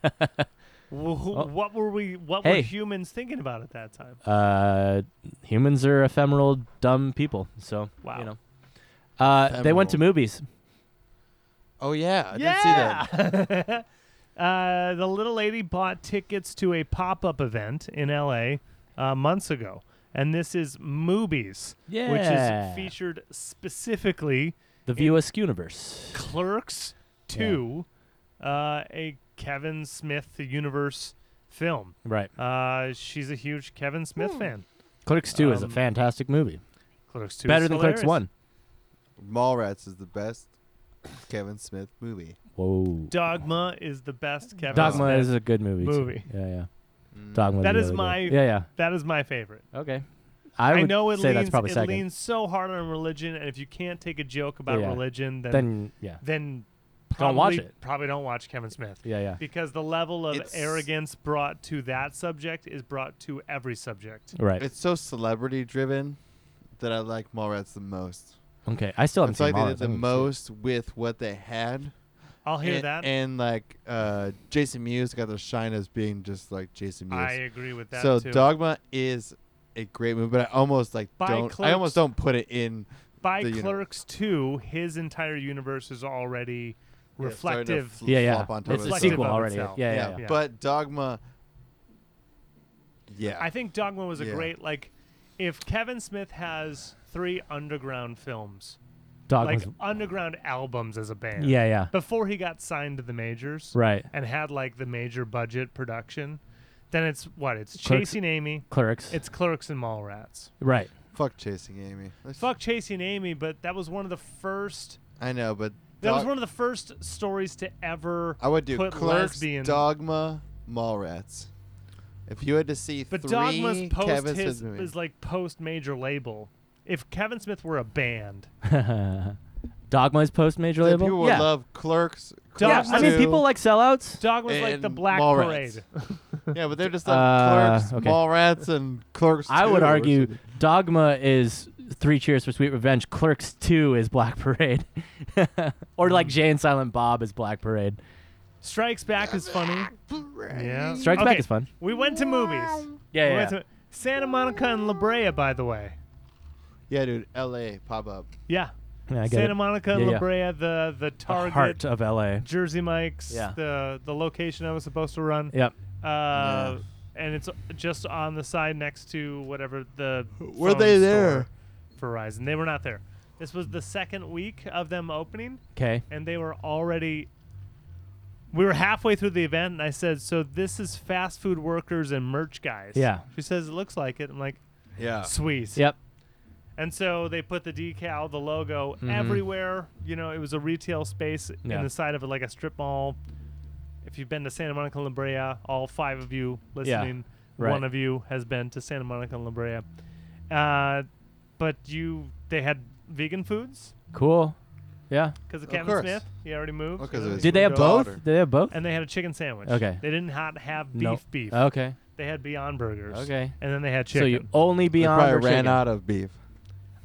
[SPEAKER 1] wh-
[SPEAKER 3] Oh.
[SPEAKER 1] What were we? What were
[SPEAKER 3] Hey.
[SPEAKER 1] humans thinking about at that time?
[SPEAKER 3] uh, humans are ephemeral, dumb people. So
[SPEAKER 1] Wow.
[SPEAKER 3] you know, uh, they went to
[SPEAKER 2] Ephemeral.
[SPEAKER 3] movies.
[SPEAKER 2] Oh yeah, I didn't see
[SPEAKER 1] yeah.
[SPEAKER 2] that.
[SPEAKER 1] uh, the little lady bought tickets to a pop up event in L.A. Uh, months ago, and this is movies,
[SPEAKER 3] Yeah.
[SPEAKER 1] which is featured specifically
[SPEAKER 3] The View Askew universe.
[SPEAKER 1] Clerks Two, uh, a Kevin Smith universe film.
[SPEAKER 3] Right.
[SPEAKER 1] Uh, she's a huge Kevin
[SPEAKER 3] Hmm.
[SPEAKER 1] Smith fan.
[SPEAKER 3] Clerks Two is a
[SPEAKER 1] Um,
[SPEAKER 3] fantastic movie.
[SPEAKER 1] Clerks Two,
[SPEAKER 3] Better
[SPEAKER 1] is
[SPEAKER 3] than
[SPEAKER 1] hilarious.
[SPEAKER 3] Clerks One.
[SPEAKER 2] Mallrats is the best Kevin Smith movie.
[SPEAKER 3] Whoa.
[SPEAKER 1] Dogma is the best Kevin
[SPEAKER 3] Dogma
[SPEAKER 1] Smith.
[SPEAKER 3] is a good movie. too.
[SPEAKER 1] movie.
[SPEAKER 3] Yeah, yeah. Dogma.
[SPEAKER 1] That
[SPEAKER 3] really
[SPEAKER 1] is
[SPEAKER 3] good.
[SPEAKER 1] my-
[SPEAKER 3] Yeah,
[SPEAKER 1] that is my favorite.
[SPEAKER 3] yeah. Okay. I, would
[SPEAKER 1] know it
[SPEAKER 3] say
[SPEAKER 1] leans,
[SPEAKER 3] that's probably
[SPEAKER 1] it
[SPEAKER 3] second.
[SPEAKER 1] leans so hard on religion, and if you can't take a joke about
[SPEAKER 3] Yeah.
[SPEAKER 1] religion, then then,
[SPEAKER 3] then yeah,
[SPEAKER 1] probably,
[SPEAKER 3] watch it.
[SPEAKER 1] Probably don't watch Kevin Smith
[SPEAKER 3] yeah, yeah.
[SPEAKER 1] because the level of
[SPEAKER 2] It's-
[SPEAKER 1] arrogance brought to that subject is brought to every subject.
[SPEAKER 3] Right.
[SPEAKER 2] It's so celebrity driven that I like Mallrats the most.
[SPEAKER 3] okay. I still haven't
[SPEAKER 2] It's like
[SPEAKER 3] seen
[SPEAKER 2] they
[SPEAKER 3] all
[SPEAKER 2] did
[SPEAKER 3] of
[SPEAKER 2] the
[SPEAKER 3] them.
[SPEAKER 2] most with what they had.
[SPEAKER 1] I'll hear
[SPEAKER 2] and,
[SPEAKER 1] that.
[SPEAKER 2] And like uh, Jason Mewes got the shine as being just like Jason Mewes.
[SPEAKER 1] I agree with that
[SPEAKER 2] so
[SPEAKER 1] too.
[SPEAKER 2] Dogma is a great movie, but I almost like
[SPEAKER 1] By
[SPEAKER 2] don't. I
[SPEAKER 1] Clerks.
[SPEAKER 2] almost don't put it in.
[SPEAKER 1] By
[SPEAKER 2] the universe.
[SPEAKER 1] Clerks Two, his entire universe is already
[SPEAKER 2] Yeah, sorry to
[SPEAKER 1] reflective.
[SPEAKER 2] fl-
[SPEAKER 3] Yeah, yeah.
[SPEAKER 2] flop on top
[SPEAKER 3] It's
[SPEAKER 2] of
[SPEAKER 3] a
[SPEAKER 2] itself.
[SPEAKER 3] sequel
[SPEAKER 1] Reflective of
[SPEAKER 3] already. Yeah,
[SPEAKER 1] itself.
[SPEAKER 3] yeah, yeah.
[SPEAKER 1] yeah.
[SPEAKER 2] But Dogma. Yeah.
[SPEAKER 1] I think Dogma was a
[SPEAKER 2] Yeah.
[SPEAKER 1] great like. If Kevin Smith has three underground films,
[SPEAKER 3] Dogma's.
[SPEAKER 1] like underground albums as a band,
[SPEAKER 3] yeah, yeah.
[SPEAKER 1] before he got signed to the majors
[SPEAKER 3] Right.
[SPEAKER 1] and had like the major budget production, then it's what? It's
[SPEAKER 3] Clerks-
[SPEAKER 1] Chasing Amy,
[SPEAKER 3] Clerks.
[SPEAKER 1] it's Clerks and Mallrats.
[SPEAKER 3] right.
[SPEAKER 2] Fuck chasing Amy. Let's-
[SPEAKER 1] Fuck Chasing Amy, but that was one of the first.
[SPEAKER 2] I know, but
[SPEAKER 1] That was
[SPEAKER 2] Dog-
[SPEAKER 1] one of the first stories to ever.
[SPEAKER 2] I would do
[SPEAKER 1] put
[SPEAKER 2] Clerks,
[SPEAKER 1] lesbian-
[SPEAKER 2] Dogma, Mallrats. If you had to see
[SPEAKER 1] But
[SPEAKER 2] three
[SPEAKER 1] Dogma's post
[SPEAKER 2] Kevin
[SPEAKER 1] his
[SPEAKER 2] Smith movies,
[SPEAKER 1] is like post major label. if Kevin Smith were a band,
[SPEAKER 3] Dogma's post major
[SPEAKER 2] Yeah,
[SPEAKER 3] label.
[SPEAKER 2] people would
[SPEAKER 3] yeah.
[SPEAKER 2] love Clerks.
[SPEAKER 1] Yeah,
[SPEAKER 2] Clerks
[SPEAKER 3] I mean,
[SPEAKER 2] two.
[SPEAKER 3] people like sellouts.
[SPEAKER 1] Dogma's like the
[SPEAKER 2] And
[SPEAKER 1] Black
[SPEAKER 2] Mallrats.
[SPEAKER 1] Parade.
[SPEAKER 2] Yeah, but they're just like
[SPEAKER 3] Uh,
[SPEAKER 2] Clerks,
[SPEAKER 3] okay.
[SPEAKER 2] Mallrats, and Clerks.
[SPEAKER 3] I would
[SPEAKER 2] 2 or
[SPEAKER 3] argue
[SPEAKER 2] something.
[SPEAKER 3] Dogma is Three Cheers for Sweet Revenge. Clerks Two is Black Parade, or like Jay and Silent Bob is Black Parade.
[SPEAKER 1] Strikes Back is funny. Yeah.
[SPEAKER 3] Strikes Back
[SPEAKER 1] Okay,
[SPEAKER 3] is fun.
[SPEAKER 1] We went to movies.
[SPEAKER 3] Yeah,
[SPEAKER 1] We
[SPEAKER 3] yeah,
[SPEAKER 1] went
[SPEAKER 3] yeah.
[SPEAKER 1] to Santa Monica and La Brea, by the way.
[SPEAKER 2] Yeah, dude. L.A. pop up.
[SPEAKER 1] Yeah.
[SPEAKER 3] Yeah, I get
[SPEAKER 1] Santa
[SPEAKER 3] it.
[SPEAKER 1] Monica,
[SPEAKER 3] Yeah,
[SPEAKER 1] La
[SPEAKER 3] yeah.
[SPEAKER 1] Brea, the the
[SPEAKER 3] The
[SPEAKER 1] Target,
[SPEAKER 3] heart of L.A.
[SPEAKER 1] Jersey Mike's,
[SPEAKER 3] Yeah.
[SPEAKER 1] the the location I was supposed to run.
[SPEAKER 3] Yep.
[SPEAKER 1] Uh, and it's just on the side next to whatever the
[SPEAKER 2] Were
[SPEAKER 1] phone
[SPEAKER 2] they
[SPEAKER 1] store
[SPEAKER 2] there?
[SPEAKER 1] for Verizon. They were not there. This was the second week of them opening,
[SPEAKER 3] Okay.
[SPEAKER 1] and they were already. We were halfway through the event, and I said, "So this is fast food workers and merch guys."
[SPEAKER 3] Yeah.
[SPEAKER 1] She says, "It looks like it." I'm like,
[SPEAKER 2] Yeah.
[SPEAKER 1] "Sweet."
[SPEAKER 3] Yep.
[SPEAKER 1] And so they put the decal, the logo
[SPEAKER 3] Mhm.
[SPEAKER 1] everywhere. You know, it was a retail space
[SPEAKER 3] Yeah.
[SPEAKER 1] in the side of like a strip mall. If you've been to Santa Monica and La Brea, all five of you listening,
[SPEAKER 3] right.
[SPEAKER 1] one of you has been to Santa Monica and La Brea. Uh, but you, they had vegan foods
[SPEAKER 3] Cool. Yeah.
[SPEAKER 1] because of,
[SPEAKER 2] Of
[SPEAKER 1] Kevin
[SPEAKER 2] course.
[SPEAKER 1] Smith. He already moved.
[SPEAKER 2] Well, 'cause it was-
[SPEAKER 3] Did they have both?
[SPEAKER 2] Daughter.
[SPEAKER 3] Did they have both?
[SPEAKER 1] and they had a chicken sandwich.
[SPEAKER 3] Okay.
[SPEAKER 1] They didn't not have beef
[SPEAKER 3] No.
[SPEAKER 1] beef.
[SPEAKER 3] Okay.
[SPEAKER 1] They had Beyond Burgers.
[SPEAKER 3] Okay.
[SPEAKER 1] And then they had
[SPEAKER 3] So
[SPEAKER 1] chicken.
[SPEAKER 3] you only
[SPEAKER 2] They
[SPEAKER 3] beyond
[SPEAKER 2] probably
[SPEAKER 3] or
[SPEAKER 2] ran
[SPEAKER 3] chicken?
[SPEAKER 2] out of beef.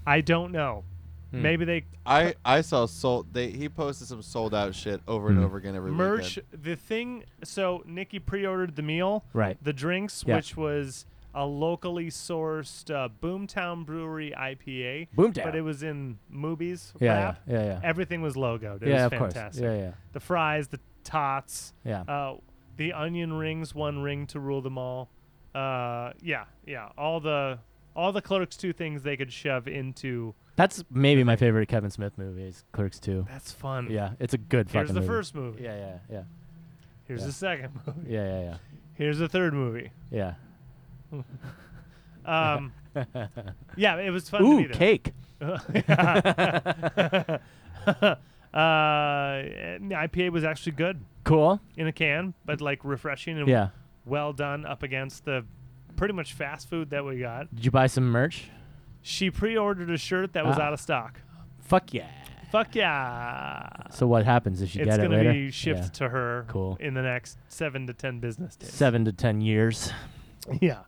[SPEAKER 1] I don't know.
[SPEAKER 3] Hmm.
[SPEAKER 1] Maybe they
[SPEAKER 2] I I saw sold. They he posted some sold out shit over and
[SPEAKER 3] Mm.
[SPEAKER 2] over again every
[SPEAKER 1] merch
[SPEAKER 2] weekend.
[SPEAKER 1] the thing so nikki pre-ordered the meal
[SPEAKER 3] Right.
[SPEAKER 1] the drinks
[SPEAKER 3] Yeah.
[SPEAKER 1] which was a locally sourced uh, boomtown brewery ipa
[SPEAKER 3] Boomtown.
[SPEAKER 1] but it was in movies
[SPEAKER 3] yeah,
[SPEAKER 1] wrap.
[SPEAKER 3] yeah. Yeah. Yeah.
[SPEAKER 1] everything was logoed it
[SPEAKER 3] yeah.
[SPEAKER 1] was
[SPEAKER 3] Of course.
[SPEAKER 1] fantastic
[SPEAKER 3] Yeah. Yeah.
[SPEAKER 1] the fries the tots
[SPEAKER 3] Yeah.
[SPEAKER 1] uh, the onion rings one ring to rule them all uh, yeah yeah all the all the clerks two things they could shove into
[SPEAKER 3] That's maybe my favorite Kevin Smith movie. Is Clerks Two.
[SPEAKER 1] that's fun
[SPEAKER 3] Yeah. It's a good
[SPEAKER 1] Hmm. here's
[SPEAKER 3] fucking.
[SPEAKER 1] the
[SPEAKER 3] movie.
[SPEAKER 1] first movie
[SPEAKER 3] Yeah. Yeah. Yeah.
[SPEAKER 1] here's
[SPEAKER 3] yeah.
[SPEAKER 1] the second movie
[SPEAKER 3] Yeah. Yeah. Yeah.
[SPEAKER 1] here's the third movie
[SPEAKER 3] Yeah.
[SPEAKER 1] Um, yeah, it was fun
[SPEAKER 3] Ooh,
[SPEAKER 1] to be there.
[SPEAKER 3] cake.
[SPEAKER 1] uh, and the IPA was actually good
[SPEAKER 3] Cool.
[SPEAKER 1] in a can, but like refreshing and
[SPEAKER 3] Yeah.
[SPEAKER 1] well done up against the pretty much fast food that we got.
[SPEAKER 3] Did you buy some merch?
[SPEAKER 1] She pre-ordered a shirt that was
[SPEAKER 3] Ah.
[SPEAKER 1] out of stock.
[SPEAKER 3] Fuck yeah.
[SPEAKER 1] Fuck yeah!
[SPEAKER 3] So what happens if you
[SPEAKER 1] it's
[SPEAKER 3] get it
[SPEAKER 1] gonna
[SPEAKER 3] later?
[SPEAKER 1] be shipped
[SPEAKER 3] Yeah.
[SPEAKER 1] to her
[SPEAKER 3] Cool.
[SPEAKER 1] in the next seven to ten business days.
[SPEAKER 3] Seven to ten years.
[SPEAKER 1] Yeah.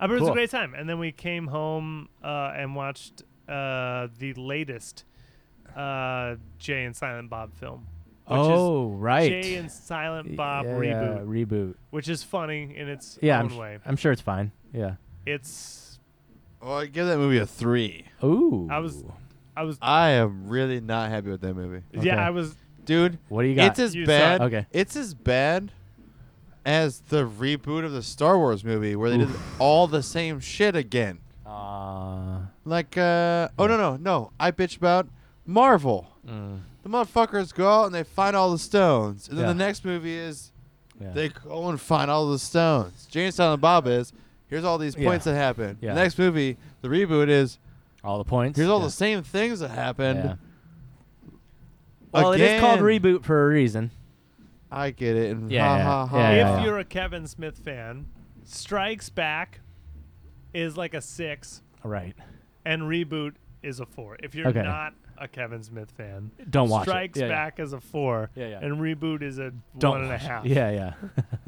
[SPEAKER 1] Uh, but it was a
[SPEAKER 3] Cool.
[SPEAKER 1] great time. And then we came home uh, and watched uh, the latest uh, Jay and Silent Bob film. Which
[SPEAKER 3] oh
[SPEAKER 1] is
[SPEAKER 3] right.
[SPEAKER 1] Jay and Silent Bob
[SPEAKER 3] yeah,
[SPEAKER 1] reboot,
[SPEAKER 3] Yeah, reboot.
[SPEAKER 1] which is funny in its
[SPEAKER 3] Yeah,
[SPEAKER 1] own
[SPEAKER 3] I'm,
[SPEAKER 1] way.
[SPEAKER 3] I'm sure it's fine. Yeah.
[SPEAKER 1] It's
[SPEAKER 2] Well, Oh, I give that movie a three.
[SPEAKER 3] Ooh.
[SPEAKER 1] I was- I was
[SPEAKER 2] I am really not happy with that movie,
[SPEAKER 3] Uh, okay.
[SPEAKER 1] yeah I was
[SPEAKER 2] dude.
[SPEAKER 3] What do you got?
[SPEAKER 2] It's as
[SPEAKER 1] You saw
[SPEAKER 2] bad.
[SPEAKER 3] it. Okay.
[SPEAKER 2] It's as bad as the reboot of the Star Wars movie where they did all the same shit again.
[SPEAKER 3] uh,
[SPEAKER 2] Like, uh, oh no, no, no! I bitch about Marvel. The motherfuckers go out and they find all the stones, and then
[SPEAKER 3] Yeah.
[SPEAKER 2] the next movie is
[SPEAKER 3] yeah.
[SPEAKER 2] they go and find all the stones. Jane and Silent Bob is here's all these
[SPEAKER 3] Yeah.
[SPEAKER 2] points that happened.
[SPEAKER 3] Yeah.
[SPEAKER 2] The next movie, the reboot is
[SPEAKER 3] all the points.
[SPEAKER 2] here's all
[SPEAKER 3] yeah.
[SPEAKER 2] the same things that happened.
[SPEAKER 3] Yeah. Well, it is called
[SPEAKER 2] Again.
[SPEAKER 3] reboot for a reason.
[SPEAKER 2] I get it. And
[SPEAKER 3] Yeah,
[SPEAKER 2] ha,
[SPEAKER 3] yeah,
[SPEAKER 2] ha, ha.
[SPEAKER 3] yeah, yeah,
[SPEAKER 1] if
[SPEAKER 3] yeah.
[SPEAKER 1] you're a Kevin Smith fan, Strikes Back is like a six
[SPEAKER 3] All right.
[SPEAKER 1] and reboot is a four. If you're
[SPEAKER 3] Okay.
[SPEAKER 1] not a Kevin Smith fan,
[SPEAKER 3] Don't watch it.
[SPEAKER 1] Strikes
[SPEAKER 3] Yeah, yeah.
[SPEAKER 1] Back is a four,
[SPEAKER 3] Yeah, yeah.
[SPEAKER 1] and reboot is a
[SPEAKER 3] Don't
[SPEAKER 1] one and a
[SPEAKER 3] watch it.
[SPEAKER 1] half.
[SPEAKER 3] Yeah, yeah.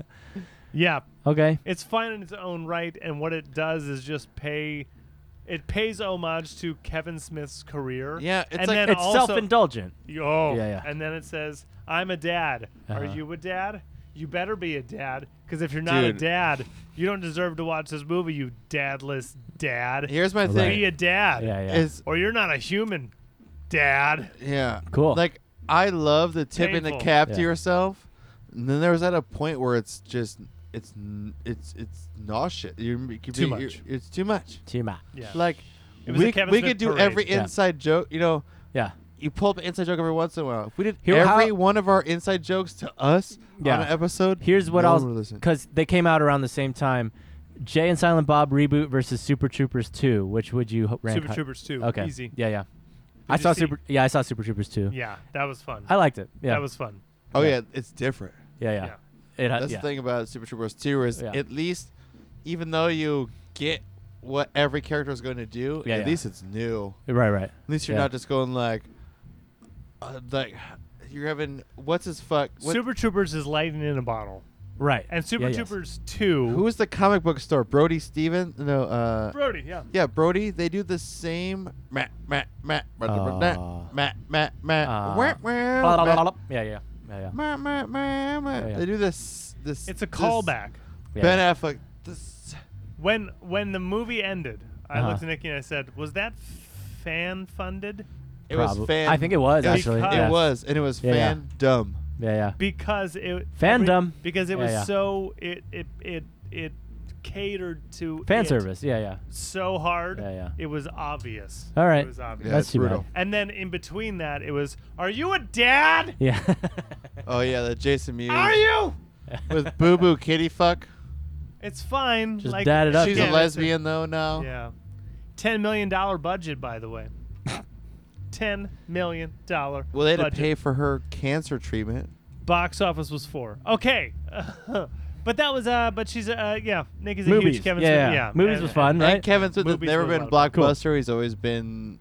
[SPEAKER 1] Yeah,
[SPEAKER 3] okay.
[SPEAKER 1] it's fine in its own right, and what it does is just pay. It pays homage to Kevin Smith's career.
[SPEAKER 2] Yeah, it's
[SPEAKER 1] and
[SPEAKER 2] like-
[SPEAKER 1] then
[SPEAKER 3] It's
[SPEAKER 1] also,
[SPEAKER 3] self-indulgent.
[SPEAKER 1] Oh,
[SPEAKER 3] Yeah, yeah.
[SPEAKER 1] and then it says, "I'm a dad. Are
[SPEAKER 3] Uh-huh.
[SPEAKER 1] you a dad? You better be a dad, because if you're not a
[SPEAKER 2] Dude.
[SPEAKER 1] dad, you don't deserve to watch this movie. You dadless dad.
[SPEAKER 2] Here's my
[SPEAKER 3] Right.
[SPEAKER 2] thing:
[SPEAKER 1] be a dad.
[SPEAKER 3] Yeah, yeah.
[SPEAKER 2] is
[SPEAKER 1] or you're not a human, Dad.
[SPEAKER 2] yeah,
[SPEAKER 3] Cool.
[SPEAKER 2] Like I love the tipping the
[SPEAKER 1] Painful.
[SPEAKER 2] cap
[SPEAKER 3] Yeah.
[SPEAKER 2] to yourself. And then there was at a point where it's just it's n- it's it's nauseous. You're, you could
[SPEAKER 1] Too
[SPEAKER 2] be-
[SPEAKER 1] much.
[SPEAKER 2] you're- It's too much.
[SPEAKER 3] Too much.
[SPEAKER 1] Yeah.
[SPEAKER 2] Like
[SPEAKER 1] It was a
[SPEAKER 2] we,
[SPEAKER 1] Kevin
[SPEAKER 2] we
[SPEAKER 1] Smith
[SPEAKER 2] could do
[SPEAKER 1] parade.
[SPEAKER 2] every
[SPEAKER 3] Yeah.
[SPEAKER 2] inside joke. You know,
[SPEAKER 3] Yeah.
[SPEAKER 2] you pull up an inside joke every once in a while. If we did
[SPEAKER 3] Here-
[SPEAKER 2] every
[SPEAKER 3] how-
[SPEAKER 2] one of our inside jokes to us
[SPEAKER 3] Yeah.
[SPEAKER 2] on an episode.
[SPEAKER 3] Here's what
[SPEAKER 2] no one would
[SPEAKER 3] I'll
[SPEAKER 2] listen.
[SPEAKER 3] because they came out around the same time. Jay and Silent Bob reboot versus Super Troopers 2. Which would you h- rank?
[SPEAKER 1] Super
[SPEAKER 3] hi-
[SPEAKER 1] Troopers two.
[SPEAKER 3] Okay.
[SPEAKER 1] Easy.
[SPEAKER 3] Yeah, yeah. I
[SPEAKER 1] you
[SPEAKER 3] saw
[SPEAKER 1] see-
[SPEAKER 3] Super. Yeah, I saw Super Troopers 2.
[SPEAKER 1] Yeah, that was fun.
[SPEAKER 3] I liked it. Yeah.
[SPEAKER 1] That was fun.
[SPEAKER 2] Oh
[SPEAKER 3] Yeah.
[SPEAKER 2] yeah, it's different.
[SPEAKER 3] Yeah, yeah. It had.
[SPEAKER 2] That's
[SPEAKER 3] yeah.
[SPEAKER 2] the thing about Super Troopers 2 is
[SPEAKER 3] Yeah.
[SPEAKER 2] at least, even though you get what every character is going to do.
[SPEAKER 3] Yeah,
[SPEAKER 2] at
[SPEAKER 3] yeah.
[SPEAKER 2] least it's new.
[SPEAKER 3] Right, right.
[SPEAKER 2] At least you're
[SPEAKER 3] Yeah.
[SPEAKER 2] not just going like, uh, like you're having what's his fuck. What,
[SPEAKER 1] Super Troopers is lightning in a bottle,
[SPEAKER 3] Right.
[SPEAKER 1] and Super
[SPEAKER 3] Yeah, yes.
[SPEAKER 1] Troopers Two.
[SPEAKER 2] who was the comic book store? Brody Steven? No. Uh,
[SPEAKER 1] Brody? Yeah.
[SPEAKER 2] yeah, Brody. They do the same. Matt, Matt, Matt,
[SPEAKER 3] Uh,
[SPEAKER 2] Matt, Matt, Matt,
[SPEAKER 3] uh,
[SPEAKER 2] Matt. wah, wah,
[SPEAKER 3] Blah, blah, blah,
[SPEAKER 2] Matt.
[SPEAKER 3] blah, blah. Yeah, yeah, yeah, yeah.
[SPEAKER 2] Meh, meh, meh, meh.
[SPEAKER 3] Yeah, yeah.
[SPEAKER 2] They do this. This.
[SPEAKER 1] It's a
[SPEAKER 2] this-
[SPEAKER 1] callback.
[SPEAKER 3] yeah.
[SPEAKER 2] Ben Affleck. This.
[SPEAKER 1] When when the movie ended, I
[SPEAKER 3] Uh-huh.
[SPEAKER 1] looked at Nikki and I said, "Was that fan funded?"
[SPEAKER 2] It
[SPEAKER 3] Probab-
[SPEAKER 2] was fan.
[SPEAKER 3] I think it was,
[SPEAKER 1] actually,
[SPEAKER 2] It
[SPEAKER 1] yeah.
[SPEAKER 2] was, and it was
[SPEAKER 3] Yeah, yeah.
[SPEAKER 2] fan dumb.
[SPEAKER 3] Yeah, yeah.
[SPEAKER 1] Because it
[SPEAKER 3] Fandom.
[SPEAKER 1] every- because it
[SPEAKER 3] Yeah,
[SPEAKER 1] was
[SPEAKER 3] yeah.
[SPEAKER 1] so it it it it catered to
[SPEAKER 3] Fan
[SPEAKER 1] it
[SPEAKER 3] service. Yeah, yeah.
[SPEAKER 1] so hard.
[SPEAKER 3] Yeah, yeah.
[SPEAKER 1] It was obvious.
[SPEAKER 3] All right.
[SPEAKER 1] It was
[SPEAKER 2] Yeah,
[SPEAKER 1] obvious.
[SPEAKER 3] That's
[SPEAKER 2] it's
[SPEAKER 3] too bad.
[SPEAKER 2] brutal.
[SPEAKER 1] And then in between that, it was, "Are you a dad?
[SPEAKER 3] Yeah.
[SPEAKER 2] Oh yeah, the Jason Mewes
[SPEAKER 1] Are you?"
[SPEAKER 2] with Boo Boo Kitty Fuck.
[SPEAKER 1] It's fine.
[SPEAKER 3] Just
[SPEAKER 1] like,
[SPEAKER 3] dad it up,
[SPEAKER 2] She's
[SPEAKER 3] Yeah,
[SPEAKER 2] a
[SPEAKER 3] that's
[SPEAKER 2] lesbian though now.
[SPEAKER 1] Yeah. Ten million dollar budget, by the way. Ten million dollar.
[SPEAKER 2] Well, they had
[SPEAKER 1] budget.
[SPEAKER 2] to pay for her cancer treatment.
[SPEAKER 1] Box office was four. Okay. but that was uh. But she's uh. Yeah. Nick is a
[SPEAKER 3] Movies.
[SPEAKER 1] huge Kevin.
[SPEAKER 3] yeah,
[SPEAKER 1] Smith-
[SPEAKER 3] yeah. Movies
[SPEAKER 1] and-
[SPEAKER 3] was fun, right?
[SPEAKER 2] And Kevin Smith has
[SPEAKER 1] Movies
[SPEAKER 2] never
[SPEAKER 1] were
[SPEAKER 2] been
[SPEAKER 1] a lot of fun.
[SPEAKER 2] blockbuster. He's always been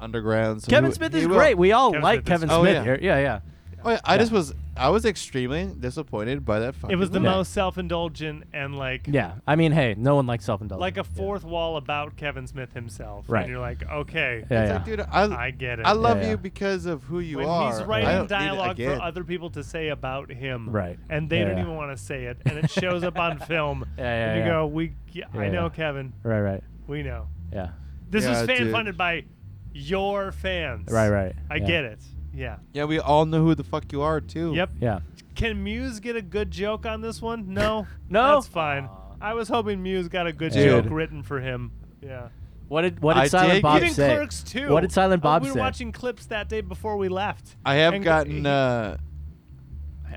[SPEAKER 2] underground. So
[SPEAKER 3] Kevin
[SPEAKER 2] he-
[SPEAKER 3] Smith
[SPEAKER 2] he
[SPEAKER 3] is
[SPEAKER 2] will-
[SPEAKER 3] great. We all
[SPEAKER 1] Kevin
[SPEAKER 3] like
[SPEAKER 1] Smith
[SPEAKER 3] Kevin
[SPEAKER 1] is-
[SPEAKER 2] Oh,
[SPEAKER 3] Smith
[SPEAKER 2] yeah.
[SPEAKER 3] here. Yeah, yeah.
[SPEAKER 2] Oh, yeah, I
[SPEAKER 3] Yeah.
[SPEAKER 2] just was. I was extremely disappointed by that.
[SPEAKER 1] It
[SPEAKER 2] fucking
[SPEAKER 1] was the
[SPEAKER 2] movie.
[SPEAKER 3] Yeah.
[SPEAKER 1] most self indulgent and like
[SPEAKER 3] Yeah. I mean, hey, no one likes self indulgence.
[SPEAKER 1] like a fourth wall about Kevin Smith himself.
[SPEAKER 3] Right.
[SPEAKER 1] And you're like, okay,
[SPEAKER 3] Yeah,
[SPEAKER 2] It's
[SPEAKER 3] yeah.
[SPEAKER 2] like, dude, I,
[SPEAKER 1] I get it.
[SPEAKER 2] I love
[SPEAKER 3] Yeah, yeah.
[SPEAKER 2] you because of who you
[SPEAKER 1] when
[SPEAKER 2] are.
[SPEAKER 1] he's
[SPEAKER 2] I
[SPEAKER 1] writing
[SPEAKER 2] don't need it
[SPEAKER 1] dialogue for
[SPEAKER 2] again.
[SPEAKER 1] other people to say about him,
[SPEAKER 3] Right.
[SPEAKER 1] And they
[SPEAKER 3] Yeah,
[SPEAKER 1] don't
[SPEAKER 3] yeah.
[SPEAKER 1] even want to say it, and it shows up on film.
[SPEAKER 3] Yeah, yeah,
[SPEAKER 1] and you
[SPEAKER 3] yeah.
[SPEAKER 1] go, we, yeah, I
[SPEAKER 3] Yeah,
[SPEAKER 1] know,
[SPEAKER 3] yeah.
[SPEAKER 1] Kevin,
[SPEAKER 3] Right, right.
[SPEAKER 1] we know.
[SPEAKER 3] Yeah.
[SPEAKER 1] This
[SPEAKER 2] Yeah,
[SPEAKER 1] was fan
[SPEAKER 2] dude.
[SPEAKER 1] funded by your fans,
[SPEAKER 3] Right, right.
[SPEAKER 1] I
[SPEAKER 3] yeah.
[SPEAKER 1] get it. Yeah.
[SPEAKER 2] Yeah, we all know who the fuck you are too.
[SPEAKER 1] Yep.
[SPEAKER 3] Yeah.
[SPEAKER 1] Can Muse get a good joke on this one? No.
[SPEAKER 3] No?
[SPEAKER 1] That's fine.
[SPEAKER 3] Aw.
[SPEAKER 1] I was hoping Muse got a good
[SPEAKER 2] Dude.
[SPEAKER 1] joke written for him. Yeah.
[SPEAKER 3] What did What did
[SPEAKER 2] I
[SPEAKER 3] Silent
[SPEAKER 2] dig
[SPEAKER 3] Bob
[SPEAKER 2] it.
[SPEAKER 1] Even
[SPEAKER 3] say?
[SPEAKER 1] Clerks too.
[SPEAKER 3] What did Silent
[SPEAKER 1] Uh,
[SPEAKER 3] Bob
[SPEAKER 1] we were
[SPEAKER 3] say?
[SPEAKER 1] watching clips that day before we left.
[SPEAKER 2] I have
[SPEAKER 1] And-
[SPEAKER 2] gotten. Uh,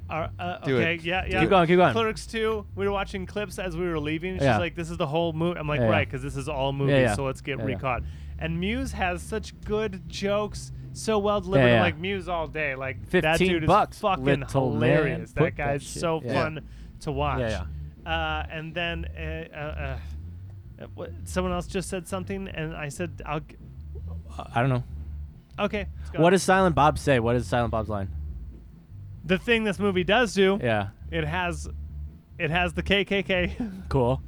[SPEAKER 1] Our, uh,
[SPEAKER 2] Do
[SPEAKER 1] okay,
[SPEAKER 2] it.
[SPEAKER 1] yeah,
[SPEAKER 2] Do
[SPEAKER 1] yeah.
[SPEAKER 3] Keep going, keep going.
[SPEAKER 1] Clerks 2, we were watching clips as we were leaving. She's
[SPEAKER 3] Yeah.
[SPEAKER 1] like, this is the whole movie. I'm like,
[SPEAKER 3] Yeah, yeah.
[SPEAKER 1] right, because this is all movies,
[SPEAKER 3] yeah.
[SPEAKER 1] so let's get
[SPEAKER 3] Yeah, yeah.
[SPEAKER 1] recaught. And Muse has such good jokes, so well delivered. I'm
[SPEAKER 3] yeah.
[SPEAKER 1] like, Muse all day. Like, that
[SPEAKER 3] 15
[SPEAKER 1] dude
[SPEAKER 3] bucks,
[SPEAKER 1] is fucking
[SPEAKER 3] little man.
[SPEAKER 1] hilarious. That
[SPEAKER 3] Put that
[SPEAKER 1] guy's
[SPEAKER 3] shit-
[SPEAKER 1] so
[SPEAKER 3] yeah.
[SPEAKER 1] fun to watch.
[SPEAKER 3] Yeah,
[SPEAKER 1] Uh, and then uh, uh, uh, what, someone else just said something, and I said, I'll, g-
[SPEAKER 3] Uh, I don't know.
[SPEAKER 1] okay. it's gone.
[SPEAKER 3] What does Silent Bob say? What is Silent Bob's line?
[SPEAKER 1] the thing this movie does do?
[SPEAKER 3] Yeah.
[SPEAKER 1] It has, it has the KKK.
[SPEAKER 3] Cool.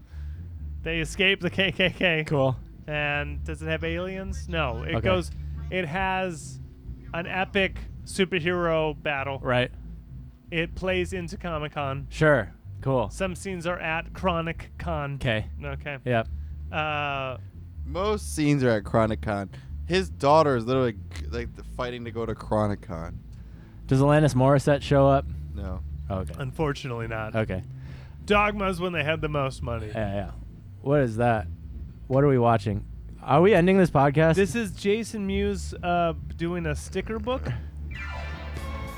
[SPEAKER 1] They escape the KKK.
[SPEAKER 3] Cool.
[SPEAKER 1] And does it have aliens? No. It
[SPEAKER 3] Okay.
[SPEAKER 1] goes. It has an epic superhero battle.
[SPEAKER 3] Right.
[SPEAKER 1] It plays into Comic Con.
[SPEAKER 3] Sure. Cool.
[SPEAKER 1] Some scenes are at Chronic Con.
[SPEAKER 3] Okay.
[SPEAKER 1] Okay.
[SPEAKER 3] Yep.
[SPEAKER 1] Uh,
[SPEAKER 2] most scenes are at ChronicCon. His daughter is literally g- like the- fighting to go to ChronicCon.
[SPEAKER 3] Does Alanis Morissette show up?
[SPEAKER 2] No.
[SPEAKER 3] Okay.
[SPEAKER 1] unfortunately not.
[SPEAKER 3] Okay.
[SPEAKER 1] Dogma's when they had the most money.
[SPEAKER 3] Yeah, yeah. What is that? What are we watching? Are we ending this podcast?
[SPEAKER 1] This is Jason Mewes uh, doing a sticker book. Are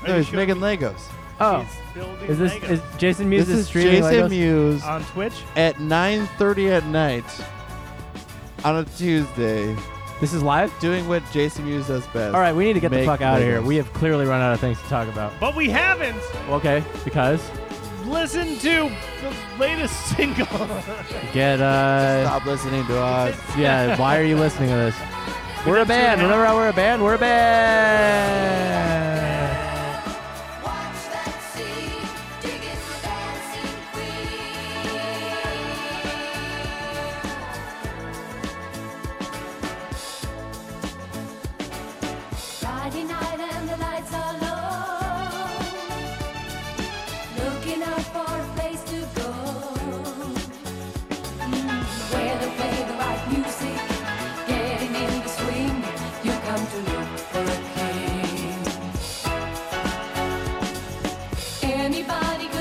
[SPEAKER 2] No,
[SPEAKER 1] you
[SPEAKER 2] he's
[SPEAKER 1] sure
[SPEAKER 2] making Legos.
[SPEAKER 3] oh,
[SPEAKER 1] he's building
[SPEAKER 3] is this
[SPEAKER 1] Legos?
[SPEAKER 3] is Jason Mewes
[SPEAKER 2] This is
[SPEAKER 3] streaming
[SPEAKER 2] Jason
[SPEAKER 3] Legos?
[SPEAKER 2] Mewes
[SPEAKER 1] on Twitch?
[SPEAKER 2] at 9:30 at night on a Tuesday,
[SPEAKER 3] This is live.
[SPEAKER 2] doing what Jason Mewes does best.
[SPEAKER 3] All right, we need to get the
[SPEAKER 2] Make
[SPEAKER 3] fuck out of here.
[SPEAKER 2] Legos.
[SPEAKER 3] We have clearly run out of things to talk about.
[SPEAKER 1] But we haven't.
[SPEAKER 3] Okay, because
[SPEAKER 1] Listen to the latest single.
[SPEAKER 3] get uh,
[SPEAKER 2] Stop listening to us.
[SPEAKER 3] yeah. Why are you listening to this? We're a
[SPEAKER 1] got two and
[SPEAKER 3] band.
[SPEAKER 1] a half-
[SPEAKER 3] Remember how we're a band? We're a band.
[SPEAKER 5] Watch that sea, dig in the dancing queen. Friday night and the lights are low. Looking out for a place to go. Mm, Where they play the right music, getting in the swing. You come to look for a king. Anybody